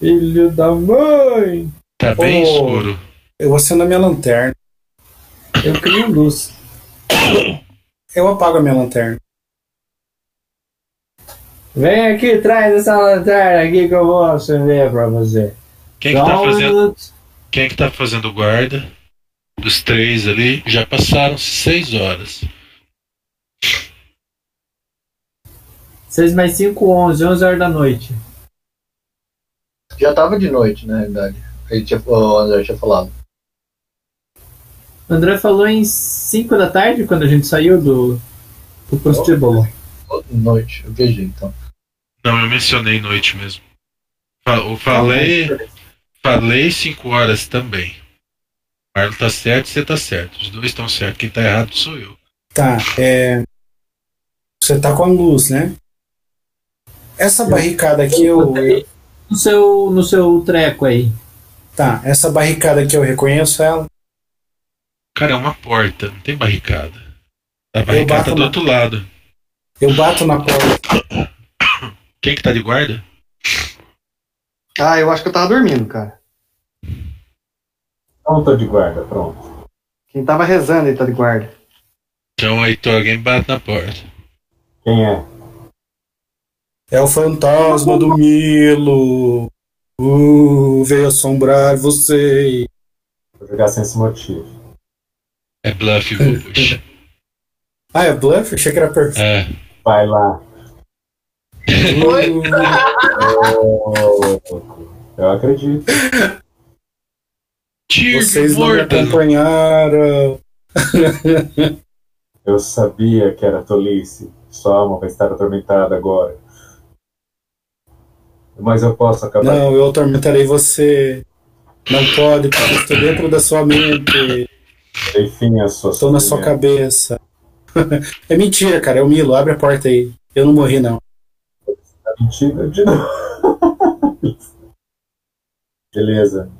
Speaker 4: Filho da mãe!
Speaker 1: Tá bem
Speaker 5: Ô,
Speaker 1: escuro.
Speaker 5: Eu vou acendo a minha lanterna.
Speaker 4: Eu crio luz.
Speaker 5: Eu apago a minha lanterna.
Speaker 4: Vem aqui, traz essa lanterna aqui que eu vou acender pra você.
Speaker 1: Quem que tá
Speaker 4: Então,
Speaker 1: fazendo? Quem que tá fazendo o guarda? Dos três ali, já passaram seis horas.
Speaker 4: 6 mais 5, 11. 11 horas da noite.
Speaker 3: Já tava de noite, na realidade. Ele tinha, o André tinha falado.
Speaker 4: O André falou em 5 da tarde, quando a gente saiu do, do prostíbulo.
Speaker 3: Ô, Noite, eu viajei então. *laughs*
Speaker 1: Não, eu mencionei noite mesmo. Fa- Eu falei, falei cinco horas também. O Marlon tá certo, você tá certo. Os dois estão certos. Quem tá errado sou eu.
Speaker 5: Tá, é. Você tá com a luz, né? Essa barricada aqui eu. eu-
Speaker 4: No seu, no seu treco aí.
Speaker 5: Tá, essa barricada aqui eu reconheço ela.
Speaker 1: Cara, é uma porta, não tem barricada. A
Speaker 5: Eu
Speaker 1: barricada
Speaker 5: bato
Speaker 1: tá do
Speaker 5: na-
Speaker 1: outro lado.
Speaker 5: Eu bato na porta.
Speaker 1: Quem que tá de guarda?
Speaker 8: Ah, eu acho que eu tava dormindo, cara.
Speaker 6: Não tô de guarda, pronto.
Speaker 8: Quem tava rezando ele tá de guarda.
Speaker 1: Então, Heitor, alguém bate na porta.
Speaker 6: Quem é?
Speaker 5: É o fantasma do Milo. Uh, veio assombrar você.
Speaker 6: Vou jogar sem esse motivo.
Speaker 1: É bluff,
Speaker 5: *laughs*
Speaker 1: Bubush.
Speaker 5: Ah, é bluff? Achei que era perfeito.
Speaker 1: É.
Speaker 6: Vai lá. Ô, Eu acredito.
Speaker 1: Tigre
Speaker 5: Vocês não me
Speaker 1: morta.
Speaker 5: acompanharam.
Speaker 6: Eu sabia que era tolice. Sua alma vai estar atormentada agora. Mas eu posso acabar.
Speaker 5: Não, eu atormentarei você. Não pode, porque estou dentro da sua mente.
Speaker 6: Dei fim à sua
Speaker 5: Estou na sua cabeça. *laughs* é mentira, cara. É o Milo. Abre a porta aí. Eu não morri, não.
Speaker 6: Mentira de novo. *laughs* Beleza.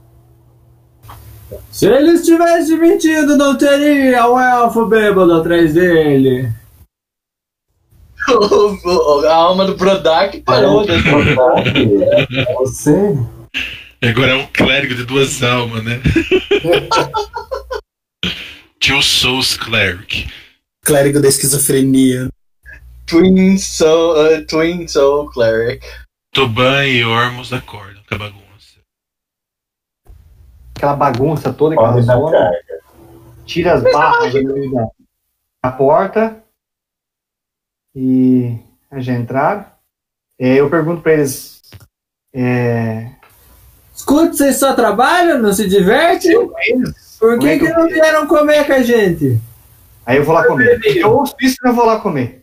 Speaker 4: Se ele estivesse mentindo, não teria um elfo bêbado atrás dele.
Speaker 3: a alma do Brodak parou. né?
Speaker 6: É Você?
Speaker 1: Agora é um clérigo de duas almas,
Speaker 5: *laughs*
Speaker 1: né? Two Souls Cleric.
Speaker 5: Clérigo da esquizofrenia.
Speaker 3: Twin Soul, uh, Twin Soul Cleric.
Speaker 1: Toban e Ormus acordam com a bagunça.
Speaker 8: Aquela bagunça toda que
Speaker 6: Corre
Speaker 8: ela
Speaker 6: da
Speaker 8: zona,
Speaker 6: carga.
Speaker 8: tira as barras da- da porta e eles já entraram. É, eu pergunto pra eles. é,
Speaker 4: Escuta, vocês só trabalham, não se divertem? Por
Speaker 1: é
Speaker 4: que, que não vieram comer com a gente?
Speaker 8: é aí eu vou lá comer. Eu ouço isso e eu vou lá comer.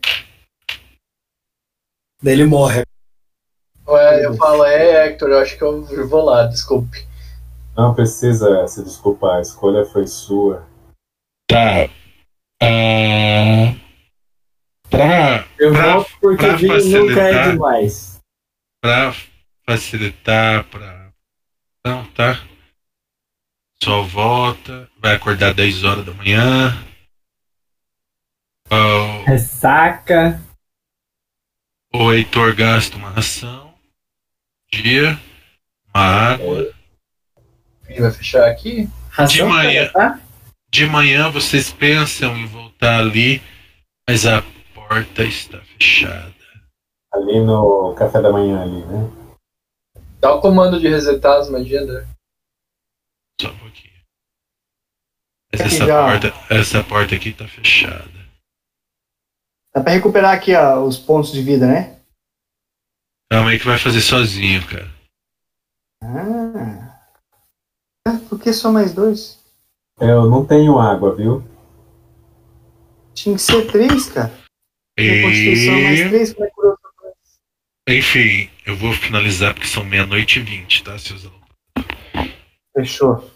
Speaker 5: Daí ele morre.
Speaker 3: Ué, eu falo, é Hector, eu acho que eu vou lá, desculpe.
Speaker 6: Não precisa se desculpar. A escolha foi sua.
Speaker 1: Tá. Ah, pra,
Speaker 4: Eu
Speaker 1: Pra-
Speaker 4: volto porque
Speaker 1: pra
Speaker 4: o vinho nunca
Speaker 1: facilitar.
Speaker 4: é demais.
Speaker 1: pra facilitar, pra. Não, tá? Só volta. Vai acordar 10 horas da manhã. Ah,
Speaker 4: Ressaca.
Speaker 1: o Heitor gasta uma ração. dia, uma água.
Speaker 3: Ele vai fechar aqui?
Speaker 1: De manhã, de manhã vocês pensam em voltar ali, mas a porta está fechada.
Speaker 6: Ali no café da manhã ali, né?
Speaker 3: Dá o comando de resetar as magias, né? André.
Speaker 1: Só um pouquinho. Mas essa porta, essa porta aqui tá fechada.
Speaker 8: Dá pra recuperar aqui ó, os pontos de vida, né?
Speaker 1: Calma aí que vai fazer sozinho, cara.
Speaker 8: Ah. Ah, Por que só mais dois?
Speaker 6: Eu não tenho água, viu?
Speaker 8: Tinha que ser três, cara. Tem Constituição mais
Speaker 1: E,
Speaker 8: três, como é que curou?
Speaker 1: enfim, eu vou finalizar porque são meia-noite e vinte, tá, seus alunos?
Speaker 8: Fechou.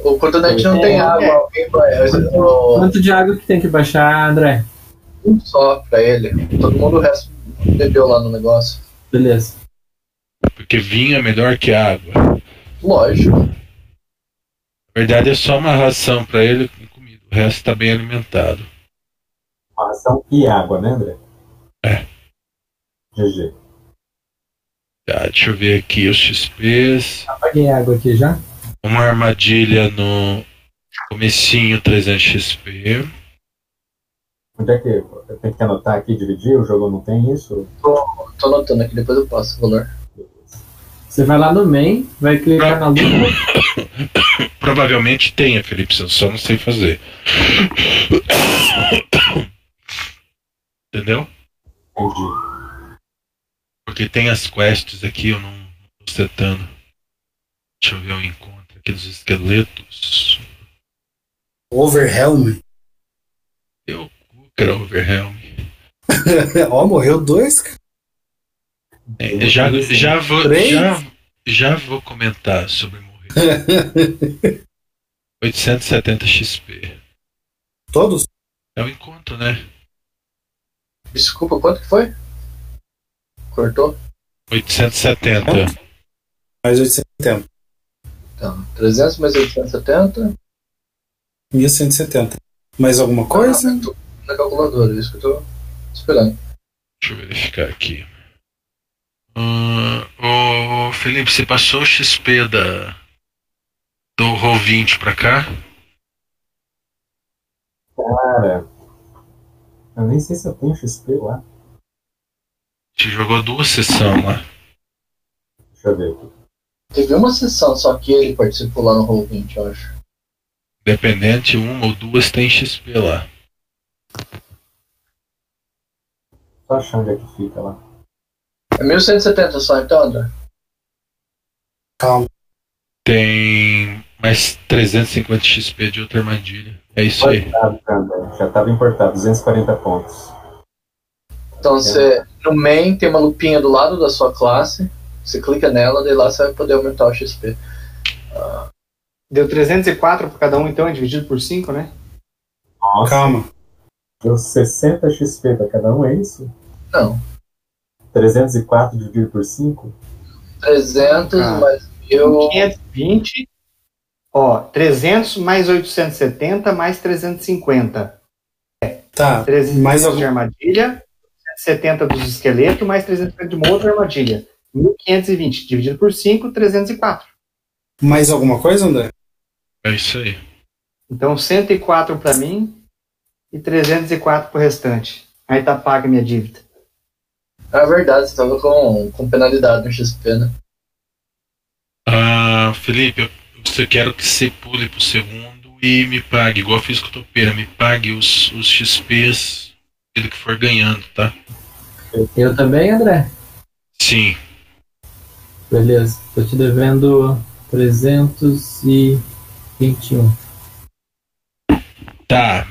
Speaker 3: O cotonete não
Speaker 4: É.
Speaker 3: tem água, alguém vai. o-
Speaker 4: Quanto de água que tem que baixar, André?
Speaker 3: Um só pra ele. Todo mundo o resto bebeu lá no negócio.
Speaker 4: Beleza.
Speaker 1: Porque vinho é melhor que água. Na
Speaker 3: Lógico.
Speaker 1: verdade, é só uma ração pra ele e comida. O resto tá bem alimentado.
Speaker 6: Uma ração e água, né, André? É. GG.
Speaker 1: Tá, deixa eu ver aqui os XPs.
Speaker 4: Apaguei a água aqui já.
Speaker 1: Uma armadilha no comecinho 300 XP.
Speaker 6: Onde é que eu eu tenho que anotar aqui, dividir? O jogo não tem isso?
Speaker 3: Tô, tô anotando aqui, depois eu passo o valor.
Speaker 4: Você vai lá no main, vai clicar na lupa.
Speaker 1: Provavelmente tenha, Felipe, eu só não sei fazer. *coughs* Entendeu?
Speaker 6: Entendi.
Speaker 1: Porque tem as quests aqui, eu não não tô setando. Deixa eu ver o encontro aqui dos esqueletos.
Speaker 5: Overhelm.
Speaker 1: Era Overhelm.
Speaker 5: *laughs* Ó, morreu dois, cara.
Speaker 1: É, já, já, vou,
Speaker 5: Três?
Speaker 1: já, já vou comentar sobre morrer. 870 XP.
Speaker 5: Todos?
Speaker 1: É o encontro, né?
Speaker 3: Desculpa, quanto que foi? Cortou?
Speaker 1: 870.
Speaker 5: Mais 800 tempo.
Speaker 3: Então, 300 mais 870.
Speaker 5: 1170. Mais alguma coisa?
Speaker 3: Na calculadora, é isso que eu tô esperando.
Speaker 1: Deixa eu verificar aqui. Ah, ô, Felipe, você passou o XP da, do Roll20 pra cá?
Speaker 6: Cara, eu nem sei se eu tenho XP lá.
Speaker 1: Te jogou duas sessões lá.
Speaker 6: Deixa eu ver aqui.
Speaker 3: Teve uma sessão só que ele participou lá no Roll20, eu acho.
Speaker 1: Independente, uma ou duas tem XP lá.
Speaker 6: Tô achando onde é que fica lá.
Speaker 3: É 1170 só então, André?
Speaker 5: Calma.
Speaker 1: Tem mais 350 XP de outra armadilha. É isso aí.
Speaker 6: Importado, já, André. Já tava importado, 240 pontos.
Speaker 3: Então você, no main, tem uma lupinha do lado da sua classe. Você clica nela, daí lá você vai poder aumentar o XP.
Speaker 8: Deu 304 para cada um, então, é dividido por 5, né?
Speaker 6: Nossa.
Speaker 5: Calma.
Speaker 6: Deu 60 XP pra cada um, é isso?
Speaker 3: Não.
Speaker 6: 304 dividido por 5?
Speaker 3: 300
Speaker 8: Ah.
Speaker 3: mais eu.
Speaker 8: 520. Ó, 300 mais 870 mais 350.
Speaker 5: Tá.
Speaker 8: 300
Speaker 5: Mais
Speaker 8: de
Speaker 5: algum?
Speaker 8: armadilha, 70 dos esqueletos, mais 350 de uma outra armadilha. 1520 dividido por 5, 304.
Speaker 5: Mais alguma coisa, André?
Speaker 1: É isso aí.
Speaker 8: Então 104 para mim e 304 pro restante. Aí tá paga minha dívida.
Speaker 3: É verdade, você tava com, com penalidade no XP, né?
Speaker 1: Ah, Felipe, eu, eu quero que você pule pro segundo e me pague, igual eu fiz com o Topeira, me pague os, os XPs dele que for ganhando, tá?
Speaker 4: Eu também, André?
Speaker 1: Sim.
Speaker 4: Beleza. Tô te devendo 321.
Speaker 1: Tá.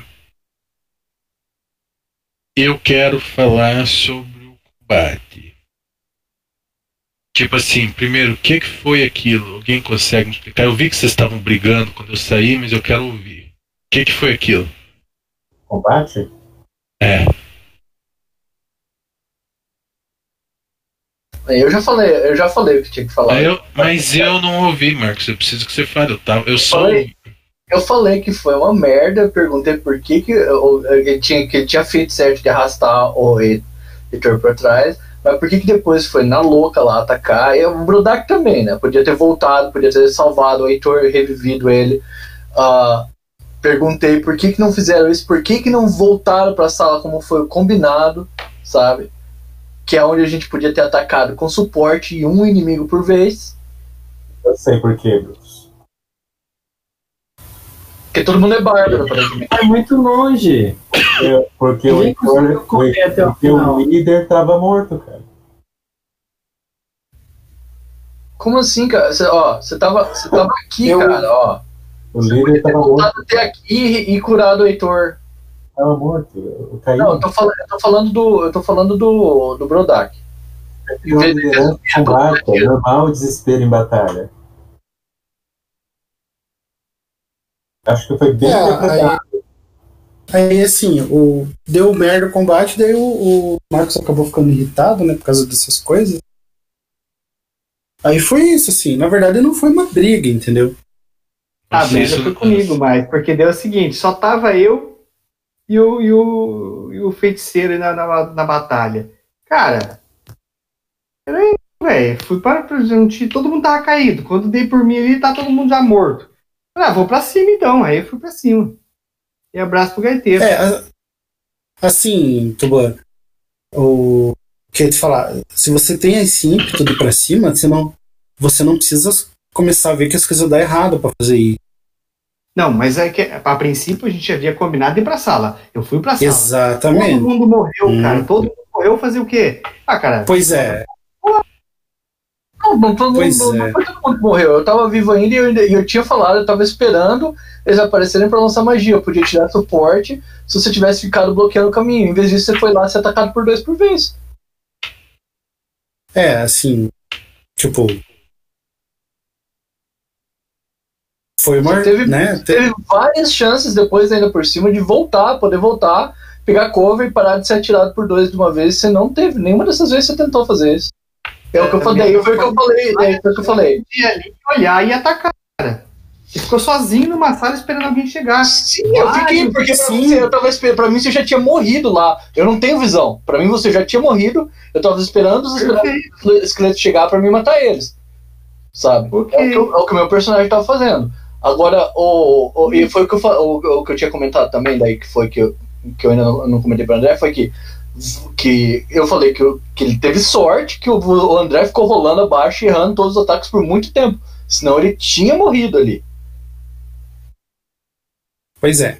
Speaker 1: Eu quero falar sobre o combate. Tipo assim, primeiro, o que, que foi aquilo? Alguém consegue me explicar? Eu vi que vocês estavam brigando quando eu saí, mas eu quero ouvir. O que, que foi aquilo?
Speaker 6: Combate?
Speaker 1: É.
Speaker 3: Eu já falei, eu já falei o que tinha que falar.
Speaker 1: Aí eu- mas eu não ouvi, Marcos. Eu preciso que você fale. Eu, tava, eu só
Speaker 3: Falei.
Speaker 1: ouvi.
Speaker 3: Eu falei que foi uma merda, eu perguntei por que, que, eu- eu- que ele, tinha, que ele tinha feito certo de arrastar o re- reitor pra trás, Mas por que, que depois foi na louca lá atacar? E o Brodak também, né? Podia ter voltado, podia ter salvado o Heitor, revivido ele. Ah, perguntei por que, que não fizeram isso, por que, que não voltaram pra sala como foi combinado, sabe? Que é onde a gente podia ter atacado com suporte e um inimigo por vez.
Speaker 6: Eu sei por quê, Bruce.
Speaker 3: Porque todo mundo é bárbaro, aparentemente.
Speaker 11: É muito longe.
Speaker 6: É, porque o,
Speaker 11: Ninguém conseguiu
Speaker 6: Heitor, o,
Speaker 11: correr até o
Speaker 6: porque o
Speaker 11: final.
Speaker 6: líder tava morto, cara.
Speaker 3: Como assim, cara? Você, ó, você tava, você tava aqui,
Speaker 6: Eu-
Speaker 3: cara, ó.
Speaker 6: O líder tava morto,
Speaker 3: Voltado até aqui e curado o Heitor.
Speaker 6: tava morto. Eu caí.
Speaker 3: Não, eu tô, falando, eu tô falando do. Eu tô falando do, do Brodak.
Speaker 6: Eu liderando o combate, é normal o desespero em batalha. Acho que foi bem
Speaker 5: É,
Speaker 6: interpretado.
Speaker 5: Aí assim, o, deu merda o combate, daí o, o Marcos acabou ficando irritado, né, por causa dessas coisas. Aí foi isso, assim, na verdade não foi uma briga, entendeu?
Speaker 8: Ah,
Speaker 5: Nossa,
Speaker 8: beleza,
Speaker 5: isso-
Speaker 8: foi comigo, mas porque deu o seguinte, só tava eu e o, e o, e o feiticeiro aí na, na, na batalha. Cara, peraí, velho, fui para pra gente, todo mundo tava caído. Quando dei por mim ali, tá todo mundo já morto. Falei, ah, vou pra cima então, aí eu fui pra cima. E abraço pro gaiteiro.
Speaker 5: É, a- assim, Tuban, o que te falar, se você tem esse ímpeto de ir pra cima, você não, você não precisa começar a ver que as coisas dão errado pra fazer isso.
Speaker 8: Não, mas é que a princípio a gente havia combinado ir pra sala. Eu fui pra sala.
Speaker 5: Exatamente.
Speaker 8: Todo mundo morreu,
Speaker 5: Hum.
Speaker 8: cara. Todo mundo morreu fazer o quê? Ah, cara.
Speaker 5: Pois é.
Speaker 3: Não, não, todo
Speaker 8: Pois
Speaker 3: mundo-
Speaker 8: é.
Speaker 3: não foi todo mundo que morreu. Eu tava vivo ainda e eu, ainda- e eu tinha falado, eu tava esperando eles aparecerem pra lançar magia. Eu podia tirar suporte se você tivesse ficado bloqueando o caminho. Em vez disso, você foi lá ser atacado por dois por vez.
Speaker 5: É, assim, tipo. Foi uma.
Speaker 3: Teve,
Speaker 5: né?
Speaker 3: teve várias chances depois, ainda por cima, de voltar, poder voltar, pegar cover e parar de ser atirado por dois de uma vez. Você não teve. Nenhuma dessas vezes você tentou fazer isso. É o que eu falei, foi o que eu falei, né? Foi o que eu falei.
Speaker 8: E ali olhar e atacar, cara. Você ficou sozinho numa sala esperando alguém chegar.
Speaker 3: Sim, Eu fiquei, porque pra, você, eu tava esperando, pra mim você já tinha morrido lá. Eu não tenho visão. Pra mim você já tinha morrido. Eu tava esperando os esqueletos- esqueletos chegar pra mim matar eles. Sabe? É, o que, eu- é o que o meu personagem tava fazendo. Agora, o, o- e foi o que, eu, fa- o, o que eu tinha comentado também, daí que foi que eu, que eu ainda não, não comentei pra André, foi que, que eu falei que, eu- que ele teve sorte que o, o André ficou rolando abaixo e errando todos os ataques por muito tempo. Senão ele tinha morrido ali.
Speaker 5: Pois é.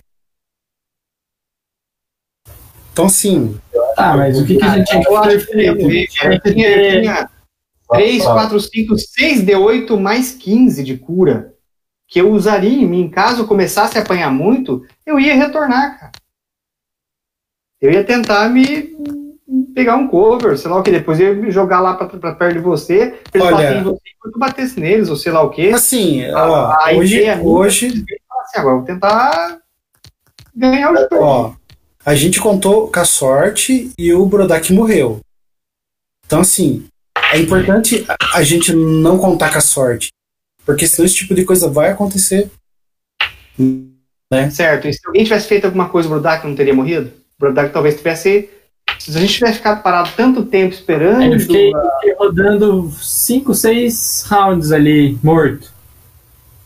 Speaker 5: Então, sim.
Speaker 11: Tá, mas o que, que a gente tinha que
Speaker 8: Eu
Speaker 11: fazer?
Speaker 8: acho que eu
Speaker 4: né?
Speaker 8: tinha, eu tinha 3, 4, 5, 6 D8 mais 15 de cura. Que eu usaria em mim. Caso eu começasse a apanhar muito, eu ia retornar, cara. Eu ia tentar me pegar um cover, sei lá o que. Depois eu ia me jogar lá pra, pra perto de você, pra eles
Speaker 5: Olha-
Speaker 8: baterem em você enquanto batesse neles, ou sei lá o que.
Speaker 5: Assim, ó, hoje-
Speaker 3: é
Speaker 5: hoje-
Speaker 8: Assim, agora eu vou tentar ganhar o jogo.
Speaker 5: Ó, a gente contou com a sorte e o Brodak morreu. Então, assim, é importante a- a gente não contar com a sorte. Porque senão esse tipo de coisa vai acontecer.
Speaker 8: Certo, e se alguém tivesse feito alguma coisa, o Brodak não teria morrido? O Brodak talvez tivesse. Se a gente tivesse ficado parado tanto tempo esperando.
Speaker 5: É.
Speaker 4: Eu fiquei rodando 5, 6 rounds ali, morto.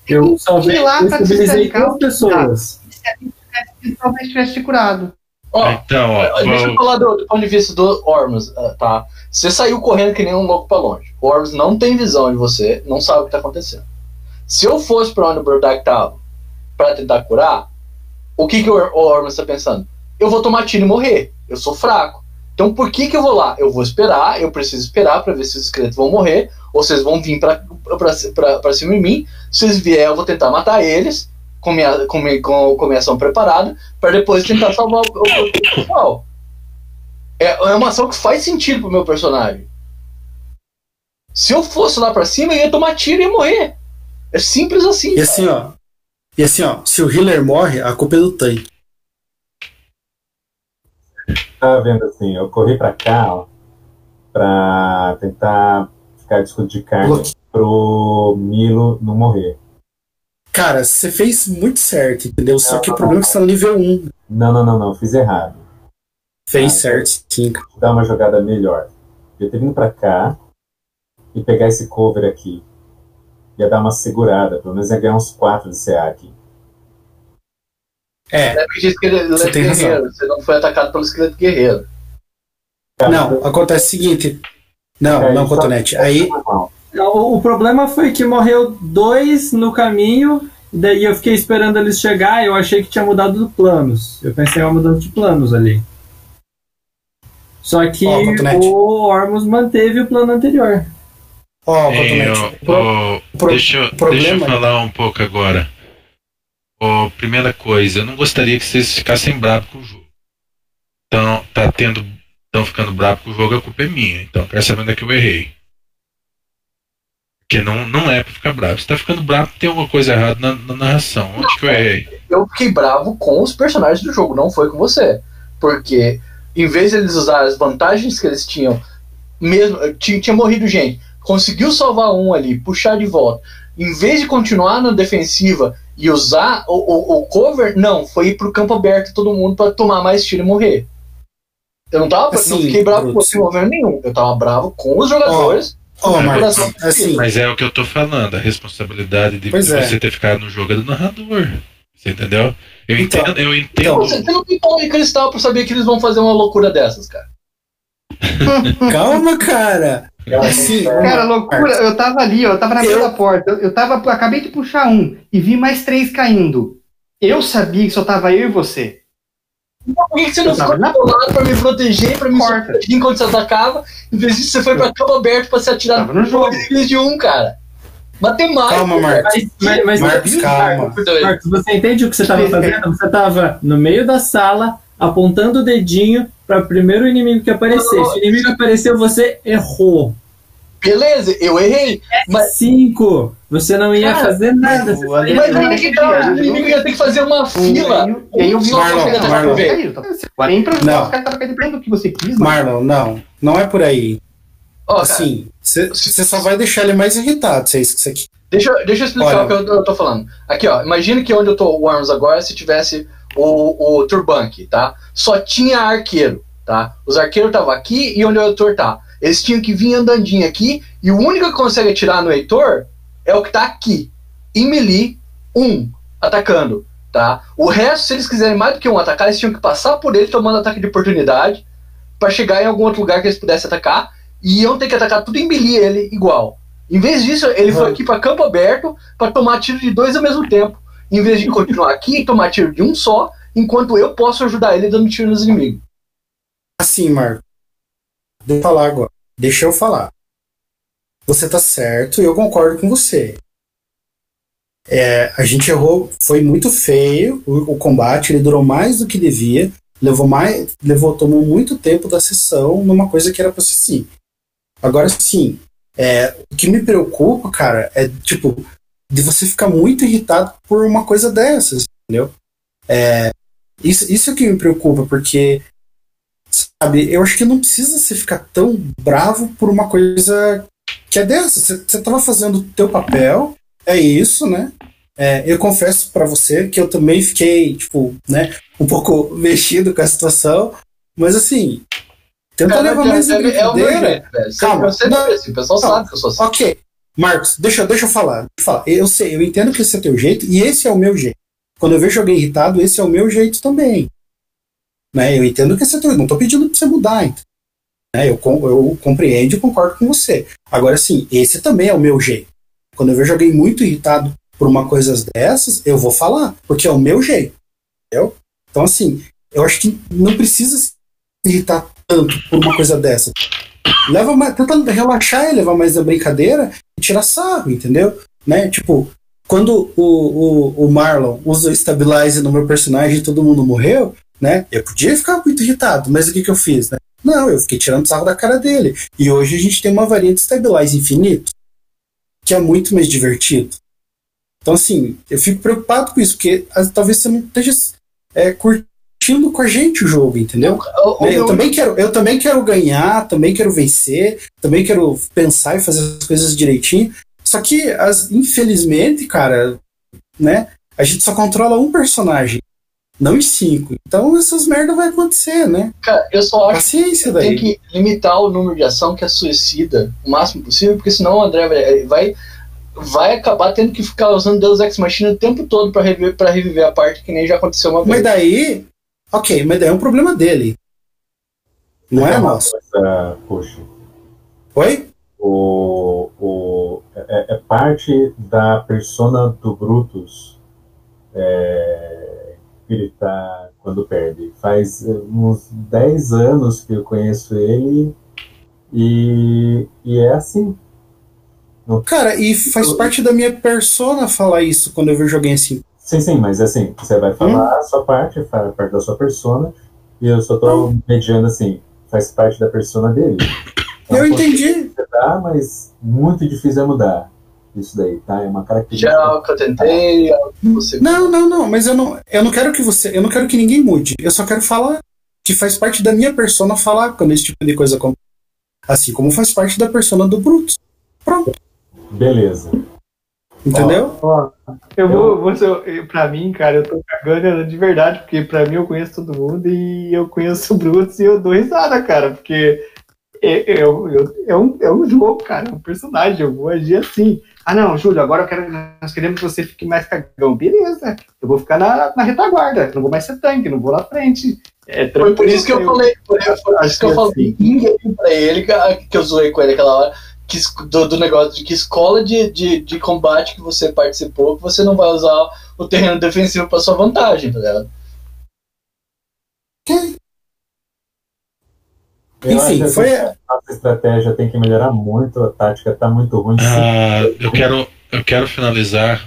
Speaker 4: Eu salvei,
Speaker 8: sei lá,
Speaker 4: eu
Speaker 8: pra te
Speaker 4: estabilizei
Speaker 8: explicar.
Speaker 4: duas pessoas.
Speaker 8: ah, talvez tivesse te curado.
Speaker 1: Então, ó,
Speaker 3: Deixa eu
Speaker 1: vamos-
Speaker 3: falar do, do ponto de vista do Ormus, ah, tá? Você saiu correndo que nem um louco pra longe. O Ormus não tem visão de você, não sabe o que tá acontecendo. Se eu fosse pra onde o Brodak tava pra tentar curar, o que, que o, Or- o Ormus tá pensando? Eu vou tomar tiro e morrer. Eu sou fraco. Então por que que eu vou lá? Eu vou esperar, eu preciso esperar pra ver se os esqueletos vão morrer, ou vocês vão vir pra, pra, pra, pra cima de mim. Se vocês vier, eu vou tentar matar eles, com minha, com minha, com, com minha ação preparada, pra depois tentar salvar o, o, o pessoal. É, é uma ação que faz sentido pro meu personagem. Se eu fosse lá pra cima, eu ia tomar tiro e ia morrer. É simples assim.
Speaker 5: E assim, ó. E assim, ó, se o healer morre, a culpa é do tanque.
Speaker 6: Tá vendo assim, eu corri pra cá, ó, pra tentar ficar de escudo de carne pro Milo não morrer.
Speaker 5: Cara, você fez muito certo, entendeu? Só que o problema é que você tá no nível 1.
Speaker 6: Não, não, não, não, fiz errado.
Speaker 3: É.
Speaker 5: Fez certo, sim.
Speaker 6: Vou dar uma jogada melhor. Podia ter vindo pra cá e pegar esse cover aqui. Ia dar uma segurada, pelo menos ia ganhar uns 4 de CA aqui.
Speaker 3: É. Você disse que ele
Speaker 5: você
Speaker 3: ele é
Speaker 5: tem razão.
Speaker 3: guerreiro, você não foi atacado pelo esqueleto guerreiro. É.
Speaker 5: Não, acontece o seguinte. Não, não, cotonete.
Speaker 6: é
Speaker 5: Aí.
Speaker 8: Tá.
Speaker 4: O, o problema foi que morreu dois no caminho, e daí eu fiquei esperando eles chegar, eu achei que tinha mudado de planos. Eu pensei em uma mudança de planos ali. Só que
Speaker 5: Ó, Cotonete.
Speaker 4: o Ormus manteve o plano anterior.
Speaker 5: Ó,
Speaker 1: Ei,
Speaker 5: Cotonete.
Speaker 1: ô,
Speaker 5: é o pro-
Speaker 1: ô,
Speaker 5: o pro-
Speaker 1: deixa, eu-
Speaker 5: o problema- né?
Speaker 1: deixa eu falar um pouco agora. Ô, primeira coisa, eu não gostaria que vocês ficassem bravos com o jogo. Então, tá tendo. Estão ficando bravos com o jogo, a culpa é minha. Então, eu quero saber onde é que eu errei. Porque não, não é pra ficar bravo. Se tá ficando bravo, tem alguma coisa errada na, na narração. Onde que eu errei?
Speaker 3: Eu fiquei bravo com os personagens do jogo, não foi com você. Porque em vez de eles usarem as vantagens que eles tinham, mesmo tinha, tinha morrido gente, conseguiu salvar um ali, puxar de volta. Em vez de continuar na defensiva e usar o, o- o cover, não, foi ir pro campo aberto todo mundo pra tomar mais tiro e morrer. Eu não tava, não
Speaker 5: Assim,
Speaker 3: fiquei bravo com
Speaker 5: Brutus.
Speaker 3: você em momento nenhum. Eu tava bravo com os jogadores.
Speaker 5: Ó, assim,
Speaker 3: com a
Speaker 1: Marcos,
Speaker 3: coração-
Speaker 1: Mas é o que eu tô falando, a responsabilidade de
Speaker 5: Pois é.
Speaker 1: você ter ficado no jogo é do narrador. Você entendeu? Eu
Speaker 5: Então,
Speaker 1: entendo, eu entendo.
Speaker 3: Você, você não tem bola de cristal pra saber que eles vão fazer uma loucura dessas, cara.
Speaker 5: Calma, cara. Assim,
Speaker 8: Cara, loucura, eu tava ali, ó, eu tava na beira da porta. Eu, eu tava, eu acabei de puxar um e vi mais três caindo. Eu sabia que só tava eu e você.
Speaker 3: Por que, que você não
Speaker 8: Eu tava
Speaker 3: ficou do
Speaker 8: na
Speaker 3: meu lado pra me proteger, pra me
Speaker 5: é
Speaker 8: Corta.
Speaker 3: proteger enquanto você atacava? Em vez disso, você foi pra campo aberto pra se atirar
Speaker 8: Tava no jogo.
Speaker 3: em vez de um, cara. Matemática.
Speaker 5: Calma, Marcos.
Speaker 4: Mas, mas, mas um
Speaker 5: Marcos, calma.
Speaker 4: Marcos, você entende o que
Speaker 3: *laughs*
Speaker 4: você
Speaker 3: É.
Speaker 4: estava fazendo? Você estava no meio da sala, apontando o dedinho para o primeiro inimigo que aparecesse. Se o inimigo apareceu, você errou.
Speaker 3: Beleza, eu errei. Mas,
Speaker 4: 5. Você não ia
Speaker 3: Cara,
Speaker 4: fazer nada. Você só ia
Speaker 3: mas
Speaker 4: errar.
Speaker 3: ainda que tá, o inimigo ia ter que fazer uma fila.
Speaker 8: Um E aí eu vi
Speaker 3: Só pra
Speaker 5: Marlon,
Speaker 3: pegar essa
Speaker 5: Marlon.
Speaker 3: caveira.
Speaker 8: tá? Nem pra
Speaker 5: Não.
Speaker 8: os caras estavam dependendo do que você quis, mano.
Speaker 5: Marlon, não. Não é por aí.
Speaker 3: Ó, cara,
Speaker 5: Assim, você só vai deixar ele mais irritado, se é isso que você quer.
Speaker 3: Deixa, eu- deixa eu explicar
Speaker 5: Olha.
Speaker 3: o que eu, eu tô falando. Aqui, ó. Imagina que onde eu tô, o Arms agora, se tivesse o, o Turbank, tá? Só tinha arqueiro, tá? Os arqueiros estavam aqui e onde o Heitor tá. Eles tinham que vir andandinho aqui e o único que consegue atirar no Heitor é o que tá aqui. Em melee, um, atacando, tá? O resto, se eles quiserem mais do que um atacar, eles tinham que passar por ele tomando ataque de oportunidade pra chegar em algum outro lugar que eles pudessem atacar e iam ter que atacar tudo em melee ele igual. Em vez disso, ele
Speaker 5: Uhum.
Speaker 3: foi aqui pra campo aberto pra tomar tiro de dois ao mesmo tempo. Em vez de continuar aqui e tomar tiro de um só, enquanto eu posso ajudar ele dando tiro nos inimigos.
Speaker 5: Assim, Marco. Deixa eu falar agora. Deixa eu falar. Você tá certo e eu concordo com você. É, a gente errou, foi muito feio o, o combate, ele durou mais do que devia, levou mais, levou, tomou muito tempo da sessão numa coisa que era pra ser sim. Agora sim, é, o que me preocupa, cara, é tipo, de você ficar muito irritado por uma coisa dessas, entendeu? É, isso, isso é o que me preocupa, porque sabe? Eu acho que não precisa você ficar tão bravo por uma coisa que é dessa. Você, você tava fazendo o teu papel, é isso, né? É, eu confesso pra você que eu também fiquei, tipo, né, um pouco *laughs* mexido com a situação, mas assim, tenta levar mais
Speaker 3: é,
Speaker 5: a
Speaker 3: é, é o meu
Speaker 5: brincadeira.
Speaker 3: jeito, velho.
Speaker 5: Calma.
Speaker 3: Eu sempre
Speaker 5: Não.
Speaker 3: fui assim, o pessoal
Speaker 5: Não.
Speaker 3: sabe que eu sou assim.
Speaker 5: Ok, Marcos, deixa, deixa eu falar. Deixa eu falar. Eu sei, eu entendo que esse é teu jeito e esse é o meu jeito. Quando eu vejo alguém irritado, esse é o meu jeito também. Né? Eu entendo que esse é teu jeito. Não tô pedindo pra você mudar. ent- Né? Eu, com- eu compreendo e concordo com você. Agora sim, esse também é o meu jeito. Quando eu vejo alguém muito irritado por uma coisa dessas, eu vou falar, porque é o meu jeito. Entendeu? Então, assim, eu acho que não precisa se irritar tanto por uma coisa dessa. Leva mais, tenta relaxar e levar mais a brincadeira e tirar sarro, entendeu? Né? Tipo, quando o, o, o Marlon usa o Stabilize no meu personagem e todo mundo morreu, né? Eu podia ficar muito irritado, mas o que, que eu fiz, né? Não, eu fiquei tirando sarro da cara dele. E hoje a gente tem uma varinha de Stabilize infinito, que é muito mais divertido. Então, assim, eu fico preocupado com isso, porque às- talvez você não esteja é, curtindo com a gente o jogo, entendeu?
Speaker 3: O- o
Speaker 5: Né, Eu
Speaker 3: meu-
Speaker 5: também, quero, eu também quero ganhar, também quero vencer, também quero pensar e fazer as coisas direitinho. Só que, as- infelizmente, cara, né? A gente só controla um personagem. Não em cinco. Então essas merdas vai acontecer, né?
Speaker 3: Cara, eu só acho
Speaker 5: Paciência
Speaker 3: que
Speaker 5: daí.
Speaker 3: tem que limitar o número de ação que é suicida o máximo possível, porque senão o André vai- vai, vai acabar tendo que ficar usando Deus Ex Machina o tempo todo pra reviver, pra reviver a parte que nem já aconteceu uma vez.
Speaker 5: Mas daí. Ok, mas daí é um problema dele. Não é nosso.
Speaker 6: Essa, poxa.
Speaker 5: Oi?
Speaker 6: O, o, é, é parte da persona do Brutus é, gritar quando perde. Faz é, uns 10 anos que eu conheço ele e, e é assim. Não-
Speaker 5: Cara, e faz parte da minha persona falar isso quando eu vejo alguém assim.
Speaker 6: Sim, sim, mas assim, você
Speaker 5: Hum?
Speaker 6: vai falar a sua parte, fala a parte da sua persona, e eu só tô
Speaker 5: Hum?
Speaker 6: mediando assim, faz parte da persona dele.
Speaker 3: Ah,
Speaker 5: Eu entendi.
Speaker 6: Você dá, mas muito difícil é mudar isso daí, tá? É uma característica.
Speaker 3: Já é algo que eu tentei, é algo que você.
Speaker 5: Não, não, não, mas eu não, eu não quero que você. Eu não quero que ninguém mude. Eu só quero falar que faz parte da minha persona falar quando esse tipo de coisa acontece. Assim como faz parte da persona do Brutus. Pronto.
Speaker 6: Beleza.
Speaker 5: Entendeu?
Speaker 8: Ó, eu vou, vou ser- eu- pra mim, cara, eu tô cagando de verdade, porque pra mim eu conheço todo mundo e eu conheço o Brutus e eu dou risada, cara, porque é, é, eu- eu- é um, é um jogo, cara, é um personagem, eu vou agir assim. Ah, não, Júlio, agora eu quero, nós queremos que você fique mais cagão. Beleza, eu vou ficar na, na retaguarda, não vou mais ser tanque, não vou lá frente. É
Speaker 3: Foi por isso que eu
Speaker 8: tranquilo,
Speaker 3: falei, por isso, por isso que eu
Speaker 8: Acho
Speaker 3: falei ninguém pra ele, que, que eu zoei com ele aquela hora, que, es- do, do negócio de que escola de, de, de combate que você participou, que você não vai usar o terreno defensivo pra sua vantagem, tá ligado?
Speaker 6: Eu
Speaker 5: Enfim,
Speaker 6: acho que
Speaker 5: foi-
Speaker 6: essa- Nossa estratégia tem que melhorar muito, a tática tá muito ruim.
Speaker 1: Ah, eu quero, eu quero finalizar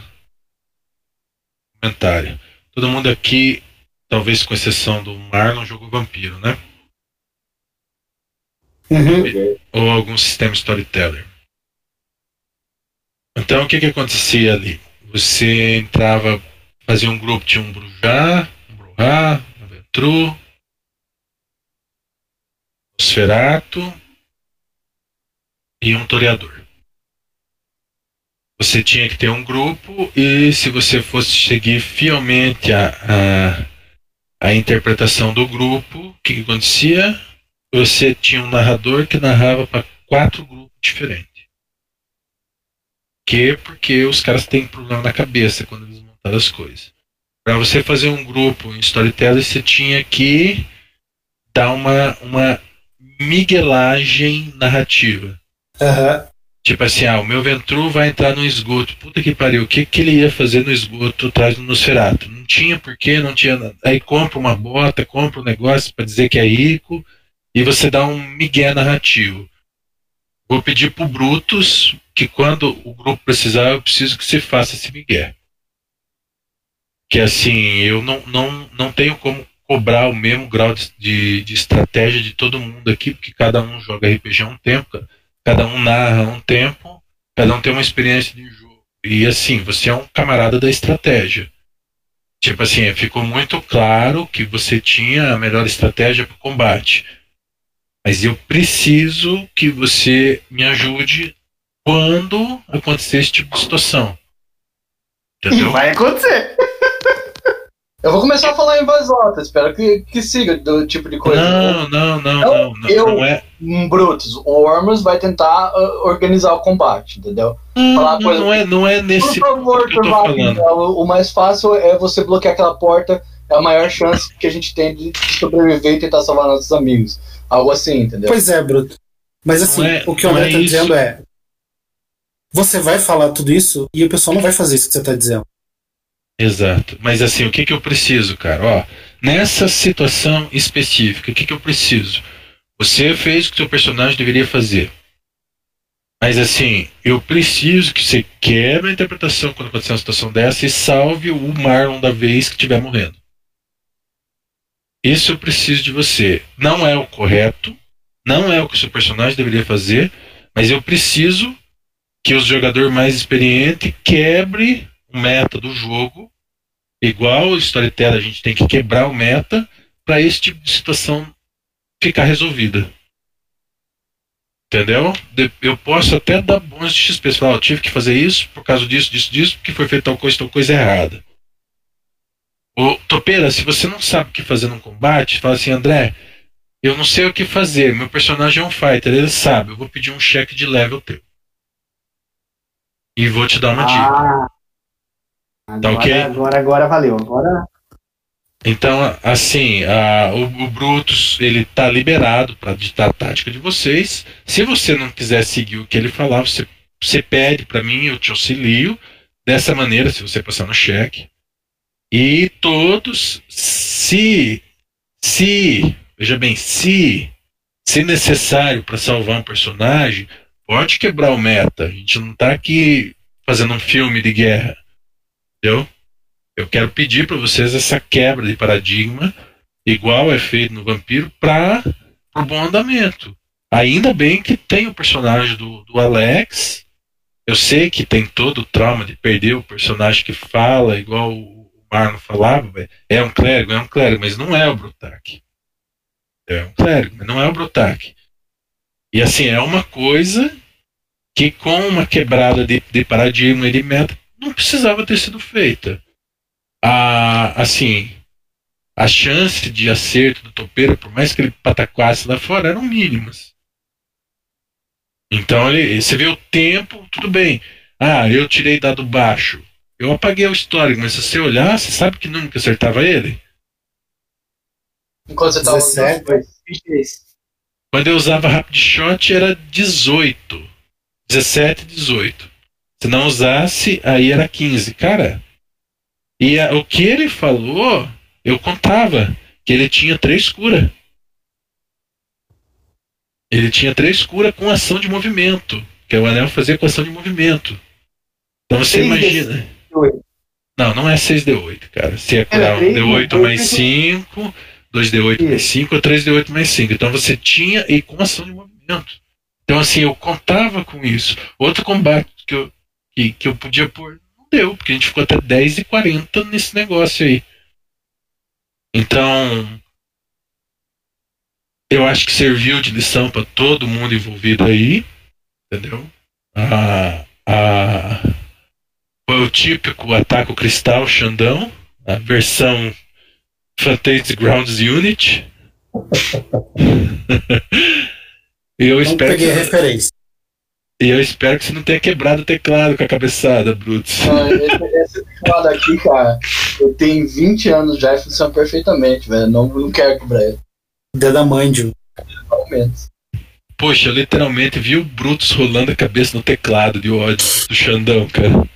Speaker 1: um comentário. Todo mundo aqui, talvez com exceção do Marlon, jogou vampiro, né? Uhum. Ou algum sistema storyteller. Então, o que que acontecia ali? Você entrava, fazia um grupo de um Brujá, um Bruhá, um Ventru, um Sferato e um Toreador. Você tinha que ter um grupo e se você fosse seguir fielmente a, a, a interpretação do grupo, o que, que acontecia? Você tinha um narrador que narrava para quatro grupos diferentes. Por quê? Porque os caras têm problema na cabeça quando eles montaram as coisas. Para você fazer um grupo em storytelling, você tinha que dar uma, uma miguelagem narrativa.
Speaker 5: Aham.
Speaker 1: Tipo assim, ah, o meu Ventru vai entrar no esgoto. Puta que pariu, o que, que ele ia fazer no esgoto atrás do Nosferatu? Não tinha porquê, não tinha nada. Aí compra uma bota, compra um negócio pra dizer que é rico e você dá um migué narrativo. Vou pedir pro Brutus que quando o grupo precisar, eu preciso que se faça esse migué. Que assim, eu não, não, não tenho como cobrar o mesmo grau de, de, de estratégia de todo mundo aqui, porque cada um joga RPG há um tempo, cara cada um narra um tempo, cada um tem uma experiência de jogo. E assim, você é um camarada da estratégia. Tipo assim, ficou muito claro que você tinha a melhor estratégia para o combate. Mas eu preciso que você me ajude quando acontecer esse tipo de situação. Entendeu?
Speaker 8: Vai acontecer.
Speaker 3: Eu vou começar a falar em voz alta, espero que, que siga do tipo de coisa.
Speaker 1: Não, não, não, não,
Speaker 3: Então,
Speaker 1: não,
Speaker 3: eu-
Speaker 1: não é.
Speaker 3: Um Brutus, o Ormus vai tentar ah, organizar o combate, entendeu?
Speaker 1: Não,
Speaker 3: Falar
Speaker 1: não,
Speaker 3: coisa-
Speaker 1: não é, não é nesse
Speaker 3: Por favor,
Speaker 1: ponto que eu tô
Speaker 3: turma,
Speaker 1: falando.
Speaker 3: o o mais fácil é você bloquear aquela porta, é a maior chance que a gente tem de sobreviver e tentar salvar nossos amigos. Algo assim, entendeu?
Speaker 5: Pois é, Bruto. Mas
Speaker 1: Não
Speaker 5: assim,
Speaker 1: é-
Speaker 5: o que o
Speaker 1: não
Speaker 5: André
Speaker 1: é
Speaker 5: tá
Speaker 1: isso.
Speaker 5: dizendo é. Você vai falar tudo isso e o pessoal não vai fazer isso que você tá dizendo.
Speaker 1: Exato. Mas assim, o que, que eu preciso, cara? Ó, nessa situação específica, o que, que eu preciso? Você fez o que seu personagem deveria fazer. Mas assim, eu preciso que você quebre a interpretação quando acontecer uma situação dessa e salve o Marlon da vez que estiver morrendo. Isso eu preciso de você. Não é o correto, não é o que o seu personagem deveria fazer, mas eu preciso que o jogador mais experiente quebre o um meta do jogo, igual o storyteller, a gente tem que quebrar o meta para esse tipo de situação ficar resolvida. Entendeu? De- Eu posso até dar bons de XP. Falar, ó, eu tive que fazer isso por causa disso, disso, disso, porque foi feita tal coisa, tal coisa errada. Ô, Topeira, se você não sabe o que fazer num combate, fala assim, André, eu não sei o que fazer, meu personagem é um fighter, ele sabe, eu vou pedir um cheque de level teu. E vou te dar uma dica.
Speaker 8: Ah,
Speaker 1: Tá
Speaker 8: agora,
Speaker 1: ok?
Speaker 8: agora, agora valeu. Agora.
Speaker 1: Então, assim, a- o, o Brutus ele tá liberado para ditar a tática de vocês. Se você não quiser seguir o que ele falar, você, você pede para mim, eu te auxilio. Dessa maneira, se você passar no cheque. E todos, se, se, veja bem, se, se necessário para salvar um personagem, pode quebrar o meta. A gente não tá aqui fazendo um filme de guerra. Entendeu? Eu quero pedir para vocês essa quebra de paradigma, igual é feito no Vampiro, para o bom andamento. Ainda bem que tem o personagem do, do Alex. Eu sei que tem todo o trauma de perder o personagem que fala, igual o Marlon falava. mas É um clérigo, é um clérigo, mas não é o Brutak. É um clérigo, mas não é o Brutak. E assim, é uma coisa que com uma quebrada de, de paradigma e de meta, não precisava ter sido feita a, assim, a chance de acerto do topeiro, por mais que ele pataquasse lá fora, eram mínimas. Então ele, você vê o tempo, tudo bem. Ah, eu tirei dado baixo. Eu apaguei o histórico, mas se você olhar, você sabe que nunca acertava ele?
Speaker 3: Enquanto você tá tava.
Speaker 5: 17.
Speaker 8: assim,
Speaker 1: Quando eu usava Rapid Shot era 18. 17, 18. Se não usasse, aí era 15. Cara, e a- o que ele falou, eu contava. Que ele tinha três cura. Ele tinha três cura com ação de movimento. Que é o anel fazia com ação de movimento. Então você
Speaker 8: Três
Speaker 1: imagina. Não, não é 6D8, cara. Se é
Speaker 8: Era
Speaker 1: curar um
Speaker 8: três,
Speaker 1: D8
Speaker 8: dois,
Speaker 1: mais
Speaker 8: dois,
Speaker 1: 5, 2D8 mais 5 ou 3D8 mais 5. Então você tinha e com ação de movimento. Então assim, eu contava com isso. Outro combate que eu, que, que eu podia pôr, não deu, porque a gente ficou até 10 e 40 nesse negócio aí. Então, eu acho que serviu de lição para todo mundo envolvido aí, entendeu? A, a, foi o típico ataque cristal Xandão, a versão Fantasy Grounds Unit. *laughs* eu
Speaker 5: Não
Speaker 1: espero
Speaker 5: Então, peguei
Speaker 1: que,
Speaker 5: a referência.
Speaker 1: e eu espero que você não tenha quebrado o teclado com a cabeçada, Brutus.
Speaker 3: Não, esse, esse teclado aqui, cara, eu tenho 20 anos já e funciona perfeitamente, velho. Não, não quero quebrar ele.
Speaker 5: Dedamandio.
Speaker 3: Pelo menos.
Speaker 1: Poxa, eu literalmente vi o Brutus rolando a cabeça no teclado de ódio do Xandão, cara.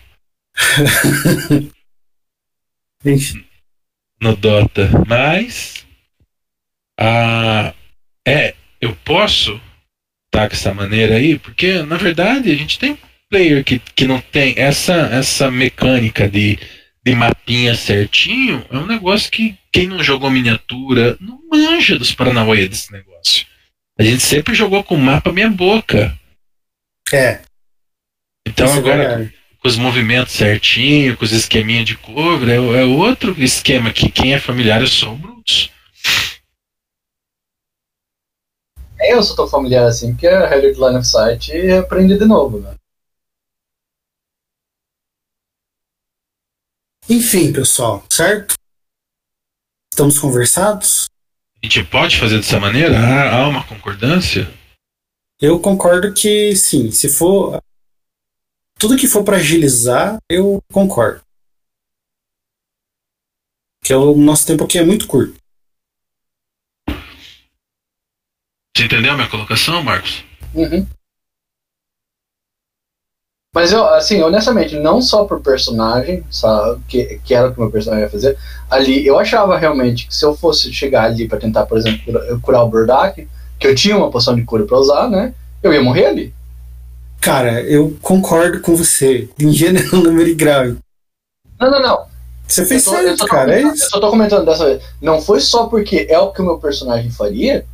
Speaker 1: no Dota. Mas. Ah, é, eu posso tá com essa maneira aí, porque na verdade a gente tem player que, que não tem essa essa mecânica de, de mapinha certinho. É um negócio que quem não jogou miniatura não manja dos Paranauê desse negócio. A gente sempre jogou com mapa meia boca.
Speaker 5: É.
Speaker 1: Então
Speaker 5: Isso é
Speaker 1: agora
Speaker 5: verdade.
Speaker 1: com os movimentos certinho, com os esqueminha de cover, é, é outro esquema que quem é familiar é só o Brutus.
Speaker 3: É, Eu só tô familiar assim, porque a regra de line of sight eu aprendi de novo, né?
Speaker 5: Enfim, pessoal, certo? Estamos conversados?
Speaker 1: A gente pode fazer dessa maneira? Há, há uma concordância?
Speaker 5: Eu concordo que sim, se for. Tudo que for para agilizar, eu concordo. Porque o nosso tempo aqui é muito curto.
Speaker 1: Você entendeu a minha colocação, Marcos?
Speaker 3: Uhum. Mas eu, assim, honestamente, não só pro personagem, sabe, que, que era o que meu personagem ia fazer, ali eu achava realmente que se eu fosse chegar ali pra tentar, por exemplo, cura- curar o Burdak, que eu tinha uma poção de cura pra usar, né? Eu ia morrer ali.
Speaker 5: Cara, eu concordo com você. Em *laughs* gênero, número e grau.
Speaker 3: Não, não, não.
Speaker 5: Você fez
Speaker 3: Eu tô- eu
Speaker 5: certo,
Speaker 3: só tô
Speaker 5: cara. É
Speaker 3: comentando-
Speaker 5: isso.
Speaker 3: Eu só tô comentando dessa vez. Não foi só porque é o que o meu personagem faria,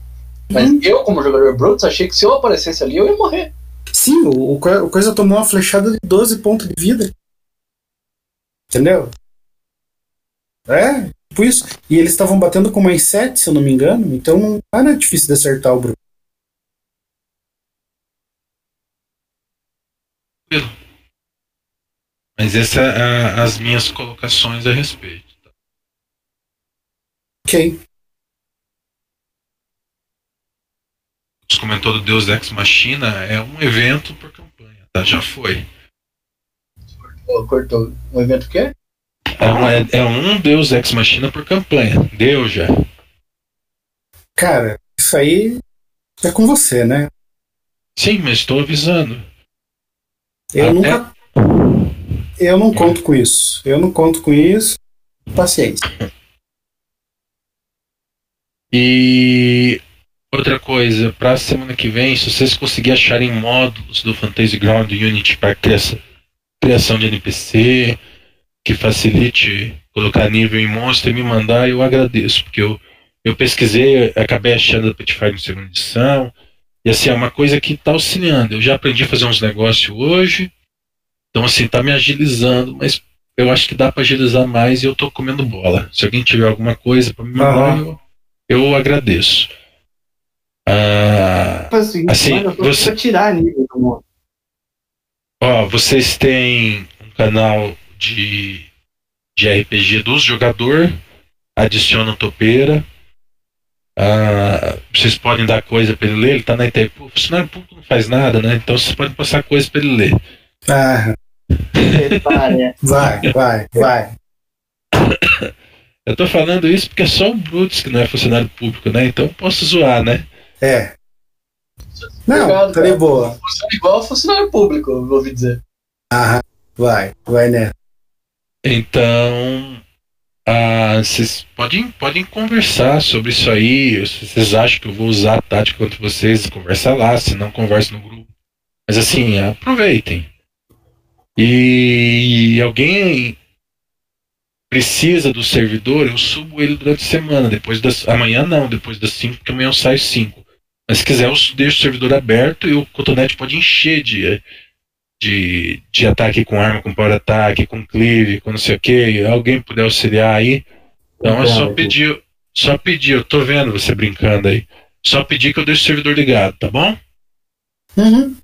Speaker 3: mas
Speaker 5: Uhum.
Speaker 3: eu, como jogador Brutus, achei que se eu aparecesse ali, eu ia morrer.
Speaker 5: Sim, o, o coi- o coisa tomou uma flechada de 12 pontos de vida. Entendeu? É, tipo isso. E eles estavam batendo com mais 7, se eu não me engano. Então não era difícil de acertar o Bruno.
Speaker 1: é Mas essas são as minhas colocações a respeito.
Speaker 5: Ok.
Speaker 1: Você comentou do Deus Ex Machina, é um evento por campanha, tá? Já foi.
Speaker 3: Pô, cortou. Um evento o quê?
Speaker 1: É um, é- é um Deus Ex Machina por campanha. Deu já.
Speaker 5: Cara, isso aí é com você, né?
Speaker 1: Sim, mas estou avisando.
Speaker 5: Eu
Speaker 1: Até-
Speaker 5: nunca. Eu não conto com isso. Eu não conto com isso. Paciência.
Speaker 1: E outra coisa, pra semana que vem, se vocês conseguirem acharem módulos do Fantasy Ground Unity para criação, criação de NPC, que facilite colocar nível em monstro e me mandar, eu agradeço, porque eu, eu pesquisei, acabei achando a Petify em segunda edição, e assim, é uma coisa que tá auxiliando. Eu já aprendi a fazer uns negócios hoje, então assim, tá me agilizando, mas eu acho que dá pra agilizar mais e eu tô comendo bola. Se alguém tiver alguma coisa pra me mandar, eu eu agradeço. Ah,
Speaker 8: Faz o seguinte,
Speaker 1: Assim,
Speaker 8: manda pra-
Speaker 1: você-
Speaker 8: pra tirar nível do mundo.
Speaker 1: ó, vocês têm um canal de, de RPG dos jogador, adicionam topeira. Ah, vocês podem dar coisa pra ele ler, ele tá na Itaipu. O funcionário público não faz nada, né? Então vocês podem passar coisa pra ele ler.
Speaker 5: Ah,
Speaker 8: Prepara.
Speaker 5: vai, vai, vai.
Speaker 1: Eu tô falando isso porque é só o Brutus que não é funcionário público, né? Então eu posso zoar, né?
Speaker 5: É. Não,
Speaker 3: Obrigado,
Speaker 5: tá de boa.
Speaker 3: Funciona igual funcionário público, eu ouvi dizer.
Speaker 5: Ah, vai, vai, né?
Speaker 1: Então, ah, vocês podem, podem conversar sobre isso aí. Se vocês acham que eu vou usar a tática contra vocês, conversa lá. Se não, conversa no grupo. Mas assim, aproveitem. E alguém precisa do servidor, eu subo ele durante a semana. Depois das, amanhã não, depois das 5, porque amanhã eu saio 5. Mas se quiser, eu su- deixo o servidor aberto e o cotonete pode encher de, de, de ataque com arma, com power ataque, com cleave, com não sei o que, alguém puder auxiliar aí. Então é só
Speaker 6: Obrigado.
Speaker 1: pedir, só pedir, eu tô vendo você brincando aí. Só pedir que eu deixe o servidor ligado, tá bom?
Speaker 5: Uhum.